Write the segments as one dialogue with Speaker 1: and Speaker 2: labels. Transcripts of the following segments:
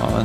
Speaker 1: Ja,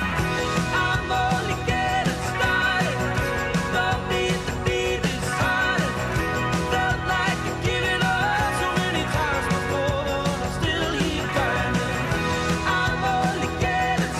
Speaker 2: I'm only getting started. Don't need to be this hard. Felt like I've given up so many times before, but I'm still here grinding. I'm only getting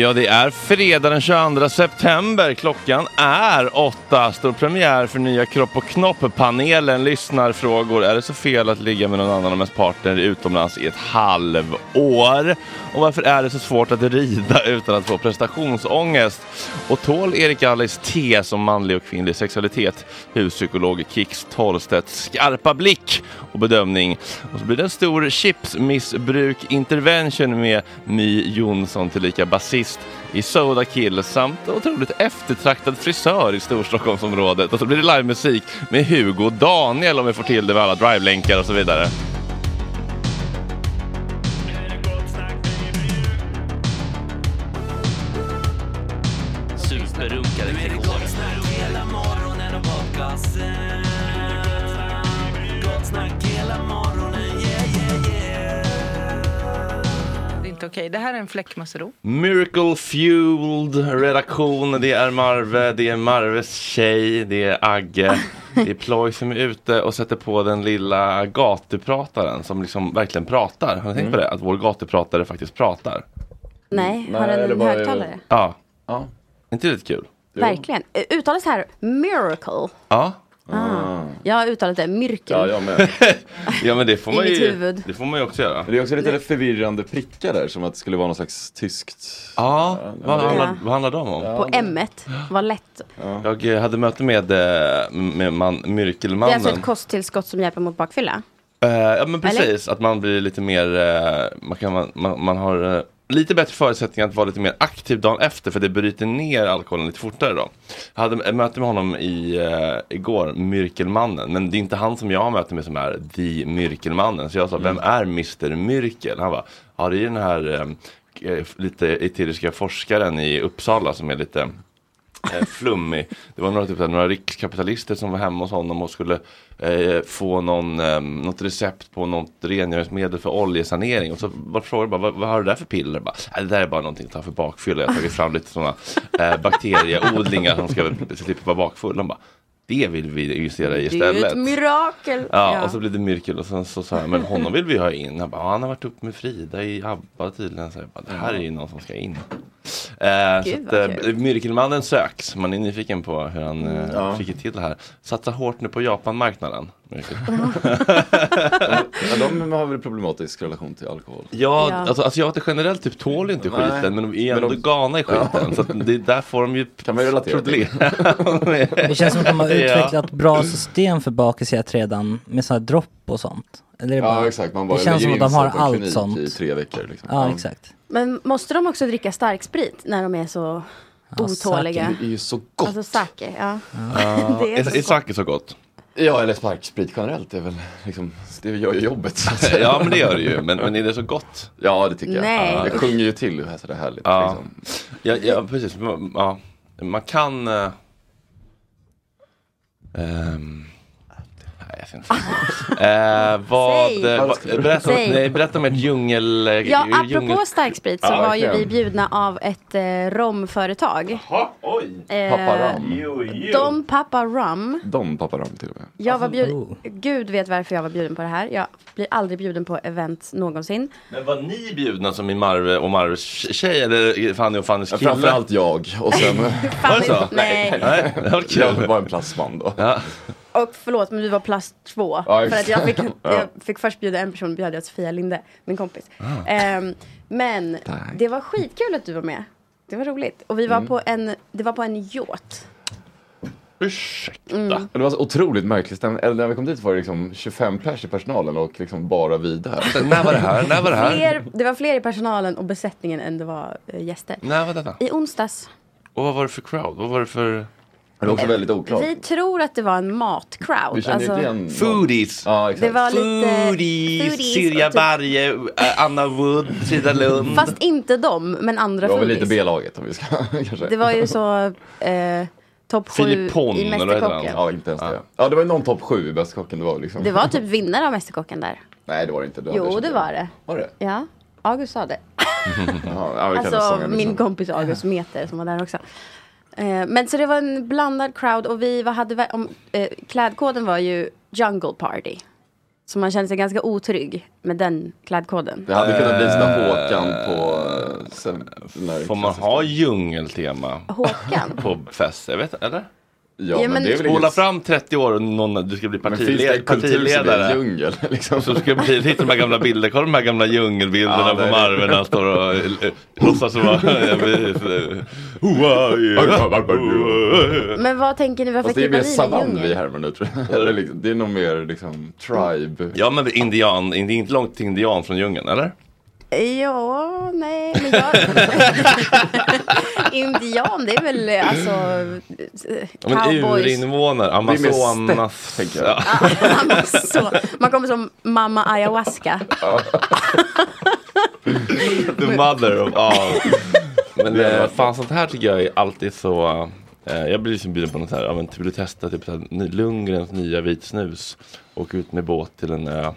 Speaker 1: Ja, det är fredag den 22 september. Klockan är åtta. Stor premiär för nya Kropp och knopp-panelen. Lyssnarfrågor. Är det så fel att ligga med någon annan om ens partner är utomlands i ett halvår? Och varför är det så svårt att rida utan att få prestationsångest? Och tål Erik Allis T som manlig och kvinnlig sexualitet? Huspsykolog Kix Torstedt. Skarpa blick och bedömning. Och så blir det en stor chipsmissbruk-intervention med My Jonsson tillika basist i Soda Kill samt otroligt eftertraktad frisör i Storstockholmsområdet. Och så blir det livemusik med Hugo och Daniel om vi får till det med alla drivelänkar och så vidare.
Speaker 3: Superrunkare kring håret. Hela morgonen och podcasten. Gott snack hela morgonen, yeah, yeah, yeah.
Speaker 4: Det är inte okej. Det här är en fläckmussero.
Speaker 1: Miracle Fueled redaktion, det är Marve, det är Marves tjej, det är Agge, det är Ploy som är ute och sätter på den lilla gatuprataren som liksom verkligen pratar. Har ni tänkt på det? Att vår gatupratare faktiskt pratar.
Speaker 5: Mm.
Speaker 6: Nej, har den en högtalare?
Speaker 1: Ja. ja. inte det lite kul?
Speaker 6: Verkligen. Eh, Uttalas här miracle.
Speaker 1: Ja.
Speaker 6: Jag har uttalat det myrkel.
Speaker 5: Ja, jag med.
Speaker 1: ja, men det får
Speaker 6: I
Speaker 1: man
Speaker 6: mitt
Speaker 1: ju,
Speaker 6: huvud.
Speaker 1: det får man ju också göra.
Speaker 5: Men det är också lite förvirrande prickar där, som att det skulle vara någon slags tyskt...
Speaker 1: Ja, vad
Speaker 5: det-
Speaker 1: handlar, vad handlar de om?
Speaker 6: På M1. Vad lätt.
Speaker 1: Jag eh, hade möte med, eh, med man,
Speaker 6: Det är
Speaker 1: myrkelmannen.
Speaker 6: alltså ett kosttillskott som hjälper mot bakfylla.
Speaker 1: Eh, ja men precis, att man blir lite mer, eh, man, kan, man, man, man har eh, lite bättre förutsättningar att vara lite mer aktiv dagen efter för det bryter ner alkoholen lite fortare då. Jag hade ett möte med honom i, eh, igår, Myrkelmannen, men det är inte han som jag har möte med som är the Myrkelmannen. Så jag sa, vem är Mr Myrkel? Han bara, ja det är den här eh, eh, lite eteriska forskaren i Uppsala som är lite eh, flummig. Det var några, typ, så här, några rikskapitalister som var hemma hos honom och skulle eh, få någon, eh, något recept på något rengöringsmedel för oljesanering. Och så var frågan bara, vad, vad har du där för piller? Bara, "Nej, det där är bara någonting att ta för bakfylla. Jag har tagit fram lite sådana eh, bakterieodlingar som ska slippa vara bakfull. De bara, det vill vi ju se dig
Speaker 6: Det är ju
Speaker 1: istället.
Speaker 6: ett mirakel.
Speaker 1: Ja, och så blev det Myrkel och sen så sa jag, men honom vill vi ha in. Han bara, "Ja, han har varit upp med Frida i ABBA tydligen. Så jag bara, det här är ju någon som ska in. Eh, så
Speaker 6: Gud,
Speaker 1: att,
Speaker 6: vad
Speaker 1: eh,
Speaker 6: kul.
Speaker 1: Myrkelmannen söks. Man är nyfiken på hur han
Speaker 5: Mm,
Speaker 1: eh, fick det till det här. Satsa hårt nu på Japanmarknaden. Myrkel.
Speaker 5: Ja, de har väl problematisk relation till alkohol.
Speaker 1: Ja,
Speaker 6: Ja.
Speaker 1: alltså asiater generellt typ tål ju inte
Speaker 5: Nej.
Speaker 1: skiten men de är
Speaker 5: Men
Speaker 1: ändå
Speaker 5: de-
Speaker 1: gana i skiten. Så att det är där får de ju
Speaker 5: Kan man ju relatera till.
Speaker 1: problem. det
Speaker 7: Det känns som att de har
Speaker 1: Ja.
Speaker 7: utvecklat bra system för bakishet redan med sådana här dropp och sånt. Eller är det bara...
Speaker 5: Ja, exakt. Man bara
Speaker 7: det känns som att
Speaker 5: lägger
Speaker 7: de har
Speaker 5: in sig på en
Speaker 7: allt
Speaker 5: klinik
Speaker 7: sånt.
Speaker 5: I tre veckor liksom.
Speaker 7: Ja, exakt.
Speaker 6: Men måste de också dricka starksprit när de är så otåliga?
Speaker 5: Det är ju så gott.
Speaker 6: Alltså sake, ja. det är
Speaker 1: Är
Speaker 6: så gott.
Speaker 1: sake så gott?
Speaker 5: Ja, eller sparksprit generellt. Det är väl liksom, det gör ju jobbet. så att säga.
Speaker 1: Ja, men det gör det ju. Men, men är det så gott?
Speaker 5: Ja, det tycker jag.
Speaker 6: Nej.
Speaker 5: Ja, Jag sjunger ju till och så det är härligt.
Speaker 1: Ja.
Speaker 5: Liksom.
Speaker 1: Ja, ja precis. Man- Ja. Man kan... eh, ehm, nej, jag ser inte. Eh, vad,
Speaker 6: Säg.
Speaker 1: eh, vad, berätta, om-
Speaker 6: Säg.
Speaker 1: nej, berätta om ett djungel... eh,
Speaker 6: Ja,
Speaker 1: djungel-
Speaker 6: apropå starksprit så
Speaker 5: Ja,
Speaker 6: var ju
Speaker 5: verkligen.
Speaker 6: vi bjudna av ett eh, romföretag.
Speaker 1: Ha, oj!
Speaker 6: Eh,
Speaker 5: Pappa Ram.
Speaker 6: Dom Papa Rum.
Speaker 5: De Pappa Ram till och med.
Speaker 6: Jag var
Speaker 1: Oh.
Speaker 5: Oh.
Speaker 6: bjuden, Gud vet varför jag var bjuden på det här. Jag blir aldrig bjuden på event någonsin.
Speaker 1: Men var ni bjudna som i Marve och Marves tjej eller Fanny och Fannys
Speaker 5: Ja,
Speaker 1: kille?
Speaker 5: framförallt jag och sen
Speaker 1: Var det så?
Speaker 6: Nej.
Speaker 1: Nej, det var
Speaker 5: jag
Speaker 1: kul.
Speaker 5: var en plastman då.
Speaker 6: Och förlåt men du var plast två.
Speaker 5: Ja,
Speaker 6: för att
Speaker 5: exakt.
Speaker 6: jag fick, jag
Speaker 5: Ja.
Speaker 6: fick först bjuda en person, bjöd jag Sofia Linde, min kompis. Ehm, men det var skitkul att du var med. Det var roligt. Och vi var på en, det var på en yacht. Mm.
Speaker 1: Ursäkta.
Speaker 5: Men det var så otroligt märkligt. stämning. Eller när vi kom dit var det liksom 25 pers i personalen och liksom bara vi där.
Speaker 1: När var det här? När var det här?
Speaker 6: Fler, det var fler i personalen och besättningen än det var eh, gäster.
Speaker 1: När var detta?
Speaker 6: I onsdags,
Speaker 1: Och vad var det för crowd? Vad var det för...
Speaker 5: Det var också väldigt oklart.
Speaker 6: vi tror att det var en matcrowd. Alltså,
Speaker 5: Vi kände ju inte igen
Speaker 1: Foodies!
Speaker 5: Ja,
Speaker 6: det
Speaker 5: exakt.
Speaker 6: var lite...
Speaker 1: Foodies!
Speaker 6: foodies
Speaker 1: Sirja
Speaker 6: och typ-
Speaker 1: Barje, eh, Anna Wood, Frida Lund.
Speaker 6: Fast inte dem, men andra
Speaker 5: Det var väl lite
Speaker 6: foodies.
Speaker 5: B-laget om vi ska kanske.
Speaker 6: Det var ju så eh, topp sju
Speaker 1: Filip Ponn,
Speaker 6: i
Speaker 1: eller vad heter han?
Speaker 6: Mästerkocken.
Speaker 5: Ja, inte ens det. Ja, det var ju någon topp sju i Bästkocken. Det var liksom.
Speaker 6: Det var typ vinnare av Mästerkocken där.
Speaker 5: Nej, det var det inte. Det hade jag
Speaker 6: Jo,
Speaker 5: känt
Speaker 6: det
Speaker 5: igen.
Speaker 6: var det.
Speaker 5: Var det?
Speaker 6: Ja, August sa det.
Speaker 5: Jaha, ja, vi kan
Speaker 6: Alltså
Speaker 5: sången,
Speaker 6: min
Speaker 5: liksom.
Speaker 6: kompis August Meter som var där också. Eh, Men så det var en blandad crowd och vi var, hade, va- om, eh, klädkoden var ju Jungle Party. Så man känner sig ganska otrygg med den klädkoden.
Speaker 5: Det hade kunnat bli sådana
Speaker 1: Eh,
Speaker 5: Håkan på... eh, Sen,
Speaker 1: Får man ha djungeltema?
Speaker 6: Håkan?
Speaker 1: På fest, jag vet eller?
Speaker 5: Ja, men men- det är väl
Speaker 1: Spola
Speaker 5: inget-
Speaker 1: fram 30 år och någon, du ska bli
Speaker 5: finns det
Speaker 1: partiled,
Speaker 5: en kultur som är
Speaker 1: partiledare.
Speaker 5: djungel, liksom?
Speaker 1: Så du ska bli lite de här gamla bilderna, kolla de här gamla djungelbilderna
Speaker 5: Ja,
Speaker 1: på
Speaker 5: det är det.
Speaker 1: Marven när han står och eh, eh, låtsas vara... jag vet, eh, Hawaii.
Speaker 6: Men vad tänker ni, varför
Speaker 5: Fast det är mer
Speaker 6: klippar ni med
Speaker 5: savann
Speaker 6: djungeln?
Speaker 5: vi härmar nu tror jag. Eller liksom, Det är nog mer liksom tribe.
Speaker 1: Ja men indian, det är inte långt till indian från djungeln eller?
Speaker 6: Ja, nej, men jag... Indian, det är väl eh, alltså eh,
Speaker 1: Ja, men
Speaker 6: cowboys.
Speaker 1: urinvånare,
Speaker 5: är mer stepp,
Speaker 1: Amazonas. Ja.
Speaker 6: Så, man kommer som mamma ayahuasca.
Speaker 1: The mother of all. Men eh, fan sånt här tycker jag är alltid så. Eh, jag blir liksom bjuden på något så här, ja men typ du testar typ så här, ny- Lundgrens nya vitsnus. Och ut med båt till en ö.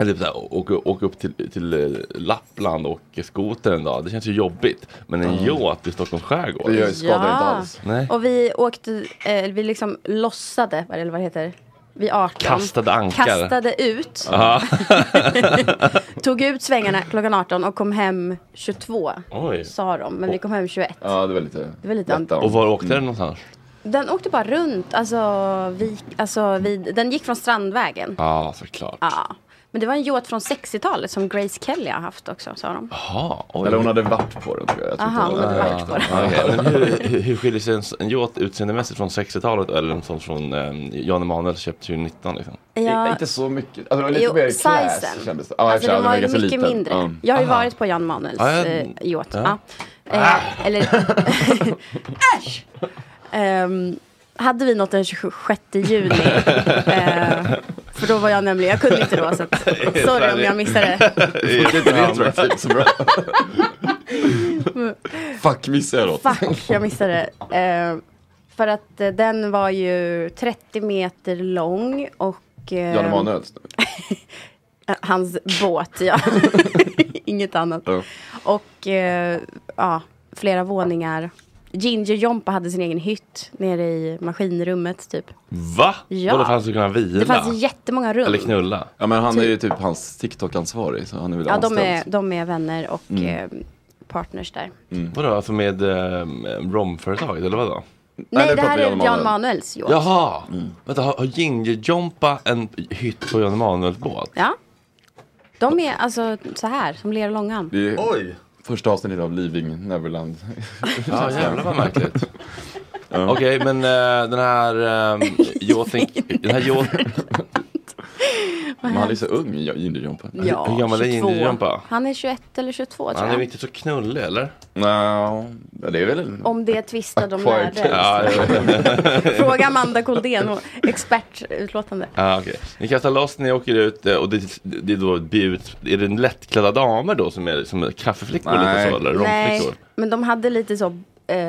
Speaker 1: Eller typ så här, åka, åka upp till, till eh, Lappland och skoter en dag. Det känns ju jobbigt. Men en
Speaker 5: Ja.
Speaker 1: yacht i Stockholms skärgård.
Speaker 5: Det gör ju skadar inte alls.
Speaker 1: Nej.
Speaker 6: Och vi åkte, eh, vi liksom lossade, vad- eller vad det heter, vi 18.
Speaker 1: Kastade ankar.
Speaker 6: Kastade ut,
Speaker 1: Ja.
Speaker 6: tog ut svängarna klockan 18 och kom hem 22.
Speaker 1: Oj.
Speaker 6: Sa de, men vi kom hem 21.
Speaker 5: Ja, det var lite... Mm.
Speaker 6: Det var lite Mm. an-
Speaker 1: Och var åkte den någonstans?
Speaker 6: Den åkte bara runt, alltså, vi, alltså vid, den gick från Strandvägen.
Speaker 1: Ja såklart.
Speaker 6: Ja. Men det var en yacht från 60-talet som Grace Kelly har haft också, sa de.
Speaker 1: Jaha. oj.
Speaker 5: Eller hon hade vapp på den tror jag. jag tror
Speaker 6: Aha,
Speaker 5: inte
Speaker 6: hon hade
Speaker 5: Ja,
Speaker 6: vapp på
Speaker 5: ja,
Speaker 6: den.
Speaker 5: ja.
Speaker 1: Okej, men hur, hur, hur skiljer sig en, s- en yacht utseendemässigt från 60-talet eller en sån från eh, Jan Emanuel köpt 2019? Liksom?
Speaker 6: Ja.
Speaker 5: I- Inte så mycket. Alltså, det var lite mer class kändes det. Ja, i och för sig,
Speaker 6: alltså den
Speaker 5: den
Speaker 6: var ju
Speaker 5: ganska
Speaker 6: mycket
Speaker 5: liten.
Speaker 6: mindre.
Speaker 5: Ja.
Speaker 6: Jag har ju
Speaker 5: Aha.
Speaker 6: varit på Jan Manuels
Speaker 5: Ja, jag-
Speaker 6: eh, yacht.
Speaker 5: ja. Ah.
Speaker 6: Ja. Eh, eller... Äsch! Ehm, hade vi något den 26 juni. eh, för då var jag nämligen, jag kunde inte då så att, sorry om jag missade.
Speaker 5: Det är inte retroaktivt så bra. Fuck, missade jag något?
Speaker 6: Fuck, jag missade det. Eh, för att eh, den var ju 30 meter lång och... eh,
Speaker 5: Jan Emanuels nu.
Speaker 6: eh, Hans båt, ja. Inget annat.
Speaker 5: Ja.
Speaker 6: Och eh, ja, flera våningar. Ginger Jompa hade sin egen hytt nere i maskinrummet typ.
Speaker 1: Va?
Speaker 6: Ja.
Speaker 1: Vadå fanns det kunna vila?
Speaker 6: Det fanns jättemånga rum.
Speaker 1: Eller knulla?
Speaker 5: Ja, men han är ju typ hans TikTok-ansvarig. Så han är väl
Speaker 6: Ja, de
Speaker 5: anställd.
Speaker 6: är, de är vänner och
Speaker 5: Mm.
Speaker 6: eh, partners där.
Speaker 1: Vadå, alltså med eh, romföretaget eller vadå?
Speaker 6: Nej, det, här är Jan Manuels yacht.
Speaker 1: Jaha!
Speaker 5: Mm.
Speaker 1: Vänta, har, har Ginger Jompa en hytt på Jan Emanuels båt?
Speaker 6: Ja. De är alltså så här, som ler och långam.
Speaker 5: Det är Första avsnittet av Leaving Neverland.
Speaker 1: Ja, jävlar vad märkligt. Okej, men eh, den här um, yachten... Den här yachten...
Speaker 5: Men han är så ung, Ginger Jompa.
Speaker 6: Ja,
Speaker 1: Hur gammal är Ginger Jompa?
Speaker 6: Han är 21 eller 22 tror
Speaker 1: Han är väl
Speaker 6: jag.
Speaker 1: inte så knullig eller?
Speaker 5: No, det är väl...
Speaker 6: Om det tvistar de
Speaker 5: Acquired
Speaker 6: lärde.
Speaker 1: Ja, jag vet.
Speaker 6: Fråga Amanda Koldén, hon- expertutlåtande.
Speaker 1: Ah, okay. Ni kastar loss, ni åker ut eh, och det, det är då ett bjud. Är det lättklädda damer då som är, som är kaffeflickor lite
Speaker 5: Nej.
Speaker 1: så eller
Speaker 6: Nej,
Speaker 1: romflickor?
Speaker 6: men de hade lite så, eh,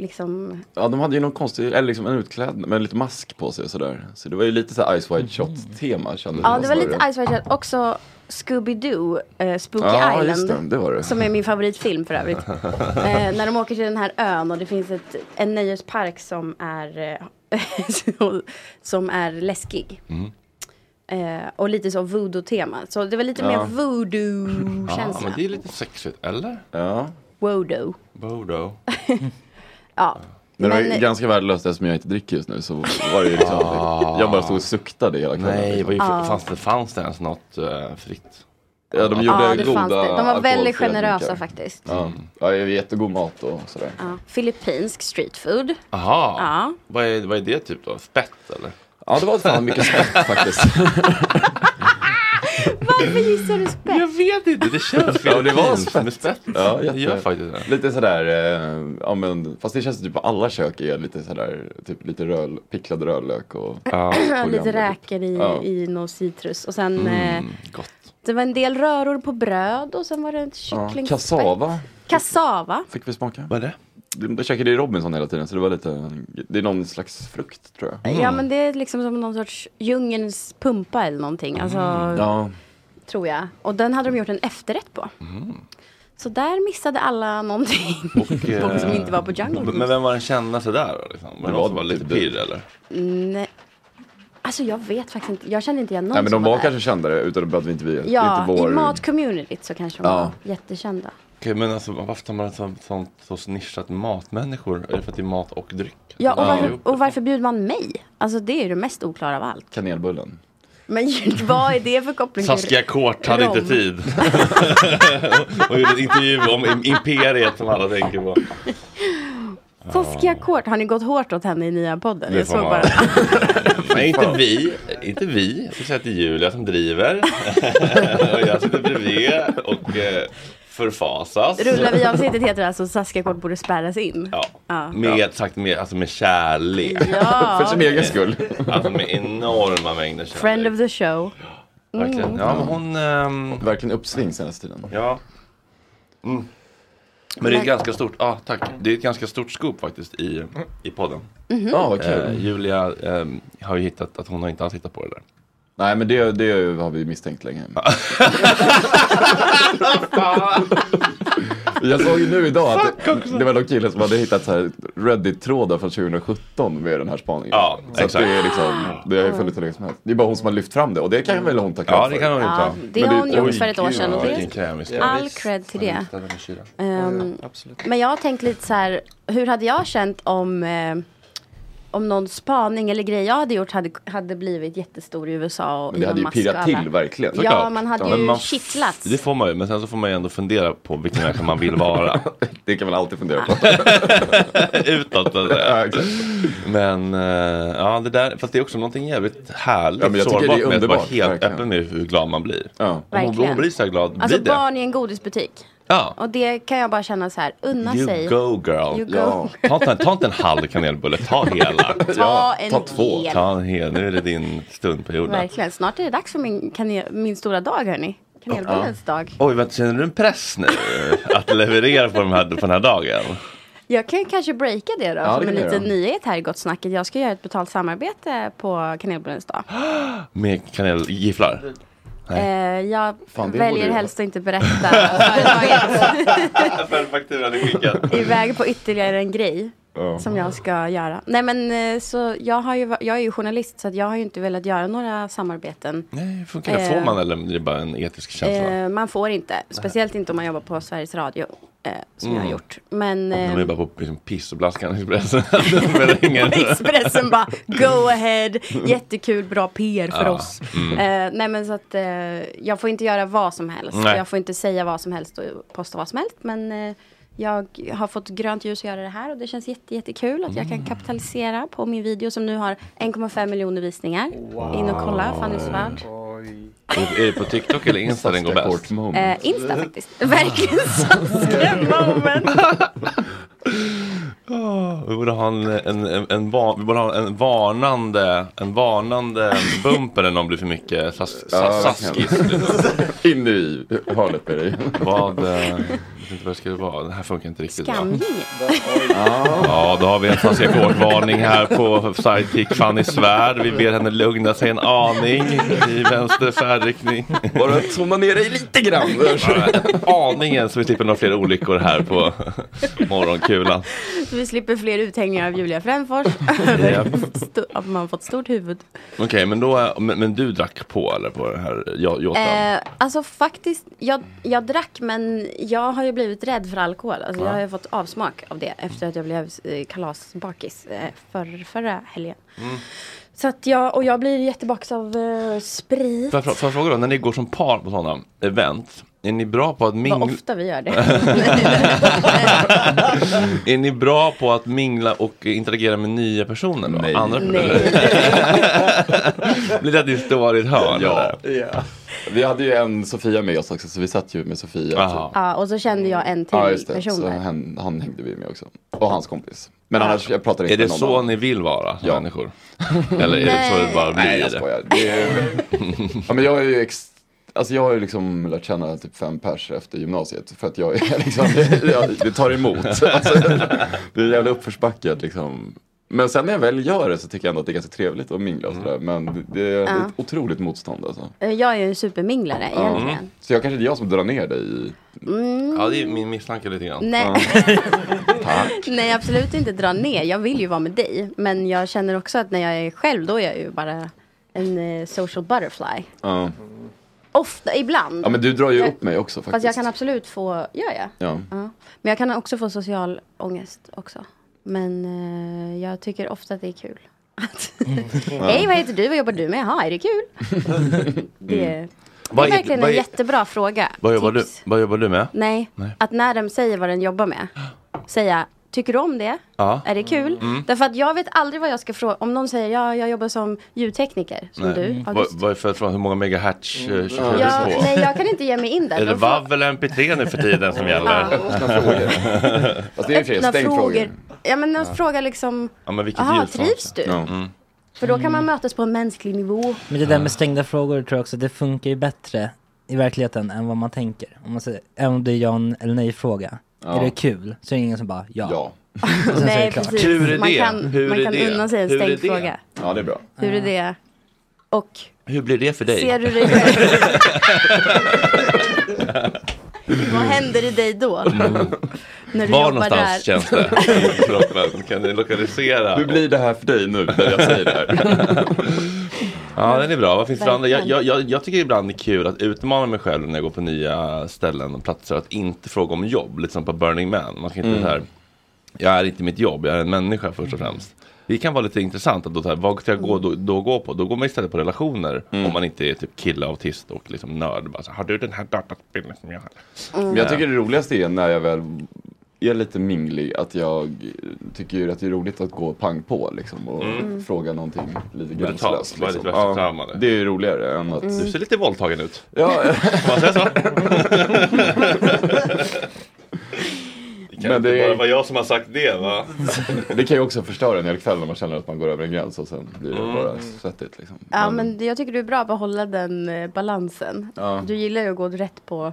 Speaker 6: liksom,
Speaker 5: Ja, de hade ju någon konstig, eller liksom en utklädnad med lite mask på sig och sådär. Så det var ju lite så här Ice White Shot-tema kändes
Speaker 6: ja det
Speaker 5: som
Speaker 6: var lite
Speaker 5: början.
Speaker 6: Ice White Shot, också Scooby-Doo, eh, Spooky
Speaker 5: Ja,
Speaker 6: Island.
Speaker 5: just det, det var det.
Speaker 6: Som är min favoritfilm för övrigt. eh, när de åker till den här ön och det finns ett, en nöjespark som är, eh, som är läskig. Eh, och lite så voodoo-tema. Så det var lite
Speaker 1: Ja.
Speaker 6: mer voodoo-känsla.
Speaker 1: Ja, Ah, men det är lite sexigt, eller?
Speaker 5: Ja.
Speaker 6: Voodoo.
Speaker 1: Bodo.
Speaker 6: Ja.
Speaker 5: Men eh, det var ju
Speaker 6: Men-
Speaker 5: ganska värdelöst eftersom jag inte dricker just nu så var det ju liksom, jag bara stod och suktade hela kvällen.
Speaker 1: Ah.
Speaker 5: liksom.
Speaker 1: Nej, vad ju,
Speaker 6: Ja.
Speaker 1: fanns, det, fanns det ens något eh, fritt?
Speaker 5: Ja, de gjorde
Speaker 6: Ja, det
Speaker 5: goda
Speaker 6: fanns det. De var väldigt
Speaker 5: alkoholfria
Speaker 6: generösa
Speaker 5: drinkar.
Speaker 6: faktiskt.
Speaker 5: Ja,
Speaker 1: Mm.
Speaker 5: ja det var jättegod mat och sådär.
Speaker 6: Ja. Filippinsk street food.
Speaker 1: Aha.
Speaker 6: Ja.
Speaker 1: Vad, är, vad är det typ då? Spett eller?
Speaker 5: Ja, det var fan mycket spett faktiskt.
Speaker 6: Varför gissar du spett?
Speaker 1: Jag vet inte, det känns
Speaker 5: Ja, det var
Speaker 1: fint
Speaker 5: spett.
Speaker 1: med spett.
Speaker 5: Ja,
Speaker 1: det gör
Speaker 5: jätte.
Speaker 1: faktiskt det.
Speaker 5: Lite sådär, eh, ja men, fast det känns typ på alla kök är lite sådär, typ lite röd, picklad rödlök och
Speaker 1: Ja,
Speaker 6: Lite
Speaker 5: koriander, typ. Mm.
Speaker 6: räkor i,
Speaker 5: Ja.
Speaker 6: i någon citrus. Och sen eh,
Speaker 1: Gott.
Speaker 6: det var en del röror på bröd och sen var det en
Speaker 5: Ja,
Speaker 6: kyckling.
Speaker 5: Kassava
Speaker 6: Kassava.
Speaker 5: fick vi smaka.
Speaker 1: Vad är det?
Speaker 5: Jag käkade i Robinson hela tiden så det var lite, det är någon slags frukt tror jag.
Speaker 6: Ja men det är liksom som någon sorts djungelns pumpa eller någonting. Alltså,
Speaker 5: Mm, Ja,
Speaker 6: tror jag. Och den hade de gjort en efterrätt på.
Speaker 1: Mm.
Speaker 6: Så där missade alla någonting. De
Speaker 1: Eh,
Speaker 5: eh,
Speaker 6: som inte var på Jungle
Speaker 1: Men vem var den kändaste där då? Liksom? Var det
Speaker 5: var
Speaker 1: någon som var
Speaker 5: typ
Speaker 1: lite
Speaker 5: du.
Speaker 1: pirr eller?
Speaker 6: Nej. Alltså jag vet faktiskt inte. Jag kände inte igen någon
Speaker 5: Nej men de
Speaker 6: som
Speaker 5: var,
Speaker 6: där.
Speaker 5: kanske kändare utan att vi inte vet.
Speaker 6: Ja,
Speaker 5: inte vår...
Speaker 6: i matcommunityt så kanske de
Speaker 5: Ja.
Speaker 6: var jättekända.
Speaker 1: Okej, men alltså varför tar man ett sånt, sånt så nischat matmänniskor? Är det för att det är mat och dryck?
Speaker 6: Ja, och
Speaker 1: Ja.
Speaker 6: varför, och varför bjuder man mig? Alltså det är ju det mest oklara av allt.
Speaker 5: Kanelbullen.
Speaker 6: Men vad är det för koppling? till-
Speaker 1: Saskia Kort hade
Speaker 6: Rom.
Speaker 1: inte tid. och gjorde en intervju om im- imperiet som alla tänker på.
Speaker 6: Saskia Kort, har ni gått hårt åt henne i nya podden?
Speaker 1: Det
Speaker 6: Jag
Speaker 1: får
Speaker 6: såg
Speaker 1: man.
Speaker 6: bara.
Speaker 1: Nej, inte vi. Inte vi. Jag ska säga att det är Julia som driver. och jag sitter bredvid och eh, förfasas.
Speaker 6: Rullar vi avsnittet heter det alltså Saskia Kort borde spärras in.
Speaker 1: Ja. Med, sagt med, alltså med kärlek.
Speaker 6: Ja. För sin egen
Speaker 1: skull. Alltså med enorma mängder kärlek.
Speaker 6: Friend of the show. Mm.
Speaker 1: Verkligen. Ja, men hon... ehm,
Speaker 5: Verkligen uppsving senaste tiden.
Speaker 1: Ja. Mm. Men det är ett ganska stort, ja tack. Det är ett ganska stort scoop faktiskt i, i podden.
Speaker 5: Mhm. Ja, vad kul.
Speaker 1: Eh, Julia ehm, har ju hittat att hon har inte alls hittat på det där.
Speaker 5: Nej men det, det har vi misstänkt länge. Jag såg ju nu idag att det, det var någon kille som hade hittat så här Reddit-trådar från 2017 med den här spaningen. Ja, så
Speaker 1: exakt.
Speaker 5: Att det, är liksom, det har ju funnits hur länge som helst. Det är bara hon som har lyft fram det och det kan väl hon ta
Speaker 1: Ja, det kan hon ju ta. Ja,
Speaker 6: det har hon gjort för ett år sedan och det-
Speaker 5: är
Speaker 6: All cred till det. Ehm, men jag har tänkt lite så här, hur hade jag känt om, eh, om någon spaning eller grej jag hade gjort hade, hade blivit jättestor i USA och
Speaker 1: Men det
Speaker 6: Elon
Speaker 1: hade ju
Speaker 6: Musk
Speaker 1: pirrat
Speaker 6: och alla.
Speaker 1: till verkligen.
Speaker 6: Ja,
Speaker 1: Såklart.
Speaker 6: man hade
Speaker 1: Ja, men
Speaker 6: ju
Speaker 1: man-
Speaker 6: kittlats.
Speaker 1: Det får man ju, men sen så får man ju ändå fundera på vilken människa man vill vara.
Speaker 5: det kan man alltid fundera på.
Speaker 1: Utåt så att säga. Men eh, ja, det där, fast det är också någonting jävligt härligt
Speaker 5: Ja, men jag tycker det är
Speaker 1: sårbart med att vara
Speaker 5: underbart,
Speaker 1: helt
Speaker 5: verkligen.
Speaker 1: öppen med hur glad man blir.
Speaker 5: Ja.
Speaker 1: Om hon,
Speaker 6: Verkligen.
Speaker 1: hon blir så här glad,
Speaker 6: Alltså
Speaker 1: blir det.
Speaker 6: barn i en godisbutik.
Speaker 1: Ja.
Speaker 6: Och det kan jag bara känna så här, unna
Speaker 1: You
Speaker 6: sig.
Speaker 1: go girl.
Speaker 6: You go. Ja.
Speaker 1: Ta, inte, ta inte en halv kanelbulle, ta hela.
Speaker 6: Ja, en ta två. hel.
Speaker 1: Ta en hel. Nu är det din stund på jorden.
Speaker 6: Verkligen, snart är det dags för min, kane- min stora dag hörni. Kanelbullens dag.
Speaker 1: Oj, vänta, känner du en press nu? Att leverera på, de här, på den här dagen?
Speaker 6: Jag kan ju kanske breaka det då,
Speaker 1: Ja, det
Speaker 6: som
Speaker 1: kan
Speaker 6: en
Speaker 1: du
Speaker 6: liten
Speaker 1: göra.
Speaker 6: nyhet här i Gott Snacket. Jag ska göra ett betalt samarbete på kanelbullens dag.
Speaker 1: Med kanelgifflar? Nej.
Speaker 6: Eh, jag
Speaker 1: Fan, det borde
Speaker 6: väljer
Speaker 1: du-
Speaker 6: helst att inte berätta företaget.
Speaker 1: Affärsfakturan är skickad.
Speaker 6: Iväg på ytterligare en grej
Speaker 1: Ja.
Speaker 6: som jag ska göra. Nej men eh, så jag, har ju, va- jag är ju journalist så att jag har ju inte velat göra några samarbeten.
Speaker 1: Nej, Funkar det?
Speaker 6: Eh,
Speaker 1: Får man eller är det bara en etisk känsla?
Speaker 6: Eh, man får inte. Speciellt inte om man jobbar på Sveriges Radio. Eh, som jag har
Speaker 1: Mm.
Speaker 6: gjort. Men
Speaker 1: De är
Speaker 6: eh,
Speaker 1: bara på liksom, piss och blaskan i Expressen. Det spelar ingen-
Speaker 6: Expressen bara go ahead. Jättekul, bra PR för
Speaker 1: Ja,
Speaker 6: oss.
Speaker 1: mm.
Speaker 6: Eh, nej men så att eh, jag får inte göra vad som helst.
Speaker 1: Nej.
Speaker 6: Jag får inte säga vad som helst och posta vad som helst. Men eh, jag har fått grönt ljus att göra det här och det känns jätte, jättekul att
Speaker 1: Mm.
Speaker 6: jag kan kapitalisera på min video som nu har 1,5 miljoner visningar. In och kolla, Fanny Svärd.
Speaker 1: Är det på TikTok eller Insta den går bäst?
Speaker 6: Eh, Insta faktiskt. Verkligen Saskia moment.
Speaker 1: Vi borde ha en, en, en, en, va- vi borde ha en varnande, en varnande bumper när någon blir för mycket sas,
Speaker 5: Ja,
Speaker 1: sas, saskis.
Speaker 5: In i hörnet med dig.
Speaker 1: Vad, eh, jag vet inte vad det skulle vara. Det här funkar inte riktigt bra.
Speaker 6: Skamlig.
Speaker 1: Ja, då har vi en Fanzia varning här på sidekick Fanny Svärd. Vi ber henne lugna sig en aning i vänster färdriktning. Bara tona ner dig lite grann. Aningen så vi slipper några fler olyckor här på morgonkulan.
Speaker 6: Så vi slipper fler uthängningar av Julia Fränfors.
Speaker 1: Japp.
Speaker 6: Sto- att man fått stort huvud.
Speaker 1: Okej, men, då, men, men du drack på eller på den här ja- jåtan?
Speaker 6: Eh, alltså faktiskt, jag, jag drack men jag har ju blivit rädd för alkohol. Alltså, Jag
Speaker 1: Ja.
Speaker 6: har ju fått avsmak av det efter att jag blev eh, kalasbakis eh, för, förra helgen.
Speaker 1: Mm.
Speaker 6: Så att jag, och jag blir jättebakis av eh, sprit.
Speaker 1: Får jag, frå- får jag fråga då, när ni går som par på sådana event, är ni bra på att
Speaker 6: Vad
Speaker 1: mingla?
Speaker 6: ofta vi gör det.
Speaker 1: Är ni bra på att mingla och interagera med nya personer? Då? Nej. Andra Blir det att ni står i ett hörn?
Speaker 5: Ja.
Speaker 1: eller?
Speaker 5: Vi hade ju en Sofia med oss också så vi satt ju med Sofia. typ. Aha.
Speaker 6: ja, och så kände jag en till
Speaker 5: Ja just det,
Speaker 6: person
Speaker 5: så
Speaker 6: där.
Speaker 5: han, han hängde vi med också. Och hans kompis. Men annars, jag pratar inte
Speaker 1: Är det
Speaker 5: med någon
Speaker 1: så
Speaker 5: annan.
Speaker 1: ni vill vara som människor? Eller är det så
Speaker 5: Nej.
Speaker 1: det bara blir?
Speaker 5: Nej, jag skojar. Det är... ja, men jag är ju ex... Alltså jag har ju liksom lärt känna typ fem pers efter gymnasiet för att jag är liksom, jag, det tar emot. Alltså, det är en jävla uppförsbacke liksom. Men sen när jag väl gör det så tycker jag ändå att det är ganska trevligt att mingla och
Speaker 1: Mm.
Speaker 5: sådär. Men det är
Speaker 6: Ja.
Speaker 5: ett otroligt motstånd alltså.
Speaker 6: Eh, Jag är ju en superminglare egentligen.
Speaker 5: Så jag kanske det är jag som drar ner dig i...
Speaker 6: Mm.
Speaker 1: Ja, det är min misstanke lite grann.
Speaker 6: Nej.
Speaker 5: Tack.
Speaker 6: Nej absolut inte dra ner, jag vill ju vara med dig. Men jag känner också att när jag är själv då är jag ju bara en eh, social butterfly.
Speaker 5: Ja.
Speaker 6: Ofta, ibland.
Speaker 5: ja, men du drar ju
Speaker 6: Jag-
Speaker 5: upp mig också faktiskt.
Speaker 6: Fast jag kan absolut få, gör jag?
Speaker 5: Ja.
Speaker 6: Men jag kan också få social ångest också. Men eh, jag tycker ofta att det är kul. Hej, vad heter du? Vad jobbar du med? Jaha, är det kul? Det, det
Speaker 1: Mm. Vad
Speaker 6: är
Speaker 1: är-
Speaker 6: verkligen
Speaker 1: vad
Speaker 6: en
Speaker 1: är-
Speaker 6: jättebra fråga.
Speaker 1: Vad jobbar, du, vad jobbar du med?
Speaker 6: Nej,
Speaker 1: Nej.
Speaker 6: att när de säger vad den jobbar med, säga tycker du om det?
Speaker 1: Ja.
Speaker 6: Är det kul?
Speaker 1: Mm.
Speaker 6: Därför att jag vet aldrig vad jag ska fråga. Om någon säger ja, jag jobbar som ljudtekniker, som
Speaker 1: Nej. Mm.
Speaker 6: du.
Speaker 1: Vad,
Speaker 6: August.
Speaker 1: vad är för från hur många megahertz eh, kör du
Speaker 6: Ja,
Speaker 1: på?
Speaker 6: nej, jag kan inte ge mig in där.
Speaker 1: Är det
Speaker 6: Då får-
Speaker 1: WAV eller MP3 nu för tiden som gäller?
Speaker 6: Ja. Öppna frågor.
Speaker 5: Fast det är ju fler
Speaker 6: öppna
Speaker 5: stängd frågor.
Speaker 6: frågor. Ja, men jag
Speaker 5: Ja.
Speaker 6: frågar liksom,
Speaker 1: Ja, men vilket
Speaker 6: aha,
Speaker 1: ljud som-
Speaker 6: trivs du?
Speaker 1: Mm.
Speaker 6: För då kan man mötas på en mänsklig nivå.
Speaker 7: Men det där med stängda frågor tror jag också, det funkar ju bättre i verkligheten än vad man tänker. Om man säger, även om det är ja eller nej fråga.
Speaker 1: Ja.
Speaker 7: Är det kul? Så är det ingen som bara ja.
Speaker 5: ja.
Speaker 6: Nej,
Speaker 7: klart.
Speaker 6: precis. Hur är Man det? kan- Hur man är kan det? unna sig en Hur är stängd det? fråga.
Speaker 5: Ja, det är bra.
Speaker 6: Hur är det? Och
Speaker 1: Hur blir det för dig?
Speaker 6: ser du dig själv? Vad händer i dig då? När du
Speaker 1: Var
Speaker 6: jobbar
Speaker 1: någonstans
Speaker 6: där.
Speaker 1: känns det i kroppen? Kan ni lokalisera?
Speaker 5: Hur blir det här för dig nu när jag säger det här?
Speaker 1: Ja, den är bra. Vad finns det för andra? Jag,
Speaker 5: Verkligen.
Speaker 1: jag, jag, jag tycker ibland det är kul att utmana mig själv när jag går på nya ställen och platser. Att inte fråga om jobb, lite som på Burning Man. Man kan inte
Speaker 5: Mm.
Speaker 1: så här, jag är inte mitt jobb, jag är en människa först och främst. Det kan vara lite intressant att då, så här, vad ska jag gå, då, då gå på? Då går man istället på relationer.
Speaker 5: Mm.
Speaker 1: Om man inte är typ kille, autist och liksom nörd. Bara så, här, har du den här datautbildningen som jag har?
Speaker 5: Men jag tycker det roligaste är när jag väl är lite minglig, att jag tycker ju att det är roligt att gå pang på liksom och
Speaker 1: Mm.
Speaker 5: fråga någonting lite
Speaker 1: Brutalt.
Speaker 5: gränslöst.
Speaker 1: Vad är ditt
Speaker 5: Liksom.
Speaker 1: värsta trauma
Speaker 5: det är ju roligare än att...
Speaker 1: Mm. Du ser lite våldtagen ut.
Speaker 5: Ja.
Speaker 1: Får man säga så? Det kan inte bara vara jag som har sagt det va?
Speaker 5: Det kan ju också förstöra en hel kväll när man känner att man går över en gräns och sen blir det
Speaker 1: Mm.
Speaker 5: bara svettigt liksom.
Speaker 6: Ja, men jag tycker du är bra på att hålla den eh, balansen.
Speaker 1: Ja.
Speaker 6: Du gillar ju att gå rätt på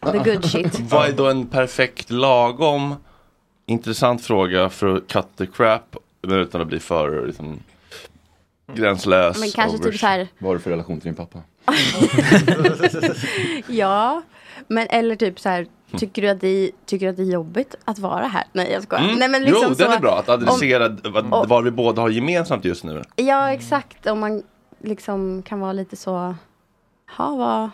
Speaker 6: the good shit.
Speaker 1: Vad är då en perfekt lagom intressant fråga för att cut the crap men utan att bli för liksom, gränslös?
Speaker 6: Men kanske
Speaker 1: och-
Speaker 6: typ så här-
Speaker 5: Vad har du för relation till din pappa?
Speaker 6: ja, men eller typ så här. Tycker du, att det är, tycker du att det är jobbigt att vara här? Nej jag skojar.
Speaker 1: Mm.
Speaker 6: Nej, men liksom
Speaker 1: jo,
Speaker 6: så,
Speaker 1: den är bra. Att adressera vad,
Speaker 6: om-
Speaker 1: vad vi båda har gemensamt just nu.
Speaker 6: Ja exakt, om man liksom kan vara lite så, ha vad,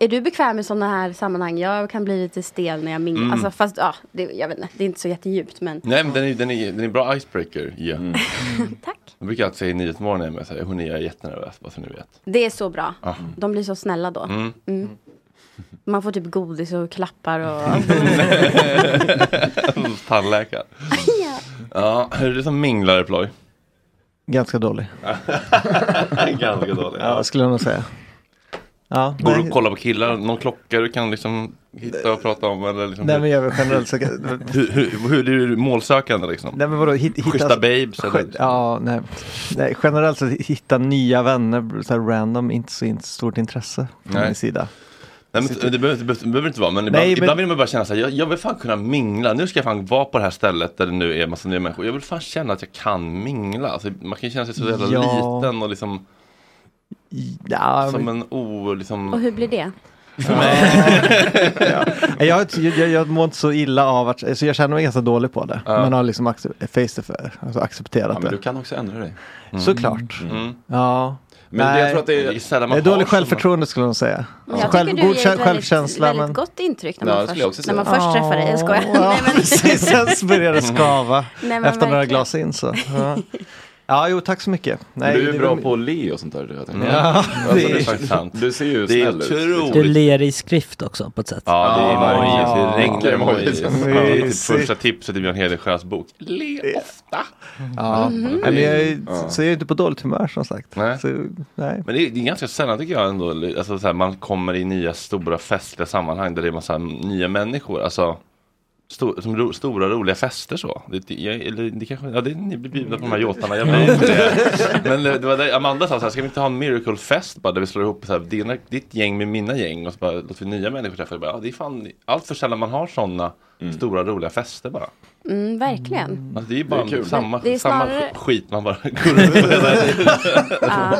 Speaker 6: är du bekväm i sådana här sammanhang? Jag kan bli lite stel när jag minglar,
Speaker 1: Mm.
Speaker 6: alltså fast ja, det, jag vet inte, det är inte så jättedjupt men
Speaker 1: Nej, men den är, den är, den är bra icebreaker. Yeah. Tack. Jag brukar alltid säga i Nyhetsmorgon när jag är med så här, hörni, jag är jättenervös, bara så ni vet.
Speaker 6: det är så bra.
Speaker 1: Ah.
Speaker 6: De blir så snälla då.
Speaker 1: Mm.
Speaker 6: Mm. Man får typ godis och klappar och
Speaker 1: Tandläkare.
Speaker 6: Ja.
Speaker 1: Ja, hur är det som minglar ploj?
Speaker 8: Ganska dålig.
Speaker 1: Ganska dålig.
Speaker 8: Ja, skulle jag nog säga. Ja,
Speaker 1: Går
Speaker 8: nej.
Speaker 1: du och kollar på killar? Någon klocka du kan liksom hitta och prata om? Eller liksom
Speaker 8: Nej, men jag vill generellt söka-
Speaker 1: hur, hur, hur är du målsökande liksom?
Speaker 8: Nej men vadå, hit, hitta...
Speaker 1: Schyssta babes eller?
Speaker 8: Sk- Ja, nej. nej. Generellt så hitta nya vänner, så här random, inte så inte stort intresse från
Speaker 1: Nej.
Speaker 8: min sida.
Speaker 1: Nej, men det behöver, det behöver inte vara, men ibland,
Speaker 8: Nej, men-
Speaker 1: ibland vill man bara känna så här, jag, jag vill fan kunna mingla, nu ska jag fan vara på det här stället där det nu är massa nya människor. Jag vill fan känna att jag kan mingla. Alltså, man kan ju känna sig så jävla
Speaker 8: Ja.
Speaker 1: liten och liksom
Speaker 8: Ja,
Speaker 1: som
Speaker 8: men-
Speaker 1: en o...
Speaker 8: Mm.
Speaker 1: Liksom...
Speaker 6: och hur blir det?
Speaker 8: ja. jag, har inte- jag, jag mår inte så illa av att, alltså jag känner mig ganska dålig på det.
Speaker 5: Ja.
Speaker 8: Men har liksom accep- face to face, alltså accepterat
Speaker 5: Ja, men
Speaker 8: det. Mm.
Speaker 5: du kan också ändra dig. Mm.
Speaker 8: Såklart. Ja.
Speaker 5: Men jag tror att det är- Det är sällan man
Speaker 8: det är dåligt
Speaker 5: har sådana-
Speaker 8: självförtroende skulle jag säga.
Speaker 6: Men jag
Speaker 8: Själv-
Speaker 6: tycker du
Speaker 8: god
Speaker 6: ger
Speaker 8: kä-
Speaker 6: ett väldigt,
Speaker 8: självkänsla,
Speaker 6: väldigt
Speaker 8: men-
Speaker 6: gott intryck när
Speaker 8: Ja,
Speaker 6: man,
Speaker 8: det skulle jag också
Speaker 6: först, när
Speaker 8: säga.
Speaker 6: man först träffar dig. Jag skojar.
Speaker 8: Ja,
Speaker 6: Nej, men...
Speaker 8: precis. Sen så börjar det skava
Speaker 6: Nej, men
Speaker 8: efter några
Speaker 6: verkligen.
Speaker 8: glas in. Så. Ja. ja, jo, tack så mycket.
Speaker 5: Men du är
Speaker 8: det
Speaker 5: ju bra
Speaker 8: väl-
Speaker 5: på att le och sånt där. Jag tänker.
Speaker 8: Ja,
Speaker 5: Alltså,
Speaker 8: det är-
Speaker 5: du- Du ser ju
Speaker 1: Det är
Speaker 5: snäll
Speaker 1: otroligt.
Speaker 5: ut.
Speaker 7: Du ler i skrift också på ett sätt.
Speaker 1: Ja, det är emojis, det regnar
Speaker 5: Mycket
Speaker 1: emojis.
Speaker 5: emojis.
Speaker 1: Det är typ
Speaker 5: Mysigt.
Speaker 1: första tipset i Björn Hedensjös bok. Le ofta.
Speaker 8: Ja.
Speaker 1: Mhm.
Speaker 8: Nej, men jag, är-
Speaker 1: Ja.
Speaker 8: Så jag är inte på dåligt humör som sagt.
Speaker 1: Nej.
Speaker 8: Så, nej.
Speaker 1: Men det är, det är ganska sällan tycker jag ändå, alltså, så här, man kommer i nya stora festliga sammanhang där det är massa nya människor. Alltså, sto, som ro, stora roliga fester så. Det, det- jag, eller det kanske, ja det, ni blir bjudna på de här jåtarna, jag blir inte det. Men eh, det det var det, Amanda sa så här, ska vi inte ha en miracle fest bara där vi slår ihop så här, dina, ditt gäng med mina gäng och så bara låter vi nya människor träffas. Jag bara, Ja, det är fan allt för sällan man har sådana stora roliga fester bara.
Speaker 6: Mm, verkligen.
Speaker 1: Alltså, det är ju bara
Speaker 6: Det är kul.
Speaker 1: samma,
Speaker 6: Det är snarare-
Speaker 1: samma skit man bara går runt med hela tiden.
Speaker 6: Ja.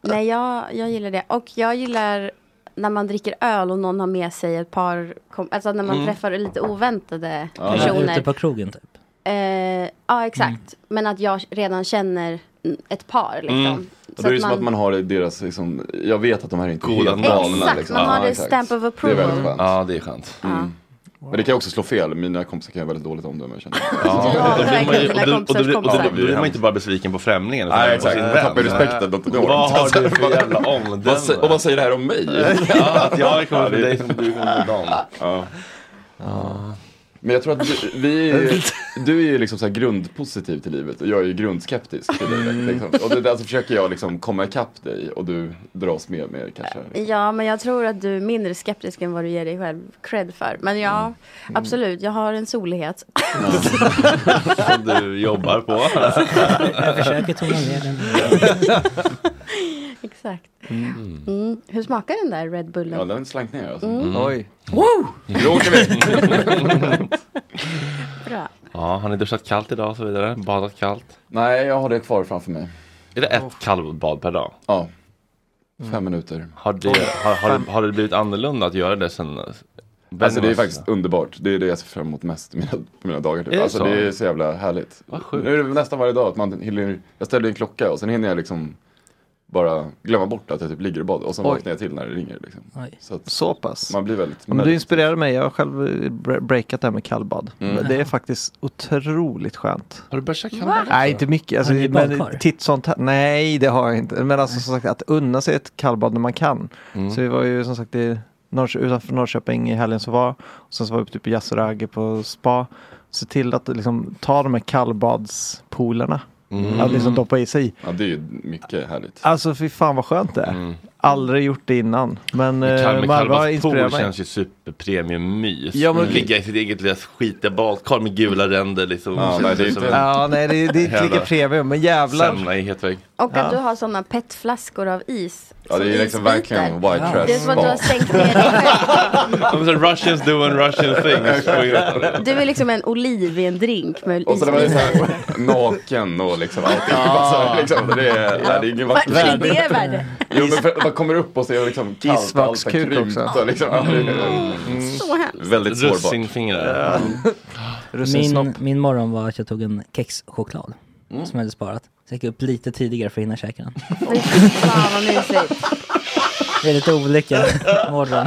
Speaker 6: Nej, jag, jag gillar det. Och jag gillar när man dricker öl och någon har med sig ett par, kom- alltså när man
Speaker 7: Mm.
Speaker 6: träffar lite oväntade
Speaker 7: Eller
Speaker 6: personer.
Speaker 7: Ute på krogen typ.
Speaker 8: Mm.
Speaker 6: Eh, ja, exakt. Men att jag redan känner ett par liksom.
Speaker 5: Mm. Och då
Speaker 6: Så
Speaker 5: är det
Speaker 6: att
Speaker 5: som att
Speaker 6: man-
Speaker 5: man har deras, liksom, jag vet att de här är inte
Speaker 1: Goda
Speaker 5: helt
Speaker 1: normer.
Speaker 5: galna,
Speaker 1: Exakt,
Speaker 5: liksom.
Speaker 6: man har det
Speaker 5: exakt.
Speaker 6: stamp of approval.
Speaker 5: Det är väldigt skönt. Mm.
Speaker 1: Ja, det är skönt.
Speaker 6: Ja.
Speaker 5: Men det kan ju också slå fel, mina kompisar kan ju ha väldigt dåligt omdöme känner jag.
Speaker 1: Ja, och då blir man ju- och då- och då blir- och då blir- då blir man
Speaker 5: Hemskt.
Speaker 1: inte bara besviken på främlingen. utan
Speaker 5: Nej,
Speaker 1: på
Speaker 5: exakt.
Speaker 1: sin
Speaker 5: Man
Speaker 1: vän.
Speaker 5: tappar ju respekten. De- de-
Speaker 1: Vad har du för jävla omdöme?
Speaker 5: Vad sä- och vad säger det här om mig?
Speaker 1: Ja, att jag kommer
Speaker 5: Ja,
Speaker 1: för
Speaker 5: det-
Speaker 1: dig som du kommer för dem.
Speaker 5: Ja. Men jag tror att du, vi är, du är ju liksom så här grundpositiv till livet och jag är ju grundskeptisk till livet. Liksom. Och det där så försöker jag liksom komma ikapp dig och du dras med mer kanske.
Speaker 6: Ja, men jag tror att du är mindre skeptisk än vad du ger dig själv cred för. Men ja,
Speaker 1: Mm.
Speaker 6: absolut, jag har en solighet.
Speaker 1: Som du jobbar på.
Speaker 7: Jag försöker tona ner den.
Speaker 6: Exakt. Mm. Hur smakar den där Red Bullen?
Speaker 5: Ja, den slank ner alltså.
Speaker 6: Mm.
Speaker 1: Oj.
Speaker 6: Wow!
Speaker 1: Nu åker vi.
Speaker 6: Bra.
Speaker 1: Ja, har ni duschat kallt idag och så vidare? Badat kallt?
Speaker 5: Nej, jag har det kvar framför mig.
Speaker 1: Är det ett kallbad per dag?
Speaker 5: Ja. Fem minuter.
Speaker 1: Har det, har, har, det, har det blivit annorlunda att göra det sen?
Speaker 5: Alltså det är faktiskt underbart. Det är det jag ser fram emot mest i mina, på mina dagar.
Speaker 1: Är
Speaker 5: Typ.
Speaker 1: det
Speaker 5: Alltså
Speaker 1: så?
Speaker 5: det är så jävla härligt. Nu är det nästan varje dag att man hinner, jag ställer en klocka och sen hinner jag liksom bara glömma bort att jag typ ligger i bad och sen
Speaker 8: Oj.
Speaker 5: vaknar jag till när det ringer. Liksom.
Speaker 8: Oj.
Speaker 5: Så, att
Speaker 8: Så pass.
Speaker 5: Man blir väldigt
Speaker 8: Ja, men du inspirerar mig. Jag har själv eh, bre- breakat det här med kallbad.
Speaker 5: Mm.
Speaker 8: Det är faktiskt otroligt skönt.
Speaker 1: Har du börjat köra
Speaker 8: kallbad? Nej, inte mycket. Alltså,
Speaker 7: Har ni
Speaker 8: men
Speaker 7: badkar?
Speaker 8: titt sånt här. Nej, det har jag inte. Men alltså som sagt, att unna sig ett kallbad när man kan.
Speaker 1: Mm.
Speaker 8: Så vi var ju som sagt i Norrkö- utanför Norrköping i helgen som var. Och sen så var vi typ i Yasuragi på spa. Se till att liksom, ta de här kallbadspoolerna.
Speaker 5: Mm.
Speaker 8: Att liksom doppa i sig.
Speaker 5: Ja, det är ju mycket härligt.
Speaker 8: Alltså fy fan vad skönt det är. Aldrig gjort det innan. Men,
Speaker 1: Men
Speaker 8: men
Speaker 1: Kalmar
Speaker 8: Marva
Speaker 1: Kalmars
Speaker 8: inspirerar
Speaker 1: pool
Speaker 8: mig.
Speaker 1: känns ju superpremiummys.
Speaker 8: Ja, men-
Speaker 1: Ligga i sitt eget lilla skitiga badkar med gula ränder liksom.
Speaker 5: Ja,
Speaker 1: Känns
Speaker 5: nej, det är
Speaker 1: som
Speaker 5: inte-
Speaker 1: en
Speaker 8: Mm. Ja, nej det, det är inte lika
Speaker 1: Jävlar.
Speaker 8: premium, men jävlar.
Speaker 1: Semla i hetvägg.
Speaker 6: Och att
Speaker 8: Ja.
Speaker 6: du har sådana petflaskor av is.
Speaker 1: Ja, det är
Speaker 6: som
Speaker 1: liksom
Speaker 6: isbitar.
Speaker 1: verkligen white Ja. trash
Speaker 6: Det är som att du har
Speaker 1: spa.
Speaker 6: sänkt ner dig själv.
Speaker 1: De säger Russians doing Russian things.
Speaker 6: Du är liksom en oliv i en drink med
Speaker 5: Och så det var
Speaker 6: isbitar.
Speaker 5: det så här naken och liksom allting.
Speaker 6: Ja.
Speaker 5: Alltså, liksom, det är, nej, det är inget vackert.
Speaker 6: Verkligen, det är värt det.
Speaker 5: Jo men för, man kommer upp och ser liksom kallt. allt har
Speaker 8: Isvaxkuk
Speaker 5: krympt
Speaker 8: också.
Speaker 5: och Liksom, ja, det
Speaker 1: Mm.
Speaker 5: är-
Speaker 6: Mm. Så hemskt.
Speaker 5: Väldigt sårbart.
Speaker 1: Russinfingrar.
Speaker 7: Min, min morgon var att jag tog en kexchoklad
Speaker 1: Mm.
Speaker 7: som jag hade sparat. Så jag gick upp lite tidigare för att hinna käka den.
Speaker 6: Fan vad mysigt.
Speaker 7: Det är lite olika morgon.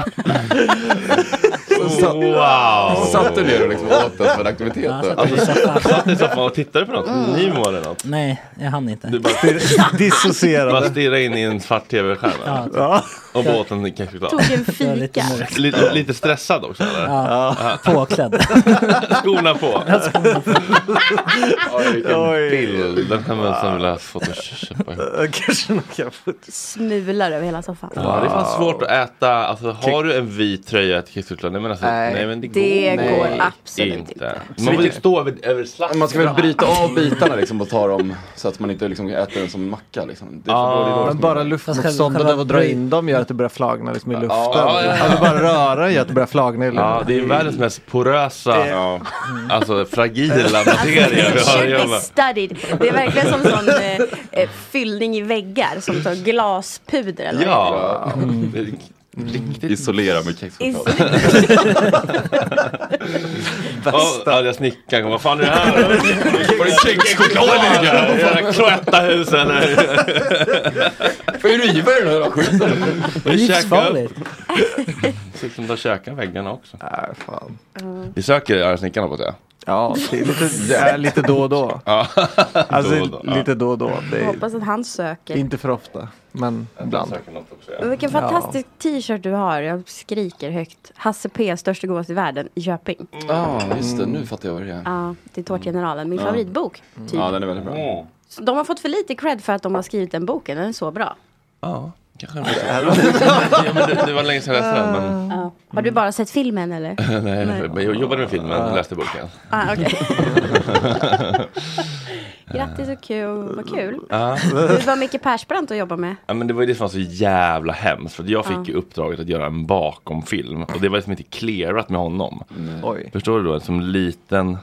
Speaker 1: Oh, Wow!
Speaker 5: Så satt du ner och liksom åt den som en aktivitet.
Speaker 7: Ja, satt Mm.
Speaker 1: Alltså, satt ni i soffan och tittade på något? Nimo eller något?
Speaker 7: Nej, jag hann inte.
Speaker 1: Du bara
Speaker 8: dissocierade.
Speaker 1: Bara stirra in i en svart tv-skärm.
Speaker 7: Ja.
Speaker 1: Och båten kanske klar.
Speaker 7: Tog en fika. Lite mörkt.
Speaker 1: Lite, lite stressad också eller?
Speaker 7: Ja,
Speaker 1: Aha.
Speaker 7: påklädd.
Speaker 1: Skorna på. Oj, vilken bild. Den här mönstren vill jag photoshoppa.
Speaker 8: Kanske någon kan få
Speaker 6: Smular över hela soffan.
Speaker 1: Ja, det är
Speaker 6: Ah.
Speaker 1: fan svårt att äta, alltså har du en vit tröja till kexchoklad? Nej men alltså, nej,
Speaker 6: Nej.
Speaker 1: men det går,
Speaker 6: Det går
Speaker 1: nej,
Speaker 6: absolut
Speaker 1: inte.
Speaker 5: Så
Speaker 1: Man vill
Speaker 5: mycket-
Speaker 1: stå över, över slasken.
Speaker 5: Man ska väl bryta av bitarna liksom och ta dem så att man inte liksom äter den som en macka liksom. Det är för dålig
Speaker 8: men bara luftmotståndet av att dra in dem gör att det börjar flagna liksom i luften.
Speaker 1: ja, ja.
Speaker 8: Alltså bara röra gör att det börjar flagna i luften.
Speaker 1: Ja, det är
Speaker 5: Mm.
Speaker 1: världens mest porösa,
Speaker 8: Det-
Speaker 1: alltså fragila materia vi har att
Speaker 6: Should
Speaker 1: göra
Speaker 6: be
Speaker 1: med.
Speaker 6: studied. Det är verkligen som sån eh, eh, fyllning i väggar, som sån glaspuder eller vad
Speaker 1: Ja, det är riktigt.
Speaker 5: Mm. Isolera med
Speaker 6: kexchoklad.
Speaker 1: Ja, ja, jag snickaren kommer, vad fan är det här? Var det kexchoklad i det här? Jävla Cloettahus eller?
Speaker 5: Får ju riva den här skiten.
Speaker 1: Det är
Speaker 7: Livsfarligt.
Speaker 1: Ser ut som att de käkar väggarna också.
Speaker 8: Nej, fan.
Speaker 1: Vi söker arga snickaren på det.
Speaker 8: Ja, det är lite, ja, lite då och då.
Speaker 1: Ja.
Speaker 8: Alltså
Speaker 1: Då och då, ja.
Speaker 8: lite då och då. Det
Speaker 6: det är.
Speaker 8: är
Speaker 6: Hoppas att han söker.
Speaker 8: inte för ofta, men ibland.
Speaker 6: Men Vilken
Speaker 8: Ja.
Speaker 6: fantastisk t-shirt du har. Jag skriker högt. Hasse P, störst och godast i världen, i Köping. Ja,
Speaker 5: Mm. Ja, Ah, just det. Nu fattar jag vad det är.
Speaker 6: det är Tårtgeneralen, min
Speaker 5: Ja. Mm.
Speaker 6: favoritbok. Typ.
Speaker 5: Ja, den är väldigt bra.
Speaker 6: Så De har fått för lite cred för att de har skrivit den boken, den är så bra. Ah.
Speaker 1: Ja, kanske det var- ja, men det, det var länge sedan jag läste den. Men...
Speaker 6: Ja. Har du bara sett filmen eller?
Speaker 1: Nej, men jag jobbade med filmen och läste boken.
Speaker 6: Ah, okej. Grattis och kul, vad kul.
Speaker 1: Ja.
Speaker 6: Du var Micke Persbrandt att jobba med.
Speaker 1: Ja, men det var ju det som var så jävla hemskt. För att jag fick
Speaker 6: Ja.
Speaker 1: ju uppdraget att göra en bakomfilm. Och det var liksom inte clearat med honom.
Speaker 8: Mm. Oj.
Speaker 1: Förstår du då? Som liten...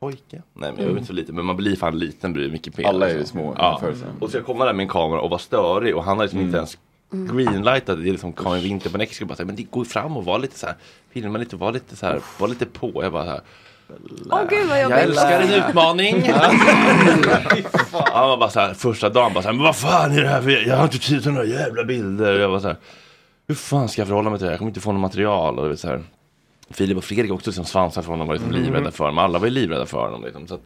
Speaker 1: Pojke? Nej, men jag är
Speaker 5: Mm.
Speaker 1: inte så liten. Men man blir fan liten blir mycket P.
Speaker 5: Alla är ju
Speaker 1: liksom.
Speaker 5: små
Speaker 1: Ja.
Speaker 5: förut, så.
Speaker 1: Och så jag kommer där med en kamera och var störig. Och han har liksom
Speaker 5: Mm.
Speaker 1: inte ens greenlightat. Det är liksom Karin Winter på Nexus. Bara så här, men det går ju fram och var lite så här. Filma lite och var lite så här. Var lite på. Jag bara så här.
Speaker 6: Åh gud vad jobbigt.
Speaker 1: Jag älskar en utmaning. Han var bara så här, första dagen bara så här, men vad fan är det här för, jag har inte tid till några jävla bilder. Jag var så här, hur fan ska jag förhålla mig till det här? Jag kommer inte få något material. Och det var så här, Filip och Fredrik också liksom svansade för honom, var liksom
Speaker 6: Mm.
Speaker 1: livrädda för honom. Alla var ju livrädda för honom. Liksom, så att,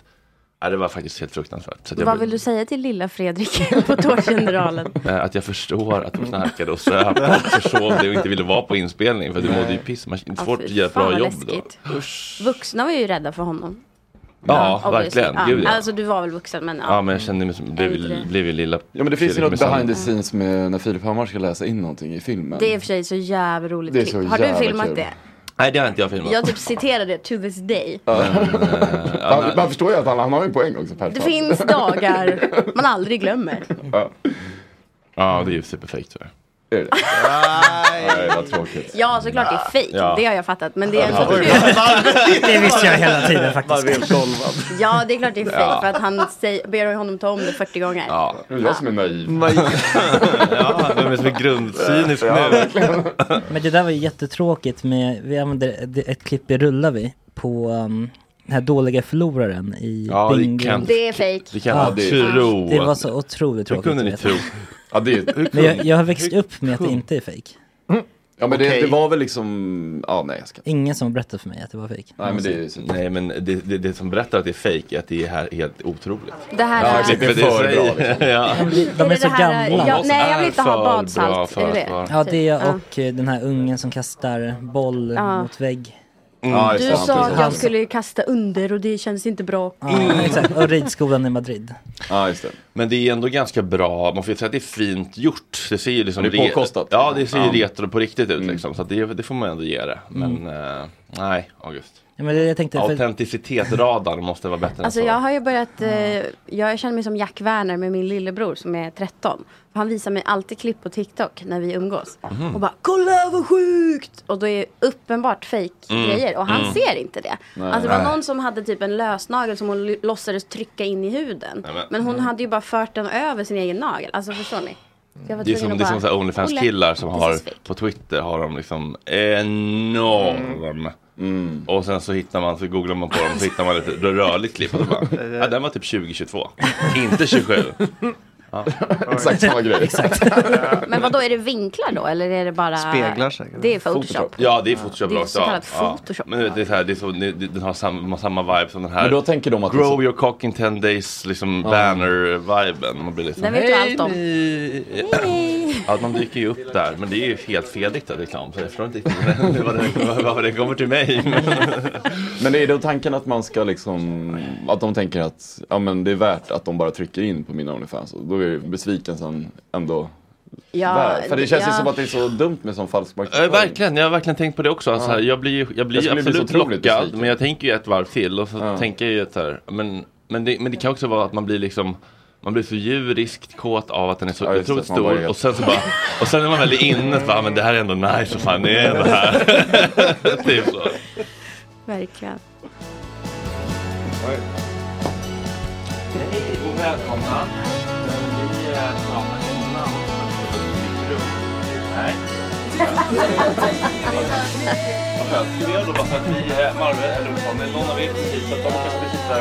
Speaker 1: nej, det var faktiskt helt fruktansvärt. Så att,
Speaker 6: Vad
Speaker 1: jag,
Speaker 6: vill du säga till lilla Fredrik på Tårgeneralen?
Speaker 1: eh, att jag förstår att de knarkade och söp och försov dig och inte ville vara på inspelning. För du mådde ju piss. Man, det är svårt att göra ett bra
Speaker 6: Alltså, vad
Speaker 1: jobb då.
Speaker 6: läskigt. Vuxna var ju rädda för honom.
Speaker 1: Ja,
Speaker 6: obviously.
Speaker 1: verkligen. Gud, ja.
Speaker 6: Alltså du var väl vuxen men ja.
Speaker 1: Ja, men jag kände mig som, blev,
Speaker 6: Äldre.
Speaker 1: blev ju lilla
Speaker 5: Ja men det finns ju
Speaker 1: Fredrik
Speaker 5: något
Speaker 1: med sand.
Speaker 5: behind the scenes med när Filip Hammar ska läsa in någonting i filmen.
Speaker 6: Det är i och för sig så jävla roligt
Speaker 5: Det är
Speaker 6: klipp.
Speaker 5: så
Speaker 6: Har du
Speaker 5: jävla
Speaker 6: filmat
Speaker 5: kul.
Speaker 6: det?
Speaker 1: Nej, det har inte jag filmat.
Speaker 6: Jag typ citerade det to this day.
Speaker 1: eh,
Speaker 5: man, man förstår ju att han, han har ju en poäng också. Per
Speaker 6: Det
Speaker 5: Fan.
Speaker 6: finns dagar man aldrig glömmer.
Speaker 1: Ja, det är ju superfejk tyvärr.
Speaker 5: Är det?
Speaker 1: Nej,
Speaker 5: vad tråkigt.
Speaker 6: Ja såklart det är fejk,
Speaker 1: Ja.
Speaker 6: det har jag fattat. Men det är
Speaker 1: Ja.
Speaker 6: så kul.
Speaker 7: Det visste jag hela tiden faktiskt.
Speaker 6: Ja det är klart det är fejk
Speaker 1: Ja.
Speaker 6: för att han säger, ber honom ta om det 40 gånger.
Speaker 1: Ja.
Speaker 5: Det är jag som är naiv.
Speaker 1: ja, vem är det som är grundcynisk nu?
Speaker 7: Men det där var ju jättetråkigt med, vi använde det- ett klipp i Rullar vi på um, den här dåliga förloraren i
Speaker 1: Ja, det
Speaker 7: Bingo.
Speaker 1: kan- Det är fake. det kan man tro.
Speaker 7: Det var så otroligt
Speaker 1: Hur
Speaker 7: tråkigt.
Speaker 1: kunde
Speaker 7: att
Speaker 1: ni
Speaker 7: veta.
Speaker 1: tro? Ja, det är- hur
Speaker 7: Men jag,
Speaker 1: kunde-
Speaker 7: jag har växt
Speaker 1: hur
Speaker 7: upp med att det
Speaker 1: kunde-
Speaker 7: inte är fake.
Speaker 5: Ja men
Speaker 7: Okej.
Speaker 5: det, det var väl liksom, ja nej jag ska
Speaker 7: Ingen som berättade för mig att det var fake.
Speaker 1: Nej, men det, det, det som berättar att det är fejk är att det är här helt otroligt.
Speaker 6: Det här Ja, är-
Speaker 1: klippet
Speaker 5: det är för
Speaker 1: i sig.
Speaker 5: bra, liksom.
Speaker 1: ja.
Speaker 7: De är,
Speaker 6: det
Speaker 7: så
Speaker 6: det här-
Speaker 7: gamla.
Speaker 6: ja, nej, jag vill inte ha badsalt. Är det det?
Speaker 7: Ja, det
Speaker 6: Typ, ja.
Speaker 7: och eh, den här ungen som kastar boll
Speaker 6: Ja.
Speaker 7: mot vägg.
Speaker 1: Mm. Ja,
Speaker 6: Du
Speaker 7: Alltså,
Speaker 6: sa att jag skulle kasta under och det känns inte bra.
Speaker 1: Mm.
Speaker 7: Ja, Mm, exakt. Och ridskolan i Madrid.
Speaker 5: Ja, just det.
Speaker 1: Men det är ändå ganska bra, man får ju säga att det är fint gjort. Det ser ju liksom
Speaker 5: Men det är
Speaker 1: re-
Speaker 5: påkostat.
Speaker 1: Ja, det ser ju
Speaker 5: Ja. Mm.
Speaker 1: retro på riktigt ut liksom. Så att det, det får man ändå ge det. Men eh, nej, August.
Speaker 7: Ja, men det, jag tänkte, för,
Speaker 1: Autenticitetsradarn måste vara bättre
Speaker 6: Alltså
Speaker 1: än så.
Speaker 6: jag har ju börjat, eh, jag känner mig som Jack Werner med min lillebror som är 13. Han visar mig alltid klipp på TikTok när vi umgås.
Speaker 2: Mhm.
Speaker 6: Och bara kolla vad sjukt! Och då är det uppenbart fake
Speaker 2: Mm.
Speaker 6: grejer och han
Speaker 2: Mm.
Speaker 6: ser inte det.
Speaker 2: Nej.
Speaker 6: Alltså det var
Speaker 2: Nej.
Speaker 6: någon som hade typ en lösnagel som hon l- låtsades trycka in i huden.
Speaker 1: Nej, men- Mm.
Speaker 6: Men hon hade ju bara fört den över sin egen nagel. Alltså förstår ni? Jag var
Speaker 1: Det är
Speaker 6: tvungen
Speaker 1: som,
Speaker 6: att
Speaker 1: det är
Speaker 6: bara,
Speaker 1: som så här
Speaker 6: "Olle,
Speaker 1: Onlyfans-killar som
Speaker 6: this
Speaker 1: har
Speaker 6: is fake."
Speaker 1: på Twitter har de liksom enorm.
Speaker 5: Mm.
Speaker 1: Och sen så hittar man, så googlar man på dem så hittar man ett rörligt klipp och då bara, ja, den var typ 2022, inte 27. Ja.
Speaker 5: Exakt samma grej.
Speaker 1: Exakt.
Speaker 6: Men vad då är det vinklar då eller är det bara? Eh, Det är photoshop.
Speaker 1: Ja, det är Photoshop
Speaker 6: Det är
Speaker 1: rakt
Speaker 6: så
Speaker 1: av.
Speaker 6: kallat
Speaker 1: Ja.
Speaker 6: Photoshop.
Speaker 1: Men du vet, det är så här, det är så, det, det, den har samma, samma vibe som den här.
Speaker 5: Men då tänker de att det är
Speaker 1: Grow
Speaker 5: så-
Speaker 1: your cock in 10 days, liksom banner-viben. Man blir liksom,
Speaker 6: Den vet du allt om.
Speaker 1: ni! Ja, man dyker ju upp där, men det är ju helt felriktad reklam. Så jag förstår inte riktigt vad det- vad- varför det kommer till mig.
Speaker 5: Men det är då tanken att man ska liksom, att de tänker att ja, men det är värt att de bara trycker in på mina Onlyfans och då är besvikelsen ändå
Speaker 6: Ja,
Speaker 5: värd. För det känns
Speaker 6: ja.
Speaker 5: ju som att det är så dumt med sån falsk
Speaker 1: Ja,
Speaker 5: marknadsföring.
Speaker 1: verkligen, jag har verkligen tänkt på det också. Alltså,
Speaker 5: Ja.
Speaker 1: här, jag blir, ju- jag blir
Speaker 5: Jag skulle bli
Speaker 1: absolut
Speaker 5: så otroligt
Speaker 1: lockad,
Speaker 5: besviken.
Speaker 1: men jag tänker ju ett varv till. Och så tänker jag ju att så här, men, men, det, men det kan också vara att man blir liksom man blir så djuriskt kåt av att den är så
Speaker 5: Ja, just det,
Speaker 1: otroligt
Speaker 5: man bara
Speaker 1: stor
Speaker 5: helt-
Speaker 1: och sen så bara Och sen när man väl är inne så bara, "Ah, men det här är ändå nice, vad fan är det här? typ så.
Speaker 6: Verkligen.
Speaker 1: Hej och välkomna. Vi pratar innan. Nej. Vad skönt. Skulle jag då bara säga att vi, eh, Malmö, eller vad fan, eller någon av er precis, så att de kanske blir sitta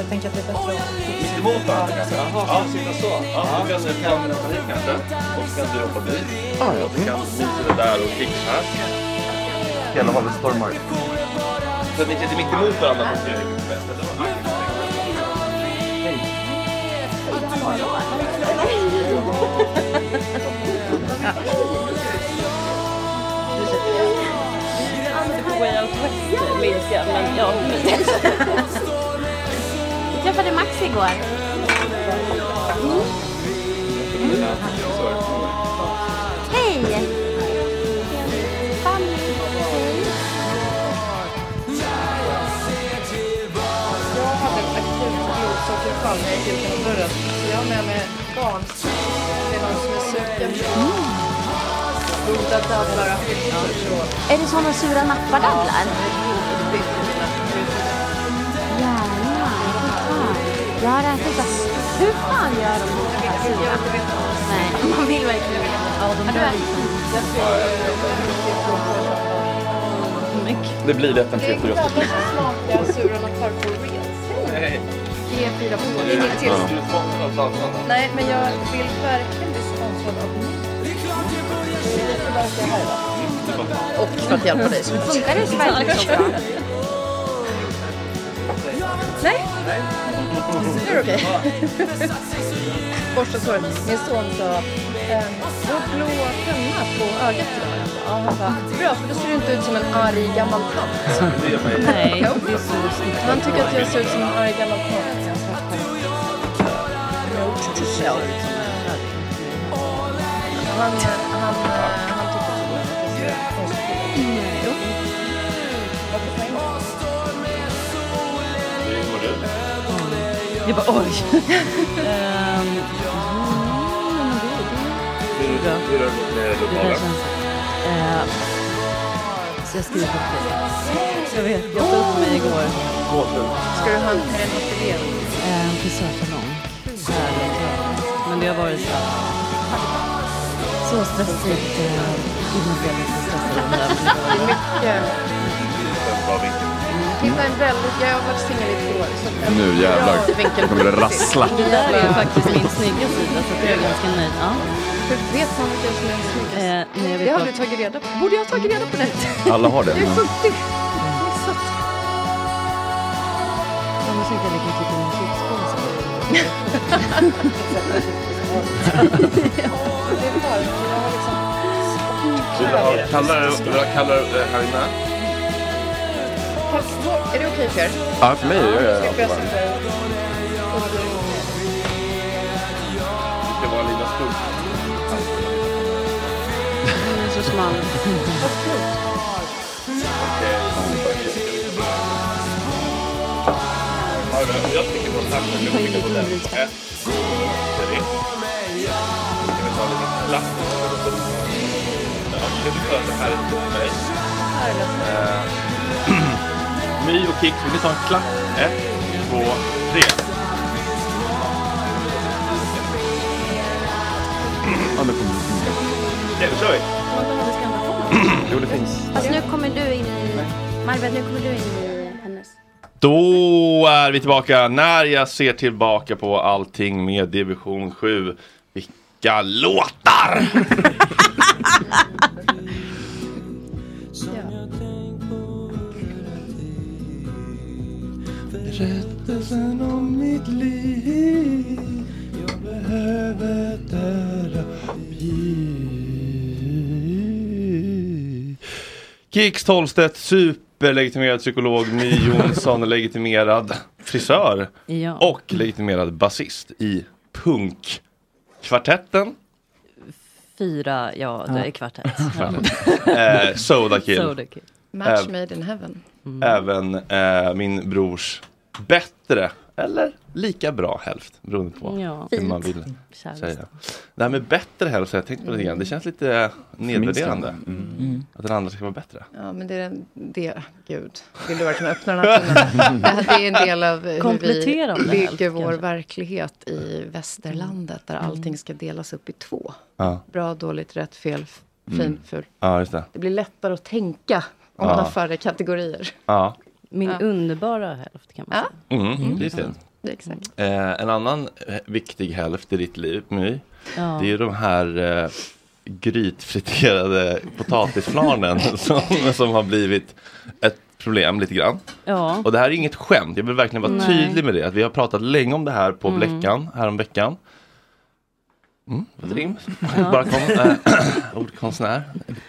Speaker 7: Jag tänker att det är bättre
Speaker 1: mitt emot varandra kanske? Ja, sitta så. Ja, så kan du kan hoppa dit kanske. Och så kan du hoppa dit. Och så kan ni sitta där och kicka. Hela hållet stormar. Så att ni sitter mitt emot varandra. på tre stycken bästa.
Speaker 6: Jag träffade Max igår. Hej! Fanny.
Speaker 4: Jag hade en akut blodsockerfall när jag gick ut genom dörren. Så jag har med mig ett garn. Det är någon som är sugen på goda dadlar och filter.
Speaker 6: Är det såna sura nappadadlar? Jävlar, fy fan. Jag har ätit fast. Hur fan gör de de här sura? Nej, man vill verkligen veta. Har du ätit?
Speaker 9: mycket.
Speaker 2: Det blir lätt en
Speaker 9: Det är
Speaker 2: fet
Speaker 9: inte alla som smakar sura natar på Reels.
Speaker 1: Nej.
Speaker 9: G4 på. Inget till. Nej, men jag vill verkligen bli sponsrad av Och för att hjälpa dig.
Speaker 6: Funkar det verkligen så bra?
Speaker 9: Nej. Nu är det okej. Borsta såret. Min son sa, ehm, du har blå penna på ögat idag. Ja, han bara, bra för då ser du inte ut som en arg gammal tant.
Speaker 10: Nej,
Speaker 9: Jo. Han tycker att jag ser ut som en arg gammal tant. Jag sa, "Note to self." Han, han, eh, han tycker att jag ser ut som en konstig kille. Jo. Varför får jag
Speaker 10: Jag bara oj. Ehm,
Speaker 1: Hur hur har det gått med
Speaker 10: det där
Speaker 1: lokalen?
Speaker 10: känns... eh, så jag skriver på det. Jag vet, jag stod på mig igår. Eh,
Speaker 9: Ska du ha en motivering?
Speaker 10: En frisörsalong. Härligt. Men det har varit så så stressigt. eh, Innan jag blev så stressad.
Speaker 9: Det är mycket. Hitta en väldigt, jag har varit singel i två år. så en
Speaker 2: Nu jävlar
Speaker 9: bra vinkel
Speaker 2: kommer det
Speaker 9: på riktigt.
Speaker 2: rassla.
Speaker 10: Det där är ju faktiskt min snygga sida så att jag är ganska nöjd. Ja.
Speaker 9: Hur vet man vilken som är den snyggaste?
Speaker 10: Eh, nej, jag vet
Speaker 9: det har
Speaker 10: vad-
Speaker 9: du tagit reda på. Borde jag ha tagit reda på det?
Speaker 2: Alla har det.
Speaker 9: Jag är 40. Missat.
Speaker 10: Jag måste inte lägga
Speaker 2: typ
Speaker 10: till en chipspåse.
Speaker 9: Det är varmt. Jag har liksom...
Speaker 1: Kallar du- kallar du eh, Hanna?
Speaker 9: Är det okej för er?
Speaker 2: Ja, för mig är det-
Speaker 9: Ska jag börja sätta dig?
Speaker 1: Det var Linas bok.
Speaker 10: Den är så smal.
Speaker 1: Jag tycker på samma. Jag tycker på den. Ett, tre. Ska vi ta lite klapp? Ja, det är skönt. Det här är för mig. Eh, My och Kicks, vill ni ta en klapp? Ett, två, tre.
Speaker 2: Ja, nu kommer det.
Speaker 1: Okej, då kör vi.
Speaker 2: Jo, det finns.
Speaker 6: Alltså nu kommer du in i... Marbet, nu kommer du in i hennes...
Speaker 1: Då är vi tillbaka när jag ser tillbaka på allting med Division 7. Vilka låtar!
Speaker 10: Berättelsen om mitt liv Jag behöver
Speaker 1: terapi Kicks Tolstedt, superlegitimerad psykolog, My Jonsson, legitimerad frisör
Speaker 10: Ja.
Speaker 1: och legitimerad basist i punkkvartetten.
Speaker 10: Fyra, ja, det är kvartett.
Speaker 1: eh, Soda Kill. Eh.
Speaker 10: Soda Kill. Mm.
Speaker 9: Match
Speaker 1: Äv-
Speaker 9: made in heaven.
Speaker 1: Även eh, min brors bättre eller lika bra hälft beroende på
Speaker 10: Ja.
Speaker 1: hur man vill
Speaker 10: Fint. Kärlek.
Speaker 1: säga. Det här med bättre hälft, så jag tänkte på det lite grann. Det känns
Speaker 10: Mm.
Speaker 1: lite nedvärderande. Att den andra ska vara bättre.
Speaker 9: Ja, men det är en del... ah, Gud, vill du verkligen öppna den här tunneln? Det här det är en del av hur
Speaker 10: Kompletterande
Speaker 9: vi
Speaker 10: hälft,
Speaker 9: bygger vår
Speaker 10: kanske.
Speaker 9: verklighet i västerlandet, där allting ska delas upp i två.
Speaker 1: Ja.
Speaker 9: Bra, dåligt, rätt, fel, f- fin,
Speaker 1: Mm.
Speaker 9: ful.
Speaker 1: Ja, just det.
Speaker 9: Det blir lättare att tänka om
Speaker 1: Ja.
Speaker 9: man har färre kategorier.
Speaker 1: Ja.
Speaker 10: Min
Speaker 9: Ja.
Speaker 10: underbara hälft kan man säga.
Speaker 1: Mm, Just det.
Speaker 9: Det är exakt.
Speaker 1: Eh, en annan eh, viktig hälft i ditt liv, My,
Speaker 10: Ja.
Speaker 1: det är ju de här eh, grytfriterade potatisflarnen som, som har blivit ett problem lite grann.
Speaker 10: Ja.
Speaker 1: Och det här är inget skämt, jag vill verkligen vara
Speaker 10: Nej.
Speaker 1: tydlig med det. Att vi har pratat länge om det här på
Speaker 10: Mm.
Speaker 1: Bleckan, häromveckan. Mm, ett rim.
Speaker 10: Ja.
Speaker 1: Bara kom. Eh, ordkonstnär.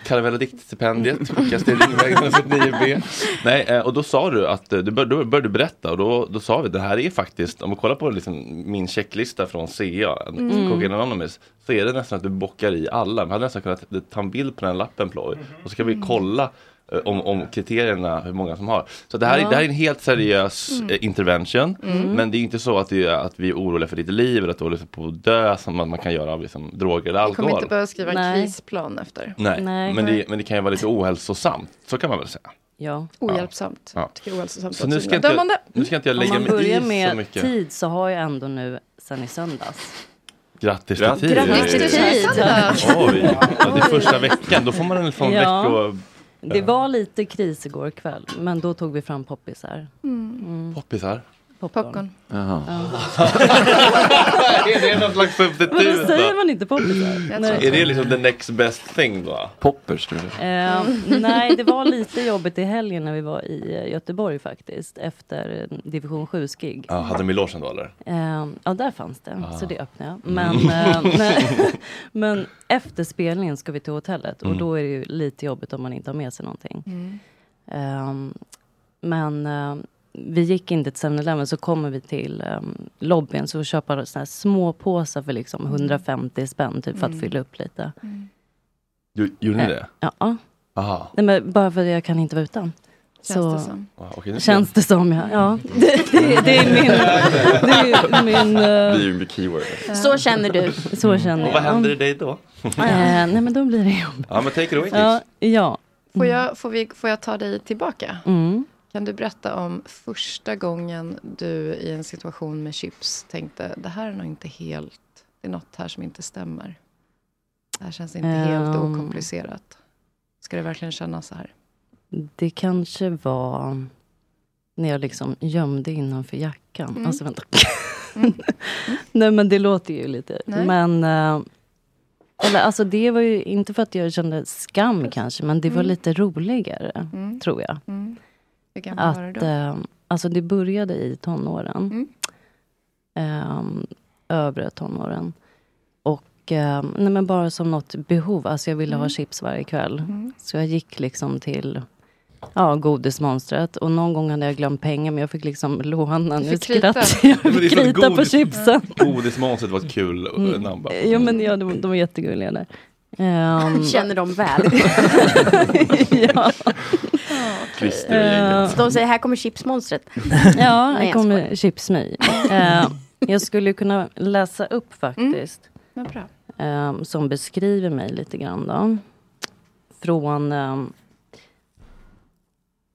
Speaker 1: Caravella diktstipendiet skickas till Ringvägen 49B. Nej, eh, och då sa du att eh, du bör, då började du berätta och då, då sa vi att det här är faktiskt, om man kollar på liksom min checklista från CA,
Speaker 10: Mm.
Speaker 1: Cocaine Anonymous, så är det nästan att du bockar i alla. Man hade nästan kunnat eh, ta en bild på den här lappen Ploy och så kan
Speaker 10: Mm.
Speaker 1: vi kolla eh, om, om kriterierna, hur många som har. Så det här, är-
Speaker 10: Ja.
Speaker 1: det här är en helt seriös eh, intervention.
Speaker 10: Mm.
Speaker 1: Men det är inte så att, det är, att vi är oroliga för ditt liv eller att du håller på att dö som man, man kan göra av liksom, droger eller
Speaker 9: Vi kommer
Speaker 1: alkohol.
Speaker 9: inte behöva skriva en
Speaker 10: Nej.
Speaker 9: krisplan efter.
Speaker 1: Nej,
Speaker 10: Nej,
Speaker 1: men, det,
Speaker 10: korrekt.
Speaker 1: men det kan ju vara lite ohälsosamt. Så kan man väl säga.
Speaker 10: ja.
Speaker 9: Ohjälpsamt.
Speaker 1: Ja.
Speaker 9: Tycker ohälsosamt
Speaker 1: Så
Speaker 9: låter
Speaker 1: nu
Speaker 9: som
Speaker 1: ska, inte, jag-
Speaker 9: dömande.
Speaker 1: nu ska inte jag lägga
Speaker 10: Om man
Speaker 1: mig i
Speaker 10: börjar
Speaker 1: så
Speaker 10: med
Speaker 1: mycket.
Speaker 10: tid så har jag ändå nu sen i söndags.
Speaker 1: Grattis till tid!
Speaker 10: Grattis till tid!
Speaker 1: Oj, ja, det är första veckan. Då får man en sån
Speaker 10: Ja.
Speaker 1: vecko...
Speaker 10: Det var lite kris igår kväll, men då tog vi fram poppisar. Mm.
Speaker 1: Poppisar?
Speaker 10: Popcorn.
Speaker 1: Jaha.
Speaker 10: Ja.
Speaker 1: är det någon slags
Speaker 10: Men
Speaker 1: substitut
Speaker 10: då
Speaker 1: då?
Speaker 10: säger man inte poppisar. Nej.
Speaker 1: Är det liksom the next best thing då?
Speaker 5: Poppers tror
Speaker 10: Eh, nej, det var lite jobbigt i helgen när vi var i eh, Göteborg faktiskt, efter eh, division 7-gig.
Speaker 1: Ja, hade de i logen då eller?
Speaker 10: Eh, ja, där fanns det, så
Speaker 1: Ah.
Speaker 10: det öppnade jag.
Speaker 1: Mm.
Speaker 10: Men, eh, nej, men efter spelningen ska vi till hotellet och
Speaker 1: Mm.
Speaker 10: då är det ju lite jobbigt om man inte har med sig någonting.
Speaker 2: Mm.
Speaker 10: Ehm, men eh, vi gick inte till 7-Eleven, så kommer vi till um, lobbyn så köper såna här små påsar för liksom
Speaker 2: Mm.
Speaker 10: 150 spänn typ, för att
Speaker 2: Mm.
Speaker 10: fylla upp lite.
Speaker 1: Jo, gjorde ni
Speaker 10: Eh,
Speaker 1: det?
Speaker 10: Ja.
Speaker 1: Aha.
Speaker 10: Nej, men bara för att jag kan inte vara utan.
Speaker 2: Känns det som.
Speaker 1: Ah, okej, nu Mm. ska-
Speaker 10: Känns det som, ja. ja. Det, det, det är min... Det är min eh,
Speaker 5: Det är ju mycket keyword.
Speaker 6: Så känner du.
Speaker 10: Så känner
Speaker 1: Och vad
Speaker 10: jag.
Speaker 1: händer i dig då?
Speaker 10: Eh, nej men då blir det jobbigt.
Speaker 1: ja men take it away Kicks.
Speaker 10: Ja. ja.
Speaker 9: Får jag, får, vi, får jag ta dig tillbaka?
Speaker 10: Mm.
Speaker 9: Kan du berätta om första gången du i en situation med chips tänkte det här är nog inte helt, det är något här som inte stämmer. Det här känns inte helt
Speaker 10: Ehm.
Speaker 9: okomplicerat. Ska det verkligen kännas så här?
Speaker 10: Det kanske var när jag liksom gömde innanför jackan.
Speaker 9: Mm.
Speaker 10: Alltså vänta. Nej men det låter ju lite.
Speaker 9: Nej.
Speaker 10: Men, eh, eller alltså det var ju inte för att jag kände skam kanske, men det var
Speaker 9: Mm.
Speaker 10: lite roligare,
Speaker 9: Mm.
Speaker 10: tror jag.
Speaker 9: Mm. Hur gammal var du
Speaker 10: Att,
Speaker 9: då?
Speaker 10: eh, alltså det började i tonåren. Ehm, övre tonåren. Och eh, nej men bara som något behov. Alltså jag ville ha
Speaker 2: Mm.
Speaker 10: chips varje kväll.
Speaker 2: Mm.
Speaker 10: Så jag gick liksom till ja, godismonstret. Och någon gång hade jag glömt pengar, men jag fick liksom låna.
Speaker 2: Du
Speaker 10: Nu
Speaker 2: fick krita.
Speaker 10: skrattar jag.
Speaker 1: Men
Speaker 10: Jag
Speaker 1: det är
Speaker 10: fick
Speaker 1: så att
Speaker 10: krita på
Speaker 1: godis-
Speaker 10: chipsen.
Speaker 1: Godismonstret var ett kul mm.
Speaker 10: Mm.
Speaker 1: namn bara.
Speaker 10: Jo men ja, de, de var jättegulliga där. Ehm,
Speaker 6: Känner de väl.
Speaker 10: ja.
Speaker 6: Christer och
Speaker 10: gänget.
Speaker 6: Så de säger, här kommer chipsmonstret.
Speaker 10: Ja,
Speaker 6: Nej,
Speaker 10: här
Speaker 6: jag
Speaker 10: kommer chipsmy. Eh, jag skulle kunna läsa upp faktiskt.
Speaker 9: Men Mm. bra.
Speaker 10: ehm, som beskriver mig lite grann då. Från... ehm,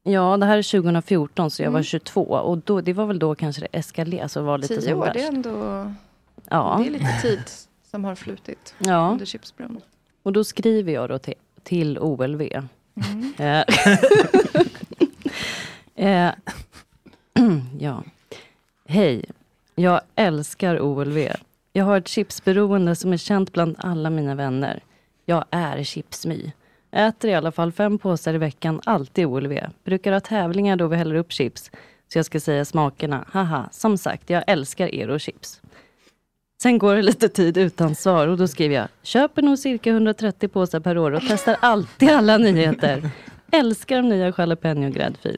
Speaker 10: ja, det här är 2014, så jag var
Speaker 9: Mm.
Speaker 10: 22. Och då, det var väl då kanske det eskalerade, alltså var lite
Speaker 9: Tio
Speaker 10: som
Speaker 9: år,
Speaker 10: värst.
Speaker 9: det är ändå
Speaker 10: Ja.
Speaker 9: det är lite tid som har flutit
Speaker 10: Ja.
Speaker 9: under chipsbron.
Speaker 10: Och då skriver jag då till, till OLV. Eh, eh, ja. Hej, jag älskar OLV. Jag har ett chipsberoende som är känt bland alla mina vänner. Jag är chipsmy. Äter i alla fall fem påsar i veckan, alltid OLV. Brukar ha tävlingar då vi häller upp chips. Så jag ska säga smakerna. Haha, som sagt, jag älskar er och chips. Sen går det lite tid utan svar och då skriver jag Köper nog cirka 130 påsar per år och testar alltid alla nyheter. Älskar de nya jalapeno och gräddfil.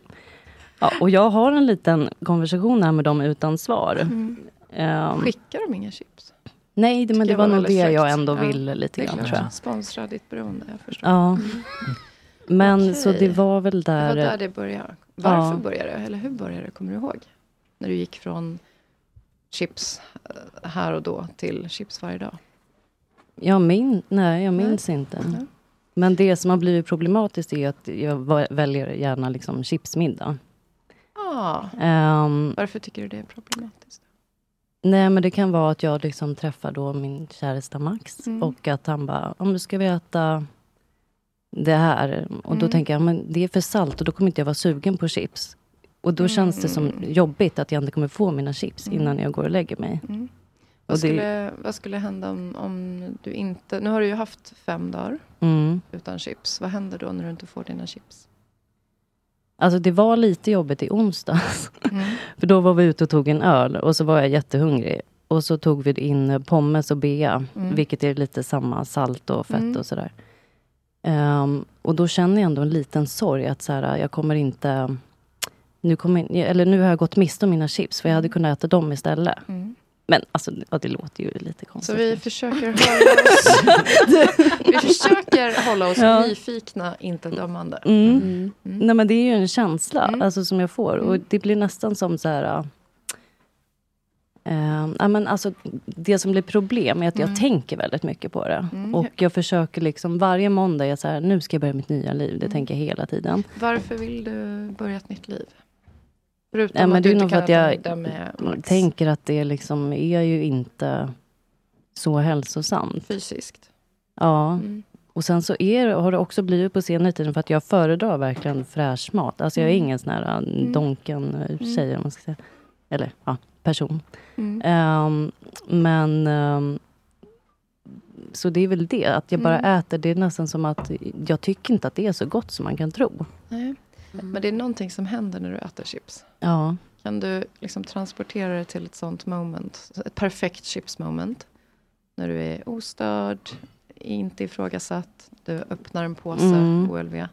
Speaker 10: Ja, och jag har en liten konversation här med dem utan svar.
Speaker 9: Mm.
Speaker 10: Ehm,
Speaker 9: Skickar de inga chips?
Speaker 10: nej, det- men
Speaker 9: Tycker
Speaker 10: det
Speaker 9: jag
Speaker 10: var nog det
Speaker 9: väldigt
Speaker 10: jag
Speaker 9: fräckt.
Speaker 10: ändå
Speaker 9: Ja,
Speaker 10: ville lite
Speaker 9: det är
Speaker 10: grann
Speaker 9: klart.
Speaker 10: tror jag.
Speaker 9: Sponsra ditt beroende, jag förstår. Mm.
Speaker 10: Ja. Men så
Speaker 9: Okej.
Speaker 10: det var väl
Speaker 9: Det
Speaker 10: där.
Speaker 9: var där det började. Varför
Speaker 10: Ja.
Speaker 9: började det? Eller hur började det? Kommer du ihåg? När du gick från chips eh, här och då till chips varje dag.
Speaker 10: Jag min, nej, jag minns inte. Men det som har blivit problematiskt är att jag va- väljer gärna liksom chipsmiddag.
Speaker 9: Ah.
Speaker 10: Ehm,
Speaker 9: Varför tycker du det är problematiskt?
Speaker 10: Nej, men det kan vara att jag liksom träffar då min käresta Max
Speaker 9: Mm.
Speaker 10: och att han bara, om du ska vi äta det här? Och då
Speaker 9: Mm.
Speaker 10: tänker jag, men det är för salt och då kommer inte jag vara sugen på chips. Och då känns det som jobbigt att jag inte kommer få mina chips innan jag går och lägger mig.
Speaker 9: Mm.
Speaker 10: Och det-
Speaker 9: Vad skulle, vad skulle hända om, om du inte... Nu har du ju haft fem dagar
Speaker 10: Mm.
Speaker 9: utan chips. Vad händer då när du inte får dina chips?
Speaker 10: Alltså det var lite jobbigt i onsdags.
Speaker 9: Mm.
Speaker 10: För då var vi ute och tog en öl och så var jag jättehungrig. Och så tog vi in pommes och bea,
Speaker 2: Mm.
Speaker 10: vilket är lite samma salt och fett
Speaker 2: Mm.
Speaker 10: och sådär. Ehm, och då känner jag ändå en liten sorg att så här, jag kommer inte... Nu, kommer, eller nu har jag gått miste om mina chips, för jag hade kunnat äta dem istället.
Speaker 9: Mm.
Speaker 10: Men alltså, ja, det låter ju lite konstigt.
Speaker 9: Så vi försöker hålla oss, vi försöker hålla oss
Speaker 10: Ja.
Speaker 9: nyfikna, inte dömande.
Speaker 10: Mm. Nej men det är ju en känsla alltså, som jag får. Och
Speaker 9: Mm.
Speaker 10: det blir nästan som så här... eh, ja, men alltså, det som blir problem är att
Speaker 2: Mm.
Speaker 10: jag tänker väldigt mycket på det.
Speaker 9: Mm.
Speaker 10: Och jag försöker liksom varje måndag, är jag så här, nu ska jag börja mitt nya liv. Det tänker jag hela tiden.
Speaker 9: Varför vill du börja ett nytt liv? Förutom
Speaker 10: Nej, men
Speaker 9: att
Speaker 10: det
Speaker 9: du
Speaker 10: är nog
Speaker 9: inte
Speaker 10: för
Speaker 9: kan
Speaker 10: att
Speaker 9: äta
Speaker 10: jag
Speaker 9: middag med Max.
Speaker 10: tänker att det liksom är ju inte så hälsosamt.
Speaker 9: Fysiskt. Mm.
Speaker 10: Ja. Och sen så är, har det också blivit på senare tiden för att jag föredrar verkligen fräsch mat. Alltså jag är
Speaker 11: Mm.
Speaker 10: ingen sån här
Speaker 11: Mm.
Speaker 10: Donken-tjej
Speaker 11: Mm.
Speaker 10: om man ska säga. Eller ja, person.
Speaker 11: Mm.
Speaker 10: Ehm, men ehm, så det är väl det, att jag bara
Speaker 9: Mm.
Speaker 10: äter. Det är nästan som att jag tycker inte att det är så gott som man kan tro.
Speaker 9: Nej. Men det är någonting som händer när du äter chips.
Speaker 10: Ja.
Speaker 9: Kan du liksom transportera dig till ett sånt moment, ett perfekt chips moment? När du är ostörd, inte ifrågasatt, du öppnar en påse
Speaker 10: Mm.
Speaker 9: OLV.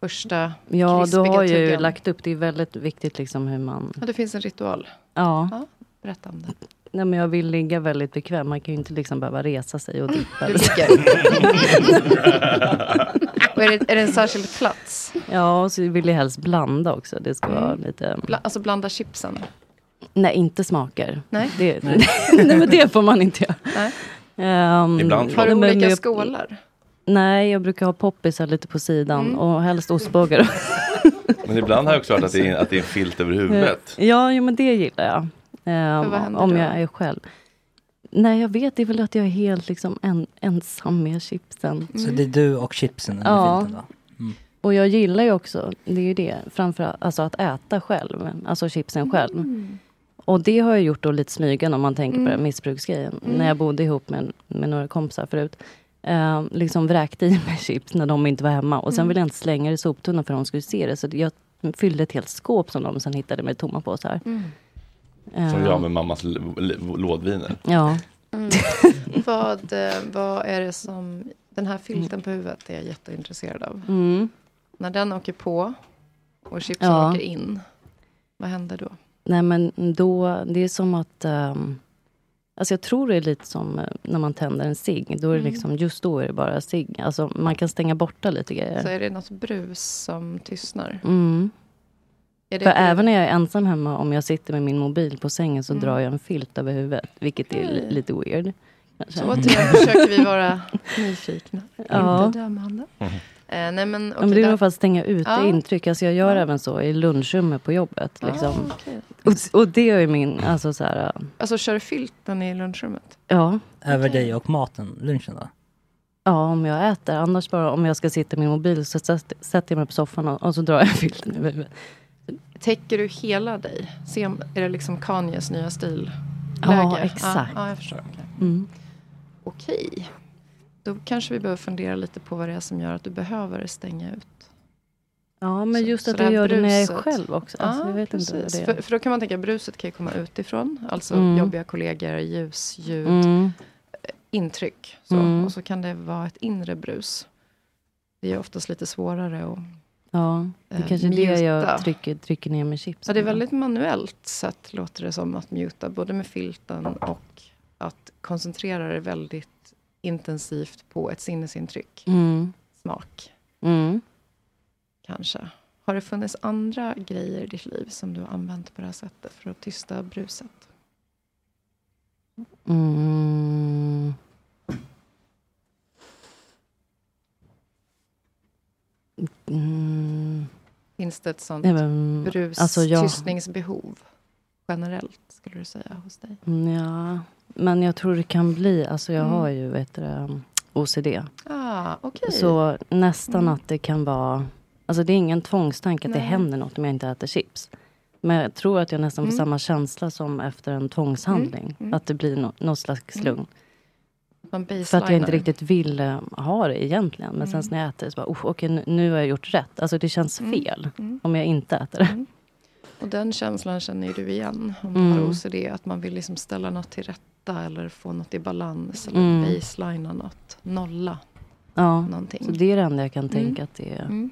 Speaker 9: Första
Speaker 10: Ja, du
Speaker 9: krispiga
Speaker 10: har ju
Speaker 9: tuggan.
Speaker 10: lagt upp, det är väldigt viktigt liksom hur man...
Speaker 9: Ja, det finns en ritual.
Speaker 10: Ja.
Speaker 9: Berätta om det.
Speaker 10: Nej, men jag vill ligga väldigt bekväm. Man kan ju inte liksom behöva resa sig och dippa.
Speaker 9: Du ligger. och är, det, är det en särskild plats?
Speaker 10: ja, och så vill jag helst blanda också. Det ska vara lite...
Speaker 9: Bla, alltså blanda chipsen?
Speaker 10: Nej, inte smaker.
Speaker 9: Nej.
Speaker 10: Det,
Speaker 9: Nej.
Speaker 10: nej. men det får man inte göra.
Speaker 9: Nej.
Speaker 10: Ehm,
Speaker 9: Ibland Har du
Speaker 10: men-
Speaker 9: olika
Speaker 10: men jag-
Speaker 9: skålar?
Speaker 10: Nej, jag brukar ha poppisar lite på sidan
Speaker 9: Mm.
Speaker 10: och helst ostbågar.
Speaker 1: Men ibland har jag också hört att det är, att det är en filt över huvudet.
Speaker 10: Eh, ja, jo, men det gillar jag. Ehm,
Speaker 9: vad händer
Speaker 10: om
Speaker 9: då?
Speaker 10: jag är själv. Nej, jag vet. Det är väl att jag är helt liksom en, ensam med chipsen.
Speaker 9: Mm.
Speaker 7: Så det är du och chipsen under
Speaker 10: Ja.
Speaker 7: filten då? Mm.
Speaker 10: Och jag gillar ju också, det är ju det, framförallt alltså att äta själv, alltså chipsen själv.
Speaker 11: Mm.
Speaker 10: Och det har jag gjort då lite smygen om man tänker på
Speaker 11: Mm.
Speaker 10: den missbruksgrejen.
Speaker 11: Mm.
Speaker 10: När jag bodde ihop med, med några kompisar förut. Eh, liksom vräkte i mig chips när de inte var hemma. Och sen
Speaker 11: Mm.
Speaker 10: ville jag inte slänga det i soptunnan för de skulle se det. Så jag fyllde ett helt skåp som de sen hittade med tomma påsar.
Speaker 9: Mm.
Speaker 1: Som
Speaker 10: Eh,
Speaker 1: jag med mammas l- l- lådviner.
Speaker 10: Ja.
Speaker 9: vad, eh, vad är det som... Den här filten på huvudet är jag jätteintresserad av.
Speaker 10: Mm.
Speaker 9: När den åker på och chipsen
Speaker 10: Ja.
Speaker 9: åker in, vad händer då?
Speaker 10: Nej men då, det är som att... ehm, alltså jag tror det är lite som eh, när man tänder en cigg. Då är det
Speaker 9: Mm.
Speaker 10: liksom, just då är det bara cigg. Alltså man kan stänga borta lite grejer.
Speaker 9: Så är det något brus som tystnar?
Speaker 10: Mm.
Speaker 9: Är det
Speaker 10: För
Speaker 9: brus?
Speaker 10: även när jag är ensam hemma, om jag sitter med min mobil på sängen, så
Speaker 9: Mm.
Speaker 10: drar jag en filt över huvudet, vilket är li-
Speaker 9: Okej.
Speaker 10: lite weird. kanske.
Speaker 9: Så återigen försöker vi vara nyfikna,
Speaker 10: Ja.
Speaker 9: inte dömande. Eh, nej men,
Speaker 10: Ja, men
Speaker 9: okej,
Speaker 10: det är
Speaker 9: där-
Speaker 10: nog för att stänga ut
Speaker 9: Ja.
Speaker 10: intryck. Alltså jag gör även så i lunchrummet på jobbet.
Speaker 9: Ah,
Speaker 10: Liksom.
Speaker 9: okej.
Speaker 10: och, och det är ju min... Alltså, så här,
Speaker 9: Alltså kör du filten i lunchrummet?
Speaker 10: ja.
Speaker 7: Över dig och maten, lunchen då?
Speaker 10: ja, om jag äter. Annars bara om jag ska sitta med min mobil så sätt- sätter jag mig på soffan och, och så drar jag filten över huvudet.
Speaker 9: Täcker du hela dig? Se om, är det liksom Kanyes nya stil?
Speaker 10: Ja,
Speaker 9: läge?
Speaker 10: exakt.
Speaker 9: Ja, ja, jag förstår. Okej.
Speaker 10: Mm.
Speaker 9: Okej. Då kanske vi behöver fundera lite på vad det är som gör att du behöver stänga ut.
Speaker 10: Ja, men just
Speaker 9: Så
Speaker 10: att jag
Speaker 9: här
Speaker 10: gör det när jag är
Speaker 9: bruset.
Speaker 10: själv också. Alltså,
Speaker 9: Ja,
Speaker 10: jag vet inte vad det
Speaker 9: precis.
Speaker 10: är.
Speaker 9: För, för då kan man tänka, bruset kan ju komma utifrån. Alltså
Speaker 10: Mm.
Speaker 9: jobbiga kollegor, ljus, ljud,
Speaker 10: Mm.
Speaker 9: eh, intryck. Så.
Speaker 10: Mm.
Speaker 9: Och så kan det vara ett inre brus. Det är oftast lite svårare att...
Speaker 10: Ja, det
Speaker 9: Eh,
Speaker 10: kanske är det jag
Speaker 9: mjuta.
Speaker 10: trycker, trycker ner med chips.
Speaker 9: Ja, det är väldigt manuellt sätt, låter det som, att muta. Både med filten och att koncentrera det väldigt intensivt på ett sinnesintryck.
Speaker 10: Mm.
Speaker 9: Smak,
Speaker 10: Mm.
Speaker 9: kanske. Har det funnits andra grejer i ditt liv som du har använt på det här sättet för att tysta bruset?
Speaker 10: Mm. Mm.
Speaker 9: Finns det ett sånt
Speaker 10: Nej, men,
Speaker 9: brus,
Speaker 10: alltså jag-
Speaker 9: tystningsbehov generellt, skulle du säga, hos dig?
Speaker 10: Mm, Ja, men jag tror det kan bli, alltså jag
Speaker 9: Mm.
Speaker 10: har ju vet du, det, um, OCD.
Speaker 9: Ah, okej.
Speaker 10: Så nästan
Speaker 9: Mm.
Speaker 10: att det kan vara, alltså det är ingen tvångstanke att det
Speaker 9: Nej.
Speaker 10: händer något om jag inte äter chips. Men jag tror att jag nästan får
Speaker 9: Mm.
Speaker 10: samma känsla som efter en tvångshandling.
Speaker 9: Mm, mm.
Speaker 10: Att det blir no, något slags
Speaker 9: Mm.
Speaker 10: lugn.
Speaker 9: Man
Speaker 10: För att jag inte
Speaker 9: baselinar.
Speaker 10: riktigt vill eh, ha det egentligen. Men sen så när jag äter det så bara, oh, okej nu, nu har jag gjort rätt. Alltså det känns
Speaker 9: Mm,
Speaker 10: fel
Speaker 9: mm.
Speaker 10: om jag inte äter det.
Speaker 9: Och den känslan känner ju du igen, om du
Speaker 10: Mm.
Speaker 9: har OCD, att man vill liksom ställa något till rätta eller få något i balans, eller
Speaker 10: Mm.
Speaker 9: baselina något, nolla.
Speaker 10: Ja,
Speaker 9: Någonting.
Speaker 10: så det är det enda jag kan tänka
Speaker 9: Mm.
Speaker 10: att det är.
Speaker 9: Mm.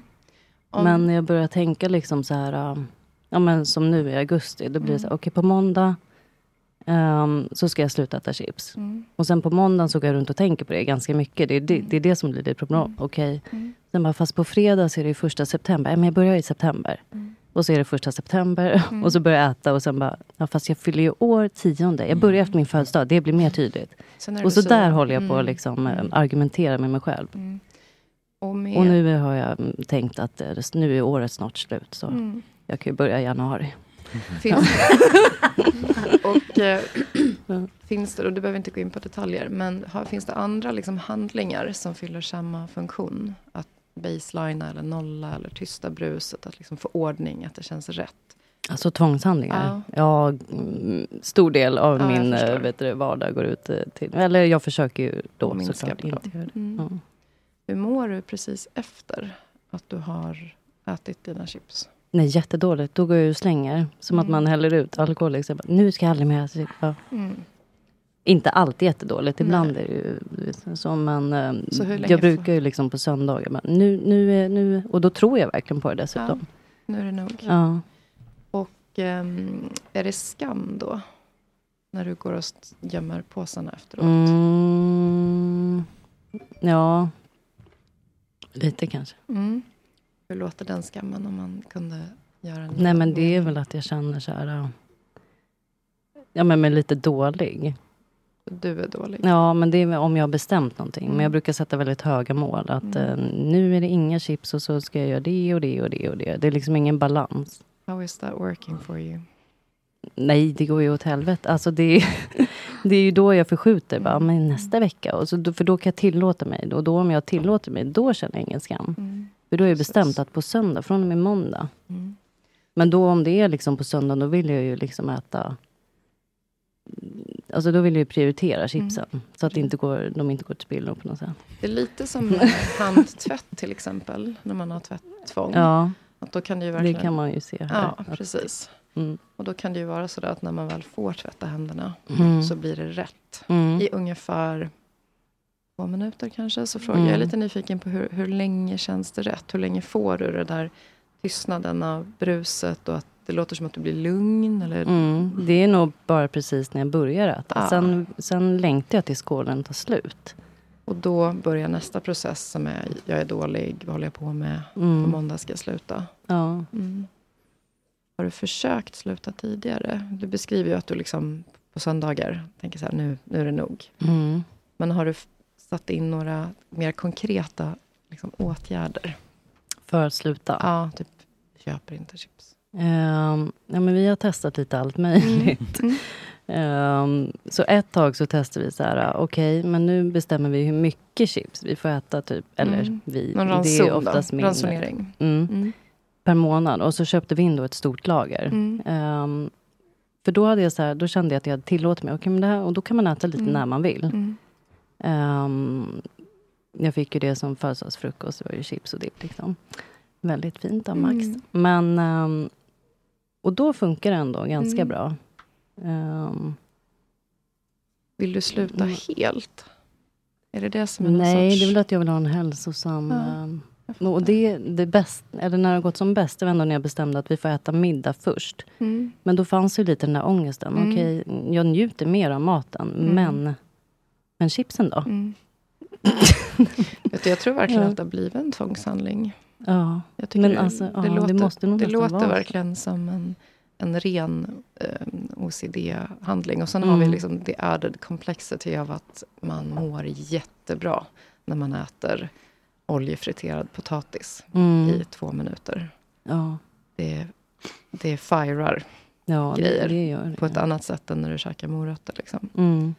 Speaker 9: Om-
Speaker 10: Men jag börjar tänka liksom så här, um, ja men som nu i augusti, då blir det så här,
Speaker 9: Mm.
Speaker 10: okej på måndag um, så ska jag sluta äta chips.
Speaker 12: Mm-hmm.
Speaker 9: Mm.
Speaker 10: Och sen på måndagen så går jag runt och tänker på det ganska mycket. Det är det, det, är det som blir lite problem.
Speaker 9: Mm.
Speaker 10: Okej,
Speaker 13: 嗯
Speaker 10: sen bara, fast på fredag så är det ju första september. Ja, men jag börjar i september.
Speaker 13: 嗯
Speaker 10: Och så är det första september
Speaker 9: Mm.
Speaker 10: och så börjar jag äta och sen bara, ja fast jag fyller ju år tionde. Jag börjar efter min födelsedag, det blir mer tydligt.
Speaker 9: Mm. Sen är det
Speaker 10: Och så
Speaker 9: Lucia.
Speaker 10: där håller jag på
Speaker 9: Mm.
Speaker 10: att liksom, eh, argumentera med mig själv.
Speaker 9: Och med,
Speaker 10: Och nu har jag mm, tänkt att eh, nu är året snart slut, så
Speaker 9: Mm.
Speaker 10: jag kan ju börja i januari.
Speaker 9: Finns, och eh, Finns det, och du behöver inte gå in på detaljer, men har, finns det andra liksom handlingar som fyller samma funktion? Att baselina eller nolla eller tysta bruset, att liksom få ordning, att det känns rätt.
Speaker 10: Alltså tvångshandlingar. Ja, mm, stor del av
Speaker 9: Ja, jag
Speaker 10: min
Speaker 9: förstår.
Speaker 10: eh, vet du, vardag går ut eh, till... Eller jag försöker ju då
Speaker 9: Minska
Speaker 10: såklart
Speaker 9: på dem.
Speaker 10: inte göra det.
Speaker 9: Mm.
Speaker 10: Ja.
Speaker 9: Hur mår du precis efter att du har ätit dina chips?
Speaker 10: Nej, jättedåligt. Då går jag ju och slänger. Som att
Speaker 9: Mm.
Speaker 10: man häller ut alkohol. Liksom. Nu ska jag aldrig mer... äta chips. Ja.
Speaker 9: Mm.
Speaker 10: Inte alltid jättedåligt. Ibland är det ju du vet, så. Men eh,
Speaker 9: Så hur länge
Speaker 10: jag brukar ju liksom på söndagar. Men nu, nu, är- nu, och då tror jag verkligen på det
Speaker 9: Ja,
Speaker 10: dessutom.
Speaker 9: nu är det nog.
Speaker 10: Ja.
Speaker 9: Och ehm, är det skam då? När du går och st- gömmer påsarna efteråt?
Speaker 10: Mm, ja, lite kanske.
Speaker 9: Mm. Hur låter den skammen om man kunde göra en
Speaker 10: Nej, men det är väl att jag känner så här... ja. Ja, men, men lite dålig.
Speaker 9: Du är dålig.
Speaker 10: Ja, men det är väl om jag har bestämt någonting. Men
Speaker 9: Mm.
Speaker 10: jag brukar sätta väldigt höga mål. Att
Speaker 9: Mm.
Speaker 10: eh, nu är det inga chips och så ska jag göra det och det och det och det. Det är liksom ingen balans.
Speaker 9: How is that working for you?
Speaker 10: Nej, det går ju åt helvete. Alltså det, är, det är ju då jag förskjuter. Bara,
Speaker 9: Mm.
Speaker 10: men nästa vecka. Och så, då- för då kan jag tillåta mig. Och då om jag tillåter mig, då känner jag ingen skam.
Speaker 13: 嗯
Speaker 10: För då är jag bestämt att på söndag, från och med måndag.
Speaker 9: Mm.
Speaker 10: Men då om det är liksom på söndagen, då vill jag ju liksom äta... Alltså då vill jag ju prioritera chipsen.
Speaker 9: Mm.
Speaker 10: Så att det inte går, de inte går till spillo på något sätt.
Speaker 9: Det är lite som
Speaker 10: Mm.
Speaker 9: eh, handtvätt till exempel, när man har tvätttvång.
Speaker 10: Ja.
Speaker 9: Att då kan det, ju
Speaker 10: Det
Speaker 9: verkligen...
Speaker 10: kan man ju se här,
Speaker 9: Ja,
Speaker 10: att-
Speaker 9: precis.
Speaker 10: Mm.
Speaker 9: Och då kan det ju vara sådär att när man väl får tvätta händerna
Speaker 10: Mm.
Speaker 9: så blir det rätt.
Speaker 10: Mm.
Speaker 9: I ungefär två minuter kanske. Så frågar
Speaker 10: Mm.
Speaker 9: jag är lite nyfiken på hur, hur länge känns det rätt? Hur länge får du det där tystnaden av bruset och att det låter som att du blir lugn? Eller...
Speaker 10: Mm. Det är nog bara precis när jag börjar äta.
Speaker 9: Ja.
Speaker 10: Sen, sen längtar jag till skålen tar slut.
Speaker 9: Och då börjar nästa process som är, jag är dålig, vad håller jag på med?
Speaker 10: Mm.
Speaker 9: På måndag ska jag sluta.
Speaker 10: Ja.
Speaker 9: Mm. Har du försökt sluta tidigare? Du beskriver ju att du liksom på söndagar tänker så här, nu, nu är det nog.
Speaker 10: Mm.
Speaker 9: Men har du f- satt in några mer konkreta liksom, åtgärder?
Speaker 10: För att sluta?
Speaker 9: Ja, typ köper inte chips.
Speaker 10: Ehm, ja, men vi har testat lite allt möjligt.
Speaker 9: Mm.
Speaker 10: Ehm, så ett tag så testade vi så här, ah, okej, men nu bestämmer vi hur mycket chips vi får äta, typ. Eller
Speaker 9: Mm.
Speaker 10: vi,
Speaker 9: Någon
Speaker 10: det
Speaker 9: ranson
Speaker 10: är
Speaker 9: då?
Speaker 10: oftast mindre.
Speaker 9: Ransonering.
Speaker 10: Mm.
Speaker 9: Mm.
Speaker 10: Per månad. Och så köpte vi in då ett stort lager.
Speaker 9: Mm.
Speaker 10: Ehm, för då, hade jag så här, då kände jag att jag hade tillåtit mig, okay, men det här, och då kan man äta lite
Speaker 9: Mm.
Speaker 10: när man vill.
Speaker 9: Mm.
Speaker 10: Ehm, jag fick ju det som födelsedagsfrukost, det var ju chips och dipp. Liksom. Väldigt fint av Max.
Speaker 9: Mm.
Speaker 10: Men, ehm, och då funkar det ändå ganska
Speaker 9: Mm.
Speaker 10: bra. Ehm,
Speaker 9: Vill du sluta
Speaker 10: Mm.
Speaker 9: helt? Är det det som är någon
Speaker 10: nej,
Speaker 9: sorts...
Speaker 10: det är väl att jag vill ha en hälsosam...
Speaker 9: Ja,
Speaker 10: ehm, och det, det bäst, eller när det har gått som bäst, det var ändå när jag bestämde att vi får äta middag först.
Speaker 9: Mm.
Speaker 10: Men då fanns ju lite den där ångesten.
Speaker 9: Mm.
Speaker 10: Okej, jag njuter mer av maten,
Speaker 9: Mm.
Speaker 10: men, men chipsen då?
Speaker 9: Mm. Vet du, jag tror verkligen
Speaker 10: Ja.
Speaker 9: att det har blivit en tvångshandling.
Speaker 10: Ja,
Speaker 9: Jag tycker
Speaker 10: men
Speaker 9: det,
Speaker 10: alltså, ja,
Speaker 9: det
Speaker 10: det
Speaker 9: låter,
Speaker 10: måste nog
Speaker 9: det
Speaker 10: nästan
Speaker 9: låter
Speaker 10: vara så.
Speaker 9: verkligen som en, en ren eh, OCD-handling. Och sen har vi
Speaker 10: Mm.
Speaker 9: liksom the added complexity av att man mår jättebra när man äter oljefriterad potatis
Speaker 10: Mm.
Speaker 9: i två minuter.
Speaker 10: Ja.
Speaker 9: Det, det firar
Speaker 10: Ja, det-
Speaker 9: grejer
Speaker 10: det gör det,
Speaker 9: på ett annat sätt än när du käkar morötter. Liksom.
Speaker 10: Mm.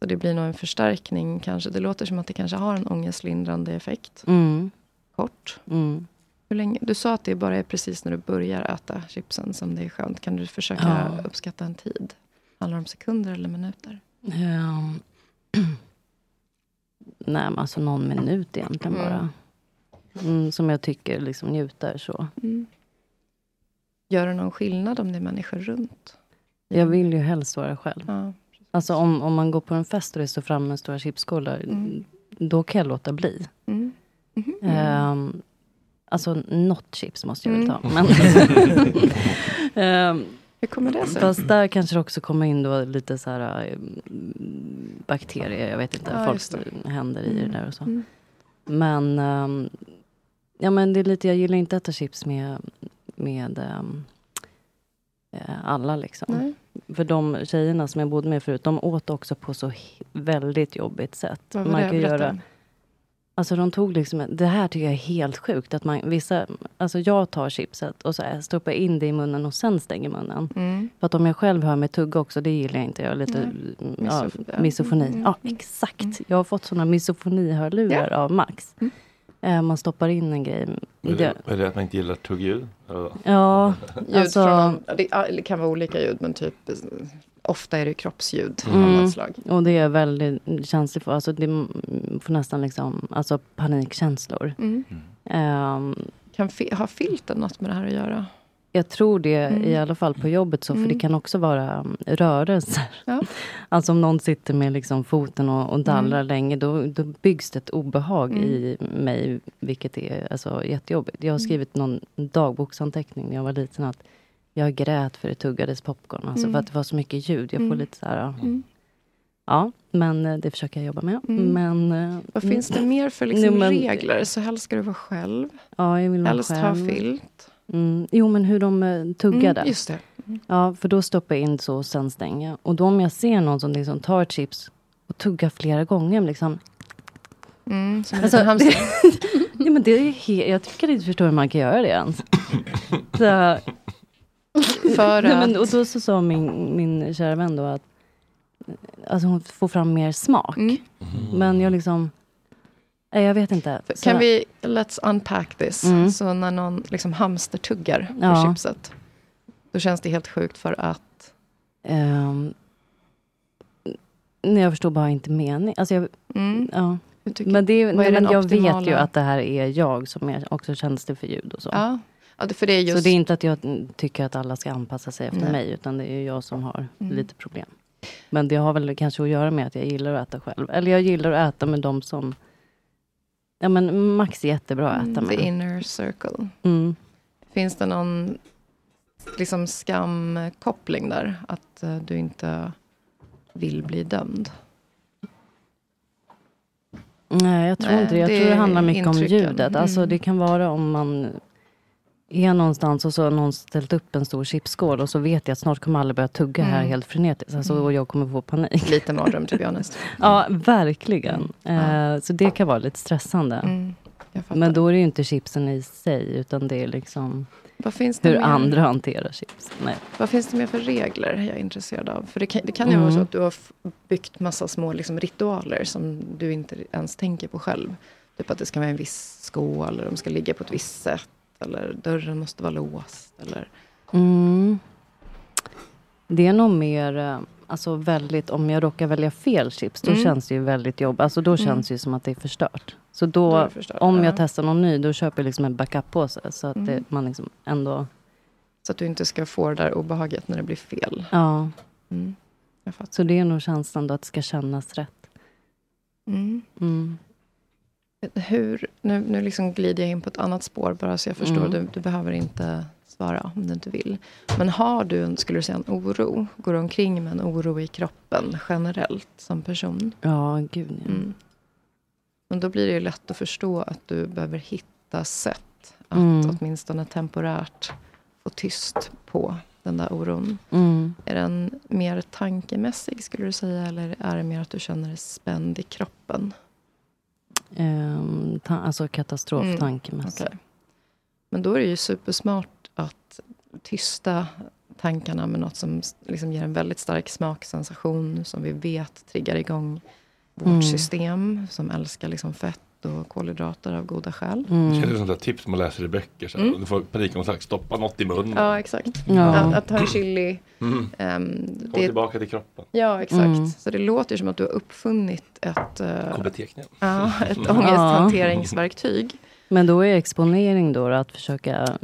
Speaker 9: Så det blir nog en förstärkning kanske. Det låter som att det kanske har en ångestlindrande effekt.
Speaker 10: Mm.
Speaker 9: Kort.
Speaker 10: Mm.
Speaker 9: Hur länge? Du sa att det bara är precis när du börjar äta chipsen som det är skönt. Kan du försöka
Speaker 10: Ja.
Speaker 9: uppskatta en tid? Handlar det om sekunder eller minuter?
Speaker 10: Ehm, nej, men alltså någon minut egentligen
Speaker 9: Mm.
Speaker 10: bara. Mm, som jag tycker liksom njuter så.
Speaker 9: Mm. Gör det någon skillnad om det är människor runt?
Speaker 10: Jag vill ju helst vara själv.
Speaker 9: Ja,
Speaker 10: alltså om, om man går på en fest och det står framme stora chipskålar,
Speaker 9: Mm.
Speaker 10: då kan jag låta bli.
Speaker 9: Mm. Mhm.
Speaker 10: Ehm, alltså, något chips måste jag väl ta.
Speaker 9: Mm.
Speaker 10: Men Ehm,
Speaker 9: Hur kommer det sig?
Speaker 10: Fast där kanske det också kommer in då lite så här, eh, mm, bakterier, jag vet inte,
Speaker 9: Ja,
Speaker 10: folks
Speaker 9: just
Speaker 10: händer i det där och så.
Speaker 9: Mm.
Speaker 10: Men, ehm, ja men det är lite, jag gillar inte att äta chips med, med ehm, eh, alla liksom.
Speaker 9: Nej.
Speaker 10: För de tjejerna som jag bodde med förut, de åt också på så he- väldigt jobbigt sätt.
Speaker 9: Vad var det?
Speaker 10: kan ju
Speaker 9: Berätta.
Speaker 10: göra Alltså de tog liksom, det här tycker jag är helt sjukt. Att man, vissa, alltså jag tar chipset och så här, stoppar in det i munnen och sen stänger munnen.
Speaker 9: Mm.
Speaker 10: För att om jag själv hör mig tugga också, det gillar jag inte. Jag har lite
Speaker 9: Nej.
Speaker 10: mm,
Speaker 9: Misofobi.
Speaker 10: Ja, misofoni.
Speaker 9: Mm. Mm.
Speaker 10: Ja, exakt. Jag har fått sådana misofonihörlurar av Max. Eh, man stoppar in en grej.
Speaker 1: Är
Speaker 10: Det,
Speaker 1: det, är det att man inte gillar tuggljud? Eller?
Speaker 10: ja,
Speaker 9: Ljud
Speaker 10: alltså.
Speaker 9: från, ja, det, ja, det kan vara olika ljud, men typ ofta är det kroppsljud av
Speaker 10: Mm.
Speaker 9: något slag.
Speaker 10: Och det är jag väldigt känslig för. Alltså det mm, får nästan liksom, alltså panikkänslor.
Speaker 9: Mm.
Speaker 10: Ehm,
Speaker 9: Kan fi- ha filten något med det här att göra?
Speaker 10: jag tror det
Speaker 9: Mm.
Speaker 10: i alla fall på jobbet så, för
Speaker 9: Mm.
Speaker 10: det kan också vara mm, rörelser. Alltså om någon sitter med liksom foten och, och dallrar länge, då, då byggs det ett obehag
Speaker 9: Mm.
Speaker 10: i mig, vilket är alltså, jättejobbigt. Jag har
Speaker 9: Mm.
Speaker 10: skrivit någon dagboksanteckning när jag var liten, att jag grät för det tuggades popcorn, alltså
Speaker 9: Mm.
Speaker 10: för att det var så mycket ljud. Jag får
Speaker 9: Mm.
Speaker 10: lite så här, ja.
Speaker 9: Mm.
Speaker 10: Ja, men eh, det försöker jag jobba med.
Speaker 9: Mm.
Speaker 10: Men, eh,
Speaker 9: Vad
Speaker 10: mm.
Speaker 9: finns det mer för liksom
Speaker 10: Jo, men-
Speaker 9: regler? Så helst ska du vara själv.
Speaker 10: Ja, jag vill vara
Speaker 9: helst ha
Speaker 10: själv.
Speaker 9: filt.
Speaker 10: Mm. Jo, men hur de eh, tuggade.
Speaker 9: Mm, just det. Mm.
Speaker 10: Ja, för då stoppar jag in så och sen stänger jag. Och då om jag ser någon som liksom tar ett chips och tuggar flera gånger, liksom.
Speaker 9: Mm, som en
Speaker 10: Alltså,
Speaker 9: liten hamster.
Speaker 10: Nej, men det är he- jag tycker inte förstår hur man kan göra det ens. Så,
Speaker 9: För
Speaker 10: Nej, men,
Speaker 9: att-
Speaker 10: och då så sa min, min kära vän då att alltså, hon får fram mer smak.
Speaker 9: Mm.
Speaker 10: Men jag liksom, nej, jag vet inte. Så-
Speaker 9: Kan vi, let's unpack this.
Speaker 10: Mm.
Speaker 9: Så när någon liksom hamstertuggar på
Speaker 10: Ja.
Speaker 9: chipset, då känns det helt sjukt för att
Speaker 10: Ehm, nej, jag förstår bara inte meningen. Alltså jag, ja. Men, det, är-
Speaker 9: Mm. vad är
Speaker 10: nej, men
Speaker 9: den
Speaker 10: jag
Speaker 9: optimala-
Speaker 10: vet ju att det här är jag som är också känslig för ljud och så.
Speaker 9: Ja. Ja, det- för det är just-
Speaker 10: Så det är inte att jag mm, tycker att alla ska anpassa sig efter
Speaker 9: Nej.
Speaker 10: mig, utan det är ju jag som har
Speaker 9: Mm.
Speaker 10: lite problem. Men det har väl kanske att göra med att jag gillar att äta själv. Eller jag gillar att äta med de som... Ja, men Max är jättebra att äta
Speaker 9: Mm,
Speaker 10: med.
Speaker 9: The inner circle.
Speaker 10: Mm.
Speaker 9: Finns det någon liksom skamkoppling där? Att eh, du inte vill bli dömd?
Speaker 10: Nej, jag tror
Speaker 9: Nej,
Speaker 10: inte det. Jag
Speaker 9: det
Speaker 10: tror det
Speaker 9: är
Speaker 10: handlar mycket om
Speaker 9: intrycken.
Speaker 10: ljudet. Alltså,
Speaker 9: Mm.
Speaker 10: det kan vara om man är någonstans och så har någon ställt upp en stor chipsskål och så vet jag att snart kommer alla börja tugga här
Speaker 9: Mm.
Speaker 10: helt frenetiskt. Alltså,
Speaker 9: Mm.
Speaker 10: Och jag kommer få panik.
Speaker 9: Lite mardröm, to be honest. Mm.
Speaker 10: Ja, verkligen. Eh, så det kan vara lite stressande. Men då är det ju inte chipsen i sig, utan det är liksom
Speaker 9: Vad finns det
Speaker 10: hur
Speaker 9: mer?
Speaker 10: andra hanterar chips. Nej.
Speaker 9: Vad finns det mer för regler jag är intresserad av? För det kan, det kan ju
Speaker 10: Mm.
Speaker 9: vara så att du har f- byggt massa små liksom, ritualer som du inte ens tänker på själv. Typ att det ska vara en viss skål, eller de ska ligga på ett visst sätt, eller dörren måste vara låst. Eller...
Speaker 10: Mm. Det är nog mer, eh, alltså väldigt, om jag råkar välja fel chips, då
Speaker 9: Mm.
Speaker 10: känns det ju väldigt jobbigt. Alltså då
Speaker 9: Mm.
Speaker 10: känns det ju som att det är förstört. Så
Speaker 9: Då är
Speaker 10: då,
Speaker 9: det förstört,
Speaker 10: om
Speaker 9: ja.
Speaker 10: jag testar någon ny, då köper jag liksom en backup-påse. Så att det,
Speaker 9: Mm.
Speaker 10: man liksom ändå,
Speaker 9: Så att du inte ska få det där obehaget när det blir fel.
Speaker 10: ja.
Speaker 9: Mm.
Speaker 10: Så det är nog känslan då, att det ska kännas rätt.
Speaker 9: Mm.
Speaker 10: Mm.
Speaker 9: Hur, nu nu liksom glider jag in på ett annat spår bara så jag förstår.
Speaker 10: Mm.
Speaker 9: Du, du behöver inte svara om du inte vill. Men har du, en- skulle du säga, en oro? Går du omkring med en oro i kroppen generellt som person?
Speaker 10: Ja, gud ja.
Speaker 9: Mm. Men då blir det ju lätt att förstå att du behöver hitta sätt att
Speaker 10: Mm.
Speaker 9: åtminstone temporärt få tyst på den där oron.
Speaker 10: Mm.
Speaker 9: Är den mer tankemässig skulle du säga eller är det mer att du känner dig spänd i kroppen?
Speaker 10: Ehm, ta, alltså katastroftankemässigt.
Speaker 9: Mm, Okej. Men då är det ju supersmart att tysta tankarna med något som s- liksom ger en väldigt stark smaksensation som vi vet triggar igång vårt
Speaker 1: Mm.
Speaker 9: system som älskar liksom fett och kolhydrater av goda skäl.
Speaker 10: Mm.
Speaker 1: Det känns som ett tips man läser i böcker. Så här.
Speaker 9: Mm.
Speaker 1: Om Du får panikomslag, stoppa något i munnen.
Speaker 9: Ja, exakt.
Speaker 1: Ja.
Speaker 9: Att, att ha en chili.
Speaker 1: Mm.
Speaker 9: ehm,
Speaker 1: Kom tillbaka till kroppen.
Speaker 9: Ja, exakt.
Speaker 1: Mm.
Speaker 9: Så det låter ju som att du har uppfunnit ett, eh,
Speaker 1: KBT-knep.
Speaker 9: ja, ett
Speaker 10: Ja.
Speaker 9: ångesthanteringsverktyg.
Speaker 10: Men då är exponering då, då att försöka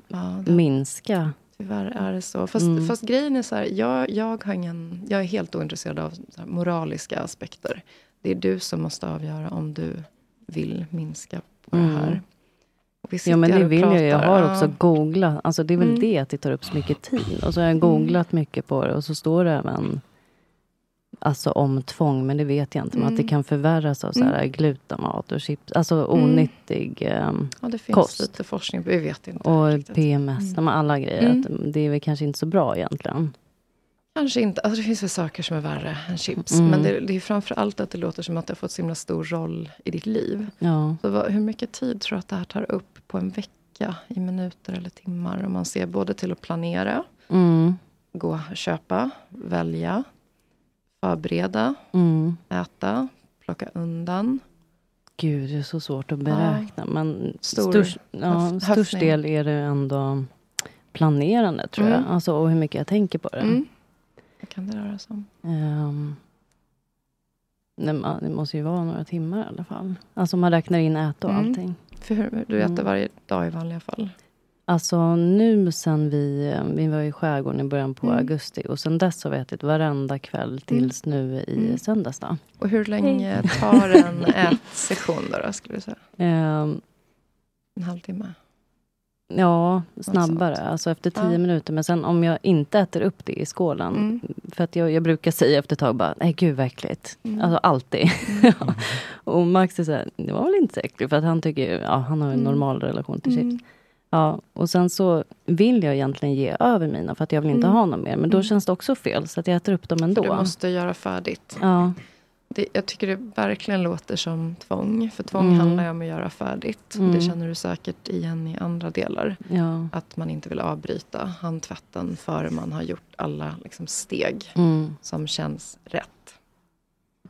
Speaker 10: minska.
Speaker 9: Tyvärr är det så. Fast,
Speaker 10: Mm.
Speaker 9: fast grejen är så här, jag, jag, har ingen, jag är helt ointresserad av så här moraliska aspekter. Det är du som måste avgöra om du vill minska på
Speaker 10: Mm.
Speaker 9: det här. Och vi
Speaker 10: Ja, men det
Speaker 9: sitter här och
Speaker 10: vill jag. Jag
Speaker 9: pratar,
Speaker 10: har
Speaker 9: ja.
Speaker 10: också googlat. Alltså det är väl
Speaker 9: Mm.
Speaker 10: det att det tar upp så mycket tid. Och så har jag
Speaker 9: Mm.
Speaker 10: googlat mycket på det och så står det även Alltså om tvång, men det vet jag inte. Men att det
Speaker 9: Mm.
Speaker 10: kan förvärras av så här
Speaker 9: Mm.
Speaker 10: glutenmat och chips. Alltså
Speaker 9: Mm.
Speaker 10: onyttig ehm,
Speaker 9: Ja, det finns
Speaker 10: kost.
Speaker 9: lite forskning, vi vet inte.
Speaker 10: Och PMS,
Speaker 9: Mm.
Speaker 10: de här alla grejer.
Speaker 9: Mm.
Speaker 10: Att det är väl kanske inte så bra egentligen.
Speaker 9: Kanske inte. Alltså det finns väl saker som är värre än chips.
Speaker 10: Mm.
Speaker 9: Men det, det är framför allt att det låter som att det har fått så himla stor roll i ditt liv.
Speaker 10: Ja.
Speaker 9: Så vad, hur mycket tid tror du att det här tar upp på en vecka? I minuter eller timmar? Om man ser både till att planera,
Speaker 10: Mm.
Speaker 9: gå och köpa, välja, förbereda,
Speaker 10: Mm.
Speaker 9: äta, plocka undan.
Speaker 10: Gud, det är så svårt att beräkna. Men
Speaker 9: Stor
Speaker 10: störst, ja,
Speaker 9: höf-
Speaker 10: störst
Speaker 9: höftning.
Speaker 10: del är det ändå planerande, tror
Speaker 9: Mm.
Speaker 10: jag. Alltså, och hur mycket jag tänker på det.
Speaker 9: Mm. Vad kan det röra sig om?
Speaker 10: Ehm, nej, men det måste ju vara några timmar i alla fall. Alltså om man räknar in äta och
Speaker 9: Mm.
Speaker 10: allting.
Speaker 9: För hur, du äter
Speaker 10: Mm.
Speaker 9: varje dag i vanliga fall.
Speaker 10: Alltså nu sen vi, vi var i skärgården i början på
Speaker 9: Mm.
Speaker 10: augusti och sen dess har vi ätit varenda kväll tills nu i
Speaker 9: Mm.
Speaker 10: söndags. Då.
Speaker 9: Och hur länge tar en ätsession då, då skulle du säga?
Speaker 10: Ehm,
Speaker 9: En halvtimme?
Speaker 10: Ja,
Speaker 9: Något
Speaker 10: snabbare. Alltså efter tio
Speaker 9: Ja.
Speaker 10: minuter. Men sen om jag inte äter upp det i skålen.
Speaker 9: Mm.
Speaker 10: För att jag, jag brukar säga efter ett tag bara, nej gud vad äckligt.
Speaker 9: Mm.
Speaker 10: Alltså alltid. och Max är såhär, det var väl inte så äckligt. För att han tycker, ju- ja han har en
Speaker 9: Mm.
Speaker 10: normal relation till
Speaker 9: Mm.
Speaker 10: chips. Ja, och sen så vill jag egentligen ge över mina för att jag vill inte
Speaker 9: Mm.
Speaker 10: ha något mer. Men då
Speaker 9: Mm.
Speaker 10: känns det också fel så att jag äter upp dem ändå.
Speaker 9: För du måste göra färdigt.
Speaker 10: Ja.
Speaker 9: Det, jag tycker det verkligen låter som tvång. För tvång
Speaker 10: Mm.
Speaker 9: handlar ju om att göra färdigt.
Speaker 10: Mm.
Speaker 9: Det känner du säkert igen i andra delar.
Speaker 10: Ja.
Speaker 9: Att man inte vill avbryta handtvätten förrän man har gjort alla liksom, steg
Speaker 10: Mm.
Speaker 9: som känns rätt.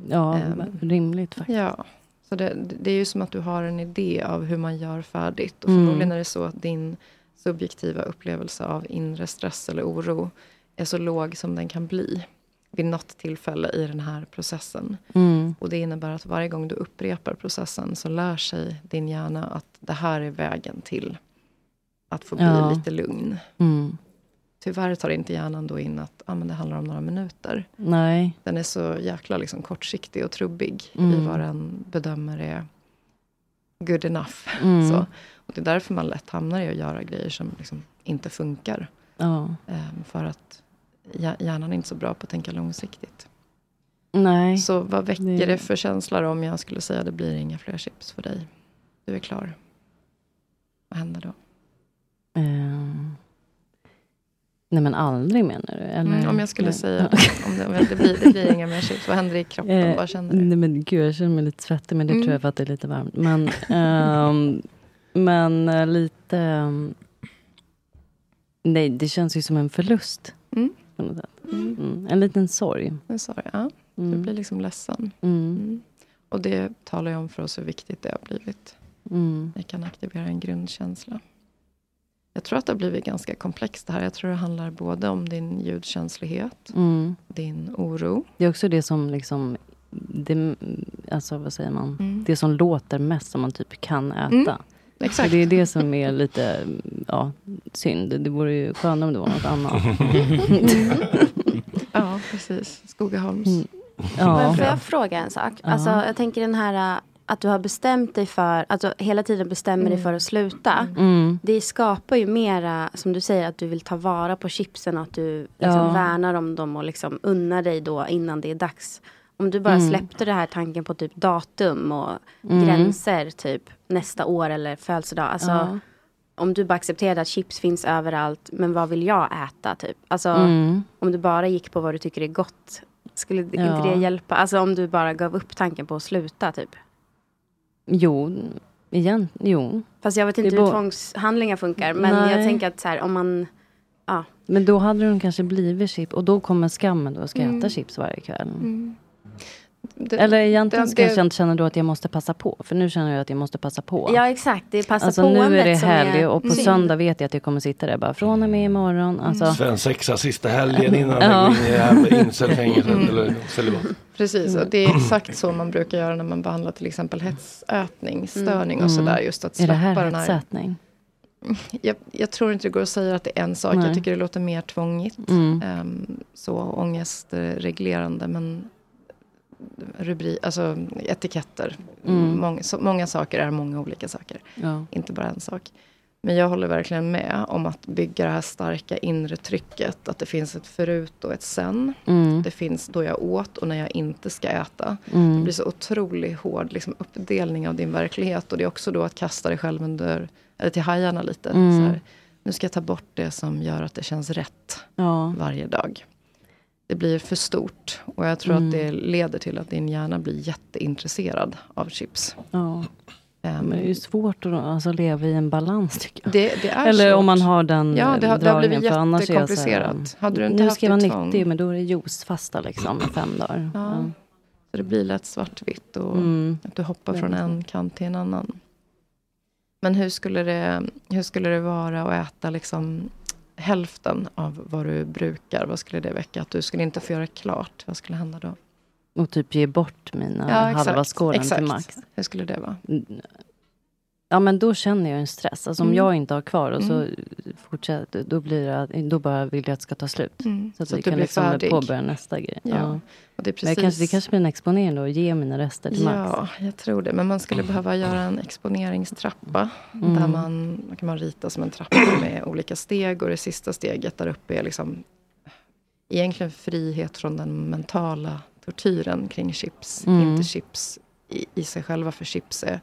Speaker 10: Ja,
Speaker 9: Ehm.
Speaker 10: rimligt faktiskt.
Speaker 9: Ja. Så det, det är ju som att du har en idé av hur man gör färdigt. Och
Speaker 10: Mm.
Speaker 9: förmodligen är det så att din subjektiva upplevelse av inre stress eller oro är så låg som den kan bli vid något tillfälle i den här processen.
Speaker 10: Mm.
Speaker 9: Och det innebär att varje gång du upprepar processen så lär sig din hjärna att det här är vägen till att få bli
Speaker 10: Ja.
Speaker 9: lite lugn.
Speaker 10: Mm.
Speaker 9: Tyvärr tar inte hjärnan då in att ah, men det handlar om några minuter.
Speaker 10: Nej.
Speaker 9: Den är så jäkla liksom kortsiktig och trubbig
Speaker 10: Mm.
Speaker 9: i vad den bedömer är good enough.
Speaker 10: Mm.
Speaker 9: Så. Och det är därför man lätt hamnar i att göra grejer som liksom inte funkar.
Speaker 10: Ja.
Speaker 9: Ehm, För att hjär- hjärnan är inte så bra på att tänka långsiktigt.
Speaker 10: Nej.
Speaker 9: Så vad väcker
Speaker 10: Det-
Speaker 9: det för känslor om jag skulle säga det blir inga fler chips för dig? Du är klar. Vad händer då?
Speaker 10: Ehm. Nej men aldrig menar du? Eller?
Speaker 9: Mm, om jag skulle
Speaker 10: Nej.
Speaker 9: säga det, om det, om det, blir, det blir inga mer chips, vad händer i kroppen?
Speaker 10: Eh,
Speaker 9: Vad känner du?
Speaker 10: Nej men gud, jag känner mig lite svettig, men det
Speaker 9: Mm.
Speaker 10: tror jag för att det är lite varmt. Men, ehm, men eh, lite... ehm, nej, det känns ju som en förlust.
Speaker 9: Mm.
Speaker 10: på något sätt. Mm, en liten sorg.
Speaker 9: Nu sa jag, ja. Du
Speaker 10: Mm.
Speaker 9: blir liksom ledsen.
Speaker 10: Mm.
Speaker 9: Mm. Och det talar ju om för oss hur viktigt det har blivit.
Speaker 10: Mm.
Speaker 9: Det kan aktivera en grundkänsla. Jag tror att det har blivit ganska komplext det här. Jag tror det handlar både om din ljudkänslighet,
Speaker 10: Mm.
Speaker 9: din oro.
Speaker 10: Det är också det som liksom... Det, alltså vad säger man?
Speaker 9: Mm.
Speaker 10: Det som låter mest som man typ kan äta.
Speaker 9: Mm, exakt.
Speaker 10: Så det är det som är lite ja, synd. Det vore ju skönare om det var något annat.
Speaker 6: Mm.
Speaker 9: Ja, precis. Skogaholms.
Speaker 10: Mm.
Speaker 6: Men
Speaker 10: Ja.
Speaker 6: får jag fråga en sak?
Speaker 10: Ja.
Speaker 6: Alltså, jag tänker den här äh, att du har bestämt dig för, alltså hela tiden bestämmer dig för att sluta.
Speaker 10: Mm.
Speaker 6: Det skapar ju mera, som du säger, att du vill ta vara på chipsen. Att du liksom
Speaker 10: Ja.
Speaker 6: värnar om dem och liksom unnar dig då innan det är dags. Om du bara
Speaker 10: Mm.
Speaker 6: släppte det här tanken på typ datum och
Speaker 10: Mm.
Speaker 6: gränser typ nästa år eller födelsedag. Alltså,
Speaker 10: Ja.
Speaker 6: Om du bara accepterade att chips finns överallt, men vad vill jag äta typ? Alltså,
Speaker 10: Mm.
Speaker 6: om du bara gick på vad du tycker är gott, skulle det-
Speaker 10: Ja.
Speaker 6: inte det hjälpa? Alltså om du bara gav upp tanken på att sluta typ.
Speaker 10: Jo, igen, jo.
Speaker 6: Fast jag vet inte
Speaker 10: Det är
Speaker 6: hur
Speaker 10: bo-
Speaker 6: tvångshandlingar funkar, men
Speaker 10: Nej.
Speaker 6: jag tänker att så här, om man, ja.
Speaker 10: Men då hade de kanske blivit chips och då kommer skammen då. Ska jag
Speaker 6: Mm.
Speaker 10: äta chips varje kväll?
Speaker 6: Mm.
Speaker 9: Det-
Speaker 10: Eller egentligen
Speaker 9: det-
Speaker 10: så kanske
Speaker 9: det-
Speaker 10: jag inte känner då att jag måste passa på. För nu känner jag att jag måste passa på.
Speaker 6: Ja exakt, det är passa
Speaker 10: alltså
Speaker 6: på
Speaker 10: nu är det helg och på
Speaker 6: Mm.
Speaker 10: söndag vet jag att jag kommer sitta där bara från och med imorgon. Alltså,
Speaker 1: Mm.
Speaker 11: Svensexa sista helgen innan
Speaker 10: Ja.
Speaker 11: man går in i det här incelfängelset
Speaker 9: Mm.
Speaker 11: eller celibat.
Speaker 9: Precis, och det är exakt så man brukar göra när man behandlar till exempel hetsätning, störning och sådär. Just att
Speaker 10: Mm. Är det
Speaker 9: släppa
Speaker 10: här
Speaker 9: den här
Speaker 10: hetsätning?
Speaker 9: jag, jag tror inte det går att säga att det är en sak.
Speaker 10: Nej.
Speaker 9: Jag tycker det låter mer tvångigt.
Speaker 10: Mm.
Speaker 9: ehm, så ångestreglerande. Men rubri, alltså etiketter.
Speaker 10: Mm.
Speaker 9: Mång, så, många saker är många olika saker.
Speaker 10: Ja.
Speaker 9: Inte bara en sak. Men jag håller verkligen med om att bygga det här starka inre trycket. Att det finns ett förut och ett sen.
Speaker 10: Mm.
Speaker 9: Det finns då jag åt och när jag inte ska äta.
Speaker 10: Mm.
Speaker 9: Det blir så otroligt hård liksom, uppdelning av din verklighet. Och det är också då att kasta dig själv under, eller till hajarna lite.
Speaker 10: Mm.
Speaker 9: Så här, nu ska jag ta bort det som gör att det känns rätt
Speaker 10: Ja.
Speaker 9: varje dag. det blir för stort. Och jag tror
Speaker 10: Mm.
Speaker 9: att det leder till att din hjärna blir jätteintresserad av chips. Ehm,
Speaker 10: Ja. Men det är ju svårt att alltså, leva i en balans tycker jag.
Speaker 9: Det, det är
Speaker 10: Eller om
Speaker 9: svårt.
Speaker 10: man har den
Speaker 9: Ja, det har, det har blivit
Speaker 10: dragningen, för annars är jag så här,
Speaker 9: jättekomplicerat. Hade du inte
Speaker 10: nu
Speaker 9: haft
Speaker 10: ska jag
Speaker 9: ditt
Speaker 10: vara
Speaker 9: tvång?
Speaker 10: 90 men då är det juicefasta liksom i fem dagar.
Speaker 9: Ja. Så det blir lätt svartvitt och
Speaker 10: Mm.
Speaker 9: att du hoppar
Speaker 10: Det är
Speaker 9: från
Speaker 10: det.
Speaker 9: en kant till en annan. Men hur skulle det, hur skulle det vara att äta liksom hälften av vad du brukar? Vad skulle det väcka? Att du skulle inte få göra klart? Vad skulle hända då?
Speaker 10: Och typ ge bort mina halva skålen till Max.
Speaker 9: Hur skulle det vara?
Speaker 10: Mm. Ja men då känner jag en stress. Alltså om
Speaker 9: Mm.
Speaker 10: jag inte har kvar och så
Speaker 9: Mm.
Speaker 10: fortsätter, då, blir det, då bara vill jag att det ska ta slut.
Speaker 9: Mm.
Speaker 10: Så att
Speaker 9: Så
Speaker 10: vi
Speaker 9: att du
Speaker 10: kan
Speaker 9: blir
Speaker 10: liksom
Speaker 9: färdig.
Speaker 10: påbörja nästa grej.
Speaker 9: Ja. Och det är
Speaker 10: men jag kanske, det
Speaker 9: precis-
Speaker 10: kanske blir en exponering då, att ge mina rester till Max.
Speaker 9: Ja, jag tror det. Men man skulle behöva göra en exponeringstrappa.
Speaker 10: Mm.
Speaker 9: Där man, man kan man rita som en trappa med olika steg. Och det sista steget där uppe är liksom egentligen frihet från den mentala tortyren kring chips.
Speaker 10: Mm.
Speaker 9: Inte chips i, i sig själva, för chips är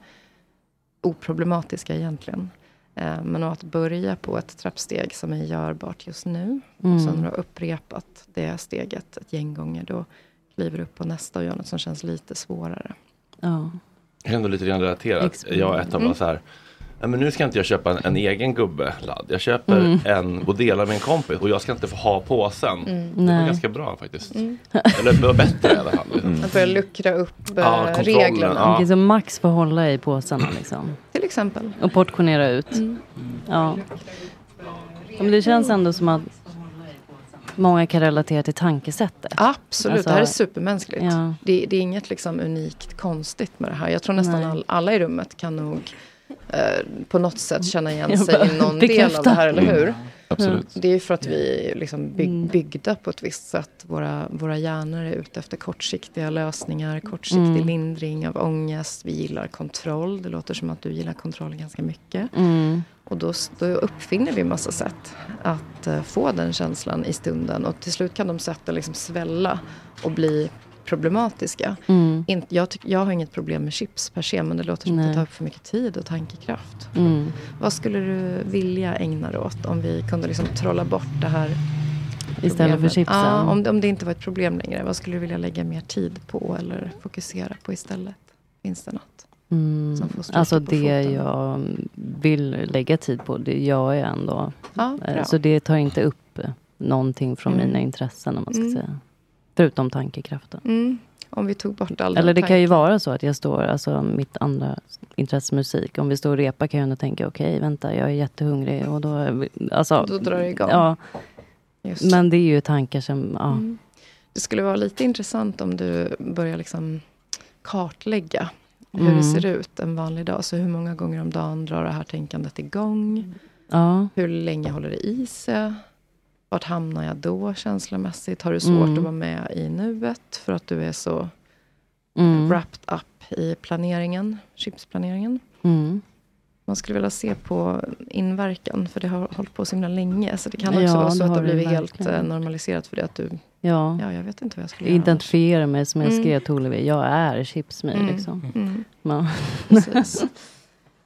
Speaker 9: oproblematiska egentligen. Eh, Men att börja på ett trappsteg som är görbart just nu.
Speaker 10: Mm.
Speaker 9: Och sen har du upprepat det steget ett gäng gånger. Då kliver du upp på nästa och gör något som känns lite svårare.
Speaker 10: Ja.
Speaker 1: Jag kan ändå lite grann relatera. Jag är ett av
Speaker 9: Mm.
Speaker 1: mm. så här. "Nej, Men nu ska inte jag köpa en, en egen gubbeladd. Jag köper
Speaker 10: Mm.
Speaker 1: en och delar med en kompis och jag ska inte få ha påsen.
Speaker 9: Mm.
Speaker 1: Det var
Speaker 9: Nej.
Speaker 1: ganska bra faktiskt.
Speaker 9: Mm.
Speaker 1: Eller det var bättre i alla fall. liksom.
Speaker 9: Att börja luckra upp eh,
Speaker 1: Mm. Ja, kontrollen,
Speaker 9: reglerna.
Speaker 1: ja.
Speaker 10: Okej, så Max får hålla i påsarna liksom.
Speaker 9: Till exempel.
Speaker 10: Och portionera ut.
Speaker 9: Mm.
Speaker 10: Ja. Ja, Men det känns ändå som att många kan relatera till tankesättet.
Speaker 9: Absolut,
Speaker 10: Alltså-
Speaker 9: det här är supermänskligt.
Speaker 10: Ja.
Speaker 9: Det, det är inget liksom unikt konstigt med det här. Jag tror nästan
Speaker 10: Nej.
Speaker 9: all, alla i rummet kan nog eh, på något sätt känna igen
Speaker 10: Jag
Speaker 9: sig
Speaker 10: bara
Speaker 9: i någon del av
Speaker 10: bekräftar.
Speaker 9: det här, eller hur?
Speaker 10: Mm. Absolut.
Speaker 9: Det är ju för att vi är liksom byg,
Speaker 10: Mm.
Speaker 9: byggda på ett visst sätt. Våra, våra hjärnor är ute efter kortsiktiga lösningar, kortsiktig
Speaker 10: Mm.
Speaker 9: lindring av ångest. Vi gillar kontroll. Det låter som att du gillar kontroll ganska mycket.
Speaker 10: Mm.
Speaker 9: Och då, då uppfinner vi massa sätt att eh, få den känslan i stunden. Och till slut kan de sätten liksom svälla och bli problematiska.
Speaker 10: Mm.
Speaker 9: In, jag, tyck, jag har inget problem med chips per se, men det låter som att det
Speaker 10: Nej.
Speaker 9: tar upp för mycket tid och tankekraft.
Speaker 10: Mm.
Speaker 9: Vad skulle du vilja ägna dig åt om vi kunde liksom trolla bort det här
Speaker 10: Istället
Speaker 9: problemet?
Speaker 10: för chipsen.
Speaker 9: Ja, om, det- om det inte var ett problem längre, vad skulle du vilja lägga mer tid på eller fokusera på istället? Finns det något?
Speaker 10: Mm.
Speaker 9: Som får stryka
Speaker 10: Alltså
Speaker 9: på
Speaker 10: det
Speaker 9: foten.
Speaker 10: jag vill lägga tid på, det gör jag ändå.
Speaker 9: Ja,
Speaker 10: Eh,
Speaker 9: bra.
Speaker 10: Så det tar inte upp eh, någonting från
Speaker 9: Mm.
Speaker 10: mina intressen om man ska
Speaker 9: Mm.
Speaker 10: säga. Förutom tankekraften.
Speaker 9: Mm. Om vi tog bort all den
Speaker 10: Eller det kan
Speaker 9: tanken.
Speaker 10: ju vara så att jag står, alltså mitt andra intresse musik, om vi står och repar kan jag ändå tänka okej vänta jag är jättehungrig och då, alltså.
Speaker 9: Då drar det igång.
Speaker 10: Ja.
Speaker 9: Just.
Speaker 10: Men det är ju tankar som, ja.
Speaker 9: Mm. Det skulle vara lite intressant om du börjar liksom kartlägga hur
Speaker 10: Mm.
Speaker 9: det ser ut en vanlig dag. Så hur många gånger om dagen drar det här tänkandet igång?
Speaker 10: Ja.
Speaker 9: Hur länge håller det i sig? Vart hamnar jag då känslomässigt? Har du svårt
Speaker 10: Mm.
Speaker 9: att vara med i nuet för att du är så
Speaker 10: Mm.
Speaker 9: wrapped up i planeringen, chipsplaneringen?
Speaker 10: Mm.
Speaker 9: Man skulle vilja se på inverkan, för det har hållit på så himla länge. Så det kan också
Speaker 10: Ja,
Speaker 9: vara så
Speaker 10: det
Speaker 9: att det har
Speaker 10: har det
Speaker 9: blivit helt
Speaker 10: verkligen. Mm.
Speaker 9: eh, normaliserat för det att du...
Speaker 10: Ja.
Speaker 9: ja, jag vet inte vad jag skulle göra.
Speaker 10: Identifiera mig som jag
Speaker 9: Mm.
Speaker 10: skrev till Olevi, jag är chips me,
Speaker 9: Mm.
Speaker 10: liksom.
Speaker 9: Mm.
Speaker 10: Man,
Speaker 9: Precis.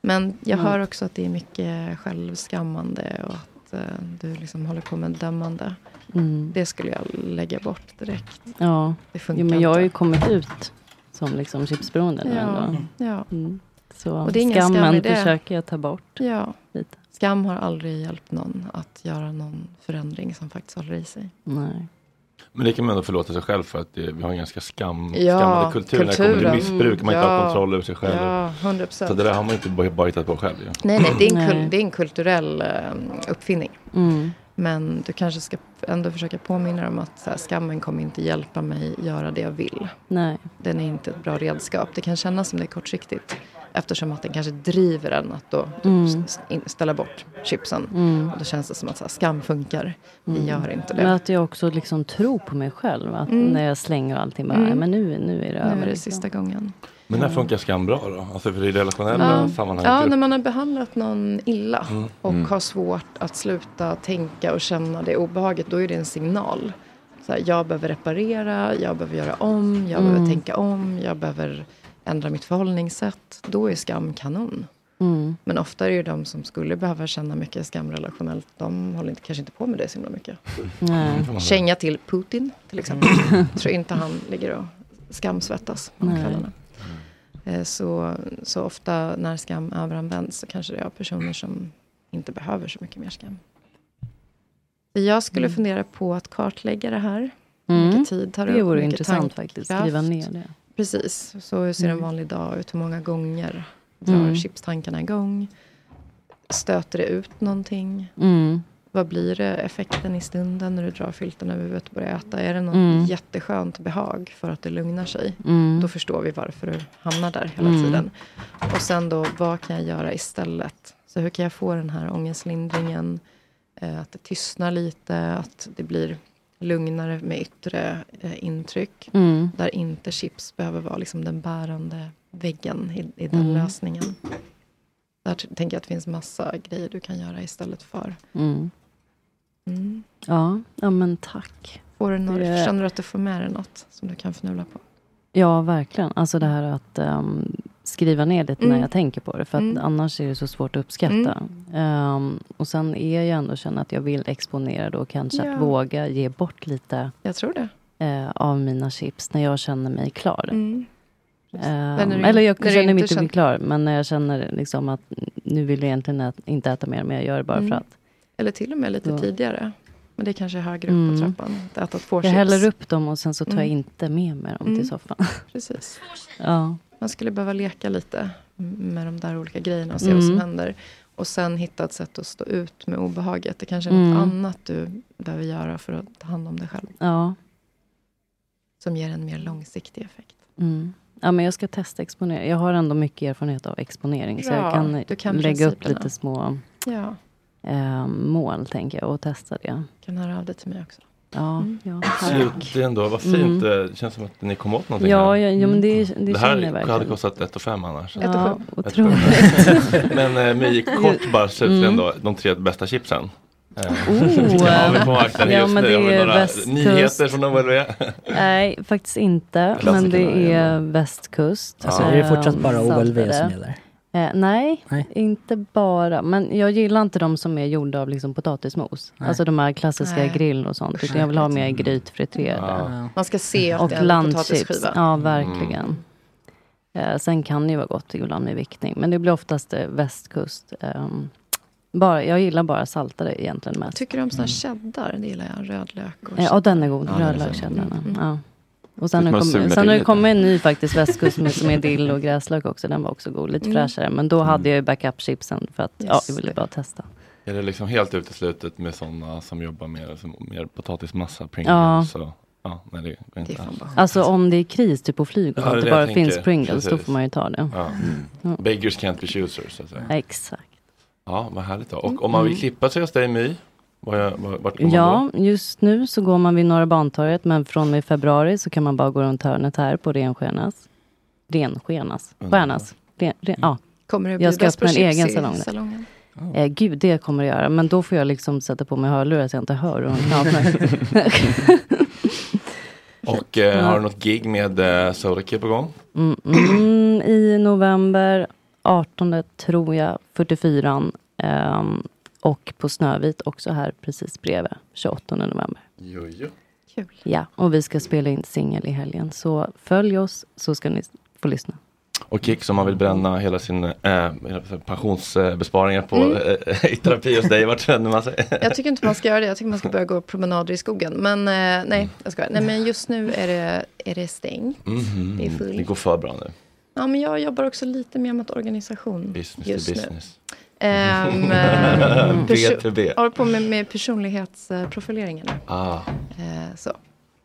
Speaker 9: Men jag
Speaker 10: Mm.
Speaker 9: hör också att det är mycket självskammande och att eh, du liksom håller på med dömande.
Speaker 10: Mm.
Speaker 9: Det skulle jag lägga bort direkt.
Speaker 10: ja. Jo,
Speaker 9: Det funkar
Speaker 10: men jag har ju
Speaker 9: inte.
Speaker 10: kommit ut som liksom chipsberoende nu
Speaker 9: Ja.
Speaker 10: ändå.
Speaker 9: Ja.
Speaker 10: Mm. Så
Speaker 9: Och det är ingen skam i
Speaker 10: skammen
Speaker 9: det.
Speaker 10: försöker jag ta bort.
Speaker 9: Ja.
Speaker 10: Lite.
Speaker 9: Skam har aldrig hjälpt någon att göra någon förändring som faktiskt håller i sig.
Speaker 10: Nej.
Speaker 1: Men det kan man ändå förlåta sig själv för att det, vi har en ganska skam,
Speaker 9: Ja,
Speaker 1: skammande kultur när det kommer till
Speaker 9: kulturen.
Speaker 1: missbruk. Man inte
Speaker 9: Ja.
Speaker 1: har kontroll över sig själv.
Speaker 9: Ja, 100%.
Speaker 1: Så det där har man inte bara bara hittat på själv. Ja.
Speaker 9: Nej, nej, det är en,
Speaker 10: Nej.
Speaker 9: kul, det är en kulturell eh, uppfinning.
Speaker 10: Mm.
Speaker 9: Men du kanske ska ändå försöka påminna dig om att så här, skammen kommer inte hjälpa mig göra det jag vill.
Speaker 10: Nej.
Speaker 9: Den är inte ett bra redskap. Det kan kännas som det är kortsiktigt eftersom att den kanske driver en att då
Speaker 10: Mm.
Speaker 9: s- in- ställa bort chipsen.
Speaker 10: Mm.
Speaker 9: Och då känns det som att så här, skam funkar. Vi
Speaker 10: Mm.
Speaker 9: gör inte det.
Speaker 10: Men att jag också liksom tror på mig själv. Att
Speaker 9: Mm.
Speaker 10: När jag slänger och allting bara,
Speaker 9: Mm.
Speaker 10: "Nej, men nu, nu är det
Speaker 9: nu
Speaker 10: över.
Speaker 9: är det
Speaker 10: liksom."
Speaker 9: sista gången.
Speaker 1: Men när funkar skam bra då? Alltså för i relationella
Speaker 9: Ja.
Speaker 1: sammanhang?
Speaker 9: ja,
Speaker 1: typ.
Speaker 9: när man har behandlat någon illa
Speaker 1: Mm.
Speaker 9: och
Speaker 1: Mm.
Speaker 9: har svårt att sluta tänka och känna det obehaget, då är det en signal. Så här, jag behöver reparera, jag behöver göra om, jag
Speaker 10: Mm.
Speaker 9: behöver tänka om, jag behöver ändra mitt förhållningssätt. Då är skam kanon.
Speaker 10: Mm.
Speaker 9: Men ofta är det ju de som skulle behöva känna mycket skam relationellt. De håller inte, kanske inte på med det så himla mycket.
Speaker 10: Nej. Mm.
Speaker 9: Känga till Putin till exempel. tror inte han ligger och skamsvettas om
Speaker 10: Nej.
Speaker 9: kvällarna. Eh, Så, så ofta när skam överanvänds så kanske det är personer som inte behöver så mycket mer skam. Så Jag skulle
Speaker 10: Mm.
Speaker 9: fundera på att kartlägga det här. Hur
Speaker 10: Mm.
Speaker 9: mycket tid tar
Speaker 10: Det
Speaker 9: upp,
Speaker 10: vore
Speaker 9: mycket
Speaker 10: intressant faktiskt, skriva
Speaker 9: tankekraft.
Speaker 10: ner det.
Speaker 9: Precis, så hur ser en
Speaker 10: Mm.
Speaker 9: vanlig dag ut? Hur många gånger drar
Speaker 10: Mm.
Speaker 9: chipstankarna igång? Stöter det ut någonting?
Speaker 10: Mm.
Speaker 9: Vad blir det effekten i stunden när du drar filten över huvudet och börjar äta? Är det något
Speaker 10: Mm.
Speaker 9: jätteskönt behag för att det lugnar sig?
Speaker 10: Mm.
Speaker 9: Då förstår vi varför du hamnar där hela
Speaker 10: Mm.
Speaker 9: tiden. Och sen då, vad kan jag göra istället? Så hur kan jag få den här ångestlindringen? Eh, att det tystnar lite, att det blir lugnare med yttre eh, intryck.
Speaker 10: Mm.
Speaker 9: Där inte chips behöver vara liksom den bärande väggen i, i den
Speaker 10: Mm.
Speaker 9: lösningen. Där t- tänker jag att det finns massa grejer du kan göra istället för.
Speaker 10: Mm.
Speaker 9: Mm.
Speaker 10: Ja. ja, men tack.
Speaker 9: Får du något,
Speaker 10: Det-
Speaker 9: Känner du att du får med dig något som du kan fnula på?
Speaker 10: Ja, verkligen. Alltså det här att ehm, skriva ner det
Speaker 9: Mm.
Speaker 10: när jag tänker på det. För att
Speaker 9: Mm.
Speaker 10: annars är det så svårt att uppskatta. Ehm, och sen är jag ändå känner att jag vill exponera då kanske
Speaker 9: Ja.
Speaker 10: att våga ge bort lite
Speaker 9: Jag tror det.
Speaker 10: eh, av mina chips när jag känner mig klar.
Speaker 9: Mm.
Speaker 10: Ehm,
Speaker 9: Men när du-
Speaker 10: eller jag
Speaker 9: när du
Speaker 10: känner mig
Speaker 9: inte
Speaker 10: inte
Speaker 9: känner-
Speaker 10: klar, men när jag känner liksom att nu vill jag egentligen ä- inte äta mer, men jag gör det bara
Speaker 9: Mm.
Speaker 10: för att.
Speaker 9: Eller till och med lite
Speaker 10: Då-
Speaker 9: tidigare. Men det är kanske är högre upp
Speaker 10: Mm.
Speaker 9: på trappan. Att äta två
Speaker 10: Jag
Speaker 9: chips.
Speaker 10: häller upp dem och sen så tar jag
Speaker 9: Mm.
Speaker 10: inte med mig dem
Speaker 9: Mm.
Speaker 10: till soffan.
Speaker 9: Precis.
Speaker 10: ja.
Speaker 9: Man skulle behöva leka lite med de där olika grejerna och se vad som
Speaker 10: Mm.
Speaker 9: händer. Och sen hitta ett sätt att stå ut med obehaget. Det kanske är något
Speaker 10: Mm.
Speaker 9: annat du behöver göra för att ta hand om dig själv.
Speaker 10: ja.
Speaker 9: Som ger en mer långsiktig effekt.
Speaker 10: Mm. Ja, men jag ska testa exponering. Jag har ändå mycket erfarenhet av exponering. Så
Speaker 9: Bra,
Speaker 10: jag kan,
Speaker 9: du kan
Speaker 10: lägga upp
Speaker 9: principerna.
Speaker 10: lite små
Speaker 9: Ja,
Speaker 10: eh, mål, tänker jag, och testa det.
Speaker 9: kan höra av dig till mig också.
Speaker 10: Ja, ja, tack.
Speaker 1: Slutligen då, vad fint. Det känns som att ni kom åt någonting
Speaker 10: Mm. Ja,
Speaker 1: här.
Speaker 10: ja, ja, men det- det
Speaker 1: det här
Speaker 10: känner jag verkligen.
Speaker 1: hade kostat 1 5 annars.
Speaker 10: Ett och Ja, sju.
Speaker 1: Ett och
Speaker 10: otroligt.
Speaker 1: sju. men eh, men gick kort bara slutligen
Speaker 10: Mm.
Speaker 1: då, de tre bästa chipsen. Eh,
Speaker 10: Oh.
Speaker 1: ja, vi får akta
Speaker 10: Ja,
Speaker 1: just
Speaker 10: men
Speaker 1: nu.
Speaker 10: det
Speaker 1: Har vi
Speaker 10: är
Speaker 1: några
Speaker 10: västkust.
Speaker 1: nyheter från E. OLV?
Speaker 10: Nej, faktiskt inte. Men det
Speaker 7: Klassikerna,
Speaker 10: är västkust.
Speaker 7: Alltså, är det fortsatt
Speaker 10: ehm,
Speaker 7: bara OLV
Speaker 10: saltade.
Speaker 7: som gäller?
Speaker 10: Eh, nej,
Speaker 7: Nej.
Speaker 10: inte bara. Men jag gillar inte de som är gjorda av liksom potatismos.
Speaker 9: Nej.
Speaker 10: Alltså de här klassiska
Speaker 9: Nej.
Speaker 10: grill och sånt. Utan jag vill ha mer
Speaker 7: liksom-
Speaker 10: grytfriterade.
Speaker 9: Man ska se att
Speaker 10: Och
Speaker 9: det är en
Speaker 10: landchips.
Speaker 9: potatisskiva.
Speaker 10: Ja, verkligen. Eh, sen kan det ju vara gott ibland med viktning. Men det blir oftast eh, västkust. Ehm, bara, jag gillar bara saltade egentligen mest.
Speaker 9: Tycker du om sån här cheddar? Det gillar jag. Rödlök och
Speaker 10: Eh, Ja, den är god.
Speaker 9: Ja, den är
Speaker 10: Rödlökskedjan.
Speaker 9: fin. Mm.
Speaker 10: Ja. Och sen har
Speaker 9: Man
Speaker 10: det kommit,
Speaker 9: sular
Speaker 10: sen
Speaker 9: till
Speaker 10: har det
Speaker 9: lite.
Speaker 10: kommit en ny faktiskt, västkust med, som är dill och gräslök också. Den var också god, lite
Speaker 9: Mm.
Speaker 10: fräschare. Men då hade jag ju backup-chipsen för att ja, jag
Speaker 9: Just
Speaker 10: ville bara testa.
Speaker 1: Är det liksom helt uteslutet med sådana som jobbar med som, mer potatismassa, Pringles?
Speaker 10: Ja.
Speaker 1: Så, ja, nej, det går inte.
Speaker 10: Alltså om det är kris typ på flyg och
Speaker 1: Ja,
Speaker 10: sånt,
Speaker 1: är
Speaker 10: det
Speaker 1: jag
Speaker 10: bara
Speaker 1: tänker.
Speaker 10: finns Pringles, då
Speaker 1: Precis.
Speaker 10: får man ju ta det.
Speaker 1: Ja.
Speaker 10: Ja.
Speaker 1: Mm. Beggars can't be choosers. Så att säga.
Speaker 10: Ja, Exakt.
Speaker 1: Ja, vad härligt då. Och om man vill
Speaker 10: Mm.
Speaker 1: klippa sig hos dig My, var- var- vart går man
Speaker 10: Ja, just nu så går man vid Norra Bantorget, men från och med februari så kan man bara gå runt hörnet här på Renskenas. Renskenas?
Speaker 9: Underbart.
Speaker 10: Stjärnas? Ren,
Speaker 1: Mm.
Speaker 10: ren, ja.
Speaker 9: Kommer det bli
Speaker 10: jag ska
Speaker 9: bäst på
Speaker 10: öppna en
Speaker 9: chips
Speaker 10: egen
Speaker 9: i
Speaker 10: salong där.
Speaker 9: salongen?
Speaker 10: Eh, gud, det kommer jag göra. Men då får jag liksom sätta på mig hörlurar så jag inte hör hur hon
Speaker 1: då? Och eh,
Speaker 10: Ja.
Speaker 1: har du något gig med eh, Sodakid på gång?
Speaker 10: mm, mm, I november 18 tror jag, 44 ehm, Och på Snövit också här precis bredvid, 28 november.
Speaker 1: Jojo.
Speaker 10: Ja, och vi ska spela in singel i helgen. Så följ oss så ska ni få lyssna.
Speaker 1: Och Kicks om man vill bränna hela sin eh, hela sin pensionsbesparingar på
Speaker 9: Mm.
Speaker 1: eh, i terapi hos dig, vart vänder man sig?
Speaker 9: Jag tycker inte man ska göra det. Jag tycker man ska börja gå promenader i skogen. Men eh,
Speaker 1: Mm.
Speaker 9: nej, jag skojar. Nej, men just nu är det, är det stängt.
Speaker 1: Mhm.
Speaker 9: Det är fullt.
Speaker 1: Det går för bra nu.
Speaker 9: Ja, men jag jobbar också lite mer mot organisation
Speaker 1: Business
Speaker 9: just
Speaker 1: to business.
Speaker 9: nu. Ehm, eh, perso-
Speaker 1: B2B.
Speaker 9: Jag håller på med, med personlighetsprofileringen nu.
Speaker 1: Ah.
Speaker 9: Eh, så,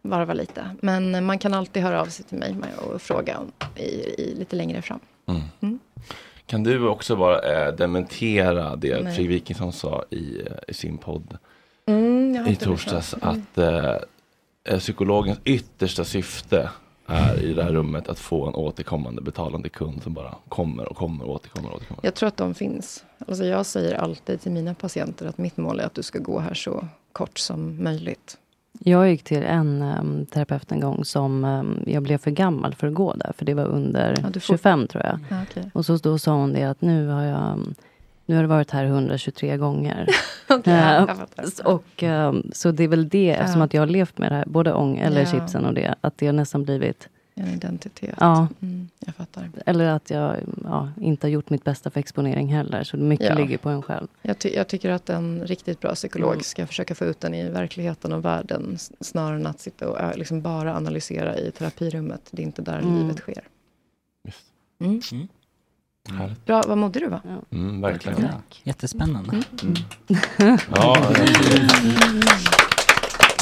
Speaker 9: varva lite. Men eh, man kan alltid höra av sig till mig med- och fråga om, i, i, lite längre fram.
Speaker 1: Mm.
Speaker 9: Mm.
Speaker 1: Kan du också bara eh, dementera det
Speaker 9: Nej.
Speaker 1: Fredrik Wikingsson sa i, eh, i sin podd
Speaker 9: Mm, jag har
Speaker 1: i
Speaker 9: inte
Speaker 1: torsdags
Speaker 9: lyssnat. Mm.
Speaker 1: att eh, eh, psykologens yttersta syfte är i det här rummet att få en återkommande betalande kund som bara kommer och kommer och återkommer. Och återkommer.
Speaker 9: Jag tror att de finns. Alltså jag säger alltid till mina patienter att mitt mål är att du ska gå här så kort som möjligt.
Speaker 10: Jag gick till en em, terapeut en gång som em, jag blev för gammal för att gå där, för det var under
Speaker 9: Ja, du får-
Speaker 10: 25 tror jag.
Speaker 9: Ja, okej.
Speaker 10: Och så då sa hon det att nu har jag em, nu har du varit här 123 gånger.
Speaker 9: Okej,
Speaker 10: Eh,
Speaker 9: jag fattar.
Speaker 10: s- och, em, så det är väl det, eftersom att jag har levt med det här, både ång eller
Speaker 9: Ja.
Speaker 10: chipsen och det, att det har nästan blivit
Speaker 9: En identitet.
Speaker 10: Ja.
Speaker 9: Mm, jag fattar.
Speaker 10: Eller att jag ja, inte har gjort mitt bästa för exponering heller, så mycket
Speaker 9: Ja.
Speaker 10: ligger på en själv.
Speaker 9: Jag, ty- jag tycker att en riktigt bra psykolog
Speaker 10: Mm.
Speaker 9: ska försöka få ut den i verkligheten och världen s- snarare än att sitta och eh, liksom bara analysera i terapirummet. Det är inte där
Speaker 10: Mm.
Speaker 9: livet sker. Mm. Bra, vad modig du Mm. var.
Speaker 1: Mm, verkligen.
Speaker 7: Ja, Jättespännande.
Speaker 14: Mm.
Speaker 1: Ja,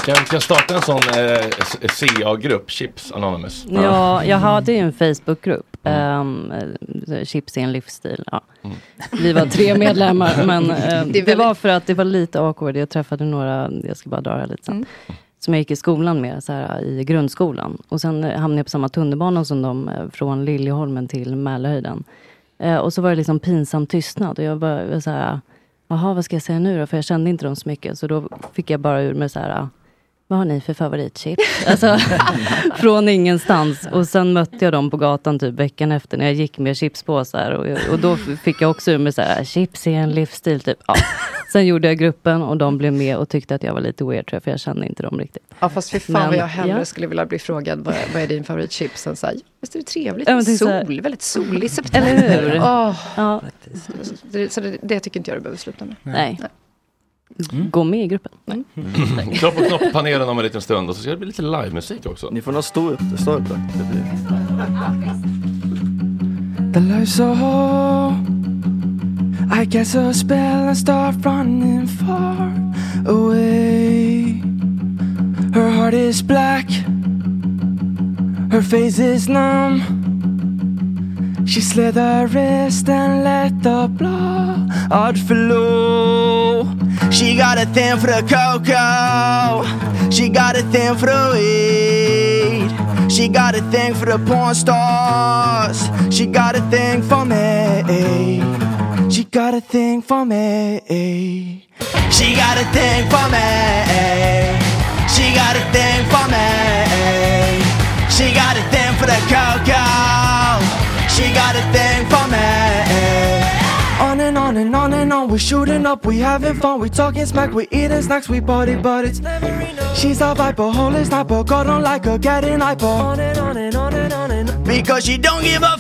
Speaker 1: kan vi kan starta en sån eh, s- CA-grupp, Chips Anonymous?
Speaker 10: Ja, jag hade ju en Facebookgrupp. ehm, eh, chips är en livsstil. Ja. Vi var tre medlemmar, men eh,
Speaker 9: Mm. Det är
Speaker 10: det, var för att det var lite awkward. Jag träffade några, jag ska bara dra det här lite sen,
Speaker 9: Mm.
Speaker 10: som jag gick i skolan med, så här, i grundskolan. Och sen eh, hamnade jag på samma tunnelbana som dem, eh, från Liljeholmen till Mälarhöjden. Eh, och så var det liksom pinsam tystnad och jag var, var så här, jaha vad ska jag säga nu då? För jag kände inte dem så mycket. Så då fick jag bara ur mig så här, vad har ni för favoritchips? Alltså, från ingenstans. Och sen mötte jag dem på gatan typ veckan efter när jag gick med chipspåsar. Och, och då f- fick jag också ur mig så här, chips är en livsstil typ. Ja. Sen gjorde jag gruppen och de blev med och tyckte att jag var lite weird tror jag, för jag kände inte dem riktigt.
Speaker 9: Ja, fast fy fan vad
Speaker 10: Men-
Speaker 9: jag hellre
Speaker 10: ja.
Speaker 9: skulle vilja bli frågad vad, vad är din favoritchips än såhär, visst är det trevligt
Speaker 10: Ja, men
Speaker 9: med
Speaker 10: det är så
Speaker 9: sol,
Speaker 10: här-
Speaker 9: väldigt solig september.
Speaker 10: Eller hur?
Speaker 9: Åh.
Speaker 10: Ja.
Speaker 9: Det, så det, det tycker inte jag du behöver sluta med.
Speaker 10: Nej. Gå med i gruppen.
Speaker 1: Klopp Mm. och knopp-panelen om en liten stund och så ska det bli lite livemusik också. Ni får nog stå upp, stå upp
Speaker 15: The life's a hole. I guess a spell and start running far away. Her heart is black. Her face is numb. She slid her wrist and let the blood flow.
Speaker 16: She got a thing for the cocoa. She got a thing for the weed. She got a thing for the porn stars. She got a thing for me.
Speaker 15: She got a thing for me.
Speaker 16: She got a thing for me. She got a thing for me. She got a thing for the cocoa. She got a thing for me.
Speaker 15: On and on and on and on, we're shooting up, we having fun, we talking smack, we eating snacks, we party, but it's never enough. She's a viper, holy sniper, God don't like her, getting hyper. On and on and on and on and on.
Speaker 16: Because she don't give a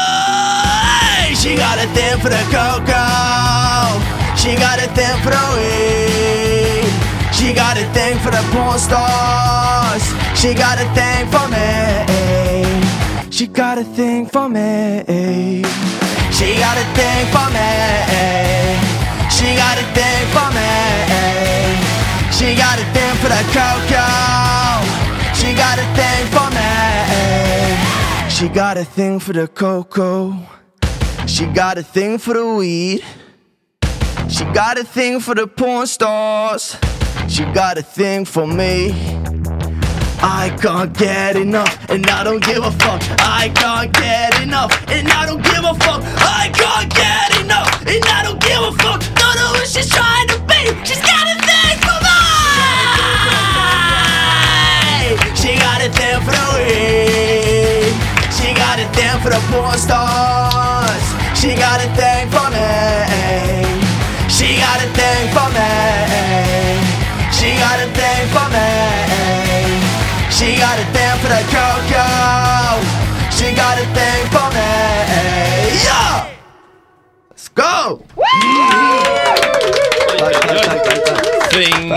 Speaker 16: fuck. She got a thing for the cocoa. She got a thing for the weed. She got a thing for the porn stars. She got a thing for me.
Speaker 15: She got a thing for me.
Speaker 16: She got a thing for me. She got a thing for me. She got a thing for the cocoa. She got a thing for me.
Speaker 15: She got a thing for the cocoa.
Speaker 16: She got a thing for the weed. She got a thing for the porn stars. She got a thing for me. I can't get enough, and I don't give a fuck. I can't get enough, and I don't give a fuck. I can't get enough, and I don't give a fuck. Don't know who she's trying to be. She's got a thing for me. She got a thing for the weed. She got a thing for the porn stars. She got a thing for me. She got a thing for me. She got a thing for me. She got a thing for the cocoa. She got a thing for me. Yeah! Let's go!
Speaker 1: Sing for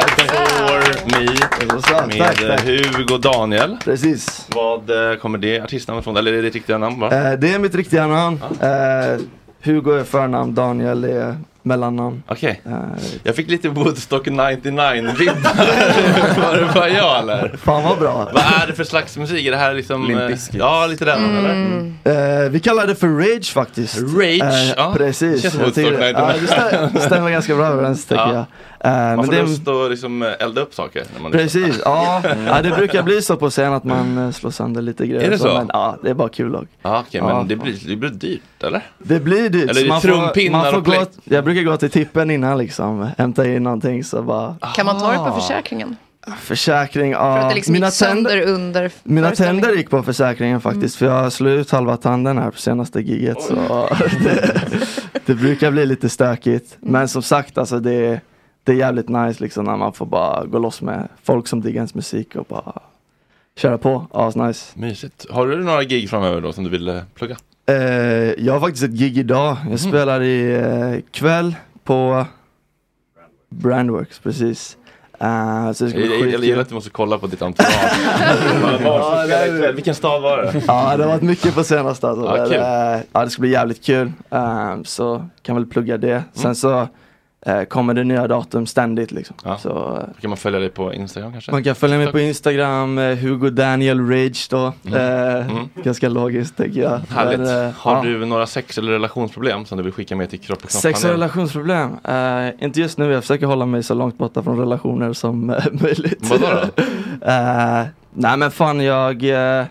Speaker 1: me
Speaker 5: Tack,
Speaker 1: med
Speaker 5: tack.
Speaker 1: Hugo Daniel.
Speaker 5: Precis.
Speaker 1: Vad eh, kommer det artistnamnet ifrån? Eller är det ditt riktiga namn bara?
Speaker 5: Eh, det är mitt riktiga namn. Eh, Hugo är förnamn, Daniel är mellannamn.
Speaker 1: Okej.
Speaker 14: Eh,
Speaker 1: Jag fick lite Woodstock 99-vibbar. Var det bara jag eller?
Speaker 5: Fan vad bra.
Speaker 1: Vad är det för slags musik? Är det här liksom...
Speaker 5: Limp
Speaker 1: eh,
Speaker 5: Bizkit.
Speaker 1: Ja, lite den
Speaker 2: Mm.
Speaker 1: eller?
Speaker 5: Eh, vi kallar det för rage faktiskt.
Speaker 1: Rage, ja.
Speaker 14: Eh,
Speaker 5: Precis.
Speaker 1: Känns
Speaker 5: Jag tycker-
Speaker 1: Woodstock
Speaker 5: ja, det stä-
Speaker 1: 99.
Speaker 5: stämmer ganska bra överens tycker
Speaker 1: Ja.
Speaker 14: Eh,
Speaker 1: Man
Speaker 14: men
Speaker 1: får
Speaker 14: det är-
Speaker 1: lust att liksom eh, elda upp saker. När man är
Speaker 14: Precis,
Speaker 1: trött.
Speaker 14: ja. ja. Det brukar bli så på scen att man eh, slår sönder lite grejer.
Speaker 1: Är det så?
Speaker 14: Men, ja, det är bara kul och.
Speaker 1: Ja, okej, men
Speaker 14: Ja.
Speaker 1: det, blir, det blir dyrt, eller?
Speaker 14: Det blir dyrt.
Speaker 1: Eller är det
Speaker 14: så man får,
Speaker 1: trumpinnar
Speaker 14: man får
Speaker 1: och
Speaker 14: gå,
Speaker 1: pläkt?
Speaker 14: Jag brukar gå till tippen innan liksom, hämta in någonting så bara
Speaker 9: Kan man ta det på
Speaker 14: Ah.
Speaker 9: försäkringen?
Speaker 14: Försäkring,
Speaker 9: För att
Speaker 14: ja.
Speaker 9: det liksom
Speaker 14: mina
Speaker 9: gick sönder
Speaker 14: tänder,
Speaker 9: under
Speaker 14: mina
Speaker 9: föreställningen.
Speaker 14: tänder gick på försäkringen faktiskt för jag slog ut halva tanden här på senaste giget så det, det brukar bli lite stökigt. Men som sagt alltså det, det är jävligt nice liksom när man får bara gå loss med folk som diggar ens musik och bara köra på, asnice.
Speaker 1: Mysigt. Har du några gig framöver då som du vill eh, plugga?
Speaker 14: Eh, jag har faktiskt ett gig idag.
Speaker 1: Mhm.
Speaker 14: Jag spelar i eh, kväll på Brandworks, precis. Eh, så det ska
Speaker 1: Jag
Speaker 14: bli
Speaker 1: jag- jag
Speaker 14: skitkul.
Speaker 1: gillar att du måste kolla på ditt entourage. Var som spelar ikväll? Vilken stad var det?
Speaker 14: Ja, det har varit mycket på senaste alltså.
Speaker 1: Ja,
Speaker 14: Men,
Speaker 1: kul.
Speaker 14: eh, ja, det ska bli jävligt kul. Eh, så kan väl plugga det.
Speaker 1: Mm.
Speaker 14: Sen så eh, kommer det nya datum ständigt liksom. Så, eh,
Speaker 1: Kan man följa dig på Instagram kanske?
Speaker 14: man kan följa mig på Instagram, eh, Hugo Daniel Rage då. Eh, Ganska logiskt tänker jag.
Speaker 1: Mm. Härligt.
Speaker 14: Men, eh,
Speaker 1: Har
Speaker 14: ja.
Speaker 1: du några sex eller relationsproblem som du vill skicka med till kropp och
Speaker 14: Sex och relationsproblem? Eh, inte just nu, jag försöker hålla mig så långt borta från relationer som eh, möjligt.
Speaker 1: Vadå
Speaker 14: Eh, nej men fan jag, eh,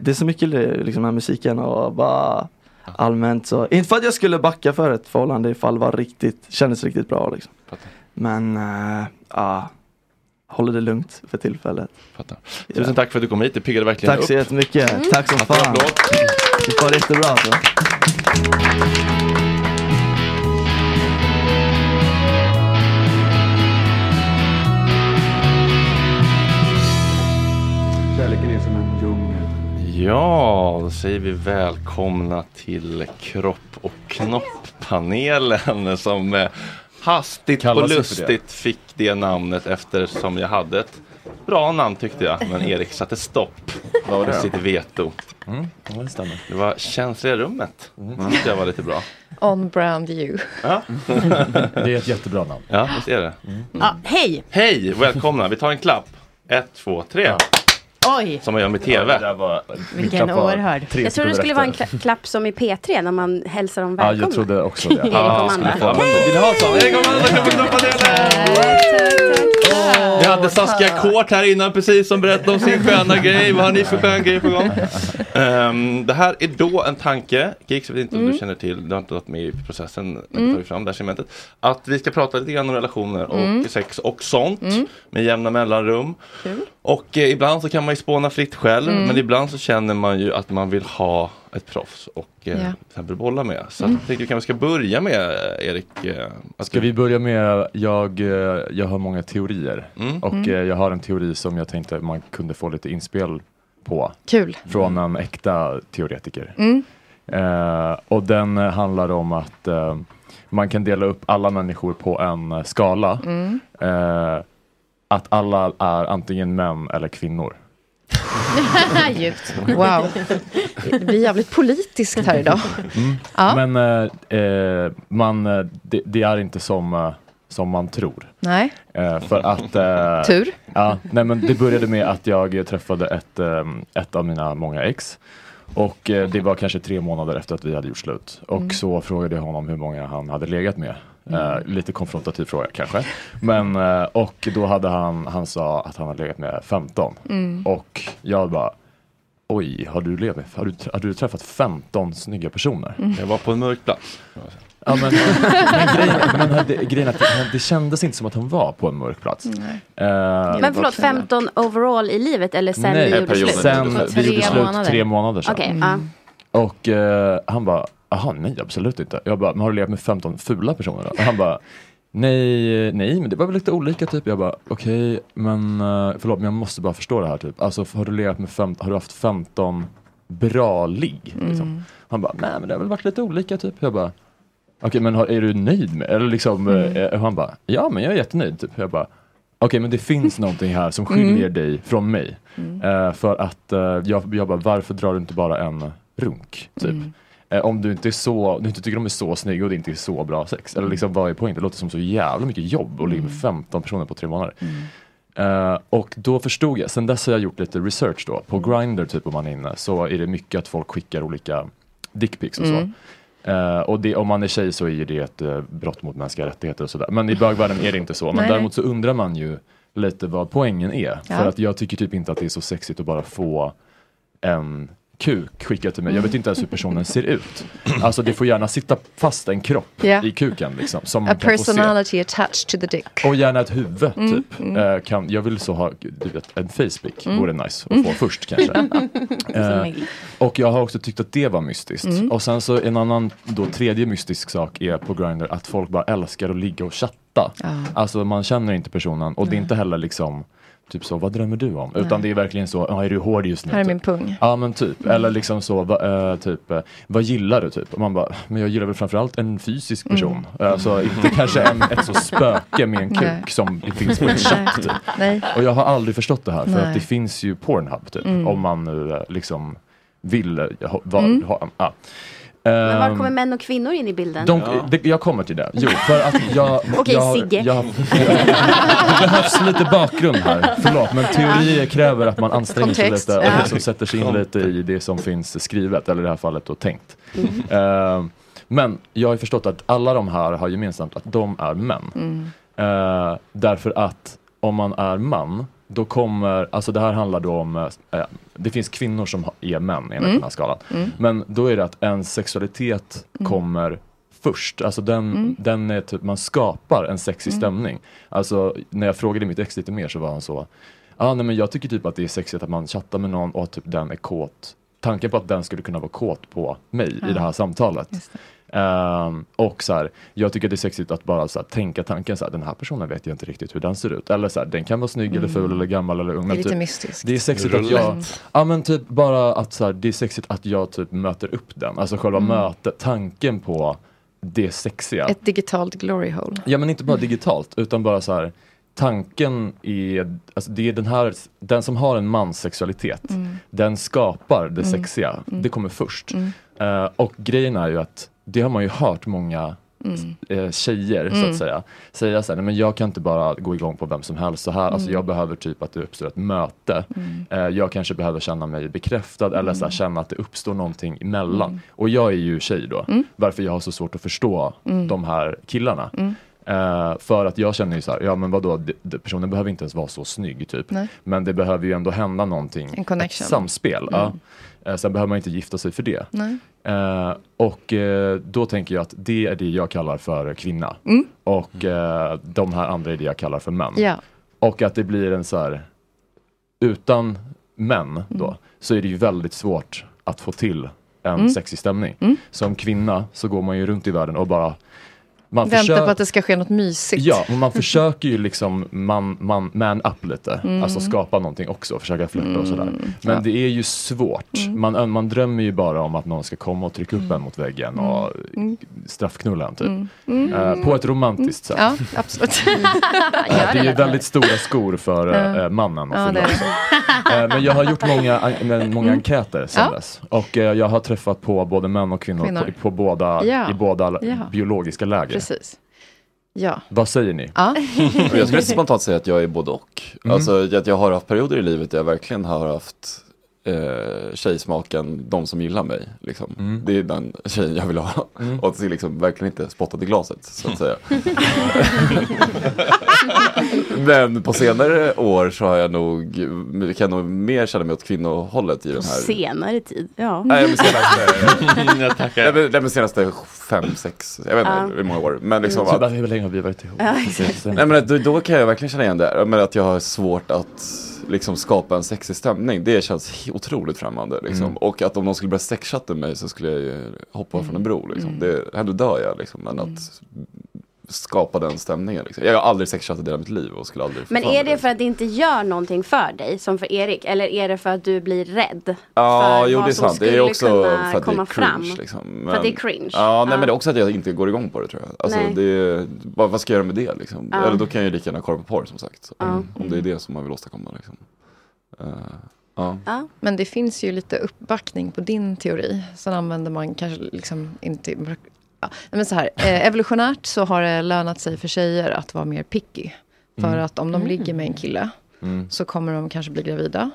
Speaker 14: det är så mycket li- liksom med musiken och bara allmänt så. Inte för att jag skulle backa för ett förhållande ifall det var riktigt, kändes riktigt bra liksom. Men eh, ja, håller det lugnt för tillfället.
Speaker 1: Tusen tack för att du kom hit, det piggade verkligen
Speaker 14: Tack
Speaker 1: upp.
Speaker 14: så jättemycket, tack som
Speaker 1: Applåd,
Speaker 14: fan.
Speaker 1: applåd.
Speaker 14: Du får det jättebra alltså.
Speaker 17: Kärleken är som en djungel.
Speaker 1: Ja, då säger vi välkomna till Kropp och knopp-panelen som eh, hastigt
Speaker 11: Kallas
Speaker 1: och
Speaker 11: det för
Speaker 1: lustigt fick det namnet eftersom jag hade ett bra namn tyckte jag, men Erik satte stopp
Speaker 11: Vad var det
Speaker 1: med
Speaker 11: då?
Speaker 1: sitt veto.
Speaker 11: det stämmer. Mm.
Speaker 1: Det var känsliga rummet, tyckte jag var lite bra.
Speaker 9: On brand you.
Speaker 1: Ja.
Speaker 11: Det är ett jättebra namn. Mm.
Speaker 1: Ja, visst är det.
Speaker 9: Ah,
Speaker 18: Ja, hej!
Speaker 1: Hej, välkomna, vi tar en klapp. Ett, två, tre.
Speaker 18: Oj!
Speaker 1: Som man gör med TV.
Speaker 18: Vilken oerhörd.
Speaker 6: Jag trodde det skulle vara en kla- klapp som i P3 när man hälsar dem välkomna.
Speaker 1: också
Speaker 6: det. Erik och Amanda.
Speaker 1: Vill du ha så? Erik och Amanda kommer knoppa delen! Vi hade Saskia Kort här innan precis som berättade om sin sköna grej. Vad har ni för skön grej på gång? Ehm, det här är då en tanke, Kix, jag vet inte om
Speaker 11: Mm.
Speaker 1: du känner till, du har inte varit med i processen när vi
Speaker 11: Mm.
Speaker 1: tagit fram det här segmentet. Att vi ska prata lite grann om relationer och
Speaker 11: Mm.
Speaker 1: sex och sånt
Speaker 9: Mm,
Speaker 2: Mm.
Speaker 1: med jämna mellanrum. Och eh, ibland så kan man ju spåna fritt själv
Speaker 11: Mm.
Speaker 1: men ibland så känner man ju att man vill ha ett proffs och eh,
Speaker 11: Ja.
Speaker 1: till exempel bolla med. Så
Speaker 11: Mm.
Speaker 1: jag tänkte vi kanske ska börja med eh, Erik. eh, att
Speaker 11: Ska
Speaker 1: du-
Speaker 11: vi börja med, jag, eh, jag har många teorier
Speaker 1: Mm.
Speaker 11: och
Speaker 1: Mm.
Speaker 11: eh, jag har en teori som jag tänkte man kunde få lite inspel på.
Speaker 9: Kul.
Speaker 11: Från en äkta teoretiker.
Speaker 9: Mm.
Speaker 11: Eh, och den eh, handlar om att eh, man kan dela upp alla människor på en eh, skala.
Speaker 9: Mm.
Speaker 11: Eh, att alla är antingen män eller kvinnor.
Speaker 9: Djupt. Wow. Det blir jävligt politiskt här idag. Ja.
Speaker 11: Mm. Men eh, eh, man, eh, det, det är inte som, eh, som man tror.
Speaker 9: Nej.
Speaker 11: Eh, för att... eh,
Speaker 9: Tur.
Speaker 11: Ja, nej men det började med att jag träffade ett, eh, ett av mina många ex. Och eh, det var kanske tre månader efter att vi hade gjort slut. Och
Speaker 5: Mm.
Speaker 11: så frågade jag honom hur många han hade legat med. Eh,
Speaker 5: Mm.
Speaker 11: lite konfrontativ fråga kanske. Men, eh, och då hade han, han sa att han hade legat med 15.
Speaker 5: Mm.
Speaker 11: Och jag bara, oj, har du, legat med, har, du, har du träffat 15 snygga personer?
Speaker 1: Mm. Jag var på en mörk plats.
Speaker 11: Ja, men, men grejen, men det, grejen är att det, det kändes inte som att han var på en mörk plats.
Speaker 6: Mm.
Speaker 9: Nej.
Speaker 11: Eh,
Speaker 6: Men förlåt, 15 overall i livet eller sen
Speaker 11: Nej,
Speaker 6: ni gjorde slut?
Speaker 11: sen vi gjorde slut tre månader sedan.
Speaker 6: Okej,
Speaker 11: Och eh, han bara, jaha nej absolut inte. Jag bara, men har du legat med 15 fula personer då? Och han bara, nej, nej men det var väl lite olika typ. Jag bara, okej men eh, förlåt men jag måste bara förstå det här typ. Alltså har du legat med 15, har du haft 15 bra ligg? Liksom.
Speaker 5: Mm.
Speaker 11: Han bara, nej men det har väl varit lite olika typ. Jag bara, okej men har, är du nöjd med eller liksom,
Speaker 5: Mm.
Speaker 11: eh, och han bara, ja men jag är jättenöjd typ. Jag bara, okej men det finns någonting här som skiljer
Speaker 5: Mm.
Speaker 11: dig från mig.
Speaker 18: Mm.
Speaker 11: Eh, för att eh, jag, jag bara, varför drar du inte bara en runk? Typ.
Speaker 5: Mm.
Speaker 11: Eh, om du inte, är så, du inte tycker de är så snygga och det inte är så bra sex. Eller liksom, vad är poängen? Det låter som så jävla mycket jobb och ligga med 15 personer på tre månader. Eh, och då förstod jag, sen dess har jag gjort lite research då. På Grindr typ om man är inne så är det mycket att folk skickar olika dickpics och så.
Speaker 5: Mm.
Speaker 11: Eh, och det, om man är tjej så är ju det ett eh, brott mot mänskliga rättigheter och sådär. Men i bögvärlden är det inte så. Men
Speaker 1: Nej, nej.
Speaker 11: däremot så undrar man ju lite vad poängen är.
Speaker 1: Ja.
Speaker 11: För att jag tycker typ inte att det är så sexigt att bara få en kuk skickad till mig. Jag vet inte ens hur personen ser ut. Alltså det får gärna sitta fast en kropp
Speaker 9: Ja.
Speaker 11: i kuken liksom. Som
Speaker 9: A
Speaker 11: man kan få se.
Speaker 9: personality attached to the dick.
Speaker 11: Och gärna ett huvud
Speaker 9: Mm,
Speaker 11: typ.
Speaker 9: mm.
Speaker 11: Eh, kan, jag vill så ha du vet, en facepick,
Speaker 9: Mm.
Speaker 11: vore nice att få
Speaker 9: Mm.
Speaker 11: först kanske. Eh,
Speaker 9: mild.
Speaker 11: och jag har också tyckt att det var mystiskt.
Speaker 9: Mm.
Speaker 11: Och sen så en annan då tredje mystisk sak är på Grindr att folk bara älskar att ligga och chatta.
Speaker 9: Ja.
Speaker 11: Alltså man känner inte personen och det är
Speaker 9: Nej.
Speaker 11: inte heller liksom Typ så, vad drömmer du om?
Speaker 9: Nej.
Speaker 11: Utan det är verkligen så, ja är du hård just nu?
Speaker 9: Här är
Speaker 11: typ.
Speaker 9: min pung.
Speaker 11: Ja men typ, eller
Speaker 6: Mm.
Speaker 11: liksom så, va, eh, typ, eh, vad gillar du typ? Och man bara, men jag gillar väl framförallt en fysisk
Speaker 6: Mm.
Speaker 11: person. Alltså inte kanske en, ett så spöke med en kuk
Speaker 9: Nej.
Speaker 11: som det finns på en chatt typ.
Speaker 9: Nej.
Speaker 11: Och jag har aldrig förstått det här för
Speaker 9: Nej.
Speaker 11: att det finns ju Pornhub typ.
Speaker 6: Mm.
Speaker 11: Om man nu eh, liksom vill eh, ha, var,
Speaker 6: Mm.
Speaker 11: ha, ah.
Speaker 6: Men var
Speaker 11: Ehm,
Speaker 6: kommer män och kvinnor in i bilden?
Speaker 11: de, det, jag kommer till det. Jo, för att jag...
Speaker 6: Okej,
Speaker 11: jag,
Speaker 6: Sigge.
Speaker 11: Jag, det behövs lite bakgrund här. Förlåt, men teorier kräver att man anstränger
Speaker 9: Kontext,
Speaker 11: sig lite
Speaker 9: ja.
Speaker 11: och liksom sätter sig in lite i det som finns skrivet, eller i det här fallet då tänkt.
Speaker 6: Mm.
Speaker 11: Eh, men jag har ju förstått att alla de här har gemensamt att de är män.
Speaker 6: Mm.
Speaker 11: Eh, därför att om man är man, då kommer, alltså det här handlar då om, eh, det finns kvinnor som ha- är män enligt
Speaker 1: Mm.
Speaker 11: den här skalan.
Speaker 1: Mm.
Speaker 11: Men då är det att en sexualitet
Speaker 1: Mm.
Speaker 11: kommer först, alltså den,
Speaker 1: Mm.
Speaker 11: den är typ, man skapar en sexig
Speaker 1: Mm.
Speaker 11: stämning. Alltså när jag frågade mitt ex lite mer så var han så, ah, nej men jag tycker typ att det är sexigt att man chattar med någon och att typ den är kåt. Tanken på att den skulle kunna vara kåt på mig
Speaker 1: Ja.
Speaker 11: i det här samtalet. Ehm, och så här, jag tycker det är sexigt att bara så här, tänka tanken så här, den här personen vet jag inte riktigt hur den ser ut. Eller så här, den kan vara snygg eller ful
Speaker 9: Mm.
Speaker 11: eller gammal eller ung.
Speaker 9: Det är
Speaker 11: men typ,
Speaker 9: lite mystiskt.
Speaker 11: Det är sexigt att jag,
Speaker 9: Roulette.
Speaker 11: ja men typ bara att så här, det är sexigt att jag typ möter upp den. Alltså själva
Speaker 9: Mm.
Speaker 11: mötet, tanken på det sexiga.
Speaker 9: Ett digitalt glory hole.
Speaker 11: Ja men inte bara digitalt utan bara så här Tanken är, alltså det är den här, den som har en mans sexualitet,
Speaker 1: Mm.
Speaker 11: den skapar det
Speaker 1: Mm.
Speaker 11: sexiga,
Speaker 1: Mm.
Speaker 11: det kommer först.
Speaker 1: Mm.
Speaker 11: Eh, och grejen är ju att det har man ju hört många
Speaker 1: Mm.
Speaker 11: eh, tjejer så
Speaker 1: Mm.
Speaker 11: att säga, säga så här, nej men jag kan inte bara gå igång på vem som helst så här, alltså
Speaker 1: Mm.
Speaker 11: jag behöver typ att det uppstår ett möte.
Speaker 1: Mm.
Speaker 11: Eh, jag kanske behöver känna mig bekräftad eller så här, känna att det uppstår någonting emellan.
Speaker 1: Mm.
Speaker 11: Och jag är ju tjej då,
Speaker 1: Mm.
Speaker 11: varför jag har så svårt att förstå
Speaker 1: Mm.
Speaker 11: de här killarna.
Speaker 1: Mm.
Speaker 11: Eh, för att jag känner ju så här, ja men vadå, d- d- personen behöver inte ens vara så snygg typ.
Speaker 9: Nej.
Speaker 11: Men det behöver ju ändå hända någonting.
Speaker 9: En connection.
Speaker 11: Ett samspel.
Speaker 9: Mm.
Speaker 11: Ja. Eh, sen behöver man inte gifta sig för det.
Speaker 9: Nej.
Speaker 11: Eh, och eh, då tänker jag att det är det jag kallar för kvinna.
Speaker 9: Mm.
Speaker 11: Och eh, de här andra är det jag kallar för män.
Speaker 9: Ja.
Speaker 11: Och att det blir en så här, utan män då,
Speaker 9: Mm.
Speaker 11: så är det ju väldigt svårt att få till en
Speaker 9: Mm.
Speaker 11: sexig stämning.
Speaker 9: Mm.
Speaker 11: Som kvinna så går man ju runt i världen och bara man
Speaker 9: Vänta
Speaker 11: försöker-
Speaker 9: på att det ska ske något mysigt.
Speaker 11: Ja, och man försöker ju liksom man, man, man up lite.
Speaker 9: Mm.
Speaker 11: Alltså skapa någonting också, försöka flirta och sådär. Men
Speaker 9: Ja.
Speaker 11: det är ju svårt.
Speaker 9: Mm.
Speaker 11: Man, ö- man drömmer ju bara om att någon ska komma och trycka upp en mot väggen och
Speaker 9: Mm.
Speaker 11: straffknulla en typ.
Speaker 9: Mm. Mm.
Speaker 11: Eh, på ett romantiskt sätt.
Speaker 9: Ja, absolut.
Speaker 11: Eh, det är ju väldigt stora skor för eh,
Speaker 9: Ja.
Speaker 11: eh, mannen att
Speaker 9: Ja,
Speaker 11: fylla
Speaker 9: det är
Speaker 11: också. Eh, Men jag har gjort många, en- en- många enkäter sen
Speaker 9: Ja.
Speaker 11: dess. Och eh, jag har träffat på både män och kvinnor,
Speaker 9: Kvinnor.
Speaker 11: På, på båda,
Speaker 9: Ja.
Speaker 11: i båda
Speaker 9: Ja.
Speaker 11: biologiska läger.
Speaker 9: Precis. Ja.
Speaker 11: Vad säger ni?
Speaker 9: Ja.
Speaker 5: Och jag skulle spontant säga att jag är både och.
Speaker 11: Mm.
Speaker 5: Alltså att jag har haft perioder i livet där jag verkligen har haft eh, tjejsmaken, de som gillar mig. Liksom.
Speaker 11: Mm.
Speaker 5: Det är den tjejen jag vill ha.
Speaker 11: Mm.
Speaker 5: Och så liksom verkligen inte spottat i glaset så att säga. Men på senare år så har jag nog, kan jag nog mer känna mig åt kvinnohållet i den här.
Speaker 6: Senare tid, ja.
Speaker 5: Nej men senaste, nej, men, nej, men senaste fem, sex, jag vet inte
Speaker 6: Ja.
Speaker 5: hur många år. Men liksom
Speaker 11: Typ
Speaker 5: att-
Speaker 11: bara, hur länge har vi varit ihop?
Speaker 6: Ja, exakt.
Speaker 5: Nej men att då, då kan jag verkligen känna igen det här. Men att jag har svårt att liksom skapa en sexig stämning. Det känns he- otroligt främmande liksom.
Speaker 11: Mm.
Speaker 5: Och att om någon skulle börja sexchatta med mig så skulle jag ju hoppa från en bro liksom.
Speaker 11: Mm.
Speaker 5: Det, hellre dör jag liksom än att
Speaker 6: Mm.
Speaker 5: skapa den stämningen liksom. Jag har aldrig sexchattat i hela mitt liv och skulle aldrig få
Speaker 6: Men
Speaker 5: för
Speaker 6: är
Speaker 5: mig
Speaker 6: det för att det inte gör någonting för dig, som för Erik? Eller är det för att du blir rädd?
Speaker 5: Ja,
Speaker 6: för
Speaker 5: jo
Speaker 6: vad
Speaker 5: det är
Speaker 6: som
Speaker 5: sant. Det är
Speaker 6: skulle
Speaker 5: också
Speaker 6: kunna
Speaker 5: för att det är
Speaker 6: komma fram.
Speaker 5: cringe. Liksom.
Speaker 6: För att det är cringe.
Speaker 5: Ja, nej
Speaker 6: Ja.
Speaker 5: men det är också att jag inte går igång på det tror jag. Alltså,
Speaker 6: Nej.
Speaker 5: det är, vad, vad ska jag göra med det liksom?
Speaker 6: Ja. Mm.
Speaker 5: Eller då kan jag ju lika gärna kolla på porr som sagt. Så,
Speaker 9: Ja.
Speaker 5: Om det är det som man vill åstadkomma liksom. Eh, ja.
Speaker 9: Men det finns ju lite uppbackning på din teori. Sen använder man kanske liksom inte... Ja, nej, men så här, eh, evolutionärt så har det lönat sig för tjejer att vara mer picky. För
Speaker 10: Mm.
Speaker 9: att om de ligger med en kille
Speaker 10: Mm.
Speaker 9: så kommer de kanske bli gravida.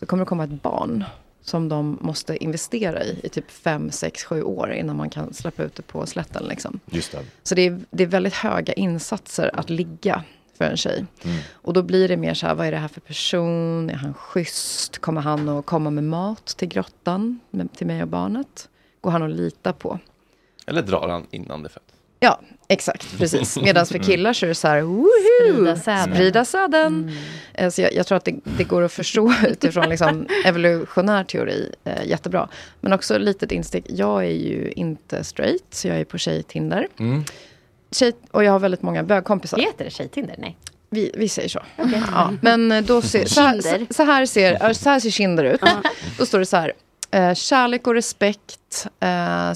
Speaker 9: Så kommer det komma ett barn. som de måste investera i i typ 5, 6, 7 år innan man kan släppa ut det på slätten. Liksom.
Speaker 11: Just det.
Speaker 9: Så det är, det är väldigt höga insatser att ligga för en tjej.
Speaker 11: Mm.
Speaker 9: Och då blir det mer så här, vad är det här för person? Är han schysst? Kommer han att komma med mat till grottan? Med, till mig och barnet? Går han att lita på?
Speaker 1: Eller drar han innan det är fött?
Speaker 9: Ja, exakt. Precis. Medan för
Speaker 1: Mm.
Speaker 9: killar så är det så här, woho!
Speaker 18: Sprida säden. Mm.
Speaker 9: Sprida säden. Eh, Så jag, jag tror att det, det går att förstå utifrån liksom evolutionär teori eh, jättebra. Men också litet instick, jag är ju inte straight, så jag är på tjejtinder.
Speaker 11: Mm.
Speaker 9: Tjej, och jag har väldigt många bögkompisar.
Speaker 18: Heter det tjejtinder? Nej.
Speaker 9: Vi, vi säger så. Ja, men eh, då ser, så, här,
Speaker 18: Kinder.
Speaker 9: så, så, här ser, ja, så här ser Kinder ut. Då står det så här. Eh, kärlek och respekt, eh,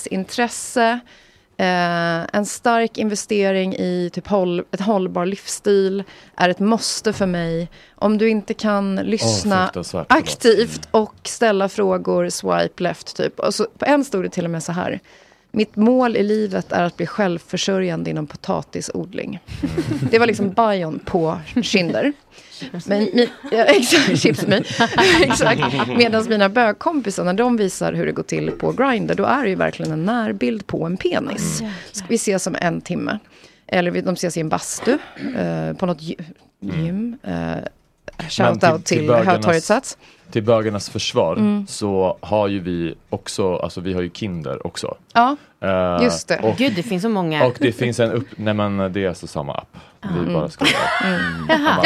Speaker 9: samhällsintresse, eh, en stark investering i typ håll, ett hållbar livsstil är ett måste för mig. Om du inte kan lyssna
Speaker 11: fruktansvärt, förlåt. Mm.
Speaker 9: aktivt och ställa frågor, swipe left typ. Och så, på en stod det till och med så här. Mitt mål i livet är att bli självförsörjande inom potatisodling.
Speaker 11: Mm.
Speaker 9: Det var liksom bion på Kinder. Men, mi, ja, exakt, chips me. exakt. Medan mina bögkompisar, när de visar hur det går till på Grindr, då är det ju verkligen en närbild på en penis. Så vi ses om en timme. Eller vi- de ses i en bastu, eh, på något gy-
Speaker 11: Mm.
Speaker 9: gym. Eh,
Speaker 11: Men
Speaker 9: Shoutout till, till
Speaker 11: bögarnas-
Speaker 9: Hötorget Sats.
Speaker 11: Till bögarnas försvar
Speaker 9: Mm.
Speaker 11: så har ju vi också, alltså vi har ju Kinder också.
Speaker 9: Ja,
Speaker 11: Eh,
Speaker 9: just det.
Speaker 11: Och,
Speaker 18: Gud, det finns så många.
Speaker 11: och det finns en upp, nej men det är alltså samma app. Vi
Speaker 9: Ah.
Speaker 18: Mm.
Speaker 11: bara ska
Speaker 18: Mm.
Speaker 11: Jaha.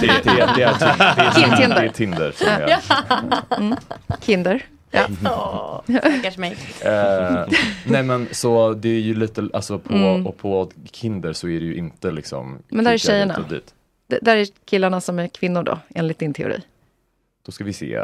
Speaker 11: Det, det, det, är- det, är- det, är- det är Tinder som är.
Speaker 9: Mm. Kinder. Ja.
Speaker 18: Åh, Stackars mig.
Speaker 11: Eh, nej men så det är ju lite, alltså på,
Speaker 9: Mm.
Speaker 11: och på Kinder så är det ju inte liksom
Speaker 9: Men där är
Speaker 11: klicka hit
Speaker 9: tjejerna.
Speaker 11: och dit.
Speaker 9: D- där är killarna som är kvinnor då, enligt din teori.
Speaker 11: Då ska vi se.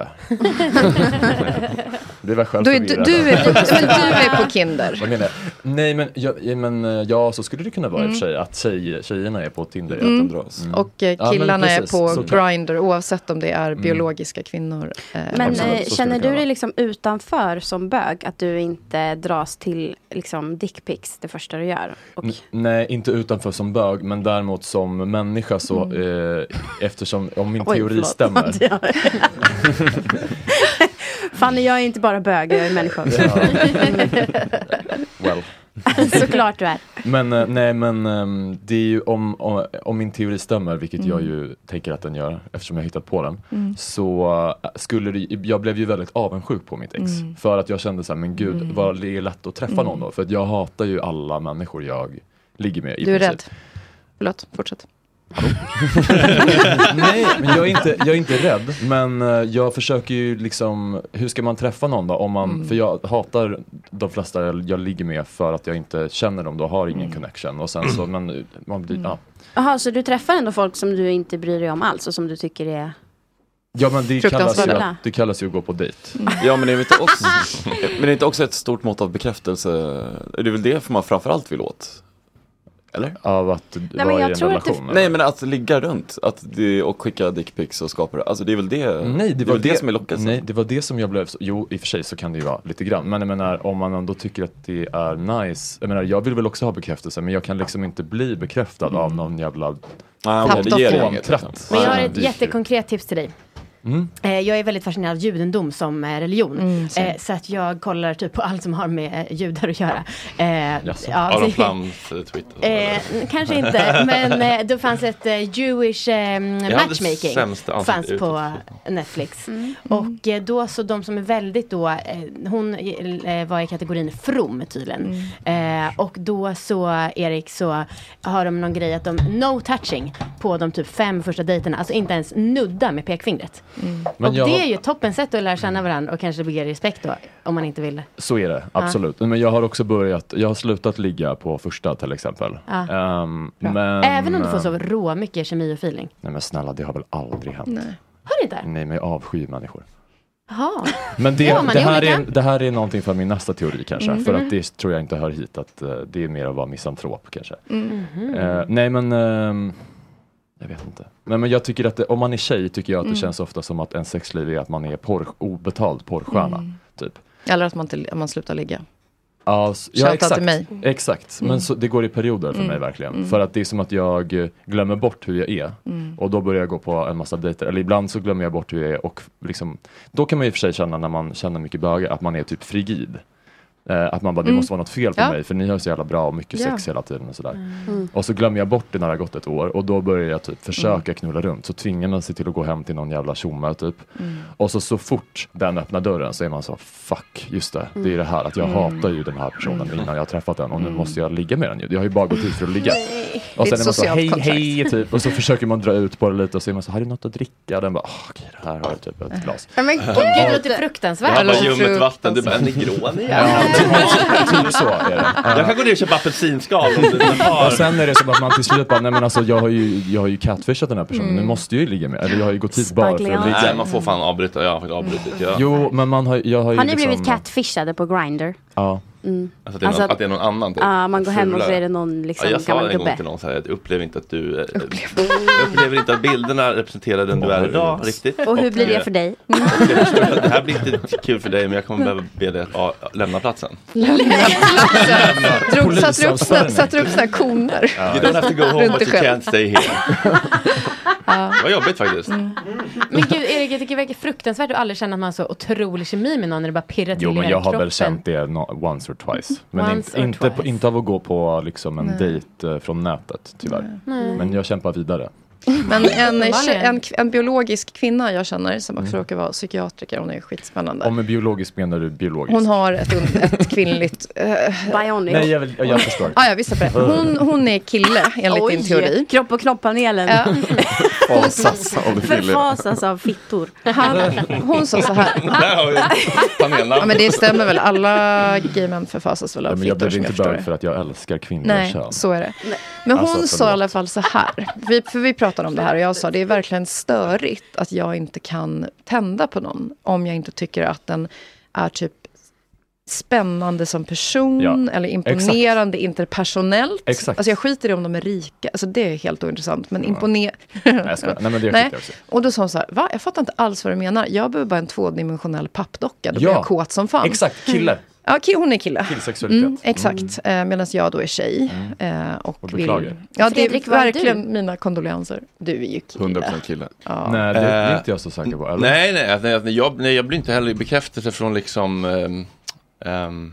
Speaker 11: det var själv
Speaker 9: Du är- du-
Speaker 11: förvirrad.
Speaker 9: du är- men du är på Kinder.
Speaker 11: Vad menar jag? Nej men, ja, ja, men eh, ja, så skulle det kunna vara i och
Speaker 9: Mm.
Speaker 11: för sig att tjej, tjejerna är på Tinder.
Speaker 9: Mm.
Speaker 11: Att de dras.
Speaker 9: Och eh,
Speaker 11: Ja, men
Speaker 9: killarna är
Speaker 11: precis,
Speaker 9: på
Speaker 11: såklart.
Speaker 9: Grindr oavsett om det är
Speaker 11: Mm.
Speaker 9: biologiska kvinnor. eh, eller
Speaker 6: Men
Speaker 9: inte.
Speaker 6: eh, känner du dig liksom utanför som bög? Att du inte dras till liksom dickpics det första du gör? Och,
Speaker 11: N- Nej, inte utanför som bög, men däremot som människa så
Speaker 9: Mm.
Speaker 11: eh, eftersom, om min
Speaker 6: Oj,
Speaker 11: teori
Speaker 6: förlåt.
Speaker 11: stämmer.
Speaker 6: Fanny, jag är inte bara bög, jag är människa också.
Speaker 11: well.
Speaker 6: Såklart du är.
Speaker 11: Men eh, nej men ehm, det är ju om, om, om min teori stämmer, vilket jag ju tänker att den gör eftersom jag har hittat på den.
Speaker 5: Mm.
Speaker 11: Så eh, skulle det, jag blev ju väldigt avundsjuk på mitt ex.
Speaker 5: Mm.
Speaker 11: För att jag kände så här, men gud
Speaker 5: Mm.
Speaker 11: vad det är lätt att träffa
Speaker 9: Mm.
Speaker 11: någon då. För att jag hatar ju alla människor jag ligger med. I
Speaker 9: Du är
Speaker 11: princip.
Speaker 9: rädd. Förlåt, fortsätt.
Speaker 11: Nej, men jag är, inte, jag är inte rädd. Men eh, jag försöker ju liksom, hur ska man träffa någon då? Om man,
Speaker 5: Mm.
Speaker 11: För jag hatar de flesta jag, jag ligger med för att jag inte känner dem då, har ingen
Speaker 5: Mm.
Speaker 11: connection. Och sen så, men eh, man blir, ja.
Speaker 6: Jaha, så du träffar ändå folk som du inte bryr dig om alls och som du tycker är...
Speaker 11: Ja men det kallas, ju,
Speaker 6: Fruktansvärda.
Speaker 11: att- det kallas ju att gå på dejt.
Speaker 5: Mm. Ja men det är väl inte också, men det är inte också ett stort mått av bekräftelse? Det är väl det man framförallt vill åt? Eller?
Speaker 11: Av att
Speaker 5: Nej,
Speaker 11: vara i jag en tror att det- relation, eller?
Speaker 5: Nej men att ligga runt att det, och skicka dickpics och skapa det. Alltså det är väl det,
Speaker 11: Nej, det var
Speaker 5: väl det, som är lockelsen?
Speaker 11: Nej, det var det som jag blev, så, jo i och för sig så kan det ju vara lite grann, men jag menar om man ändå tycker att det är nice, jag menar jag vill väl också ha bekräftelse men jag kan liksom inte bli bekräftad av någon jävla
Speaker 5: okej, Mm. det ger
Speaker 11: Fan,
Speaker 5: inget,
Speaker 11: tratt.
Speaker 5: liksom.
Speaker 18: Men jag har ett
Speaker 11: Det är ju-
Speaker 18: jättekonkret tips till dig.
Speaker 11: Mm.
Speaker 18: Eh, Jag är väldigt fascinerad av judendom som eh, religion.
Speaker 9: Mm, same.
Speaker 18: Eh, så att jag kollar typ på allt som har med eh, judar att göra. Eh,
Speaker 1: Jaså.
Speaker 18: ja,
Speaker 1: Aron
Speaker 18: det-
Speaker 1: Flams eh, Twitter.
Speaker 18: Eh, n- kanske inte, men eh, då fanns ett eh, Jewish eh,
Speaker 1: hade
Speaker 18: matchmaking.
Speaker 1: sämsta ansiktet
Speaker 18: Fanns
Speaker 1: utåt,
Speaker 18: på Netflix. Och eh, då så de som är väldigt då, eh, hon eh, var i kategorin from tydligen. Eh, och då så, Erik, så har de någon grej att de no touching på de typ fem första dejterna. Alltså inte ens nudda med pekfingret.
Speaker 11: Men
Speaker 18: och
Speaker 11: jag-
Speaker 18: det är ju ett toppen sätt att lära känna varandra och kanske bygga respekt då, om man inte vill.
Speaker 11: Så är det,
Speaker 18: Ja.
Speaker 11: absolut. Men jag har också börjat, jag har slutat ligga på första till exempel.
Speaker 18: Ja.
Speaker 11: Ehm, men, eh,
Speaker 18: Även om du får så rå mycket kemi och feeling.
Speaker 11: Nej men snälla, det har väl aldrig hänt.
Speaker 18: Nej. Har du inte?
Speaker 11: Nej, men jag avskyr människor.
Speaker 18: Jaha.
Speaker 11: Men det,
Speaker 18: Ja, man
Speaker 11: det,
Speaker 18: är
Speaker 11: här
Speaker 18: olika.
Speaker 11: är, det här är någonting för min nästa teori kanske.
Speaker 18: Mm.
Speaker 11: För
Speaker 18: Mm.
Speaker 11: att det tror jag inte hör hit, att eh, det är mer att vara misantrop kanske.
Speaker 18: Mm.
Speaker 11: Eh, nej men, ehm, jag vet inte. Nej, men jag tycker att det, om man är tjej tycker jag att det
Speaker 9: Mm.
Speaker 11: känns ofta som att en sexliv är att man är porr, obetald porrstjärna.
Speaker 9: Mm.
Speaker 11: Typ.
Speaker 9: Eller att man, inte, att man slutar ligga.
Speaker 11: Ja, s- ja
Speaker 9: Shoutout
Speaker 11: exakt.
Speaker 9: till mig.
Speaker 11: exakt.
Speaker 9: Mm.
Speaker 11: Men så, det går i perioder för
Speaker 9: Mm.
Speaker 11: mig verkligen.
Speaker 9: Mm.
Speaker 11: För att det är som att jag eh, glömmer bort hur jag är.
Speaker 9: Mm.
Speaker 11: Och då börjar jag gå på en massa dejter. Eller ibland så glömmer jag bort hur jag är. Och liksom, då kan man ju i och för sig känna när man känner mycket bögar att man är typ frigid. Eh, att man bara, det
Speaker 9: Mm.
Speaker 11: måste vara något fel på
Speaker 9: Ja.
Speaker 11: mig för ni har ju så jävla bra och mycket sex
Speaker 9: Ja.
Speaker 11: hela tiden och sådär.
Speaker 9: Mm.
Speaker 11: Och så glömmer jag bort det när det har gått ett år och då börjar jag typ försöka knulla runt. Så tvingar man sig till att gå hem till någon jävla tjomme typ.
Speaker 9: Mm.
Speaker 11: Och så, så fort den öppnar dörren så är man så fuck, just det, det är det här att jag
Speaker 9: Mm.
Speaker 11: hatar ju den här personen
Speaker 9: Mm.
Speaker 11: innan jag har träffat den och nu
Speaker 9: Mm.
Speaker 11: måste jag ligga med den ju. Jag har ju bara gått hit för att ligga.
Speaker 9: Nej.
Speaker 11: Och
Speaker 9: Det
Speaker 11: sen
Speaker 9: är ett
Speaker 11: är man så
Speaker 9: socialt
Speaker 11: hej
Speaker 9: kontrakt."
Speaker 11: hej typ och så försöker man dra ut på det lite och så är man så har du något att dricka? Den bara, "Ah, okej det här har jag typ ett glas.
Speaker 18: Ja, men
Speaker 11: Och-
Speaker 18: gud, det låter fruktansvärt.
Speaker 1: Jag har bara
Speaker 18: Eller
Speaker 1: ljummet
Speaker 18: frukt,
Speaker 1: vatten, du
Speaker 18: alltså.
Speaker 1: bara Negroni?
Speaker 11: Ja, typ så är det.
Speaker 1: Jag kan gå ner och köpa apelsinskal om du vill
Speaker 11: Och sen är det som att man till slut bara, nej men alltså jag har ju, jag har ju catfishat den här personen,
Speaker 1: Mm.
Speaker 11: nu måste jag ju ligga med, eller jag har ju gått hit bara för att ligga.
Speaker 1: Nej, man får fan avbryta. Jag har faktiskt avbrutit. Jag...
Speaker 11: Jo, men man har, jag har ju
Speaker 6: Har ni
Speaker 11: liksom,
Speaker 6: blivit catfishade på Grindr?
Speaker 11: Ja.
Speaker 6: Mm.
Speaker 1: Alltså, att, det är någon,
Speaker 6: Alltså
Speaker 1: att,
Speaker 6: att-
Speaker 1: det är någon annan typ.
Speaker 6: Ja, man går hem och
Speaker 1: Fulare.
Speaker 6: så är det någon, liksom,
Speaker 1: ja, Jag sa
Speaker 6: gammal
Speaker 1: en gång
Speaker 6: gubbe.
Speaker 1: till någon så här, jag upplever inte att du eh, jag upplever inte att bilderna representerar den du är idag riktigt.
Speaker 6: Och hur blir
Speaker 1: eh,
Speaker 6: det för dig?
Speaker 1: och jag förstår att Det här blir inte kul för dig men jag kommer behöva be dig att ah, lämna platsen.
Speaker 4: Drog, satte du upp,
Speaker 1: Polisanställning.
Speaker 4: satte du upp såna här koner?
Speaker 1: You don't have to go home
Speaker 4: Runt
Speaker 1: but
Speaker 4: dig
Speaker 1: you
Speaker 4: själv.
Speaker 1: can't stay here.
Speaker 18: Ja. Mm.
Speaker 1: Det var jobbigt faktiskt.
Speaker 18: Men gud Erik, jag tycker det verkar fruktansvärt att aldrig känna att man har så otrolig kemi med någon när det bara pirrar till
Speaker 11: Jo,
Speaker 18: i
Speaker 11: men
Speaker 18: hela
Speaker 11: jag har
Speaker 18: kroppen.
Speaker 11: väl känt det no, once or twice. Men inte,
Speaker 18: Once or
Speaker 11: inte, På,
Speaker 18: twice.
Speaker 11: inte av att gå på liksom en
Speaker 9: Nej.
Speaker 11: dejt eh, från nätet, tyvärr.
Speaker 9: Nej. Nej.
Speaker 11: Men jag kämpar vidare.
Speaker 9: Men en,
Speaker 18: Uppenbarligen.
Speaker 9: en, en biologisk kvinna jag känner som också
Speaker 11: Mm.
Speaker 9: råkar vara psykiatriker, hon är skitspännande.
Speaker 11: Om biologiskt menar du biologiskt?
Speaker 9: Hon har ett, un- ett kvinnligt... Bionic.
Speaker 11: Nej, jag, vill, jag förstår.
Speaker 9: Ah, ja, vi släpper det. Hon, hon är kille enligt
Speaker 6: Oj,
Speaker 9: din teori.
Speaker 6: Kropp och knopp-panelen.
Speaker 11: Fasas av det kvinnliga.
Speaker 6: Förfasas av fittor.
Speaker 9: Han, hon sa så här.
Speaker 11: Där har vi panelnamnet.
Speaker 9: Ja, men det stämmer väl. Alla gay män förfasas väl
Speaker 11: Ja,
Speaker 9: av
Speaker 11: men jag
Speaker 9: fittor
Speaker 11: blev
Speaker 9: som jag
Speaker 11: inte
Speaker 9: förstår
Speaker 11: bög
Speaker 9: det.
Speaker 11: för att jag älskar kvinnor och
Speaker 9: Nej,
Speaker 11: kön.
Speaker 9: så är det. Men
Speaker 11: Alltså,
Speaker 9: hon sa i
Speaker 11: förlåt.
Speaker 9: alla fall så här. Vi, för vi pratade om det här och jag sa det är verkligen störigt att jag inte kan tända på någon. Om jag inte tycker att den är typ spännande som person
Speaker 11: Ja,
Speaker 9: eller
Speaker 11: exakt.
Speaker 9: imponerande interpersonellt.
Speaker 11: Exakt.
Speaker 9: Alltså jag skiter i om de är rika, alltså det är helt ointressant. Men
Speaker 11: Ja.
Speaker 9: imponer...
Speaker 11: Nej, jag skojar. Nej, men det skiter jag också i.
Speaker 9: Och då sa hon så här, va? Jag fattar inte alls vad du menar. Jag behöver bara en tvådimensionell pappdocka, då blir
Speaker 11: Ja,
Speaker 9: jag kåt som fan. Mm.
Speaker 11: Exakt, kille.
Speaker 9: Ja, ki- hon är kille.
Speaker 11: Killsexualitet.
Speaker 9: Mm, exakt, eh, medan jag då är tjej. Eh, och
Speaker 11: Och
Speaker 9: vill...
Speaker 11: beklagar.
Speaker 9: Ja, det
Speaker 11: Fredrik,
Speaker 9: är
Speaker 11: vad är
Speaker 9: verkligen
Speaker 11: du?
Speaker 9: mina kondolenser. Du är ju kille.
Speaker 5: 100% kille.
Speaker 9: Ja.
Speaker 11: Nej, det är
Speaker 1: Eh,
Speaker 11: inte jag så säker på. Eller?
Speaker 1: Nej, nej, att- nej, att- nej, jag, nej, jag blir inte heller bekräftelse från liksom, ehm, ehm,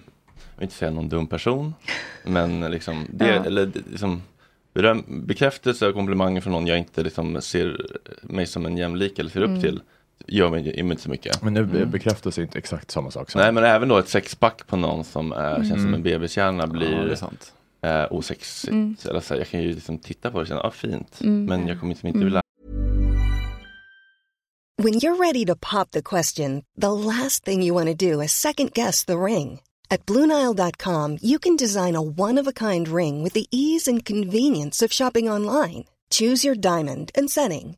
Speaker 1: jag vill inte säga någon dum person, men liksom, det,
Speaker 11: Ja.
Speaker 1: eller, det- liksom beröm, bekräftelse och komplimanger från någon jag inte liksom ser mig som en jämlik eller ser upp
Speaker 11: Mm.
Speaker 1: till, gör mig, gör mig inte så mycket.
Speaker 11: Men nu
Speaker 1: Mm.
Speaker 11: bekräftelse är inte exakt samma sak. Som
Speaker 1: Nej, men även då ett sexpack på någon som eh,
Speaker 11: Mm.
Speaker 1: känns som en bebiskärna
Speaker 11: Ja, det
Speaker 1: blir
Speaker 11: är sant.
Speaker 1: eh, osexigt.
Speaker 11: Mm.
Speaker 1: Eller så här, jag kan ju liksom titta på det och känna, ah, fint,
Speaker 13: Mm.
Speaker 1: men jag kommer liksom inte
Speaker 13: Mm.
Speaker 1: vilja
Speaker 13: When you're ready to pop the question, the last thing you want to do is second guess the ring. At Bluenile.com, you can design a one of a kind ring with the ease and convenience of shopping online. Choose your diamond and setting.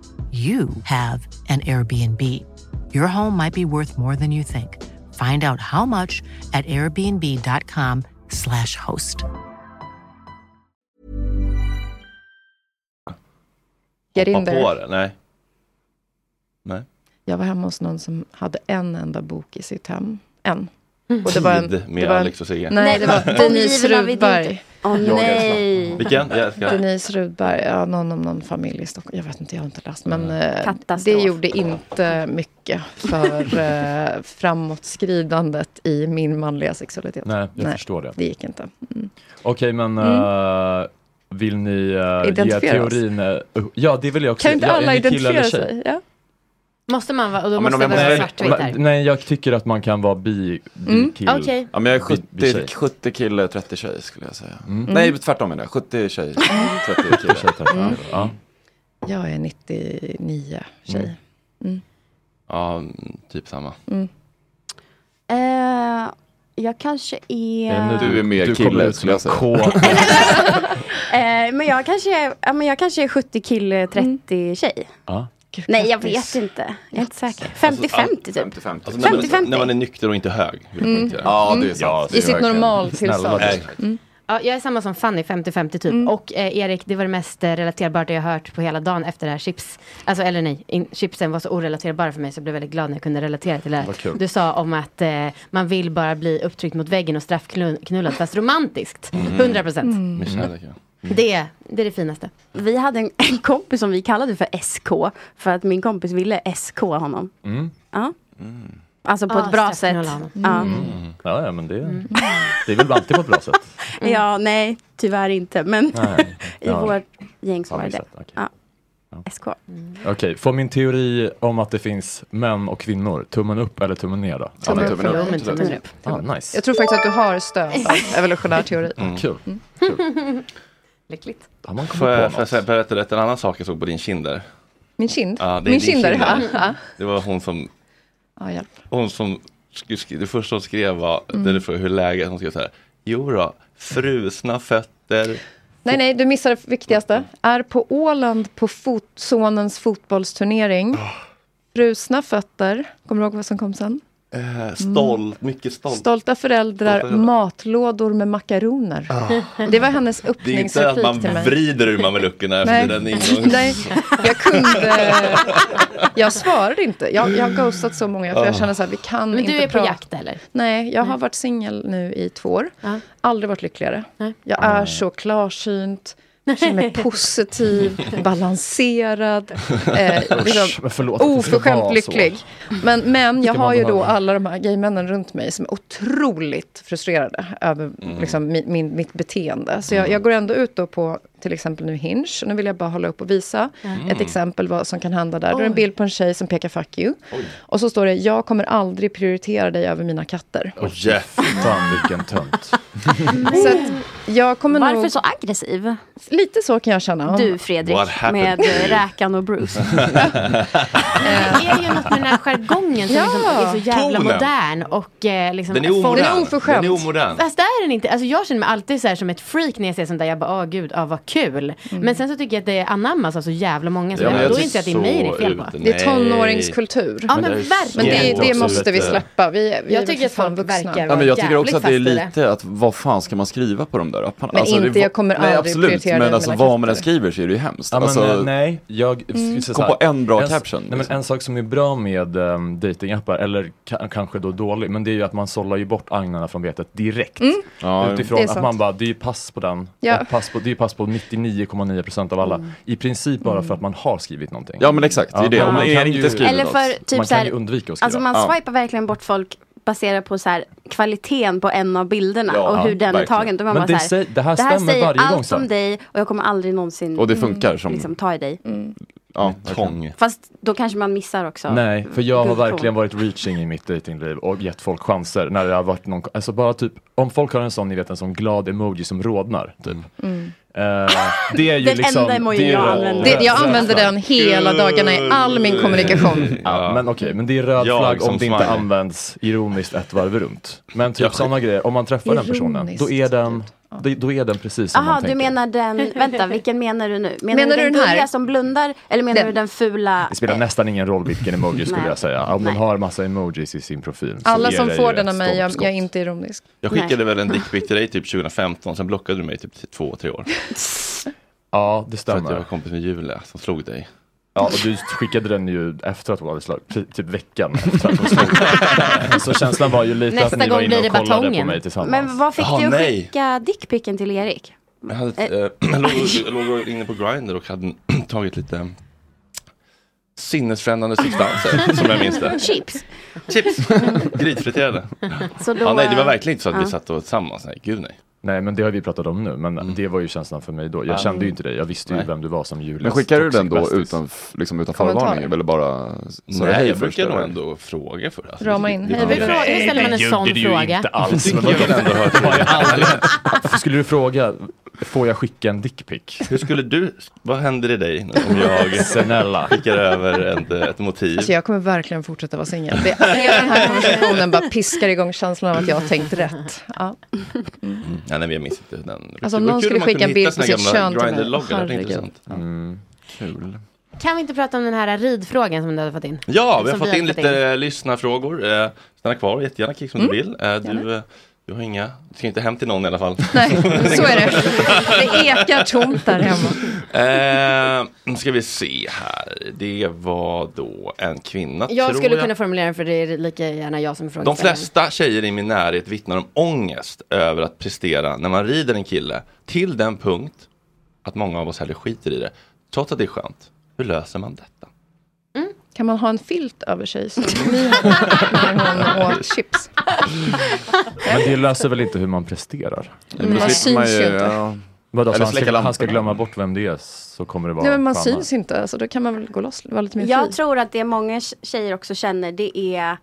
Speaker 12: you have an Airbnb. Your home might be worth more than you think. Find out how much at airbnb.com/slash host.
Speaker 9: Get in
Speaker 1: hoppa på
Speaker 9: there.
Speaker 1: det. Nej. Nej.
Speaker 9: Jag var hemma hos någon som hade en enda bok i sitt hem. En. Och det var en,
Speaker 1: Tid med
Speaker 9: det var en,
Speaker 1: Alex och Sigge.
Speaker 9: Mm. Nej, det var Denise
Speaker 6: Oliverna vid
Speaker 9: Rudberg.
Speaker 6: Åh, Jag älskar. nej.
Speaker 1: Vilken? Jag älskar.
Speaker 9: Denise Rudberg, ja, någon om någon familj i Stockholm. Jag vet inte, jag har inte läst. Men eh, det
Speaker 6: Katastrof.
Speaker 9: gjorde inte mycket för eh, framåtskridandet i min manliga sexualitet.
Speaker 11: Nej, jag förstår det.
Speaker 9: Det gick inte. Mm.
Speaker 11: Okej, men
Speaker 9: Mm.
Speaker 11: eh, vill ni eh, ge
Speaker 9: Identifiera
Speaker 11: teorin? eh, ja, det vill jag också.
Speaker 18: Kan inte
Speaker 11: ja, är
Speaker 18: alla
Speaker 11: ni kille eller
Speaker 18: identifiera
Speaker 11: tjej?
Speaker 18: sig? Ja. Måste man vara, och då
Speaker 11: Ja, men
Speaker 18: måste
Speaker 11: om
Speaker 18: man
Speaker 11: jag
Speaker 18: vara
Speaker 11: måste-
Speaker 18: svartvit
Speaker 11: Ma-
Speaker 18: här.
Speaker 11: Nej, jag tycker att man kan vara bi, bi
Speaker 18: Mm,
Speaker 11: kill.
Speaker 18: okej.
Speaker 5: Ja, men jag är
Speaker 11: Bi- bi-
Speaker 5: 70,
Speaker 11: tjej.
Speaker 5: 70 kille, 30 tjej skulle jag säga.
Speaker 11: Mm.
Speaker 5: Nej, tvärtom är det. 70 tjej, 30 kille.
Speaker 11: 70 tjej, 30 kille. Ja.
Speaker 9: Jag är 99
Speaker 1: Mm.
Speaker 9: tjej.
Speaker 1: Ja, mm, typ samma.
Speaker 6: Eh, jag kanske är...
Speaker 5: Du är mer
Speaker 11: du kommer
Speaker 5: kille
Speaker 11: ut
Speaker 5: skulle jag säga.
Speaker 6: Eh, men jag kanske är, ja, men jag kanske är 70 kille, 30 tjej.
Speaker 11: Ja.
Speaker 6: Nej, jag vet inte. Mm. Jag är inte säker. 50-50 typ. 50-50.
Speaker 1: Alltså, när, man, när man är nykter och inte hög. vill jag
Speaker 6: Mm.
Speaker 1: poängtera.
Speaker 5: Ja, det är sant.
Speaker 1: Ja,
Speaker 5: I sitt Mm.
Speaker 1: verkligen.
Speaker 18: normaltillstånd.
Speaker 1: Snälla, nej.
Speaker 18: Ja, jag är samma som Fanny, 50-50 typ. Och eh, Erik, det var det mest eh, relaterbara jag hört på hela dagen efter det här chips. Alltså, eller nej, in, chipsen var så orelaterbara för mig så jag blev väldigt glad när jag kunde relatera till det.
Speaker 9: Vad kul.
Speaker 18: Du sa om att eh, man vill bara bli upptryckt mot väggen och straffknullad, fast romantiskt.
Speaker 2: Mm.
Speaker 18: 100 Mm. procent.
Speaker 9: Mm.
Speaker 1: Med kärlek, ja.
Speaker 18: Det, det är det finaste.
Speaker 6: Vi hade en, en kompis som vi kallade för SK. För att min kompis ville SK honom.
Speaker 11: Mm.
Speaker 6: Ja. Alltså på
Speaker 18: Ah,
Speaker 6: ett bra
Speaker 18: straffknulla
Speaker 6: sätt.
Speaker 18: honom.
Speaker 6: Ja.
Speaker 11: Mm. Ja, ja, men det, det är väl alltid på ett bra sätt.
Speaker 18: Mm.
Speaker 6: Mm. ja, nej, tyvärr inte. Men
Speaker 11: Nej,
Speaker 6: i
Speaker 11: ja.
Speaker 6: vårt gäng så
Speaker 11: Ja,
Speaker 6: var det
Speaker 11: visst,
Speaker 6: det. Ja. SK.
Speaker 11: Okej, får min teori om att det finns män och kvinnor, tummen upp eller tummen ner då?
Speaker 9: Tummen upp, Tummen upp, tummen upp. absolut. tummen upp.
Speaker 11: Ah, nice.
Speaker 9: Jag tror faktiskt att du har stöd av evolutionär teori.
Speaker 11: Mm. Kul.
Speaker 18: Lyckligt.
Speaker 11: Har man
Speaker 1: Får
Speaker 11: kommit på
Speaker 1: jag,
Speaker 11: något?
Speaker 1: får jag säga- berätta rätt en annan sak jag såg på din kinder?
Speaker 9: Min kind?
Speaker 1: Ja, det är
Speaker 9: Min
Speaker 1: din
Speaker 9: kind där,
Speaker 1: kind,
Speaker 9: ja.
Speaker 1: ja.
Speaker 9: ja.
Speaker 1: Det var hon som,
Speaker 9: ja hjälp.
Speaker 1: hon som sk- sk- det första hon skrev var,
Speaker 9: Mm.
Speaker 1: när du frågade hur läget, hon skrev så här, jo då, frusna fötter.
Speaker 9: Nej, nej, du missar det viktigaste. Är på Åland på fot sonens
Speaker 1: Ah.
Speaker 9: fotbollsturnering. Brusna fötter. Kommer du ihåg vad som kom sen?
Speaker 1: Eh, stolt, mycket stolt.
Speaker 9: Stolta
Speaker 1: Stolta
Speaker 9: föräldrar,
Speaker 1: föräldrar.
Speaker 9: matlådor med makaroner.
Speaker 1: Ah.
Speaker 9: Det var hennes
Speaker 1: Det är inte att
Speaker 9: öppningsreplik
Speaker 1: man
Speaker 9: till mig.
Speaker 1: vrider ur mameluckerna efter den ingången.
Speaker 9: Nej, jag kunde... Jag svarade inte. Jag, jag har ghostat så många för jag
Speaker 1: Ah.
Speaker 9: känner så här, vi kan
Speaker 18: Men
Speaker 9: inte
Speaker 18: du är på
Speaker 9: prata.
Speaker 18: jakt, eller? Ah.
Speaker 9: Nej, jag har varit singel nu i två år. Aldrig varit lyckligare.
Speaker 18: Nej.
Speaker 9: Jag
Speaker 11: Ah.
Speaker 9: är så klarsynt. Känner mig positiv, balanserad, eh,
Speaker 11: Usch,
Speaker 9: liksom,
Speaker 11: men förlåt att det skulle
Speaker 9: oförskämt
Speaker 11: vara så.
Speaker 9: lycklig. Men, men jag
Speaker 11: Ska man
Speaker 9: har ju då
Speaker 11: behöva?
Speaker 9: alla de här gaymännen runt mig som är otroligt frustrerade över liksom, mi- min, mitt beteende. Så jag, jag går ändå ut då på till exempel nu Hinge. Och nu vill jag bara hålla upp och visa
Speaker 18: Mm.
Speaker 9: ett exempel vad som kan hända där. Då är det en
Speaker 18: Oj.
Speaker 9: bild på en tjej som pekar fuck you. Och så står det, jag kommer aldrig prioritera dig över mina katter.
Speaker 11: Åh Jeff, fan vilken tönt.
Speaker 9: Så att jag kommer
Speaker 6: Varför
Speaker 9: nog...
Speaker 6: så aggressiv?
Speaker 9: Lite så kan jag känna.
Speaker 6: Du Fredrik,
Speaker 9: What happened
Speaker 6: med eh,
Speaker 9: to you?
Speaker 6: Räkan och Bruce.
Speaker 18: Det är ju något med den här jargongen som
Speaker 9: Ja.
Speaker 18: liksom är så jävla
Speaker 1: Tonen.
Speaker 18: modern och eh, liksom
Speaker 1: Den är
Speaker 18: folk-
Speaker 1: omodern. Den är oförskämt. Den är omodern.
Speaker 18: Fast det är den inte. Alltså jag känner mig alltid så här som ett freak när jag ser sånt där. Jag bara, åh gud, ah, vad kul. Men sen så tycker jag att det anammas av så jävla många. Så
Speaker 9: Ja, men
Speaker 18: jag,
Speaker 9: jag
Speaker 18: då
Speaker 9: tycker
Speaker 18: inser jag att det är
Speaker 9: så
Speaker 18: mig det är fel på.
Speaker 9: ut. Det är tonåringskultur.
Speaker 18: Ja, men Men det är verkligen.
Speaker 9: Men det, det
Speaker 5: också
Speaker 9: måste vi
Speaker 5: lite-
Speaker 9: släppa. Vi, vi
Speaker 18: Jag
Speaker 9: är
Speaker 18: tycker
Speaker 9: för
Speaker 18: att
Speaker 9: fan
Speaker 18: folk verkar
Speaker 5: Ja,
Speaker 18: vara
Speaker 5: men jag tycker också att det är
Speaker 18: jävligt fast i
Speaker 5: lite att vad fan ska man skriva på de där apparna? Alltså,
Speaker 9: Men inte, jag kommer
Speaker 5: nej,
Speaker 9: aldrig
Speaker 5: absolut,
Speaker 9: prioritera dig
Speaker 5: Men
Speaker 9: med
Speaker 5: alltså
Speaker 9: mina
Speaker 5: vad
Speaker 9: katter.
Speaker 5: man än skriver så är det ju hemskt.
Speaker 11: Ja, men,
Speaker 5: alltså,
Speaker 11: eh, nej, jag
Speaker 5: Mm.
Speaker 11: så
Speaker 5: Kom
Speaker 11: här,
Speaker 5: på en bra
Speaker 11: s-
Speaker 5: caption, liksom.
Speaker 11: Nej, men en sak som är bra med um, datingappar eller ka- kanske då dålig, men det är ju att man sållar ju bort agnarna från vetet direkt.
Speaker 9: Mm.
Speaker 5: Ja,
Speaker 11: Utifrån
Speaker 9: det är
Speaker 11: att
Speaker 9: sant.
Speaker 11: man bara, det är ju pass på den.
Speaker 9: Ja.
Speaker 11: Och pass på, det är ju pass på 99,9% av alla.
Speaker 9: Mm.
Speaker 11: I princip bara för att man har skrivit någonting.
Speaker 5: Ja, men exakt, det är det. Om
Speaker 11: man
Speaker 5: det är
Speaker 11: kan
Speaker 5: inte
Speaker 11: ju-
Speaker 5: skrivet
Speaker 6: Eller för typ
Speaker 11: man
Speaker 6: så
Speaker 11: kan
Speaker 6: här,
Speaker 11: ju undvika att skriva.
Speaker 6: Alltså man
Speaker 11: Ja.
Speaker 6: swipar verkligen bort folk baserat på så här, kvaliteten på en av bilderna
Speaker 11: Ja,
Speaker 6: och hur den är
Speaker 11: verkligen.
Speaker 6: tagen. Då var
Speaker 11: Men
Speaker 6: man
Speaker 11: det
Speaker 6: så här,
Speaker 11: säger- det här stämmer
Speaker 6: säger
Speaker 11: varje
Speaker 6: allt
Speaker 11: gång
Speaker 6: om
Speaker 11: sen.
Speaker 6: dig och jag kommer aldrig någonsin
Speaker 11: Och det funkar som- Mm.
Speaker 6: liksom, ta i dig.
Speaker 5: Ja,
Speaker 11: Tång.
Speaker 6: Mm. Fast då kanske man missar också.
Speaker 11: Nej, för jag har
Speaker 6: guldkorn.
Speaker 11: verkligen varit reaching i mitt datingliv och gett folk chanser när det har varit någon, alltså bara typ, om folk har en sån, ni vet en sån glad emoji som rodnar, typ.
Speaker 5: Mm.
Speaker 9: Mm.
Speaker 11: Eh, det är ju
Speaker 9: Den
Speaker 11: liksom,
Speaker 9: enda emojin
Speaker 11: det är
Speaker 9: jag
Speaker 11: röd- röd-
Speaker 9: använder. Det- jag
Speaker 11: röd
Speaker 9: använder
Speaker 11: flagg.
Speaker 9: den hela dagarna i all min kommunikation.
Speaker 11: Ja, men okej, men det är röd
Speaker 1: Jag
Speaker 11: flagg
Speaker 1: som
Speaker 11: om det inte
Speaker 1: smiley.
Speaker 11: används ironiskt ett varv runt. Men typ
Speaker 1: Jag-
Speaker 11: sådana grejer, om man träffar den personen,
Speaker 6: Ironiskt,
Speaker 11: då är den,
Speaker 9: typ.
Speaker 11: det- då är den precis som
Speaker 6: Jaha,
Speaker 11: man
Speaker 6: du
Speaker 11: tänker.
Speaker 6: menar den, vänta vilken menar du nu? Menar,
Speaker 9: Menar
Speaker 6: du
Speaker 9: du
Speaker 6: den
Speaker 9: den här?
Speaker 6: gulliga som blundar eller menar
Speaker 9: Den.
Speaker 6: du den fula?
Speaker 11: Det spelar nästan ingen roll vilken emoji skulle
Speaker 6: Nej.
Speaker 11: jag säga. Om
Speaker 6: Nej.
Speaker 11: man har massa emojis i sin profil. så
Speaker 9: Alla
Speaker 11: är
Speaker 9: som
Speaker 11: det
Speaker 9: får
Speaker 11: ju
Speaker 9: den av
Speaker 11: ett
Speaker 9: mig, jag,
Speaker 11: stolpskott.
Speaker 9: jag är inte ironisk.
Speaker 1: Jag skickade väl en dickpic till dig typ 2015, sen blockade du mig typ t- två, tre år.
Speaker 11: Ja, det
Speaker 1: stämmer. För att jag var kompis med Julia som slog dig.
Speaker 11: Ja, och du skickade den ju efter att hon hade slagit, ty- typ veckan efter att hon slog. Så känslan var ju lite
Speaker 6: Nästa
Speaker 11: att ni var
Speaker 6: gång
Speaker 11: inne
Speaker 6: blir
Speaker 11: och
Speaker 6: det
Speaker 11: kollade
Speaker 6: batongen.
Speaker 11: på mig tillsammans.
Speaker 6: Men vad fick
Speaker 1: Ah,
Speaker 6: du att
Speaker 1: nej.
Speaker 6: skicka dickpicken till Erik?
Speaker 1: Jag, hade,
Speaker 6: Eh.
Speaker 1: eh, jag låg, jag låg inne på Grindr och hade tagit lite sinnesfrändande substanser, som jag minns det.
Speaker 6: Chips.
Speaker 1: Chips. Grytfriterade.
Speaker 6: Så då, eh,
Speaker 1: ja, nej, det var verkligen inte så att
Speaker 6: ja.
Speaker 1: vi satt och tillsammans. Nej, gud nej.
Speaker 11: Nej, men det har vi pratat om nu. Men
Speaker 5: Mm.
Speaker 11: det var ju känslan för mig då. Jag
Speaker 1: Ah.
Speaker 11: kände ju inte dig. Jag visste ju vem du var som Julias
Speaker 5: Men skickade du
Speaker 11: toxic
Speaker 5: den då
Speaker 11: bestie.
Speaker 5: utan, f- liksom utan
Speaker 11: Kommentarer.
Speaker 5: förvarning? Eller bara sa du
Speaker 1: Nej,
Speaker 5: hej
Speaker 1: jag
Speaker 5: först,
Speaker 1: brukar nog
Speaker 5: eller?
Speaker 1: ändå fråga för det.
Speaker 18: Rama in. Hej, hur frå- hur ställer man en sån fråga?
Speaker 11: Men vadå? Det har jag aldrig hänt. Skulle du fråga, får jag skicka en dickpic?
Speaker 1: Hur skulle du, vad händer i dig om jag
Speaker 11: Snälla.
Speaker 1: skickar över ett, ett motiv?
Speaker 9: Alltså jag kommer verkligen fortsätta vara singel. Det är den här konversationen bara piskar igång känslan av att jag har tänkt rätt. Ja.
Speaker 1: Mm. Ja, nej, men jag minns inte den.
Speaker 9: Alltså, om någon skulle skicka en bild på sitt kön till mig.
Speaker 1: Grindr-loggan, det är
Speaker 9: Herregud.
Speaker 1: intressant. Mm. Kul.
Speaker 18: Kan vi inte prata om den här ridfrågan som du hade fått in?
Speaker 1: Ja, vi har
Speaker 18: Som
Speaker 1: fått in lite lyssnarfrågor. Eh, Stanna kvar jättegärna, kick
Speaker 9: Mm.
Speaker 1: som du vill. Eh, Du, eh, du har inga, du ska inte hem till någon i alla fall.
Speaker 9: Nej, så är det. Det ekar tomt där hemma.
Speaker 1: Eh, nu ska vi se här. Det var då en kvinna,
Speaker 18: Jag
Speaker 1: tror
Speaker 18: skulle
Speaker 1: jag.
Speaker 18: kunna formulera den för det är lika gärna jag som är
Speaker 1: De
Speaker 18: frågeställaren.
Speaker 1: flesta tjejer i min närhet vittnar om ångest över att prestera när man rider en kille till den punkt att många av oss hellre skiter i det, trots att det är skönt. Hur löser man detta?
Speaker 18: Mm.
Speaker 9: Kan man ha en filt över sig som ni hade när hon åt chips?
Speaker 11: Men det löser väl inte hur man presterar?
Speaker 9: Nej, men Man det slipper man syns ju, ju inte. ja.
Speaker 11: Vadå, så
Speaker 9: Eller
Speaker 11: han
Speaker 9: släcka
Speaker 11: ska, han ska
Speaker 9: lamporna.
Speaker 11: glömma bort vem det är så kommer det vara
Speaker 9: Nej men man
Speaker 11: fan
Speaker 9: syns inte, så då kan man väl gå loss, vara lite mer
Speaker 6: Jag
Speaker 9: fri.
Speaker 6: tror att det många tjejer också känner det är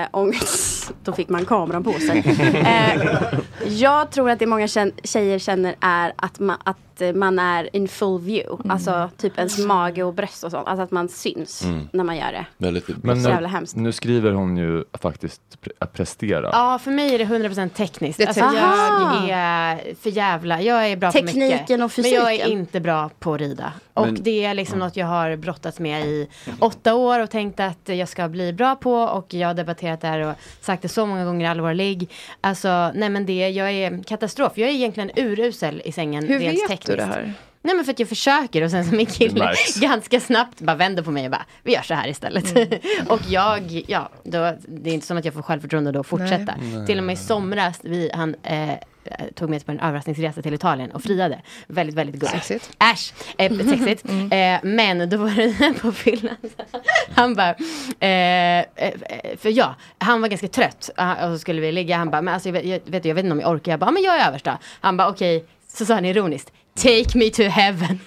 Speaker 6: eh, ångest. Då fick man kameran på sig. eh, jag tror att det många kän- tjejer känner är att, ma- att eh, man är in full view. Alltså typ ens mage och bröst och sånt. Alltså att man syns
Speaker 11: Mm.
Speaker 6: när man gör det.
Speaker 11: Väldigt,
Speaker 6: Så
Speaker 11: men nu,
Speaker 6: jävla hemskt.
Speaker 11: nu skriver hon ju faktiskt pre- att prestera.
Speaker 18: Ja, för mig är det 100% tekniskt.
Speaker 6: Det
Speaker 18: alltså,
Speaker 6: tror jag.
Speaker 18: jag är för jävla, jag är bra på mycket.
Speaker 6: Tekniken och
Speaker 18: Men jag är
Speaker 6: fysiken.
Speaker 18: inte bra på att rida. Och
Speaker 6: Men-
Speaker 18: det är liksom något jag har brottats med i åtta år och tänkt att jag ska bli bra på. Och jag har debatterat det här och sagt det så många gånger i all vår ligg. Alltså, nej men det, jag är katastrof. Jag är egentligen urusel i sängen
Speaker 9: Hur
Speaker 18: rent
Speaker 9: vet
Speaker 18: tekniskt.
Speaker 9: du det här?
Speaker 18: Nej men för att jag försöker och sen så min kille
Speaker 9: märks.
Speaker 18: ganska snabbt bara vänder på mig och bara vi gör så här istället. och jag, ja, då, det är inte som att jag får självförtroende då att fortsätta.
Speaker 9: Nej.
Speaker 18: Till och med i somras, vi, han eh, tog med på en överraskningsresa till Italien och friade. Väldigt, väldigt gulligt.
Speaker 9: Sexigt.
Speaker 18: Äsch, eh, sexigt. Eh, men då var det på fyllan. Han bara, eh, eh, för ja, han var ganska trött Ah, och så skulle vi ligga. Han bara, men alltså jag vet, jag vet, du, jag vet inte om jag orkar. Jag bara, "Ja, men jag är översta. Han bara, okej. Så sa han ironiskt, take me to heaven.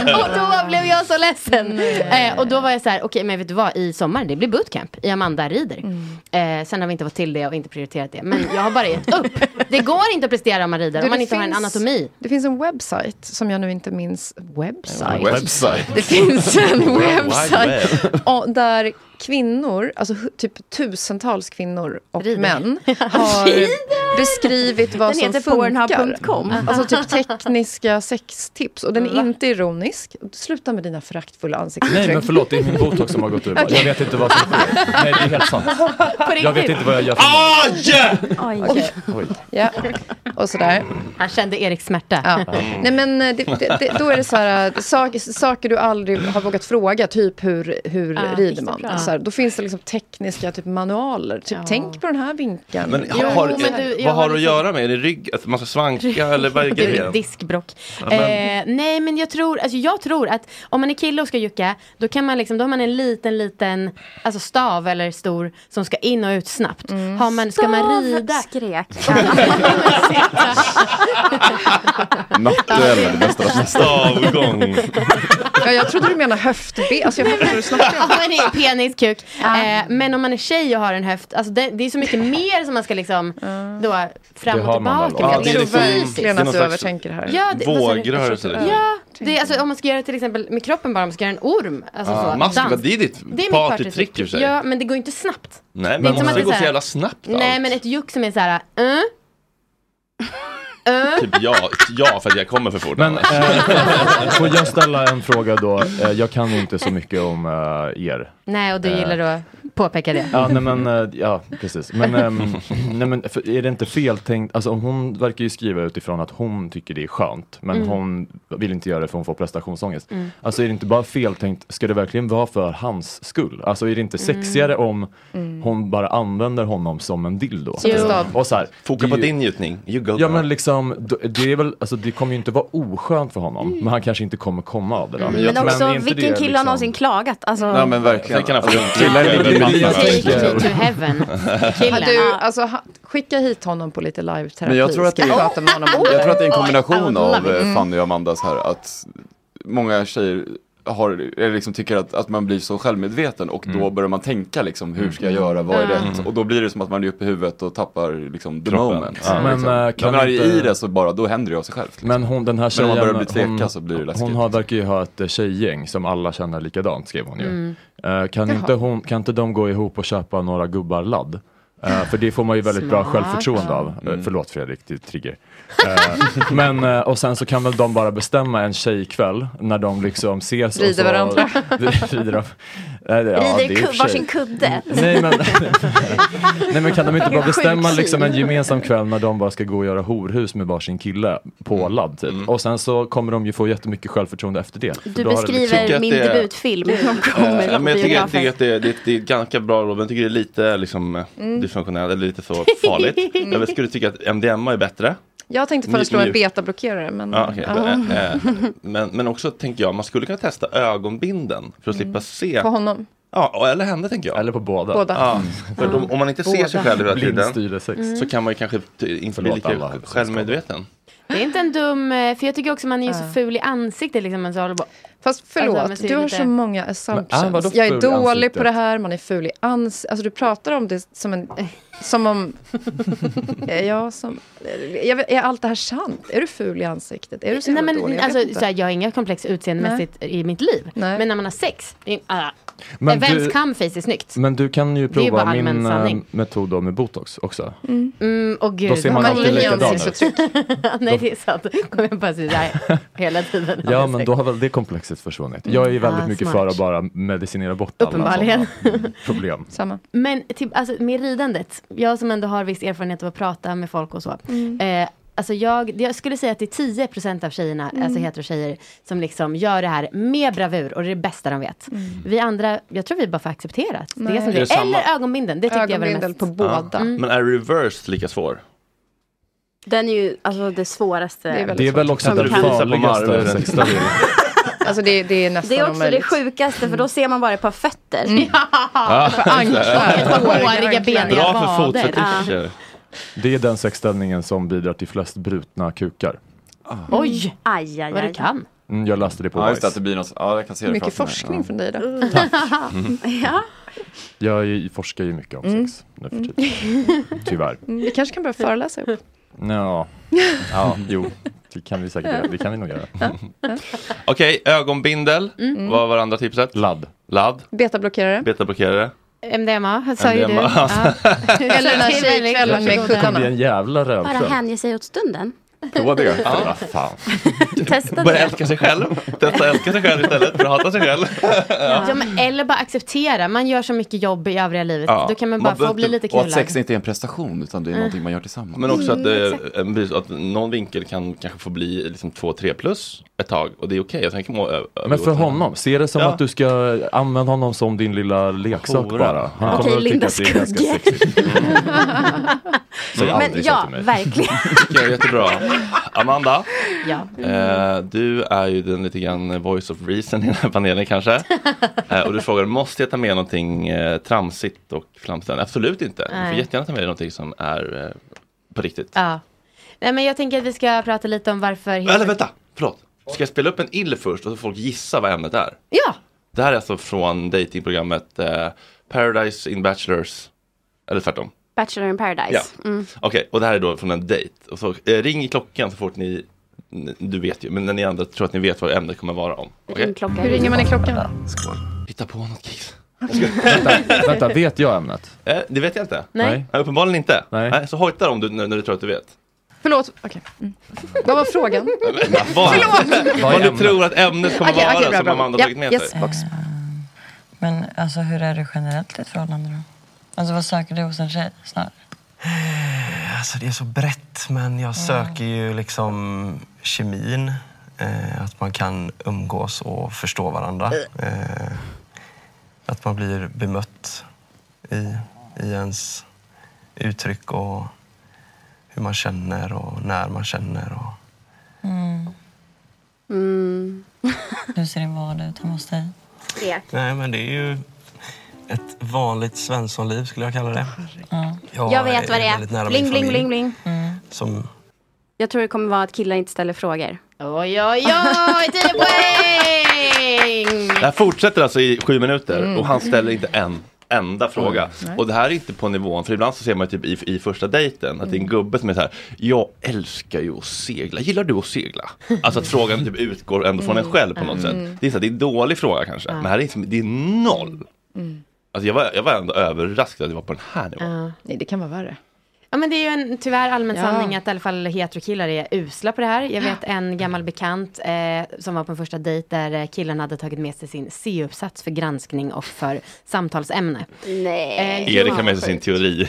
Speaker 18: och då blev jag så ledsen.
Speaker 9: Mm.
Speaker 18: Eh, och då var jag så här, okej men vet du vad, i sommar det blir bootcamp i Amanda rider.
Speaker 9: Mm.
Speaker 18: Eh, sen har vi inte fått till det och inte prioriterat det. Men jag har bara gett upp. Det går inte att prestera om man rider
Speaker 9: Du,
Speaker 18: om man
Speaker 9: det
Speaker 18: inte har en
Speaker 9: finns-
Speaker 18: anatomi.
Speaker 9: Det finns en webbsajt som jag nu inte minns. Webbsajt?
Speaker 18: Website.
Speaker 9: Det finns en
Speaker 18: World Wide
Speaker 9: webbsajt.
Speaker 18: Web.
Speaker 9: och där kvinnor, alltså hu- typ tusentals kvinnor och män har beskrivit vad
Speaker 6: Den
Speaker 9: som
Speaker 6: heter pornhub.com.
Speaker 9: funkar. Alltså typ tekniska sextips. Och den är
Speaker 6: Va?
Speaker 9: inte ironisk. Sluta med dina föraktfulla ansiktsuttryck.
Speaker 11: Nej men förlåt, det är min botox som har gått ur. Jag vet inte vad som sker. Nej det är helt sant. Jag vet inte vad jag gör för
Speaker 9: Oj!
Speaker 11: Oj.
Speaker 9: Ja, och sådär.
Speaker 18: Han kände Eriks smärta.
Speaker 9: Ja. Nej, men eh, det, det, det, då är det så här, eh, sak, saker du aldrig har vågat fråga, typ hur, hur
Speaker 18: Ja,
Speaker 9: rider man?
Speaker 18: bra.
Speaker 9: Så här, då finns det liksom tekniska typ, manualer, typ tänk på den här vinkeln.
Speaker 1: Men har, har, vad har det
Speaker 18: liksom-
Speaker 1: att göra med? Är det rygg, att man ska svanka eller vad är grejen?
Speaker 18: Diskbrock.
Speaker 1: Ja, men-
Speaker 18: Eh, nej men jag tror, alltså jag tror att om man är kille och ska jucka då kan man liksom, då har man en liten liten alltså stav eller stor som ska in och ut snabbt.
Speaker 9: Mm.
Speaker 18: Har man, ska man
Speaker 6: Stav,
Speaker 18: rida?
Speaker 6: skrek.
Speaker 5: Nattuell är det bästa.
Speaker 1: Stavgång.
Speaker 9: Ja, jag trodde du menade höftben. Alltså, jag förstår hur du snackar.
Speaker 18: Ja, men det är penis, kuk. Eh, men om man är tjej och har en höft, alltså det, det är så mycket mer som man ska liksom då fram
Speaker 9: Det
Speaker 18: och
Speaker 9: har man väl.
Speaker 18: tillbaka.
Speaker 9: Ja,
Speaker 18: med.
Speaker 9: det är liksom- det är någon slags
Speaker 18: Ja, det- vad sa du?
Speaker 1: Vågrörelse. liksom.
Speaker 18: Ja, det, är alltså, om man ska göra till exempel med kroppen bara, om man ska göra en orm. Alltså
Speaker 1: Ah,
Speaker 18: så,
Speaker 1: massiva,
Speaker 18: dans.
Speaker 1: det är ditt
Speaker 18: mitt
Speaker 1: partytrick i och för sig.
Speaker 18: Ja, men det går inte snabbt.
Speaker 1: Nej,
Speaker 18: Det är
Speaker 1: men
Speaker 18: inte som
Speaker 1: måste
Speaker 18: att
Speaker 1: det
Speaker 18: är
Speaker 1: gå
Speaker 18: här-
Speaker 1: så jävla snabbt? allt?
Speaker 18: Nej, men ett juck som är så här. Uh, uh.
Speaker 1: Typ ja, ja, för att jag kommer för fort annars.
Speaker 11: mig. Får jag ställa en fråga då? Eh, Jag kan ju inte så mycket om eh, er.
Speaker 18: Nej, och du
Speaker 11: Eh,
Speaker 18: gillar då påpeka det.
Speaker 11: Ja, nej, men, eh, ja precis. Men, ehm, nej, men för är det inte fel tänkt? Alltså, om hon verkar ju skriva utifrån att hon tycker det är skönt, men
Speaker 18: Mm.
Speaker 11: hon vill inte göra det för hon får prestationsångest.
Speaker 18: Mm.
Speaker 11: Alltså är det inte bara fel tänkt? Ska det verkligen vara för hans skull? Alltså är det inte sexigare om
Speaker 18: Mm.
Speaker 11: hon bara använder honom som en dildo?
Speaker 18: Som en stav.
Speaker 11: Och så här, det
Speaker 1: Foka
Speaker 11: är
Speaker 1: på din njutning. You go
Speaker 11: Ja
Speaker 1: girl.
Speaker 11: men liksom, d- det är väl, alltså det kommer ju inte vara oskönt för honom,
Speaker 18: Mm.
Speaker 11: men han kanske inte kommer komma av det där.
Speaker 6: Mm. Men, också,
Speaker 11: är inte
Speaker 6: vilken
Speaker 11: det
Speaker 6: kille har
Speaker 11: liksom-
Speaker 6: någonsin klagat? Alltså,
Speaker 11: verkligen.
Speaker 1: Sen kan han få runka.
Speaker 11: Killar är lite
Speaker 1: Take
Speaker 11: lite-
Speaker 1: me
Speaker 18: to heaven.
Speaker 9: Har du, alltså, ha, skicka hit honom på lite live-terapi.
Speaker 5: Men jag tror, att det,
Speaker 9: Ska prata med honom om
Speaker 5: jag tror att det är en kombination
Speaker 9: Alla.
Speaker 5: av eh,
Speaker 9: Mm.
Speaker 5: Fanny och Amandas här. Att många tjejer har, eller liksom tycker att, att man blir så självmedveten och då börjar man tänka liksom, hur ska jag göra, vad är
Speaker 11: Mm.
Speaker 5: rätt? Och då blir det som att man är uppe i huvudet och tappar liksom, the
Speaker 11: Kroppen.
Speaker 5: moment.
Speaker 11: Ja. Men,
Speaker 5: liksom.
Speaker 11: eh, kan
Speaker 5: När man är
Speaker 11: inte-
Speaker 5: i det så bara, då händer det av sig själv. Liksom.
Speaker 11: Men hon, den här
Speaker 5: Men
Speaker 11: tjejen,
Speaker 5: om man börjar bli tveka
Speaker 11: hon,
Speaker 5: så blir det läskigt.
Speaker 11: hon har, verkar ju ha ett eh, tjejgäng som alla känner likadant, skrev hon ju.
Speaker 5: Mm.
Speaker 11: Eh, kan,
Speaker 5: Jaha.
Speaker 11: inte hon, kan inte de gå ihop och köpa några gubbar ladd? Eh, för det får man ju väldigt bra
Speaker 5: Smart.
Speaker 11: självförtroende av. Eh,
Speaker 5: Mm.
Speaker 11: Förlåt Fredrik, det är trigger. Eh, men, eh, och sen så kan väl de bara bestämma en tjejkväll när de liksom ses och
Speaker 6: Rider
Speaker 11: så,
Speaker 6: varandra.
Speaker 11: rider de. Eh, ja, det är i
Speaker 6: rider
Speaker 11: och för sig-
Speaker 6: ku-
Speaker 11: Mm.
Speaker 6: varsin kudde.
Speaker 11: Nej men, nej men kan de inte bara
Speaker 6: Sjuk
Speaker 11: bestämma
Speaker 6: syn.
Speaker 11: liksom en gemensam kväll när de bara ska gå och göra horhus med varsin kille på
Speaker 5: Mm.
Speaker 11: ladd typ. Och sen så kommer de ju få jättemycket självförtroende efter det.
Speaker 6: Du beskriver min debutfilm som kommer
Speaker 1: Eh,
Speaker 6: på
Speaker 1: men jag tycker att det,
Speaker 6: biografen.
Speaker 1: att det, det, det är ganska bra Robin, jag tycker det är lite liksom, eh,
Speaker 9: Mm.
Speaker 1: dysfunktionellt eller lite så farligt.
Speaker 9: Mm.
Speaker 1: Jag vet, skulle tycka att MDMA är bättre.
Speaker 9: Jag tänkte
Speaker 1: Mjuk-
Speaker 9: föreslå en
Speaker 1: mjuk.
Speaker 9: betablockerare, men...
Speaker 1: Ja, okej.
Speaker 9: Ja.
Speaker 1: Eh, eh, men, men också tänker jag, man skulle kunna testa ögonbinden för att slippa se.
Speaker 9: Mm.
Speaker 5: eh.
Speaker 9: På honom.
Speaker 1: Ja, och- eller henne tänker jag.
Speaker 11: Eller på båda.
Speaker 9: Båda.
Speaker 1: Ja, för
Speaker 9: Mm.
Speaker 1: om, om man inte ser sig
Speaker 9: Båda.
Speaker 1: själv hela tiden
Speaker 11: Blindstyre sex.
Speaker 18: Mm.
Speaker 1: så kan man ju kanske t- inte bli
Speaker 11: Förlåt
Speaker 1: lika
Speaker 11: alla.
Speaker 1: självmedveten.
Speaker 18: Det är inte en dum, eh, för jag tycker också man är ju så ful i ansiktet. Liksom, man så håller på.
Speaker 9: Fast förlåt,
Speaker 18: Alltså, man ser
Speaker 9: du har
Speaker 18: lite-
Speaker 9: så många
Speaker 18: Men, ah,
Speaker 9: assumptions.
Speaker 18: vadå
Speaker 9: jag är
Speaker 18: ful i
Speaker 9: dålig
Speaker 18: ansiktet?
Speaker 9: på det här, man är ful i ansiktet. Alltså du pratar om det som en... Som om... Eh, ja, som... eh, Jag vet, är allt det här sant? Är du ful i ansiktet? Är du så
Speaker 18: Nej,
Speaker 9: jävla
Speaker 18: men,
Speaker 9: dålig? Jag vet
Speaker 18: alltså,
Speaker 9: inte.
Speaker 18: så här, jag har inga komplex utseendemässigt i mitt liv. Men när man har sex, det är- ah.
Speaker 11: Men
Speaker 18: Eh, vems
Speaker 11: du-
Speaker 18: camface är snyggt?
Speaker 11: Men du kan ju
Speaker 18: Det är ju bara
Speaker 11: prova
Speaker 18: allmän
Speaker 11: min eh,
Speaker 18: sanning.
Speaker 11: metod då med botox också.
Speaker 18: Mm. och gud.
Speaker 11: Då ser man alltid likadan ut.
Speaker 18: Nej, det är sant. Kommer jag bara säga där hela tiden.
Speaker 11: Ja men då har väl det komplexet försvunnit. Jag är ju väldigt
Speaker 18: Ah,
Speaker 11: mycket
Speaker 18: smart.
Speaker 11: för att bara medicinera bort alla
Speaker 18: Uppenbarligen.
Speaker 11: sådana problem.
Speaker 9: Samma.
Speaker 18: Men typ, alltså, med ridandet, jag som ändå har viss erfarenhet av att prata med folk och så.
Speaker 9: Mm.
Speaker 18: Eh, alltså jag, jag skulle säga att det är 10% av tjejerna,
Speaker 9: Mm.
Speaker 18: alltså heterotjejer, som liksom gör det här med bravur och det är det bästa de vet. Vi andra, jag tror vi bara får acceptera att det är
Speaker 9: Mm. Nej.
Speaker 18: som
Speaker 1: Är det
Speaker 18: det är.
Speaker 1: samma?
Speaker 18: Eller ögonbindeln, det tyckte jag var det
Speaker 9: Ögonbindel
Speaker 18: mest.
Speaker 9: på båda.
Speaker 1: Ja.
Speaker 18: Mm.
Speaker 1: Men är reversed lika svår?
Speaker 6: Den är ju alltså det svåraste.
Speaker 11: Det är väl också
Speaker 1: Kan du
Speaker 11: den
Speaker 1: visa på
Speaker 11: farligaste
Speaker 1: marmen?
Speaker 11: sexstationen.
Speaker 9: Alltså det, det är nästan
Speaker 6: Det är också
Speaker 9: omöjligt. Mm.
Speaker 6: det sjukaste för då ser man bara ett par fötter.
Speaker 11: Ja. För anklar.
Speaker 18: Ett par håriga beniga
Speaker 11: Bra för
Speaker 18: vader.
Speaker 11: fotfetischer. Det är den sexställningen som bidrar till flest brutna kukar.
Speaker 18: Ja. Oj,
Speaker 6: aj, aj,
Speaker 18: vad det
Speaker 6: aj.
Speaker 18: kan.
Speaker 11: Mm, jag läste det på
Speaker 5: Ja, just
Speaker 11: Vice.
Speaker 5: det, att det blir något, ja, jag kan se det
Speaker 9: Mycket
Speaker 5: framför mig. Ja.
Speaker 9: forskning från dig då.
Speaker 11: Mm.
Speaker 6: ja.
Speaker 11: Jag är- forskar ju mycket om sex nu för tiden, tyvärr.
Speaker 9: Mm, Vi kanske kan börja föreläsa ihop.
Speaker 11: Ja, ja jo, det kan vi säkert göra. Det kan vi nog göra.
Speaker 1: Okej, ögonbindel.
Speaker 18: Mm.
Speaker 1: Vad var det andra tipset?
Speaker 11: Ladd.
Speaker 1: Ladd.
Speaker 9: Betablockerare.
Speaker 1: Betablockerare.
Speaker 18: MDMA, sa ju du.
Speaker 1: MDMA.
Speaker 18: Ja.
Speaker 9: Eller den här tjejkvällen med
Speaker 11: Det kommer bli
Speaker 9: kuddarna.
Speaker 11: en jävla
Speaker 6: Bara
Speaker 11: rövkväll.
Speaker 6: hänge sig åt stunden.
Speaker 11: Prova det.
Speaker 1: Ja.
Speaker 11: Ja, fan.
Speaker 6: Testa
Speaker 1: Börja
Speaker 6: det.
Speaker 1: älska sig själv. Testa älska sig själv istället för att hata sig själv.
Speaker 18: Ja. men, eller bara acceptera, man gör så mycket jobb i övriga livet. Då kan man bara få
Speaker 5: behöver
Speaker 18: bli
Speaker 1: typ
Speaker 5: inte-
Speaker 18: lite
Speaker 5: Och att sex
Speaker 18: knullad.
Speaker 5: inte är en prestation utan det är
Speaker 18: Mm.
Speaker 5: någonting man gör tillsammans.
Speaker 1: Men också att,
Speaker 18: Mm,
Speaker 1: eh, en vis- att någon vinkel kan kanske få bli liksom 2-3 plus ett tag och det är okej. Jag tänker må ö-
Speaker 11: Men för
Speaker 1: övergå till-
Speaker 11: honom, se det som
Speaker 1: Ja.
Speaker 11: att du ska använda honom som din lilla leksak
Speaker 1: Hora.
Speaker 11: bara.
Speaker 1: Ja.
Speaker 11: Han kommer
Speaker 1: Okej,
Speaker 11: att tycka
Speaker 1: Linda
Speaker 11: att det är ganska
Speaker 1: Skugge.
Speaker 11: sexigt. Säg
Speaker 1: Mm.
Speaker 11: aldrig så
Speaker 6: ja,
Speaker 11: till mig.
Speaker 6: verkligen.
Speaker 1: Tycker jag är jättebra. Amanda,
Speaker 18: Ja.
Speaker 1: eh, du är ju den lite grann voice of reason i den här panelen kanske. Eh, och du frågar, måste jag ta med någonting eh, tramsigt och flamsigt? Absolut inte. Du
Speaker 18: Nej.
Speaker 1: får jättegärna ta med dig någonting som är eh, på riktigt.
Speaker 18: Ja. Nej men jag tänker att vi ska prata lite om varför...
Speaker 1: Eller vänta, förlåt. Ska jag spela upp en ill först och så folk gissar vad ämnet är?
Speaker 18: Ja!
Speaker 1: Det här är alltså från datingprogrammet eh, Paradise in Bachelors. Eller tvärtom.
Speaker 6: Bachelor in paradise.
Speaker 1: Ja.
Speaker 6: Mm.
Speaker 1: Okej, och det här är då från en dejt. Och så, eh, ring i klockan så fort ni, n- du vet ju, men när ni andra tror att ni vet vad ämnet kommer vara om. Okej?
Speaker 6: Ring klockan.
Speaker 9: Hur ringer man i klockan?
Speaker 1: Hitta på något kiss.
Speaker 11: vänta, vänta, vet jag ämnet?
Speaker 1: Eh, det vet jag inte.
Speaker 9: Nej.
Speaker 1: uppenbarligen inte. Nej. så hojta om du, när, när du tror att du vet.
Speaker 9: Förlåt, okej. Mm. Vad var frågan?
Speaker 1: Vad,
Speaker 9: Förlåt!
Speaker 1: vad du tror att ämnet kommer
Speaker 9: Okej,
Speaker 1: vara
Speaker 9: okej, bra,
Speaker 1: som
Speaker 9: bra.
Speaker 1: Amanda
Speaker 9: Ja,
Speaker 1: tagit med
Speaker 9: yes,
Speaker 1: sig.
Speaker 9: box.
Speaker 19: Eh, Men alltså, hur är det generellt i ett förhållande då? Alltså, vad söker du hos en tjej snarare?
Speaker 20: Alltså det är så brett, men jag söker ju liksom kemin. Eh, att man kan umgås och förstå varandra. Eh, att man blir bemött i, i ens uttryck och hur man känner och när man känner. Och,
Speaker 19: Mm. hur ser din vardag ut hemma hos dig?
Speaker 20: nej, men det är ju ett vanligt svenssonliv skulle jag kalla det.
Speaker 6: Jag, vet vad det
Speaker 20: väldigt nära
Speaker 6: är.
Speaker 20: min
Speaker 6: Bling, bling,
Speaker 20: familj
Speaker 6: bling, bling.
Speaker 20: Som
Speaker 6: Jag tror det kommer vara att killar inte ställer frågor.
Speaker 18: Oj, oj, oj! 10 poäng!
Speaker 1: Det här fortsätter alltså i sju minuter
Speaker 18: Mm.
Speaker 1: och han ställer inte en enda fråga.
Speaker 18: Nej.
Speaker 1: Och det här är inte på nivån, för ibland så ser man ju typ i, i första dejten att det är en
Speaker 18: Mm.
Speaker 1: gubbe som är så här, jag älskar ju att segla, gillar du att segla? Alltså att frågan typ utgår ändå från en
Speaker 18: Mm.
Speaker 1: själv på något
Speaker 18: Mm.
Speaker 1: sätt. Det är, så här, det är en dålig fråga kanske,
Speaker 18: Ja.
Speaker 1: men här är liksom, det är noll.
Speaker 18: Mm.
Speaker 1: Alltså jag var, jag var ändå överraskad att det var på den här nivån.
Speaker 18: Ja.
Speaker 9: Nej, det kan vara värre.
Speaker 18: Ja men det är ju en tyvärr allmän
Speaker 9: Ja.
Speaker 18: sanning att i alla fall heterokillar är usla på det här. Jag vet en gammal bekant eh, som var på en första dejt där eh, killen hade tagit med sig sin C-uppsats för granskning och för samtalsämne.
Speaker 6: Nej.
Speaker 1: Erik har med sig sin teori.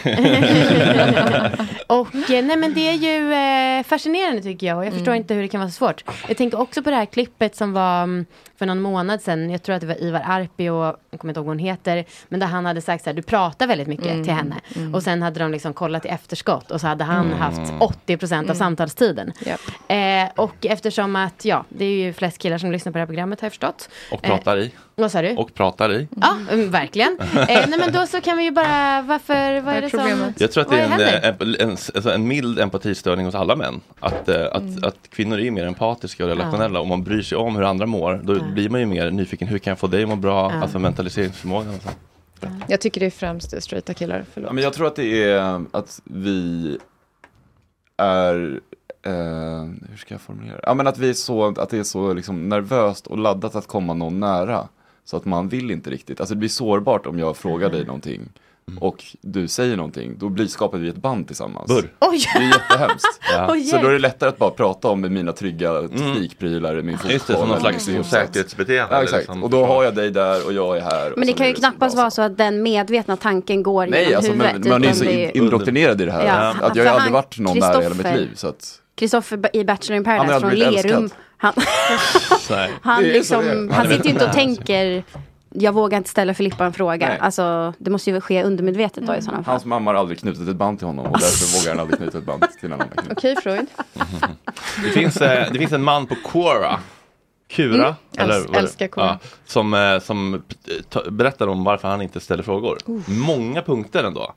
Speaker 18: Och eh, nej men det är ju eh, fascinerande tycker jag och jag förstår inte hur det kan vara så svårt. Jag tänker också på det här klippet som var mm, för någon månad sedan. Jag tror att det var Ivar Arpi och jag kommer inte ihåg vad hon heter. Men där han hade sagt så här, du pratar väldigt mycket
Speaker 9: Mm.
Speaker 18: till henne.
Speaker 9: Mm.
Speaker 18: Och sen hade de liksom kollat i efterskott och så hade han
Speaker 9: Mm.
Speaker 18: haft 80 procent av
Speaker 9: Mm.
Speaker 18: samtalstiden. Eh, och eftersom att ja, det är ju flest killar som lyssnar på det här programmet har jag förstått. Eh,
Speaker 1: Och pratar i.
Speaker 18: vad sa du?
Speaker 1: Och pratar i.
Speaker 18: Ja, mm, verkligen. Eh, nej men då så kan vi ju bara, varför, vad är det som...
Speaker 1: Jag tror att det
Speaker 18: vad
Speaker 1: är en,
Speaker 18: händer?
Speaker 1: eh, emp- en, s- alltså en mild empatistörning hos alla män. Att, eh, att,
Speaker 18: Mm.
Speaker 1: att kvinnor är ju mer empatiska och relationella. Om man bryr sig om hur andra mår, då blir man ju mer nyfiken. Hur kan jag få dig att må bra?
Speaker 9: Ja.
Speaker 1: Alltså mentaliseringsförmågan. Och så.
Speaker 9: Jag tycker det är främst straighta killar, förlåt.
Speaker 5: Ja, men jag tror att det är att vi är, eh, hur ska jag formulera det? Ja, men att, vi är så, att det är så liksom nervöst och laddat att komma någon nära. Så att man vill inte riktigt, alltså det blir sårbart om jag frågar dig någonting och du säger någonting, då blir, skapar vi ett band tillsammans. Burr.
Speaker 18: Oj!
Speaker 5: Det är jättehemskt.
Speaker 1: Ja. Oj,
Speaker 5: så då är det
Speaker 1: hjälp.
Speaker 5: lättare att bara prata om mina trygga teknikprylar, min fotboll.
Speaker 1: Mm. Just det, som någon slags
Speaker 5: min
Speaker 1: säkerhetsbeteende
Speaker 5: Ja,
Speaker 1: eller
Speaker 5: exakt.
Speaker 1: som
Speaker 5: Och då har jag dig där och jag är här. och
Speaker 6: Men det
Speaker 5: så
Speaker 6: kan ju
Speaker 5: blir
Speaker 6: knappast vara så att den medvetna tanken går
Speaker 5: Nej,
Speaker 6: genom
Speaker 5: alltså,
Speaker 6: huvudet.
Speaker 5: men, man är ju
Speaker 6: utan
Speaker 5: så
Speaker 6: det
Speaker 5: in, indoktrinerad i det här.
Speaker 6: Ja.
Speaker 5: Att jag
Speaker 6: För
Speaker 5: har aldrig
Speaker 6: han-
Speaker 5: varit någon nära i hela mitt
Speaker 6: Christoffer-
Speaker 5: liv. Så att,
Speaker 6: Kristoffer i Bachelor in
Speaker 5: Han har
Speaker 6: Paradise från
Speaker 5: aldrig blivit
Speaker 6: Lerum.
Speaker 5: älskad.
Speaker 6: Han,
Speaker 5: Nej.
Speaker 6: han,
Speaker 5: Det är så det är.
Speaker 6: liksom, han
Speaker 5: Nej,
Speaker 6: sitter ju
Speaker 5: men-
Speaker 6: inte och
Speaker 5: Nej.
Speaker 6: tänker jag vågar inte ställa Filippa en fråga.
Speaker 5: Nej.
Speaker 6: Alltså, det måste ju ske undermedvetet då i sådana fall.
Speaker 5: Hans mamma har aldrig knutit ett band till honom och därför vågar han aldrig knyta ett band till en annan.
Speaker 9: Okej Freud.
Speaker 1: Det finns, eh, det finns en man på Quora. Kura,
Speaker 9: Mm, äls-
Speaker 1: vad det-
Speaker 9: älskar Quora.
Speaker 1: som eh, som eh, ta- berättar om varför han inte ställer frågor.
Speaker 9: Oof.
Speaker 1: Många punkter ändå.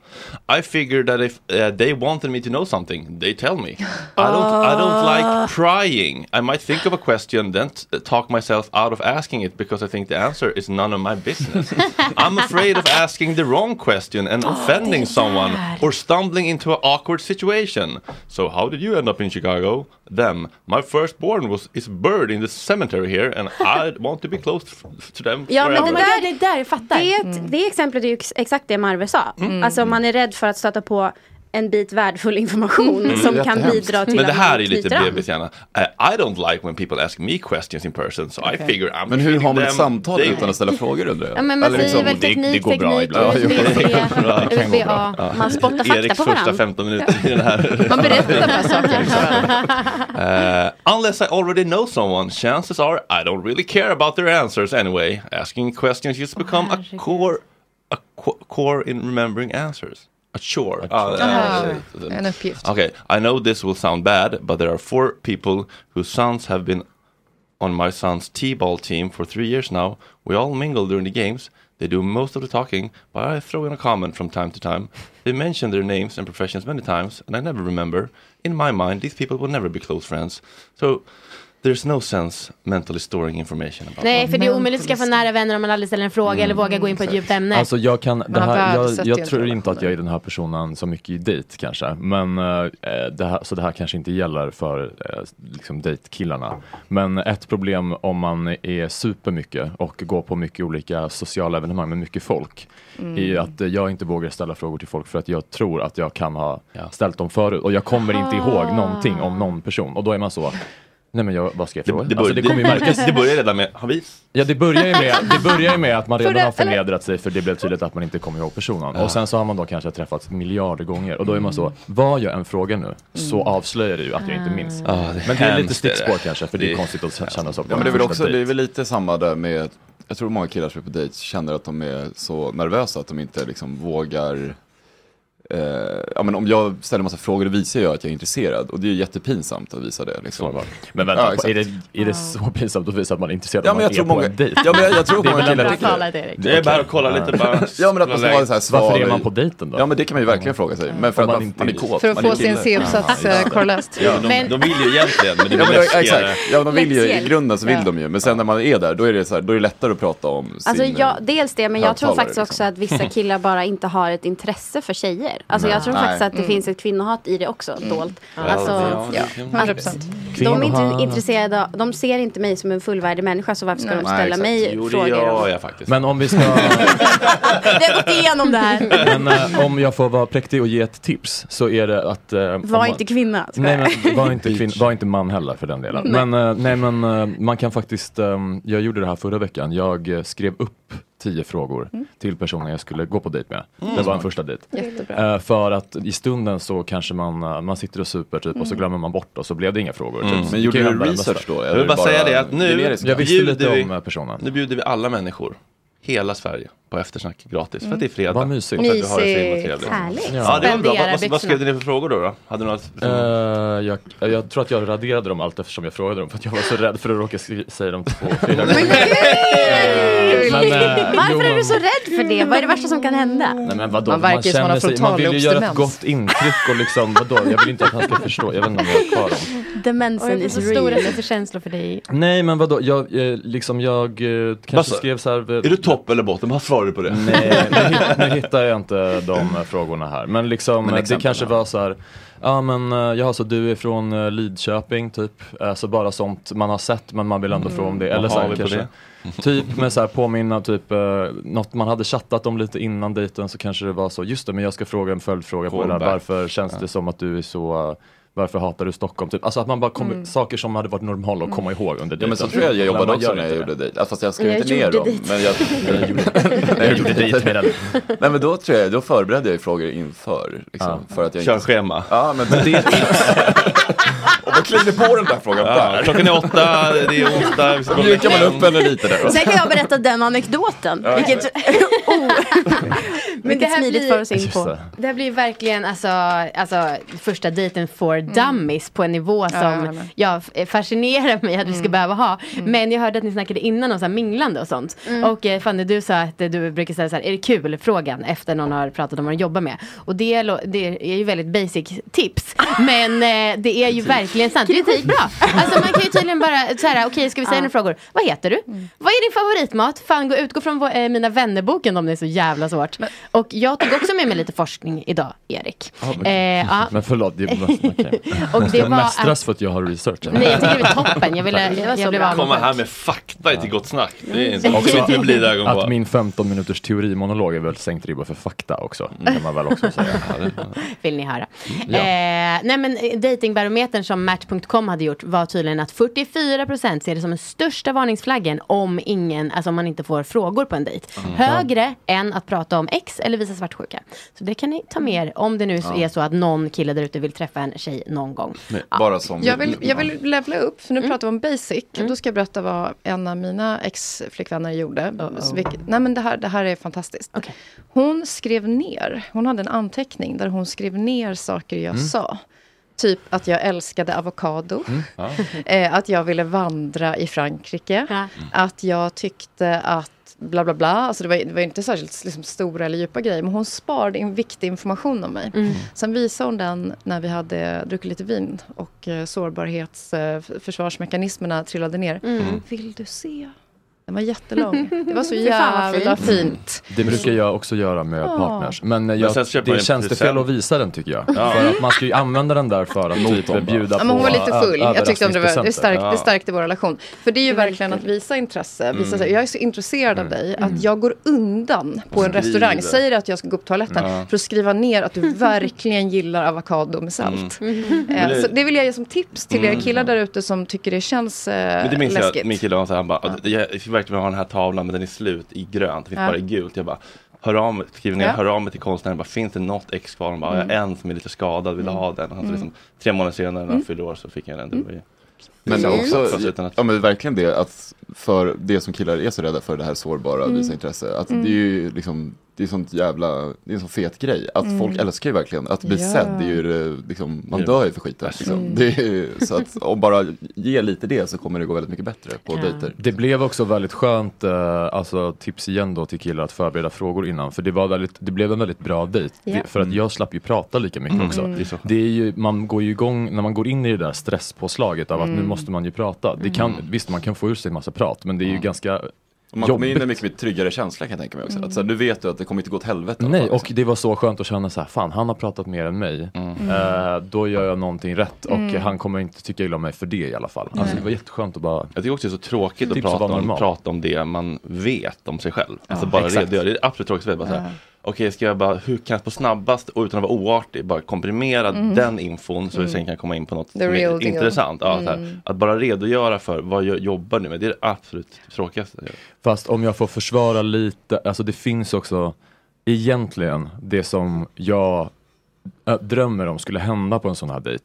Speaker 1: I figured that if eh, they wanted me to know something, they tell me. I don't, I don't
Speaker 9: Ah.
Speaker 1: like prying. I might think of a question, then t- talk myself out of asking it because I think the answer is none of my business. I'm afraid of asking the wrong question
Speaker 9: Ah,
Speaker 1: and offending someone or stumbling into an awkward situation. So how did you end up in Chicago? Them. My firstborn was is buried in the cemetery here and I want to be close f- to them
Speaker 6: Ja, men
Speaker 1: forever.
Speaker 6: det där, det
Speaker 18: där fattar.
Speaker 6: Det, det exemplet är ju ex- exakt det Marve sa.
Speaker 1: Mm.
Speaker 6: Alltså man är rädd för att stöta på en bit värdefull information
Speaker 1: Mm.
Speaker 6: som kan bidra till
Speaker 1: Men det
Speaker 6: att man
Speaker 1: här är lite
Speaker 6: knyter an.
Speaker 1: bebis gärna. I, I don't like when people ask me questions in person so I
Speaker 5: Okej.
Speaker 1: figure I'm
Speaker 5: Men hur
Speaker 1: feeding
Speaker 5: har man ett
Speaker 1: them-
Speaker 5: samtal
Speaker 1: they-
Speaker 5: utan att ställa frågor, undrar jag?
Speaker 18: Ja, men man
Speaker 5: Eller liksom,
Speaker 18: säger väl
Speaker 1: det- det
Speaker 18: teknik,
Speaker 1: går bra
Speaker 18: teknik,
Speaker 1: ibland.
Speaker 18: USB,
Speaker 1: Ja, jo, det kan gå bra. Det kan gå
Speaker 18: USB,
Speaker 1: bra.
Speaker 18: ja.
Speaker 1: Ja.
Speaker 18: Man spottar fakta
Speaker 1: Eriks
Speaker 18: på
Speaker 1: första
Speaker 18: varann.
Speaker 1: 15 minuter i den här.
Speaker 18: Man berättar bara saker.
Speaker 1: Uh, unless I already know someone, chances are I don't really care about their answers anyway. Asking questions just become a core, a qu- core in remembering answers. A chore. Ah,
Speaker 9: Aha,
Speaker 1: eh,
Speaker 9: en
Speaker 1: eh,
Speaker 9: uppgift.
Speaker 1: Okay, I know this will sound bad, but there are four people whose sons have been on my son's t-ball team for three years now. We all mingle during the games. They do most of the talking, but I throw in a comment from time to time. They mention their names and professions many times, and I never remember. In my mind, these people will never be close friends. So there's no sense mentally storing information about
Speaker 18: Nej, för det är omöjligt att Mm, skaffa nära vänner om man aldrig ställer en fråga eller vågar gå in på ett djupt ämne.
Speaker 11: Alltså jag kan,
Speaker 18: Man
Speaker 11: det
Speaker 18: har
Speaker 11: här, jag,
Speaker 18: värdesatt ju
Speaker 11: jag
Speaker 18: inte
Speaker 11: tror inte att jag är den här personen så mycket i dejt kanske. Men, eh, det här, så det här kanske inte gäller för eh, liksom dejtkillarna. Men ett problem om man är super mycket och går på mycket olika sociala evenemang med mycket folk.
Speaker 5: Mm.
Speaker 11: Är ju att eh, jag inte vågar ställa frågor till folk för att jag tror att
Speaker 18: Ah.
Speaker 11: jag kan ha ställt dem förut. Och jag kommer inte ihåg någonting om någon person. Och då är man så. Nej men jag, vad ska jag fråga?
Speaker 1: det bör-
Speaker 11: alltså, det kommer ju
Speaker 1: det-
Speaker 11: märkas.
Speaker 1: det börjar redan med, har vi?
Speaker 11: Ja det börjar ju med, det börjar ju med att man
Speaker 1: För
Speaker 11: redan
Speaker 1: det-
Speaker 11: har förnedrat sig för det blev tydligt att man inte kommer ihåg personen.
Speaker 1: Ja.
Speaker 11: Och sen så har man då kanske träffats miljarder gånger och då är man så, vad jag än frågar nu så
Speaker 5: Mm.
Speaker 11: avslöjar det ju att jag inte minns.
Speaker 5: Ah, det är
Speaker 11: men det är lite
Speaker 5: hemskt, det är
Speaker 11: stickspår
Speaker 5: det.
Speaker 11: kanske för det är
Speaker 5: Det-
Speaker 11: konstigt att känna så. på
Speaker 5: Ja, men det är väl
Speaker 11: första
Speaker 5: också,
Speaker 11: dejt.
Speaker 5: det är väl lite samma där med, jag tror många killar som är på dejt känner att de är så nervösa att de inte liksom vågar, eh, ja men om jag ställer massa frågor då visar jag att jag är intresserad och det är ju jättepinsamt att visa det. Liksom.
Speaker 11: Men vänta, alltså,
Speaker 5: exakt.
Speaker 11: är, det, är det så pinsamt att visa att man är intresserad
Speaker 5: Ja,
Speaker 11: om
Speaker 5: men
Speaker 11: man
Speaker 5: jag
Speaker 11: är
Speaker 5: tror
Speaker 11: på
Speaker 5: många-
Speaker 11: en dejt?
Speaker 5: Ja, men jag- jag tror
Speaker 11: Det är
Speaker 5: många
Speaker 11: väl en-
Speaker 5: killar Bra tycker det. talat, Erik. Det är bara att kolla lite bara. Ja, men att man ska vara så här sval
Speaker 11: Varför är
Speaker 5: och-
Speaker 11: man på dejten då?
Speaker 5: Ja men det kan man ju verkligen fråga sig, men för
Speaker 11: Om
Speaker 5: att
Speaker 11: man
Speaker 5: man,
Speaker 11: inte
Speaker 5: man är
Speaker 11: är-
Speaker 5: kåt.
Speaker 9: För att
Speaker 5: man är
Speaker 9: få sin
Speaker 5: kille.
Speaker 9: C-uppsats,
Speaker 5: Ja,
Speaker 9: eh,
Speaker 5: just det.
Speaker 9: korreläst.
Speaker 5: Ja,
Speaker 9: Men-
Speaker 1: De vill ju egentligen, men det
Speaker 5: Ja,
Speaker 1: blir
Speaker 5: men,
Speaker 1: läskigare.
Speaker 5: exakt, ja de vill ju, i
Speaker 6: Läxhjälp.
Speaker 5: grunden så vill
Speaker 6: Ja.
Speaker 5: de ju, men sen när man är där då är det, så här, då är det lättare att prata om
Speaker 6: Alltså
Speaker 5: sin...
Speaker 6: jag, dels det, men jag tror
Speaker 5: högtalare,
Speaker 6: faktiskt
Speaker 5: liksom.
Speaker 6: också att vissa killar bara inte har ett intresse för tjejer. Alltså
Speaker 5: Nej.
Speaker 6: jag tror
Speaker 5: Nej.
Speaker 6: faktiskt att det
Speaker 5: Mm.
Speaker 6: finns ett kvinnohat i det också,
Speaker 11: Mm.
Speaker 6: dolt.
Speaker 5: Ja,
Speaker 6: Alltså,
Speaker 5: ja, det
Speaker 6: ja.
Speaker 5: kan
Speaker 6: Att
Speaker 5: man- 100%.
Speaker 6: De är
Speaker 11: Kvinnohat.
Speaker 6: inte intresserade, av- de ser inte mig som en fullvärdig människa, så varför ska de ställa mig frågor? om-
Speaker 11: Men om vi ska...
Speaker 6: Vi har gått igenom det här.
Speaker 11: Men eh, om jag får vara präktig och ge ett tips så är det att... eh, om
Speaker 6: Var
Speaker 11: man-
Speaker 6: inte kvinna. ska jag.
Speaker 11: Nej, men alltså, var inte, kvin- var inte man heller för den delen.
Speaker 6: Nej.
Speaker 11: Men, eh, nej, men eh, man kan faktiskt, eh, jag gjorde det här förra veckan, jag eh, skrev upp tio frågor
Speaker 9: Mm.
Speaker 11: till personer jag skulle gå på dejt med.
Speaker 9: Mm.
Speaker 11: Det var en första dejt.
Speaker 9: Jättebra.
Speaker 11: Eh, för att i stunden så kanske man, eh, man sitter och super typ, och så
Speaker 9: Mm.
Speaker 11: glömmer man bort och så blev det inga frågor.
Speaker 1: Mm.
Speaker 11: Typ.
Speaker 1: Men
Speaker 11: Det
Speaker 1: gjorde
Speaker 11: kan
Speaker 1: du
Speaker 11: hända den
Speaker 1: research
Speaker 11: bästa.
Speaker 1: då, eller Jag vill bara bara säga det att nu generiskt?
Speaker 11: jag visste lite
Speaker 1: bjuder vi-
Speaker 11: om eh, personen.
Speaker 1: Nu bjuder vi alla människor, hela Sverige, på eftersnack gratis för att det är fredag.
Speaker 11: Vad mysigt.
Speaker 1: Och för att vi har det så himla
Speaker 11: Mysigt.
Speaker 1: trevligt.
Speaker 11: Härligt.
Speaker 1: Ja, det var bra.
Speaker 11: Spendera
Speaker 1: Vad, vad, vad skrev
Speaker 11: byxorna.
Speaker 1: ni för frågor då? då? Hade ni något?
Speaker 11: Eh, jag, jag tror att jag raderade dem allt eftersom jag frågade dem för att jag var så rädd för att råka skri- säga dem två fyra gånger. Eh, men, eh, jo,
Speaker 6: Varför är du
Speaker 11: men-
Speaker 6: så rädd för det? Vad är det värsta som kan hända?
Speaker 11: Nej men vadå,
Speaker 6: Man
Speaker 11: man,
Speaker 6: verkar ju som man
Speaker 11: känner
Speaker 6: har
Speaker 11: sig, man vill ju göra ett
Speaker 6: frontalobsdemens.
Speaker 11: gott intryck och liksom vadå, jag vill inte att han ska förstå, jag vet inte om jag har kvar dem.
Speaker 18: Alltså, Och jag
Speaker 6: Demensen
Speaker 18: får
Speaker 6: is
Speaker 18: så stora
Speaker 6: real.
Speaker 18: känslor för dig.
Speaker 11: Nej men vadå, jag, eh, liksom jag eh, kanske
Speaker 1: Basse,
Speaker 11: skrev så här.
Speaker 1: Är du topp eller botten? Vad svarar du på det?
Speaker 11: Nej, nu, hit- nu hittar jag inte de eh, frågorna här. Men liksom,
Speaker 1: Men
Speaker 11: eh, det
Speaker 1: exempel,
Speaker 11: kanske var så här. Ja men eh, jaha så du är från eh, Lidköping typ. Eh, Så bara sånt man har sett men man vill ändå
Speaker 1: Mm.
Speaker 11: fråga om det.
Speaker 1: Vad
Speaker 11: Eller så
Speaker 1: har vi
Speaker 11: här,
Speaker 1: på
Speaker 11: kanske, typ med så här påminna typ eh, något man hade chattat om lite innan dejten så kanske det var så. Just det men jag ska fråga en följdfråga på det där.
Speaker 1: Callback.
Speaker 11: Varför känns det som att du är så eh, varför hatar du Stockholm? Typ. Alltså att man bara kommer,
Speaker 5: Mm.
Speaker 11: saker som hade varit normala att komma ihåg under dejten.
Speaker 5: Ja men så tror jag jag
Speaker 11: Men
Speaker 5: jobbade
Speaker 11: man
Speaker 5: också
Speaker 11: gör
Speaker 5: när
Speaker 11: inte
Speaker 5: jag
Speaker 11: det.
Speaker 5: gjorde dejt. Alltså fast jag skrev
Speaker 11: Jag
Speaker 5: inte ner
Speaker 11: gjorde
Speaker 5: dem.
Speaker 11: dejt.
Speaker 5: Men jag,
Speaker 11: Jag gjorde- jag gjorde dejt med den.
Speaker 5: Nej men då tror jag, då förberedde jag ju frågor inför. Liksom, för att jag inte...
Speaker 1: Körschema.
Speaker 5: Ja men det är ett tips. Och man kliver på den där frågan
Speaker 1: Ja,
Speaker 5: där.
Speaker 1: klockan är åtta, det är onsdag. vi ska gå och
Speaker 5: Mjukar man
Speaker 1: lägga
Speaker 5: upp eller lite där.
Speaker 6: Sen kan jag berätta den anekdoten.
Speaker 5: Ja.
Speaker 6: Vilket, oh,
Speaker 18: Men det
Speaker 6: vilket
Speaker 18: här
Speaker 6: smidigt
Speaker 18: blir-
Speaker 6: för oss in
Speaker 18: Just
Speaker 6: på.
Speaker 18: det. Det här blir ju verkligen alltså, alltså första dejten for dummies på en nivå
Speaker 9: Ja, jag
Speaker 18: som
Speaker 9: håller.
Speaker 18: Mm. jag Mm. f- fascinerar mig att vi ska behöva ha. Men jag hörde att ni snackade innan om så här minglande och sånt. Och eh, Fanny, du sa att eh, du brukar säga så här, är det kul-frågan efter någon har pratat om vad de jobbar med. Och det, lå- det är ju väldigt basic tips. Men eh, det är ju verkligen sant. Det är typ bra. Alltså man kan ju tydligen bara så här, okej ska vi säga några frågor. Vad heter du?
Speaker 11: Mm.
Speaker 18: Vad är din favoritmat? Fan, gå, utgå från vår- eh, mina vännerboken om det är så jävla svårt. Och jag tog också med mig lite forskning idag, Erik.
Speaker 11: Ja, men-
Speaker 18: Eh, ja.
Speaker 11: Men förlåt, det var, okay.
Speaker 18: Och
Speaker 11: Jag
Speaker 18: det
Speaker 11: ska
Speaker 18: var
Speaker 11: mästras
Speaker 18: att-
Speaker 11: för att jag har researchat.
Speaker 18: Nej, jag tycker det var toppen. Jag ville,
Speaker 11: Tack.
Speaker 18: jag, jag blev av
Speaker 1: Komma
Speaker 18: med
Speaker 1: här med fakta i Till Gott Snack. Det är inte
Speaker 11: Också
Speaker 1: det inte blida ögon
Speaker 11: att
Speaker 1: på.
Speaker 11: min 15 minuters teorimonolog är väl sänkt ribba för fakta också.
Speaker 1: Mm.
Speaker 11: Kan man väl också säga.
Speaker 18: vill ni höra.
Speaker 11: Ja.
Speaker 18: Eh, nej men eh, datingbarometern som Match.com hade gjort var tydligen att 44% ser det som den största varningsflaggen om ingen, alltså om man inte får frågor på en dejt.
Speaker 9: Mm.
Speaker 18: Högre än att prata om ex eller visa svartsjuka. Så det kan ni ta med er om det nu
Speaker 9: Ja.
Speaker 18: är så att någon kille där ute vill träffa en tjej någon gång.
Speaker 5: Bara som...
Speaker 9: Jag vill, jag vill levla upp, för nu pratar vi om basic. Då ska jag berätta vad en av mina ex-flickvänner gjorde. Så vilket- nej men det här, det här är fantastiskt. Hon skrev ner, hon hade en anteckning där hon skrev ner saker jag
Speaker 21: Mm.
Speaker 9: sa. Typ att jag älskade avokado.
Speaker 21: Ja.
Speaker 9: Eh, att jag ville vandra i Frankrike. Att jag tyckte att bla bla bla. Alltså det, var, det var inte särskilt liksom, stora eller djupa grejer. Men hon sparade in viktig information om mig.
Speaker 21: Mm.
Speaker 9: Sen visade hon den när vi hade druckit lite vin. Och eh, sårbarhetsförsvarsmekanismerna eh, trillade ner.
Speaker 21: Mm.
Speaker 9: Vill du se? Den var jättelång. Det var så
Speaker 6: Fy fan, vad
Speaker 9: jävla
Speaker 6: fint.
Speaker 9: fint.
Speaker 11: Det brukar jag också göra med
Speaker 9: Ja.
Speaker 11: partners. Men, eh,
Speaker 1: Men
Speaker 11: jag,
Speaker 1: sen köper man
Speaker 11: det
Speaker 1: en
Speaker 11: känns det fel
Speaker 1: present.
Speaker 11: att visa den tycker jag.
Speaker 1: Ja.
Speaker 11: För att man ska ju använda den där för att typ bjuda
Speaker 9: Ja,
Speaker 11: på
Speaker 9: men hon var lite full.
Speaker 11: ö-
Speaker 9: Jag tyckte om det, var, det,
Speaker 11: överraskningspresenter.
Speaker 9: stärk, det stärkte vår relation. För det är ju verkligen att visa intresse. Visa
Speaker 11: Mm.
Speaker 9: så här, jag är så intresserad
Speaker 1: Mm.
Speaker 9: av dig
Speaker 6: Mm.
Speaker 9: att jag går undan på en
Speaker 11: Skriver.
Speaker 9: restaurang. Säger att jag ska gå upp på toaletten
Speaker 1: Ja.
Speaker 9: för att skriva ner att du verkligen gillar avokado med salt. Eh,
Speaker 1: Mm. Men det-
Speaker 9: Så det vill jag ge som tips till er
Speaker 1: Mm.
Speaker 9: killar där ute som tycker det känns eh,
Speaker 1: Men det minns
Speaker 9: läskigt.
Speaker 1: jag, min kille var så här, han bara, "Ja, jag fick verkligen ha den här tavlan men den är slut i grönt, det finns
Speaker 9: Ja.
Speaker 1: bara i gult. Jag bara, hör av mig, skriver ner,
Speaker 9: Ja.
Speaker 1: hör av mig till konstnären, bara, finns det något ex kvar? Han bara,
Speaker 9: Mm.
Speaker 1: jag har en som är lite skadad, vill du ha den? Och Han, så
Speaker 9: Mm.
Speaker 1: liksom, tre månader senare när han
Speaker 9: Mm.
Speaker 1: fyllde år så fick jag den. Det var ju,
Speaker 5: Men
Speaker 1: Så-
Speaker 5: också,
Speaker 1: fast utan att,
Speaker 5: ja men verkligen det att för det som killar är så rädda för det här sårbara,
Speaker 1: Mm.
Speaker 5: visa intresse. Att
Speaker 1: Mm.
Speaker 5: det är ju liksom, det är sånt jävla, det är en sån fet grej. Att
Speaker 1: Mm.
Speaker 5: folk älskar ju verkligen, att bli
Speaker 1: Ja.
Speaker 5: sedd är ju det, liksom, man
Speaker 1: Ja.
Speaker 5: dör ju för skiten. Liksom.
Speaker 11: Mm.
Speaker 5: Det är, ju- så att om bara ge lite det så kommer det gå väldigt mycket bättre på dejter.
Speaker 11: Det blev också väldigt skönt, eh, alltså tips igen då till killar att förbereda frågor innan. För det, var väldigt, det blev en väldigt bra dejt.
Speaker 5: Ja.
Speaker 11: Det- För att jag slapp ju prata lika mycket
Speaker 5: Mm.
Speaker 11: också.
Speaker 5: Mm. Det är så
Speaker 11: Det är ju, man går ju igång, när man går in i det där stresspåslaget av att
Speaker 5: Mm.
Speaker 11: nu måste man ju prata. Det kan, Visst, man kan få ur sig massa prat, men det är ju ganska
Speaker 5: Och man kommer in
Speaker 11: jobbigt.
Speaker 5: med mycket mer tryggare känsla kan jag tänka mig också. Att så här, nu vet du att det kommer inte gå åt helvete.
Speaker 11: Nej, och det var så skönt att känna så här, fan han har pratat mer än mig.
Speaker 5: Mm.
Speaker 11: Eh, då gör jag någonting rätt och
Speaker 1: Mm.
Speaker 11: han kommer inte tycka illa om mig för det i alla fall. Alltså,
Speaker 5: Mm.
Speaker 1: Nej.
Speaker 11: det var jätteskönt att bara...
Speaker 1: jag tycker också det är så tråkigt att
Speaker 11: Tips att
Speaker 1: prata
Speaker 11: vara
Speaker 1: om,
Speaker 11: normal.
Speaker 1: prata om det man vet om sig själv. Alltså
Speaker 11: Ja,
Speaker 1: bara
Speaker 11: exakt.
Speaker 1: redogöra, det är det absolut tråkigaste. jag vet, Bara så här,
Speaker 11: Ja.
Speaker 1: Okej, ska jag bara, hur kan jag på snabbast och utan att vara oartig bara komprimera
Speaker 9: Mm.
Speaker 1: den infon så vi
Speaker 9: Mm.
Speaker 1: sen kan komma in på något
Speaker 9: The
Speaker 1: som
Speaker 9: real
Speaker 1: är
Speaker 9: deal.
Speaker 1: intressant. Ja, så här,
Speaker 9: Mm.
Speaker 1: att bara redogöra för vad jag jobbar nu med, det är det absolut tråkigaste. jag gör.
Speaker 11: Fast om jag får försvara lite, alltså det finns också egentligen det som jag äh, drömmer om skulle hända på en sån här dejt.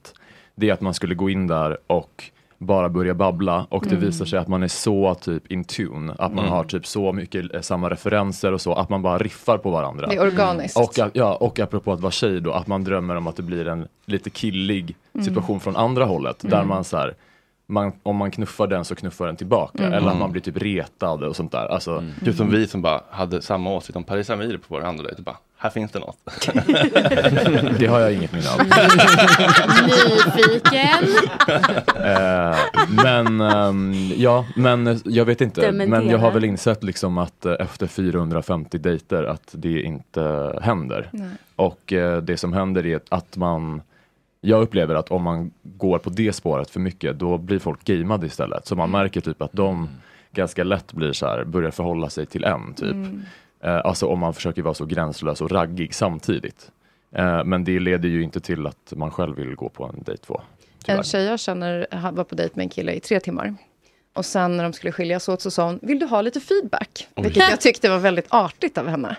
Speaker 11: Det är att man skulle gå in där och bara börja babbla och det
Speaker 1: Mm.
Speaker 11: visar sig att man är så typ in tune, att man
Speaker 1: Mm.
Speaker 11: har typ så mycket eh, samma referenser och så, att man bara riffar på varandra.
Speaker 9: Det är organiskt.
Speaker 11: Och, a- ja, och apropå att vara tjej då, att man drömmer om att det blir en lite killig situation från andra hållet, där
Speaker 9: Mm.
Speaker 11: man så här, man, om man knuffar den så knuffar den tillbaka.
Speaker 1: Mm.
Speaker 11: Eller att man blir typ retad och sånt där. Alltså,
Speaker 1: Typ som vi som bara hade samma åsikt om Paris Amir på vår andra dejt. typ Bara, här finns det något.
Speaker 11: Det har jag inget minne av.
Speaker 18: Nyfiken.
Speaker 11: Eh, men ehm, ja, men eh, jag vet inte.
Speaker 18: Dementera.
Speaker 11: Men jag har väl insett liksom att eh, efter 450 dejter att det inte händer.
Speaker 9: Nej.
Speaker 11: Och eh, det som händer är att man jag upplever att om man går på det spåret för mycket, då blir folk gameade istället. Så
Speaker 9: Mm.
Speaker 11: man märker typ att de ganska lätt blir så här, börjar förhålla sig till en typ.
Speaker 9: Mm.
Speaker 11: Eh, Alltså om man försöker vara så gränslös och raggig samtidigt. Eh, Men det leder ju inte till att man själv vill gå på en dejt två.
Speaker 9: En tjej jag känner ha- var på dejt med en kille i tre timmar. Och sen när de skulle skiljas åt så sa hon, vill du ha lite feedback?
Speaker 11: Oj.
Speaker 9: Vilket jag tyckte var väldigt artigt av henne.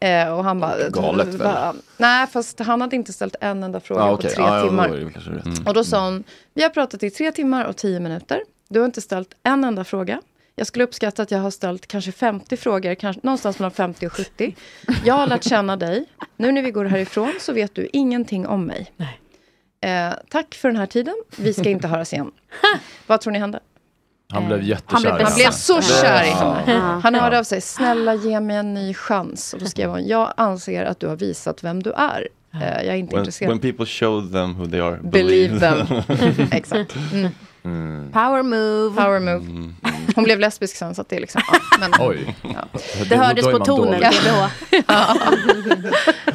Speaker 9: Eh, och han bara...
Speaker 5: Oh. Galet väl?
Speaker 9: bara, Nej, fast han hade inte ställt en enda fråga
Speaker 5: Ja,
Speaker 9: på
Speaker 5: okej. Ah,
Speaker 9: tre
Speaker 5: Ja, ja, då
Speaker 9: timmar.
Speaker 5: är det väl kanske rätt. Mm.
Speaker 9: Och då sa hon, vi har pratat i tre timmar och tio minuter. Du har inte ställt en enda fråga. Jag skulle uppskatta att jag har ställt kanske 50 frågor, kanske, någonstans mellan 50 och 70. Jag har lärt känna dig. Nu när vi går härifrån så vet du ingenting om mig. Eh, tack för den här tiden. Vi ska inte höras igen. Vad tror ni hände?
Speaker 11: Han blev jättekär.
Speaker 9: Han blev,
Speaker 11: i henne.
Speaker 9: så kär i henne.
Speaker 11: Ja.
Speaker 9: Han hörde av sig, snälla ge mig en ny chans. Och då skrev hon, jag anser att du har visat vem du är. Eh, jag är inte
Speaker 1: When,
Speaker 9: intresserad.
Speaker 1: when people show them who they are,
Speaker 9: Believe them. Exakt. Mm.
Speaker 1: Mm.
Speaker 9: Power move. Power move. Hon blev lesbisk sen, så att det är liksom... Ja, men,
Speaker 11: Oj.
Speaker 9: Det
Speaker 11: då-
Speaker 9: hördes
Speaker 11: då är
Speaker 9: på
Speaker 11: man
Speaker 9: tonen,
Speaker 11: dålig.
Speaker 9: det då.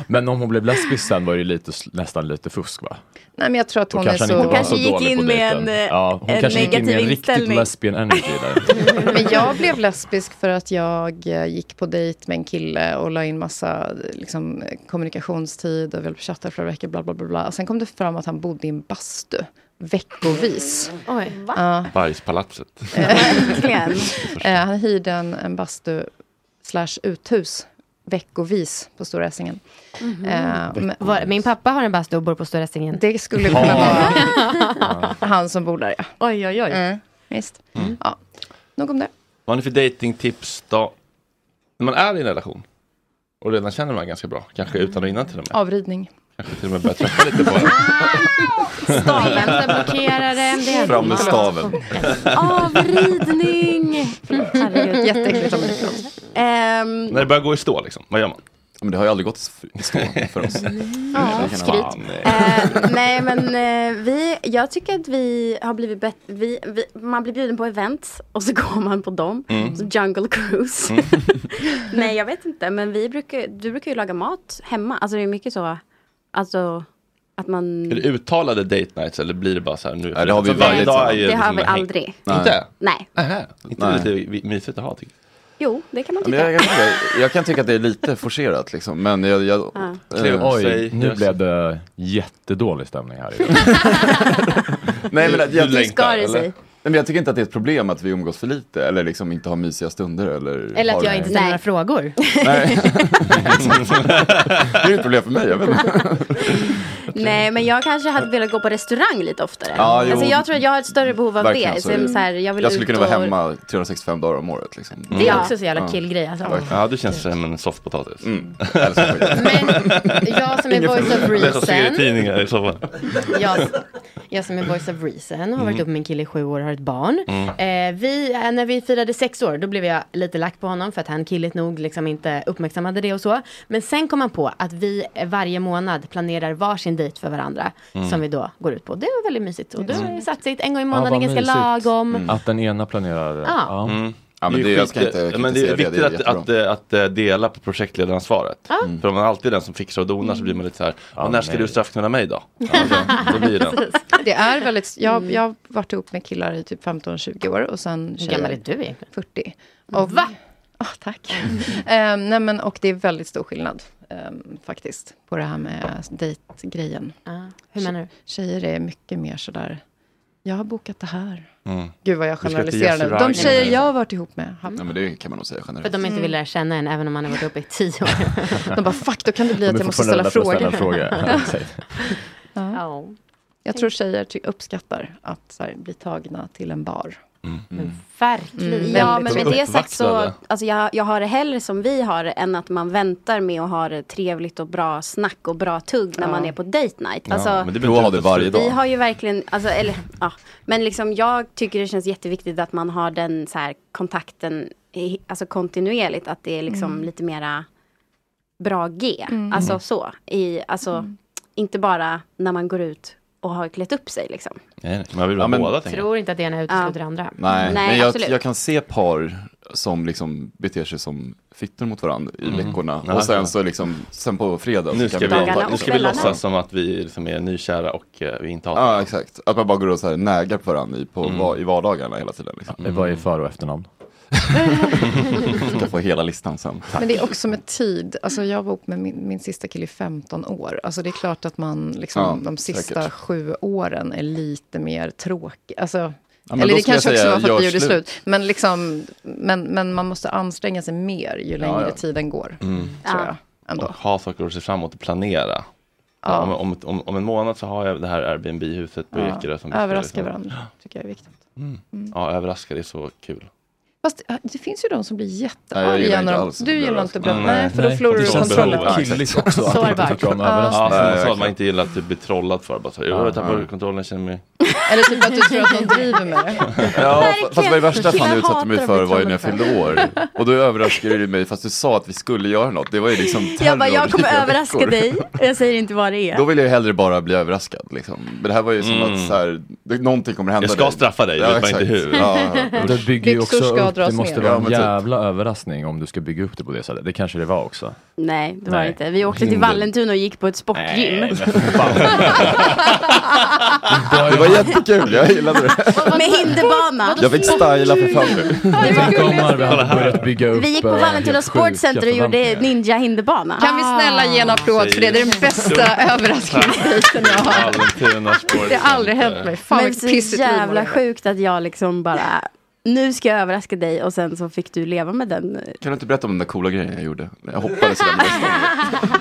Speaker 11: Men om hon blev lesbisk sen var det ju lite, sl- nästan lite fusk va?
Speaker 9: Nej, men jag tror att
Speaker 11: Då
Speaker 9: hon är
Speaker 11: kanske han
Speaker 9: så...
Speaker 11: inte var så dålig på dejten. ja,
Speaker 9: eh,
Speaker 11: hon kanske gick in med en riktigt lesbian energy där.
Speaker 9: Men jag blev lesbisk för att jag eh, gick på dejt med en kille och la in massa liksom, eh, kommunikationstid och vi höll på och chattade flera veckor, bla bla bla. bla. Sen kom det fram att han bodde i en bastu veckovis.
Speaker 6: Oj.
Speaker 9: Ja.
Speaker 1: Bergspalatset.
Speaker 9: Eh, han hyrde en, en bastu slash uthus veckovis på Stora Essingen.
Speaker 18: Mhm.
Speaker 9: Eh, men-
Speaker 18: Var- Min pappa har en bastu och bor på Stora Essingen.
Speaker 9: Det skulle kunna vara han som bor där, ja.
Speaker 18: Oj, oj, oj.
Speaker 9: Mm, visst.
Speaker 1: Mm.
Speaker 9: Ja. Nog om det.
Speaker 1: Vad har ni för datingtips då? När man är i en relation och redan känner man ganska bra, kanske utan och innan till och med.
Speaker 9: Avridning.
Speaker 1: Kanske till och med börjar träffa lite på den.
Speaker 18: Vänta, blockerare, MDM.
Speaker 1: Fram med staven.
Speaker 6: Avridning! Herregud.
Speaker 9: Jätteäckligt av mig, förlåt.
Speaker 6: Ehm,
Speaker 1: När det börjar gå i stå liksom, vad gör man?
Speaker 5: Men det har ju aldrig gått i stå för oss.
Speaker 6: Ja,
Speaker 5: Det kan
Speaker 6: skryt.
Speaker 5: jag-
Speaker 6: Eh, nej men eh, vi, jag tycker att vi har blivit bättre, vi, vi, man blir bjuden på events och så går man på dem.
Speaker 2: Mm.
Speaker 6: Så jungle cruise. nej jag vet inte men vi brukar, du brukar ju laga mat hemma. Alltså det är mycket så, alltså att man
Speaker 1: Är det uttalade date nights eller blir det bara så här nu?
Speaker 5: det har vi
Speaker 1: För varje
Speaker 5: väldigt
Speaker 1: dag
Speaker 5: sällan.
Speaker 1: är ju
Speaker 6: Det har
Speaker 1: liksom
Speaker 6: vi
Speaker 1: en häng.
Speaker 6: aldrig.
Speaker 1: Inte?
Speaker 6: Nej.
Speaker 1: Nähä. Inte
Speaker 5: Nej.
Speaker 1: lite vi- mysigt att ha tycker
Speaker 6: Jo, det kan man
Speaker 5: Ja, men
Speaker 6: tycka.
Speaker 5: jag, kan tycka, jag kan tycka att det är lite forcerat liksom. Men jag... jag
Speaker 6: Ja.
Speaker 5: eh,
Speaker 11: Oj, nu blev det jättedålig stämning här idag.
Speaker 5: Nej, men, jag,
Speaker 11: Du längtar, Skar det eller? sig?
Speaker 5: Nej, men jag tycker inte att det är ett problem att vi umgås för lite eller liksom inte har mysiga stunder. Eller,
Speaker 18: Eller
Speaker 5: har
Speaker 18: att jag
Speaker 5: det-
Speaker 18: inte ställer några frågor.
Speaker 5: Nej. det är ett problem för mig. Jag vet inte.
Speaker 6: Nej men jag kanske hade velat gå på restaurang lite oftare.
Speaker 5: Ja, jo.
Speaker 6: alltså jag tror att jag har ett större behov av
Speaker 5: Verkligen,
Speaker 6: det.
Speaker 5: alltså.
Speaker 6: Så, jag är så här, jag vill
Speaker 5: jag skulle
Speaker 6: ut
Speaker 5: kunna vara
Speaker 6: och-
Speaker 5: hemma 365 dagar om året. Liksom.
Speaker 18: Det är också så jävla killgrej, alltså.
Speaker 1: jag. Ja, du känns som en soffpotatis. Mm.
Speaker 18: Jag som är
Speaker 1: Ingen
Speaker 18: voice of
Speaker 1: förlust. Lätt att skriva i
Speaker 18: reason.
Speaker 1: tidningar i soffan.
Speaker 18: Jag, jag som är voice of reason har varit
Speaker 1: Mm.
Speaker 18: ihop med en kille i sju år och har ett barn.
Speaker 1: Mm.
Speaker 18: Eh, vi, eh, när vi firade sex år då blev jag lite lack på honom för att han killigt nog liksom inte uppmärksammade det och så. Men sen kom han på att vi eh, varje månad planerar varsin dejt för varandra
Speaker 11: Mm.
Speaker 18: som vi då går ut på. Det var väldigt mysigt och då är det satsigt. En gång i
Speaker 11: Ja,
Speaker 18: månaden
Speaker 11: vad
Speaker 18: ganska
Speaker 11: mysigt.
Speaker 18: lagom.
Speaker 11: Mm. Att den ena planerar.
Speaker 1: Ah.
Speaker 11: Mm.
Speaker 18: Ja.
Speaker 1: Mm.
Speaker 5: Ja, men det- jag ska inte
Speaker 1: men det
Speaker 5: kritisera
Speaker 1: är
Speaker 5: det,
Speaker 1: viktigt
Speaker 5: eh, det är Mm.
Speaker 1: att, att, eh, att eh, dela på projektledaransvaret.
Speaker 18: Ja.
Speaker 1: För om man alltid är den som fixar och donar så blir man lite så här, och när ska
Speaker 11: nej.
Speaker 1: du straffknulla mig då? Alltså, då blir det.
Speaker 9: Det är väldigt, jag, jag har varit ihop med killar i typ 15-20 år och sen
Speaker 18: Mm. Hur
Speaker 9: tjejer.
Speaker 18: gammal är du egentligen? Mm.
Speaker 9: 40. Och, Va? tack. Ehm, nej men, och det är väldigt stor skillnad ehm, faktiskt på det här med dejtgrejen.
Speaker 18: Ah, hur menar du?
Speaker 9: Tjejer är mycket mer sådär, jag har bokat det här.
Speaker 5: Mm.
Speaker 9: Gud vad jag
Speaker 5: Vi ska till
Speaker 9: generaliserar nu.
Speaker 5: restaurang.
Speaker 9: De tjejer jag har varit ihop med, har-
Speaker 5: Ja, men det kan man nog säga generellt.
Speaker 18: För att de inte vill lära känna en även om man har varit uppe i tio år.
Speaker 9: De bara, fuck, då kan det bli
Speaker 5: De
Speaker 9: att
Speaker 5: är
Speaker 9: jag måste
Speaker 5: fortfarande
Speaker 9: ställa
Speaker 5: rädda
Speaker 9: frågor.
Speaker 5: för att ställa
Speaker 9: Ja.
Speaker 5: frågor. Ja, exakt.
Speaker 9: ja. Jag tror tjejer ty- uppskattar att så här, bli tagna till en bar.
Speaker 5: Mm,
Speaker 6: Verkligen.
Speaker 9: Mm,
Speaker 6: ja,
Speaker 9: väldigt
Speaker 6: men
Speaker 9: så.
Speaker 6: med det sagt så,
Speaker 9: Uppvaktade.
Speaker 6: alltså jag, jag har det hellre som vi har det, än att man väntar med att ha det trevligt och bra snack och bra tugg när
Speaker 9: Ja.
Speaker 6: man är på date night.
Speaker 1: Mm.
Speaker 5: Ja,
Speaker 6: Alltså,
Speaker 5: men det Prova att ha det varje dag.
Speaker 6: Vi har ju verkligen, alltså, eller ja, men liksom jag tycker det känns jätteviktigt att man har den så här kontakten, i- alltså kontinuerligt, att det är liksom
Speaker 9: Mm.
Speaker 6: lite mera bra G.
Speaker 9: Mm.
Speaker 6: Alltså
Speaker 9: Mm.
Speaker 6: så, i, alltså
Speaker 18: Mm.
Speaker 6: inte bara när man går ut och har klätt upp sig liksom.
Speaker 1: Nej, nej, man vill
Speaker 5: Ja,
Speaker 1: vara
Speaker 5: men-
Speaker 1: båda
Speaker 18: Jag
Speaker 1: tänker jag.
Speaker 18: tror inte att det ena utesluter det andra.
Speaker 5: Nej, men jag,
Speaker 6: absolut.
Speaker 5: jag kan se par som liksom beter sig som fittor mot varandra i
Speaker 1: Mm.
Speaker 5: veckorna.
Speaker 1: Ja,
Speaker 5: och sen
Speaker 1: ja.
Speaker 5: så liksom, sen på fredag så
Speaker 1: Nu ska,
Speaker 5: kan bara
Speaker 1: vi,
Speaker 5: ta-
Speaker 1: nu ska vi låtsas som att vi liksom är nykära och eh, vi inte har
Speaker 5: Ja, exakt. Att man bara går och så här nägar på varandra i,
Speaker 1: Mm.
Speaker 5: på, va, i vardagarna hela tiden. Liksom.
Speaker 11: Mm. Vad är för och efternamn?
Speaker 5: ska få hela listan sen.
Speaker 9: Men det är också med tid. Alltså jag var ihop med min, min sista kille i 15 år. Alltså det är klart att man liksom,
Speaker 5: Ja,
Speaker 9: de sista
Speaker 5: säkert.
Speaker 9: sju åren är lite mer tråkig. Alltså,
Speaker 5: men
Speaker 9: eller
Speaker 5: då
Speaker 9: det
Speaker 5: skulle jag
Speaker 9: kanske också
Speaker 5: säga,
Speaker 9: var för att vi
Speaker 5: gör
Speaker 9: gjorde
Speaker 5: slut.
Speaker 9: slut. Men, liksom, men, men man måste anstränga sig mer ju längre
Speaker 1: ja.
Speaker 9: tiden går.
Speaker 1: Mm.
Speaker 9: Tror jag.
Speaker 1: Och ha saker att se fram emot och planera.
Speaker 9: Ja.
Speaker 1: Om, om, om, om en månad så har jag det här Airbnb-huset på
Speaker 9: Ja.
Speaker 1: Ekerö. som vi ska
Speaker 9: Överraska
Speaker 1: liksom-
Speaker 9: varandra, tycker jag är viktigt. Mm.
Speaker 1: Ja, överraska, det är så kul.
Speaker 9: Fast äh, det finns ju de som blir
Speaker 1: Nej, jag gillar
Speaker 9: jättearga.
Speaker 1: inte
Speaker 9: när de-
Speaker 1: alls att
Speaker 9: Du
Speaker 1: bli
Speaker 9: gillar
Speaker 1: överraskad.
Speaker 9: inte bra.
Speaker 1: Mm,
Speaker 9: Nej,
Speaker 1: nej.
Speaker 9: för då
Speaker 1: Nej,
Speaker 9: förlorar
Speaker 1: det
Speaker 9: du
Speaker 1: känns väldigt
Speaker 9: kontrollen.
Speaker 1: killigt också att
Speaker 9: Sårbar.
Speaker 11: inte tycka om
Speaker 9: Ja.
Speaker 1: Ja,
Speaker 11: överraskningar.
Speaker 1: som
Speaker 11: Nej,
Speaker 1: sa att man
Speaker 11: verkligen.
Speaker 1: inte gillar att typ bli trollad för. Bara så, här,
Speaker 11: Ja,
Speaker 1: jag tappar
Speaker 11: ja.
Speaker 1: kontrollen, känner mig...
Speaker 9: Eller typ att du tror att de driver med det.
Speaker 5: Ja, fa- fast det värsta fan
Speaker 9: Killar
Speaker 5: du utsatte mig
Speaker 9: hatar att
Speaker 5: för
Speaker 9: bli
Speaker 5: var ju när jag
Speaker 9: trollade.
Speaker 5: fyllde år. Och då överraskade du mig fast du sa att vi skulle göra något. Det var ju liksom terror
Speaker 6: Jag bara, jag
Speaker 5: i
Speaker 6: kommer
Speaker 5: flera
Speaker 6: överraska
Speaker 5: veckor.
Speaker 6: dig. Jag säger inte vad det är.
Speaker 5: Då vill jag ju hellre bara bli överraskad. Liksom. Men det här var ju som
Speaker 1: Mm.
Speaker 5: att så här, det, någonting kommer hända
Speaker 1: Jag ska straffa dig, vet man inte
Speaker 5: exakt.
Speaker 1: hur.
Speaker 5: Ja, ja.
Speaker 11: Det bygger ju också
Speaker 6: ska
Speaker 11: upp, det
Speaker 6: dras
Speaker 11: måste
Speaker 6: ner.
Speaker 11: vara
Speaker 6: Ja,
Speaker 11: en
Speaker 6: men typ.
Speaker 11: jävla överraskning om du ska bygga upp det på det sättet. Det kanske det var också.
Speaker 6: Nej, det var det
Speaker 11: Nej.
Speaker 6: inte. Vi åkte till
Speaker 11: Hinder.
Speaker 6: Vallentuna och gick på ett
Speaker 11: Nej,
Speaker 6: sportgym.
Speaker 11: men
Speaker 5: Det var jättekul, jag gillade det.
Speaker 6: Med hinderbana.
Speaker 5: Jag fick styla för fan.
Speaker 11: Stockholmare, vi hade börjat bygga upp
Speaker 6: Vi gick på
Speaker 11: eh,
Speaker 6: Vallentuna
Speaker 11: helt
Speaker 6: Sportcenter och
Speaker 11: sjuka
Speaker 6: gjorde
Speaker 11: förväntningar.
Speaker 6: ninja hinderbana.
Speaker 9: Kan vi snälla ge en applåd för det? Det är den bästa överraskningsdejten jag har.
Speaker 1: Vallentuna Sports.
Speaker 9: Det har aldrig hänt mig. Fan
Speaker 6: Men
Speaker 9: vilket
Speaker 6: så
Speaker 9: pissigt liv
Speaker 6: jävla
Speaker 9: man lever.
Speaker 6: sjukt att jag liksom bara, nu ska jag överraska dig och sen så fick du leva med den.
Speaker 5: Kan du inte berätta om den där coola grejen jag gjorde? Jag hoppade sådär med stången.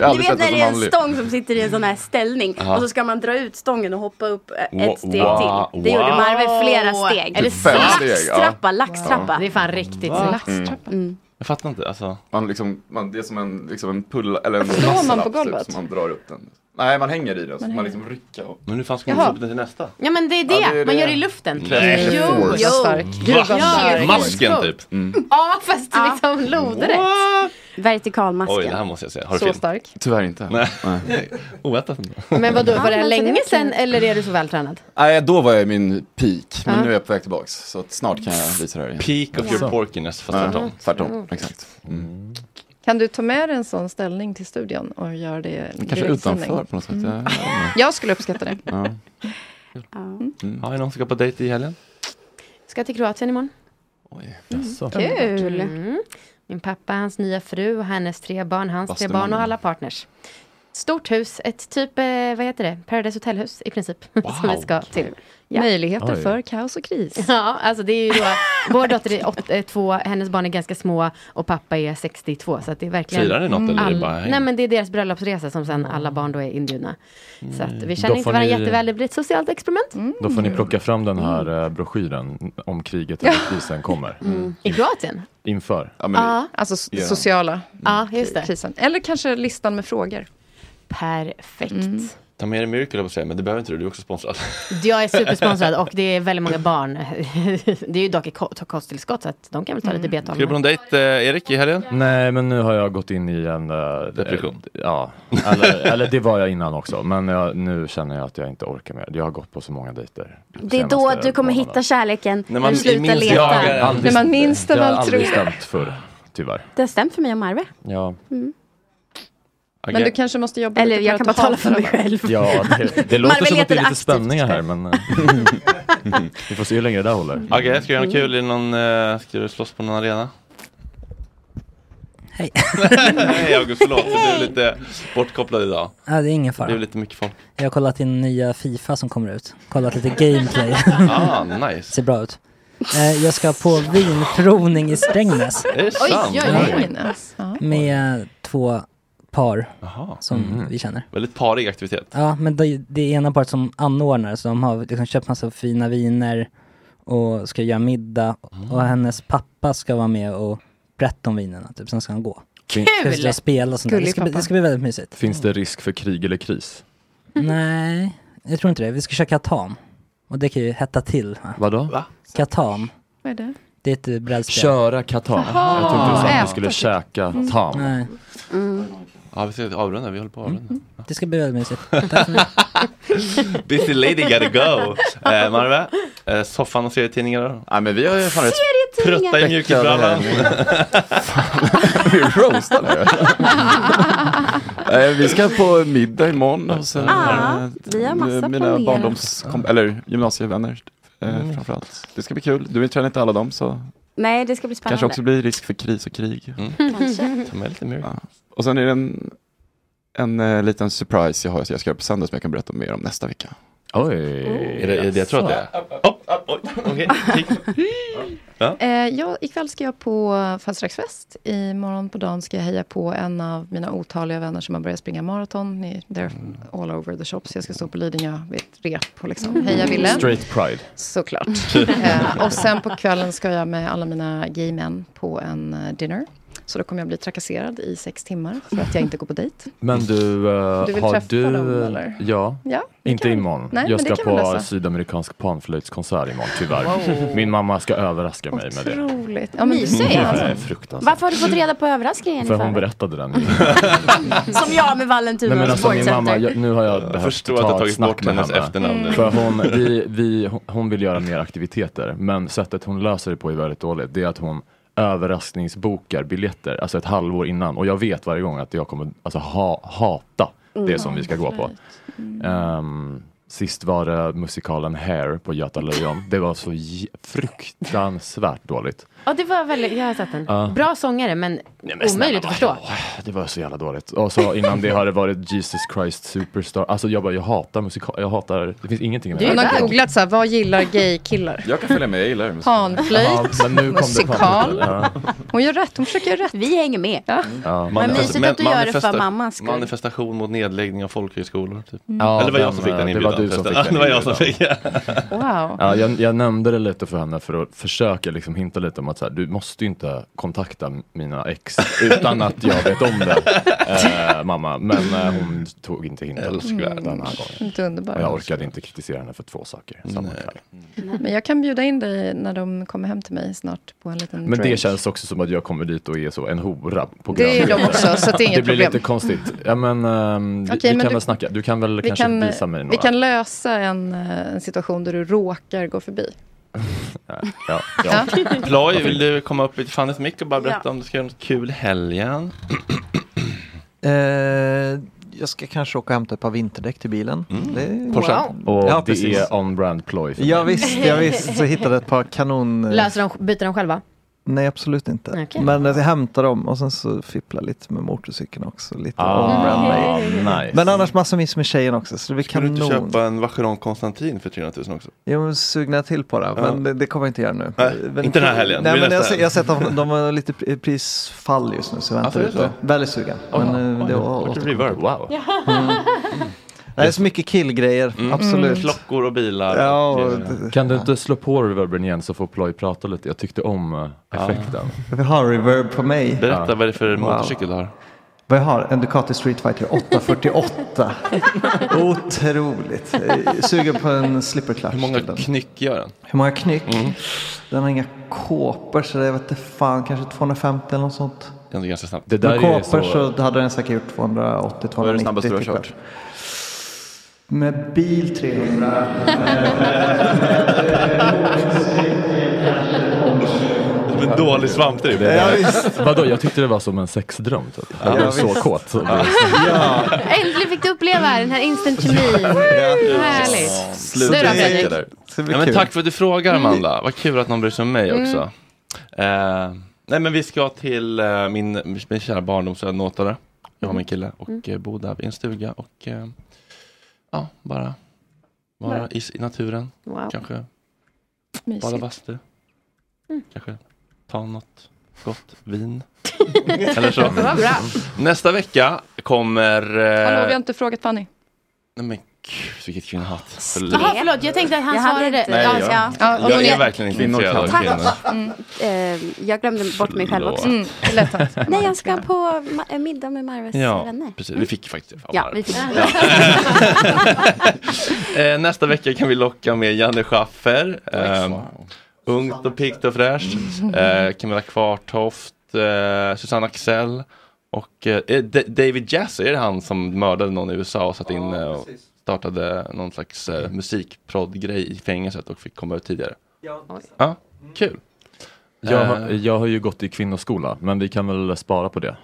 Speaker 5: Jag har aldrig
Speaker 6: Du vet
Speaker 5: sett en
Speaker 6: när
Speaker 5: som
Speaker 6: det är en
Speaker 5: manlig.
Speaker 6: stång som sitter i en sån här ställning
Speaker 5: Ja.
Speaker 6: och så ska man dra ut stången och hoppa upp eh,
Speaker 5: Wow,
Speaker 6: ett steg
Speaker 5: wow,
Speaker 6: till. Det gjorde
Speaker 5: wow.
Speaker 6: Marve flera steg.
Speaker 5: Eller Typ fem slax- steg, ja.
Speaker 6: Laxtrappa, laxtrappa.
Speaker 5: Wow.
Speaker 18: Det är fan riktigt
Speaker 5: Va?
Speaker 18: snyggt.
Speaker 5: Laxtrappa.
Speaker 6: Mm.
Speaker 1: Jag fattar inte, alltså.
Speaker 5: Man liksom, man, det är som en, liksom en pull, eller en
Speaker 9: Slår man på
Speaker 5: lassalapp, typ,
Speaker 9: golvet?
Speaker 5: som man drar upp den. Nej, man hänger i den, så
Speaker 9: Man
Speaker 5: man,
Speaker 9: hänger.
Speaker 5: liksom rycker. Och...
Speaker 1: Men hur fan
Speaker 18: ska man Jaha. få upp
Speaker 1: den till nästa?
Speaker 18: Ja men det är det,
Speaker 5: Ja, det är
Speaker 18: man
Speaker 5: det.
Speaker 18: gör det i luften.
Speaker 5: Nej.
Speaker 18: Jo,
Speaker 5: Force.
Speaker 18: jo.
Speaker 9: Stark. Gud, vad
Speaker 18: Ja,
Speaker 9: stark.
Speaker 18: Mm.
Speaker 1: Masken typ.
Speaker 18: Ja fast liksom lodrätt.
Speaker 6: Vertikalmasken.
Speaker 1: Oj, det här måste jag säga. Har du
Speaker 6: Så
Speaker 1: film?
Speaker 18: stark?
Speaker 5: Tyvärr inte.
Speaker 1: Nej. Oväntat.
Speaker 18: Men vadå, var det
Speaker 6: men så det
Speaker 18: länge
Speaker 6: var
Speaker 18: sedan eller är du så vältränad?
Speaker 5: Nej, då var jag i min peak, men
Speaker 18: Ja.
Speaker 5: nu är jag på väg tillbaks. Så att snart kan jag visa det här igen.
Speaker 1: Peak of your
Speaker 6: Alltså.
Speaker 5: Så.
Speaker 1: porkiness, fast
Speaker 5: Ja,
Speaker 1: tvärtom.
Speaker 5: Tvärtom, exakt. Mm.
Speaker 9: Kan du ta med dig en sån ställning till studion och göra det
Speaker 5: Kanske
Speaker 9: direktsändning?
Speaker 5: utanför på något sätt.
Speaker 9: Mm.
Speaker 5: Jag-
Speaker 9: Jag skulle uppskatta det.
Speaker 5: Ja.
Speaker 1: Har vi någon som ska på dejt i helgen?
Speaker 18: Ska till Kroatien imorgon.
Speaker 1: Jaså.
Speaker 6: Kul.
Speaker 18: Mm. Min pappa, hans nya fru, hennes tre barn, hans tre
Speaker 1: Bastumannen.
Speaker 18: barn och alla partners. Stort hus, ett typ, eh, vad heter det, Paradise Hotel-hus i princip. som vi ska till.
Speaker 9: Möjligheter Oj. för kaos och kris.
Speaker 18: Ja, alltså det är ju då, vår dotter är åt, eh, två, hennes barn är ganska små och pappa är 62. Så att det är verkligen
Speaker 1: Firar ni något, eller är det
Speaker 18: all-
Speaker 1: bara häng?
Speaker 18: Nej men det är deras bröllopsresa som sen alla barn då är inbjudna. Så att
Speaker 11: Då
Speaker 18: vi känner inte
Speaker 11: får
Speaker 18: varandra
Speaker 11: ni-
Speaker 18: jätteväl, det blir ett socialt experiment.
Speaker 11: Då får ni
Speaker 1: Mm.
Speaker 11: plocka fram den här eh, broschyren om kriget eller krisen kommer.
Speaker 18: Mm. I Kroatien?
Speaker 11: Inför.
Speaker 9: Ja, alltså so- sociala
Speaker 18: Ja, just det.
Speaker 9: krisen. Eller kanske listan med frågor. Mm.
Speaker 18: Perfekt.
Speaker 1: Ta med dig Miracle, höll jag på att säga, men det behöver inte du, du är också sponsrad.
Speaker 18: Jag är supersponsrad och det är väldigt många barn. Det är ju dock ett ko- kosttillskott så att de kan väl ta lite
Speaker 11: Ska
Speaker 18: B12.
Speaker 11: du
Speaker 1: på någon dejt, eh, Erik, i helgen?
Speaker 11: Nej, men nu har jag gått in i en... Depression? ja, eller, eller det var jag innan också. Men jag, nu känner jag att jag inte orkar mer. Jag har gått på så många dejter.
Speaker 6: Det är då du kommer hitta kärleken. När du slutar leta.
Speaker 11: aldrig-
Speaker 6: När man minst
Speaker 11: jag
Speaker 6: av
Speaker 11: har
Speaker 6: allt tror.
Speaker 11: aldrig stämt förr, tyvärr.
Speaker 6: Det har stämt för mig och Marve.
Speaker 11: Ja.
Speaker 6: Mm.
Speaker 11: Okej.
Speaker 9: Men du kanske måste jobba
Speaker 6: Eller
Speaker 9: lite
Speaker 6: jag kan bara tala för mig själv.
Speaker 11: Ja, det, det låter
Speaker 6: Marvel
Speaker 11: som att det
Speaker 6: letar
Speaker 11: är lite
Speaker 6: aktivt
Speaker 11: spänningar här, men eh, vi får se hur länge det där håller.
Speaker 1: Okej, ska du göra något kul? i någon, eh, ska du slåss på någon arena? Hej. Hej August, förlåt. Du blev lite bortkopplad idag.
Speaker 7: Ja, det är ingen fara.
Speaker 1: Det blev lite mycket folk.
Speaker 7: Jag har kollat in nya Fifa som kommer ut. Kollat lite gameplay.
Speaker 1: Ah, nice.
Speaker 7: Ser bra ut. Eh, Jag ska på vinprovning i Strängnäs.
Speaker 1: Är det
Speaker 9: Oj, sant? oj, oj. Strängnäs. Ja.
Speaker 7: Med två par som
Speaker 11: Mm-hmm.
Speaker 1: Mhm.
Speaker 7: vi känner.
Speaker 1: Väldigt parig aktivitet.
Speaker 7: Ja, men det, det är ena part som anordnar, så de har liksom köpt massa fina viner och ska göra middag.
Speaker 11: Mm.
Speaker 7: Och hennes pappa ska vara med och berätta om vinerna, typ, sen ska han gå.
Speaker 11: Kul!
Speaker 7: Ska vi sitta och spela och sånt där. Det
Speaker 11: Gullig
Speaker 7: ska, bli-
Speaker 11: pappa.
Speaker 7: det ska bli väldigt mysigt.
Speaker 11: Finns det risk för krig eller kris?
Speaker 7: Nej, jag tror inte det. Vi ska köra katan. Och det kan ju hetta till. Va?
Speaker 11: Vadå?
Speaker 7: Katan.
Speaker 9: Vad är det?
Speaker 7: Det är ett brädspel.
Speaker 11: Köra katan.
Speaker 7: Jaha.
Speaker 11: Jag trodde du sa att
Speaker 7: Äta,
Speaker 11: du skulle
Speaker 7: typ.
Speaker 11: käka
Speaker 7: Mm.
Speaker 11: tam.
Speaker 7: Nej.
Speaker 1: Mm. Ja, vi ska avrunda. Vi håller på att avrunda.
Speaker 7: Det ska bli väldigt mysigt. Tack så mycket.
Speaker 1: Busy lady gotta go. Eh, Marve, eh, soffan och serietidningar då?
Speaker 5: Nej, men vi har ju fan rätt
Speaker 1: Serietidningar. trötta i mjukisbrallan.
Speaker 5: Vi är roastade. Eh, vi ska på middag imorgon och sen
Speaker 6: Ah,
Speaker 5: eh,
Speaker 6: vi har massa
Speaker 5: mina
Speaker 6: planerat. Mm.
Speaker 5: barndoms eller gymnasievänner eh, framförallt. Det ska bli kul. Du känner inte alla dem så
Speaker 6: Nej, det ska bli
Speaker 5: kanske
Speaker 6: spännande.
Speaker 5: också blir risk för kris och krig.
Speaker 6: Kanske.
Speaker 1: Mm. Ta med lite mer.
Speaker 5: Och sen är det en, en eh, liten surprise jag har jag ska göra på söndag som jag kan berätta mer om nästa vecka.
Speaker 11: Oj,
Speaker 1: Är det- är det jag tror att det är? Okej. Ja.
Speaker 9: Eh, jag, ikväll ska jag på födelsedagsfest. Imorgon på dagen ska jag heja på en av mina otaliga vänner som har börjat springa maraton. Ni- They're
Speaker 11: Mm.
Speaker 9: all over the shop. Så jag ska stå på Lidingö vid ett rep och liksom heja Ville.
Speaker 11: Mm. Straight pride.
Speaker 9: Såklart. eh, och sen på kvällen ska jag med alla mina gay män på en eh, dinner. Så då kommer jag bli trakasserad i sex timmar för att jag inte går på dejt.
Speaker 11: Men du, eh,
Speaker 9: Du vill
Speaker 11: har
Speaker 9: träffa
Speaker 11: du...
Speaker 9: dem, eller?
Speaker 11: Ja,
Speaker 9: Ja, det
Speaker 11: inte
Speaker 9: kan vi-
Speaker 11: imorgon.
Speaker 9: Nej,
Speaker 11: jag
Speaker 9: men det
Speaker 11: ska
Speaker 9: kan vi
Speaker 11: på
Speaker 9: lösa.
Speaker 11: sydamerikansk panflöjtskonsert imorgon, tyvärr.
Speaker 6: Wow.
Speaker 11: Min mamma ska överraska mig med det.
Speaker 9: Otroligt.
Speaker 6: Mysigt.
Speaker 9: alltså.
Speaker 11: Nej, fruktansvärt.
Speaker 6: Varför har du fått reda på överraskningen? i
Speaker 11: För hon
Speaker 6: förväg?
Speaker 11: berättade den.
Speaker 6: Som jag med Valentino
Speaker 11: Nej, men alltså, min
Speaker 6: Sportcenter.
Speaker 11: mamma, jag, nu har jag behövt
Speaker 1: förstår att du har
Speaker 11: ett
Speaker 1: tagit
Speaker 11: snack
Speaker 1: bort
Speaker 11: med
Speaker 1: hennes
Speaker 11: henne.
Speaker 1: efternamn nu.
Speaker 11: För hon, vi, vi, hon- hon vill göra mer aktiviteter, men sättet hon löser det på är väldigt dåligt. Det är att hon överraskningsbokar biljetter, alltså ett halvår innan. Och jag vet varje gång att jag kommer alltså, ha, hata det
Speaker 9: Mm.
Speaker 11: som vi ska gå på. Ehm, sist var det musikalen Hair på Göta Lejon. Det var så j- fruktansvärt dåligt.
Speaker 18: Ja, det var väldigt, jag har sett den.
Speaker 11: Ja.
Speaker 18: Bra sångare men, omöjligt att förstå.
Speaker 11: Äh, Det var så jävla dåligt. Och så innan det har det varit Jesus Christ Superstar. Alltså jag bara, jag hatar musikal, jag hatar, det finns ingenting i den
Speaker 9: Hon
Speaker 11: här
Speaker 9: har
Speaker 11: världen.
Speaker 9: googlat så här, vad gillar gay-killar?
Speaker 5: Jag kan följa med, jag gillar det.
Speaker 9: Panflöjt,
Speaker 11: Ja, men nu kom det
Speaker 9: musikal.
Speaker 11: panflöjt,
Speaker 9: Hon gör rätt, hon försöker göra rätt.
Speaker 6: Vi hänger med.
Speaker 11: Ja.
Speaker 6: Men
Speaker 1: alltså,
Speaker 6: mysigt att du gör det för
Speaker 1: manifesta-
Speaker 6: mammans skull.
Speaker 1: Manifestation mot nedläggning av folkhögskolor. Typ.
Speaker 11: Ja,
Speaker 1: Eller vad jag
Speaker 11: den,
Speaker 1: som fick den
Speaker 11: eh,
Speaker 1: inbjudan.
Speaker 11: var du som fick
Speaker 1: Ja,
Speaker 11: den
Speaker 1: det var jag som
Speaker 11: inbjudan.
Speaker 1: fick den.
Speaker 9: Wow.
Speaker 11: Ja, jag, jag nämnde det lite för henne för att försöka liksom hinta lite om att så här, du måste ju inte kontakta mina ex utan att jag vet om det, eh, mamma. Men eh, hon tog inte hinten
Speaker 9: Älskvärd.
Speaker 11: den här gången.
Speaker 9: Mm, Inte underbar.
Speaker 11: Och jag orkade inte kritisera henne för två saker samma kväll.
Speaker 9: Men jag kan bjuda in dig när de kommer hem till mig snart på en liten
Speaker 11: Men det
Speaker 9: drink.
Speaker 11: känns också som att jag kommer dit och är så en hora på
Speaker 9: Det är
Speaker 11: grön
Speaker 9: de också, så det är inget
Speaker 11: blir
Speaker 9: problem.
Speaker 11: lite konstigt. Ja, men, ehm, vi,
Speaker 9: Okej,
Speaker 11: vi
Speaker 9: men
Speaker 11: kan
Speaker 9: du-
Speaker 11: väl snacka. Du kan väl
Speaker 9: Vi
Speaker 11: kanske
Speaker 9: kan,
Speaker 11: visa mig några.
Speaker 9: vi kan lösa en, eh, en situation där du råkar gå förbi.
Speaker 11: Ja,
Speaker 9: Ja.
Speaker 11: ja.
Speaker 1: Ploy, vill du komma upp i Fannys mick och bara berätta
Speaker 9: Ja.
Speaker 1: om du ska göra något kul i helgen?
Speaker 8: Eh, jag ska kanske åka och hämta ett par vinterdäck till bilen.
Speaker 1: Mm.
Speaker 8: Det-
Speaker 11: Och
Speaker 8: Ja,
Speaker 11: det
Speaker 8: precis.
Speaker 11: är on brand ploj för
Speaker 8: Ja,
Speaker 11: mig.
Speaker 8: visst, jag visst. Så hittade jag ett par kanon... eh,
Speaker 18: Löser de, byter de själva?
Speaker 8: Nej, absolut inte.
Speaker 18: Okej.
Speaker 8: Men att jag hämtar dem och sen så fipplar lite med motorcykeln också. Lite
Speaker 1: Ah,
Speaker 8: on-brand mig.
Speaker 1: nice.
Speaker 8: Men annars massor mys med tjejen också. Så det blir
Speaker 1: Kan du
Speaker 8: kanon.
Speaker 1: inte köpa en Vacheron Konstantin för 300 000 också?
Speaker 8: Jag var sugna till på det,
Speaker 1: Ja.
Speaker 8: men det, det kommer jag inte göra nu.
Speaker 1: Nej,
Speaker 8: Men-
Speaker 1: inte den här helgen. Det
Speaker 8: Nej,
Speaker 1: blir
Speaker 8: men jag,
Speaker 1: nästa
Speaker 8: ser- jag har sett
Speaker 1: helg.
Speaker 8: att de har lite pri- prisfall just nu, så jag väntar
Speaker 1: för det är
Speaker 8: lite.
Speaker 1: så?
Speaker 8: Väldigt sugen.
Speaker 1: Oj,
Speaker 8: men eh,
Speaker 1: oj,
Speaker 8: det
Speaker 1: oj.
Speaker 8: var
Speaker 1: Vart det reverb, wow.
Speaker 8: Det är så mycket killgrejer,
Speaker 9: Mm.
Speaker 8: absolut.
Speaker 1: Klockor och bilar.
Speaker 8: Ja,
Speaker 1: och, eh,
Speaker 8: och-
Speaker 11: Mm. Kan du inte slå på reverben igen så får Ploy prata lite? Jag tyckte om eh, effekten.
Speaker 8: Jag vill ha en reverb på mig.
Speaker 11: Berätta, vad är det för
Speaker 1: motorcykel du har?
Speaker 8: Vad jag har? En Ducati Street Fighter 848. Otroligt. Eh, Sugen på en slipper clutch.
Speaker 1: Hur många
Speaker 8: till den.
Speaker 1: knyck gör den? Mm.
Speaker 8: Hur många knyck? Den har inga kåpor så det vet fan kanske 250 eller något sånt.
Speaker 1: Den är ganska snabbt.
Speaker 11: Det
Speaker 8: Med kåpor så... hade den säkert gjort 280 290.
Speaker 5: Vad är det snabbaste du har
Speaker 8: typ.
Speaker 5: kört?
Speaker 8: Med bil 300.
Speaker 1: Som en dålig svampdrift.
Speaker 11: Ja, visst. Vadå, jag tyckte det var som en sexdröm. Typ.
Speaker 1: Ja,
Speaker 11: Jag blev så
Speaker 1: visst.
Speaker 11: kåt. Så
Speaker 1: Ja.
Speaker 11: ja.
Speaker 4: Äntligen fick du uppleva den här instant kemin. Härligt. Nu då Fredrik.
Speaker 1: Ja, men
Speaker 11: kul.
Speaker 1: tack för att du frågar
Speaker 9: Mm.
Speaker 1: Amanda. Vad kul att någon bryr sig om mig också. Eh, nej men vi ska till eh, min, min kära barndomsön Nåtare. Jag
Speaker 9: Mm.
Speaker 1: och min kille och eh, bo där i en stuga och eh, ja, bara vara i, i naturen.
Speaker 9: Wow.
Speaker 1: Kanske
Speaker 9: Mysigt. Mm.
Speaker 1: bada bastu. Kanske ta något gott vin. Eller så.
Speaker 9: Det var bra.
Speaker 1: Nästa vecka kommer... eh,
Speaker 9: Hallå, vi har inte frågat Fanny.
Speaker 1: Nej men gud, vilket kvinnohat.
Speaker 18: Jaha, förlåt. Jag tänkte att han
Speaker 6: Jag hade
Speaker 18: svarade.
Speaker 6: inte-
Speaker 1: Nej,
Speaker 6: Ja,
Speaker 1: jag,
Speaker 6: ja.
Speaker 18: Ja,
Speaker 6: om
Speaker 1: jag
Speaker 6: hon
Speaker 1: är
Speaker 6: är-
Speaker 1: verkligen inte intresserad av kvinnor.
Speaker 6: Tack.
Speaker 9: Mm.
Speaker 6: Eh, Jag glömde bort mig själv också.
Speaker 1: Förlåt.
Speaker 6: Nej, jag ska på ma- middag med Marves
Speaker 1: Ja,
Speaker 6: vänner. Mm.
Speaker 1: precis. Vi fick faktiskt det. Fan,
Speaker 6: Ja,
Speaker 1: vad
Speaker 6: vi fick
Speaker 1: det. Ja. Eh, Nästa vecka kan vi locka med Janne Schaffer. Eh, ungt och piggt och fräscht.
Speaker 6: Mm.
Speaker 1: Eh, Camilla Kvartoft, eh, Susanne Axel och eh, D- David Jazz, är det han som mördade någon i USA och satte in eh, och startade någon slags
Speaker 11: Mm.
Speaker 1: eh, musikprodd-grej i fängelset och fick komma ut tidigare?
Speaker 9: Ja.
Speaker 1: Ja, kul.
Speaker 11: Jag,
Speaker 1: Eh,
Speaker 11: har- jag har ju gått i kvinnoskola, men vi kan väl spara på det.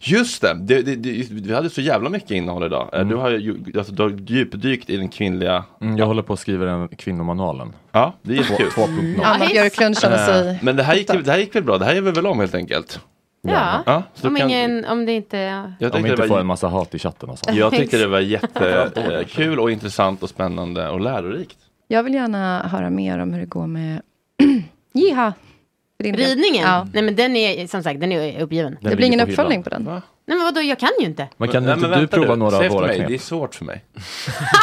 Speaker 1: Just det, det, det, det, vi hade så jävla mycket innehåll idag. Eh, Du har ju alltså, du har djupdykt i den kvinnliga...
Speaker 11: Mm, jag håller på att skriva den kvinnomanualen.
Speaker 1: Ja, det är jättekul.
Speaker 11: Två- 2.0.
Speaker 9: Ja, Anna Björklund känner
Speaker 1: Eh,
Speaker 9: sig...
Speaker 1: Men det här, gick, det här gick väl bra, det här är vi väl om helt enkelt?
Speaker 18: Ja.
Speaker 1: ja så
Speaker 18: om,
Speaker 1: kan,
Speaker 18: ingen, om det inte... Ja.
Speaker 1: jag
Speaker 11: Om vi
Speaker 1: tyckte
Speaker 11: inte
Speaker 1: det
Speaker 11: får
Speaker 1: var,
Speaker 11: en massa hat i chatten alltså. och sånt.
Speaker 1: jag tyckte det var jättekul och intressant och spännande och lärorikt.
Speaker 9: Jag vill gärna höra mer om hur det går med... Jiha! För din del.
Speaker 18: Ridningen?
Speaker 9: Ja.
Speaker 18: Nej men den är som sagt den är uppgiven.
Speaker 9: Det blir ingen uppföljning på den.
Speaker 18: Nej men vadå, jag kan ju inte.
Speaker 11: Men kan
Speaker 1: Nej,
Speaker 11: inte
Speaker 1: men
Speaker 11: du
Speaker 1: vänta
Speaker 11: prova några
Speaker 1: Säg
Speaker 11: av
Speaker 1: efter
Speaker 11: våra
Speaker 1: mig,
Speaker 11: knep?
Speaker 1: Det är svårt för mig.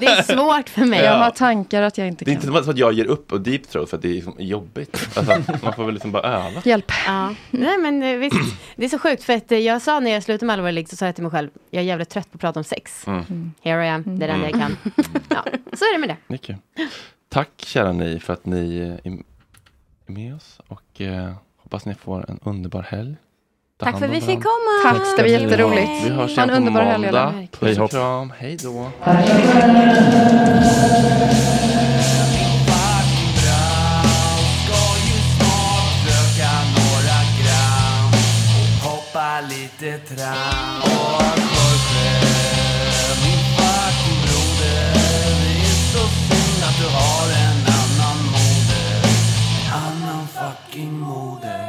Speaker 18: Det är svårt för mig.
Speaker 9: Jag har tankar att jag inte
Speaker 1: Det är
Speaker 9: kan.
Speaker 1: inte som att jag ger upp och deep throat för att det är liksom jobbigt. Alltså, man får väl liksom bara öva.
Speaker 9: Hjälp.
Speaker 18: Ja. Nej men eh, visst, det är så sjukt för att eh, jag sa när jag slutade med Allvar League så sa jag till mig själv, jag är jävligt trött på att prata om sex.
Speaker 1: Mm.
Speaker 18: Here I am, det är det enda jag kan.
Speaker 1: Mm.
Speaker 18: Ja, så är det med det.
Speaker 1: Det är kul. Tack kära ni för att ni eh, är- är med oss och eh, hoppas ni får en underbar helg. Ta
Speaker 6: Tack
Speaker 1: hand
Speaker 6: för
Speaker 1: om
Speaker 6: att vi fick
Speaker 1: varandra.
Speaker 6: komma.
Speaker 9: Tack, det var
Speaker 1: Tack ska ni ha.
Speaker 9: jätteroligt.
Speaker 1: Vi hörs
Speaker 9: Ha en
Speaker 1: igen på
Speaker 9: underbar helg,
Speaker 1: måndag.
Speaker 9: alla.
Speaker 1: Puss och
Speaker 11: Hej.
Speaker 1: kram, hej då.
Speaker 2: Röka några gram och hoppa lite tram. Och Jorge, min fucking broder, det är så synd att du har en annan moder. En annan fucking moder.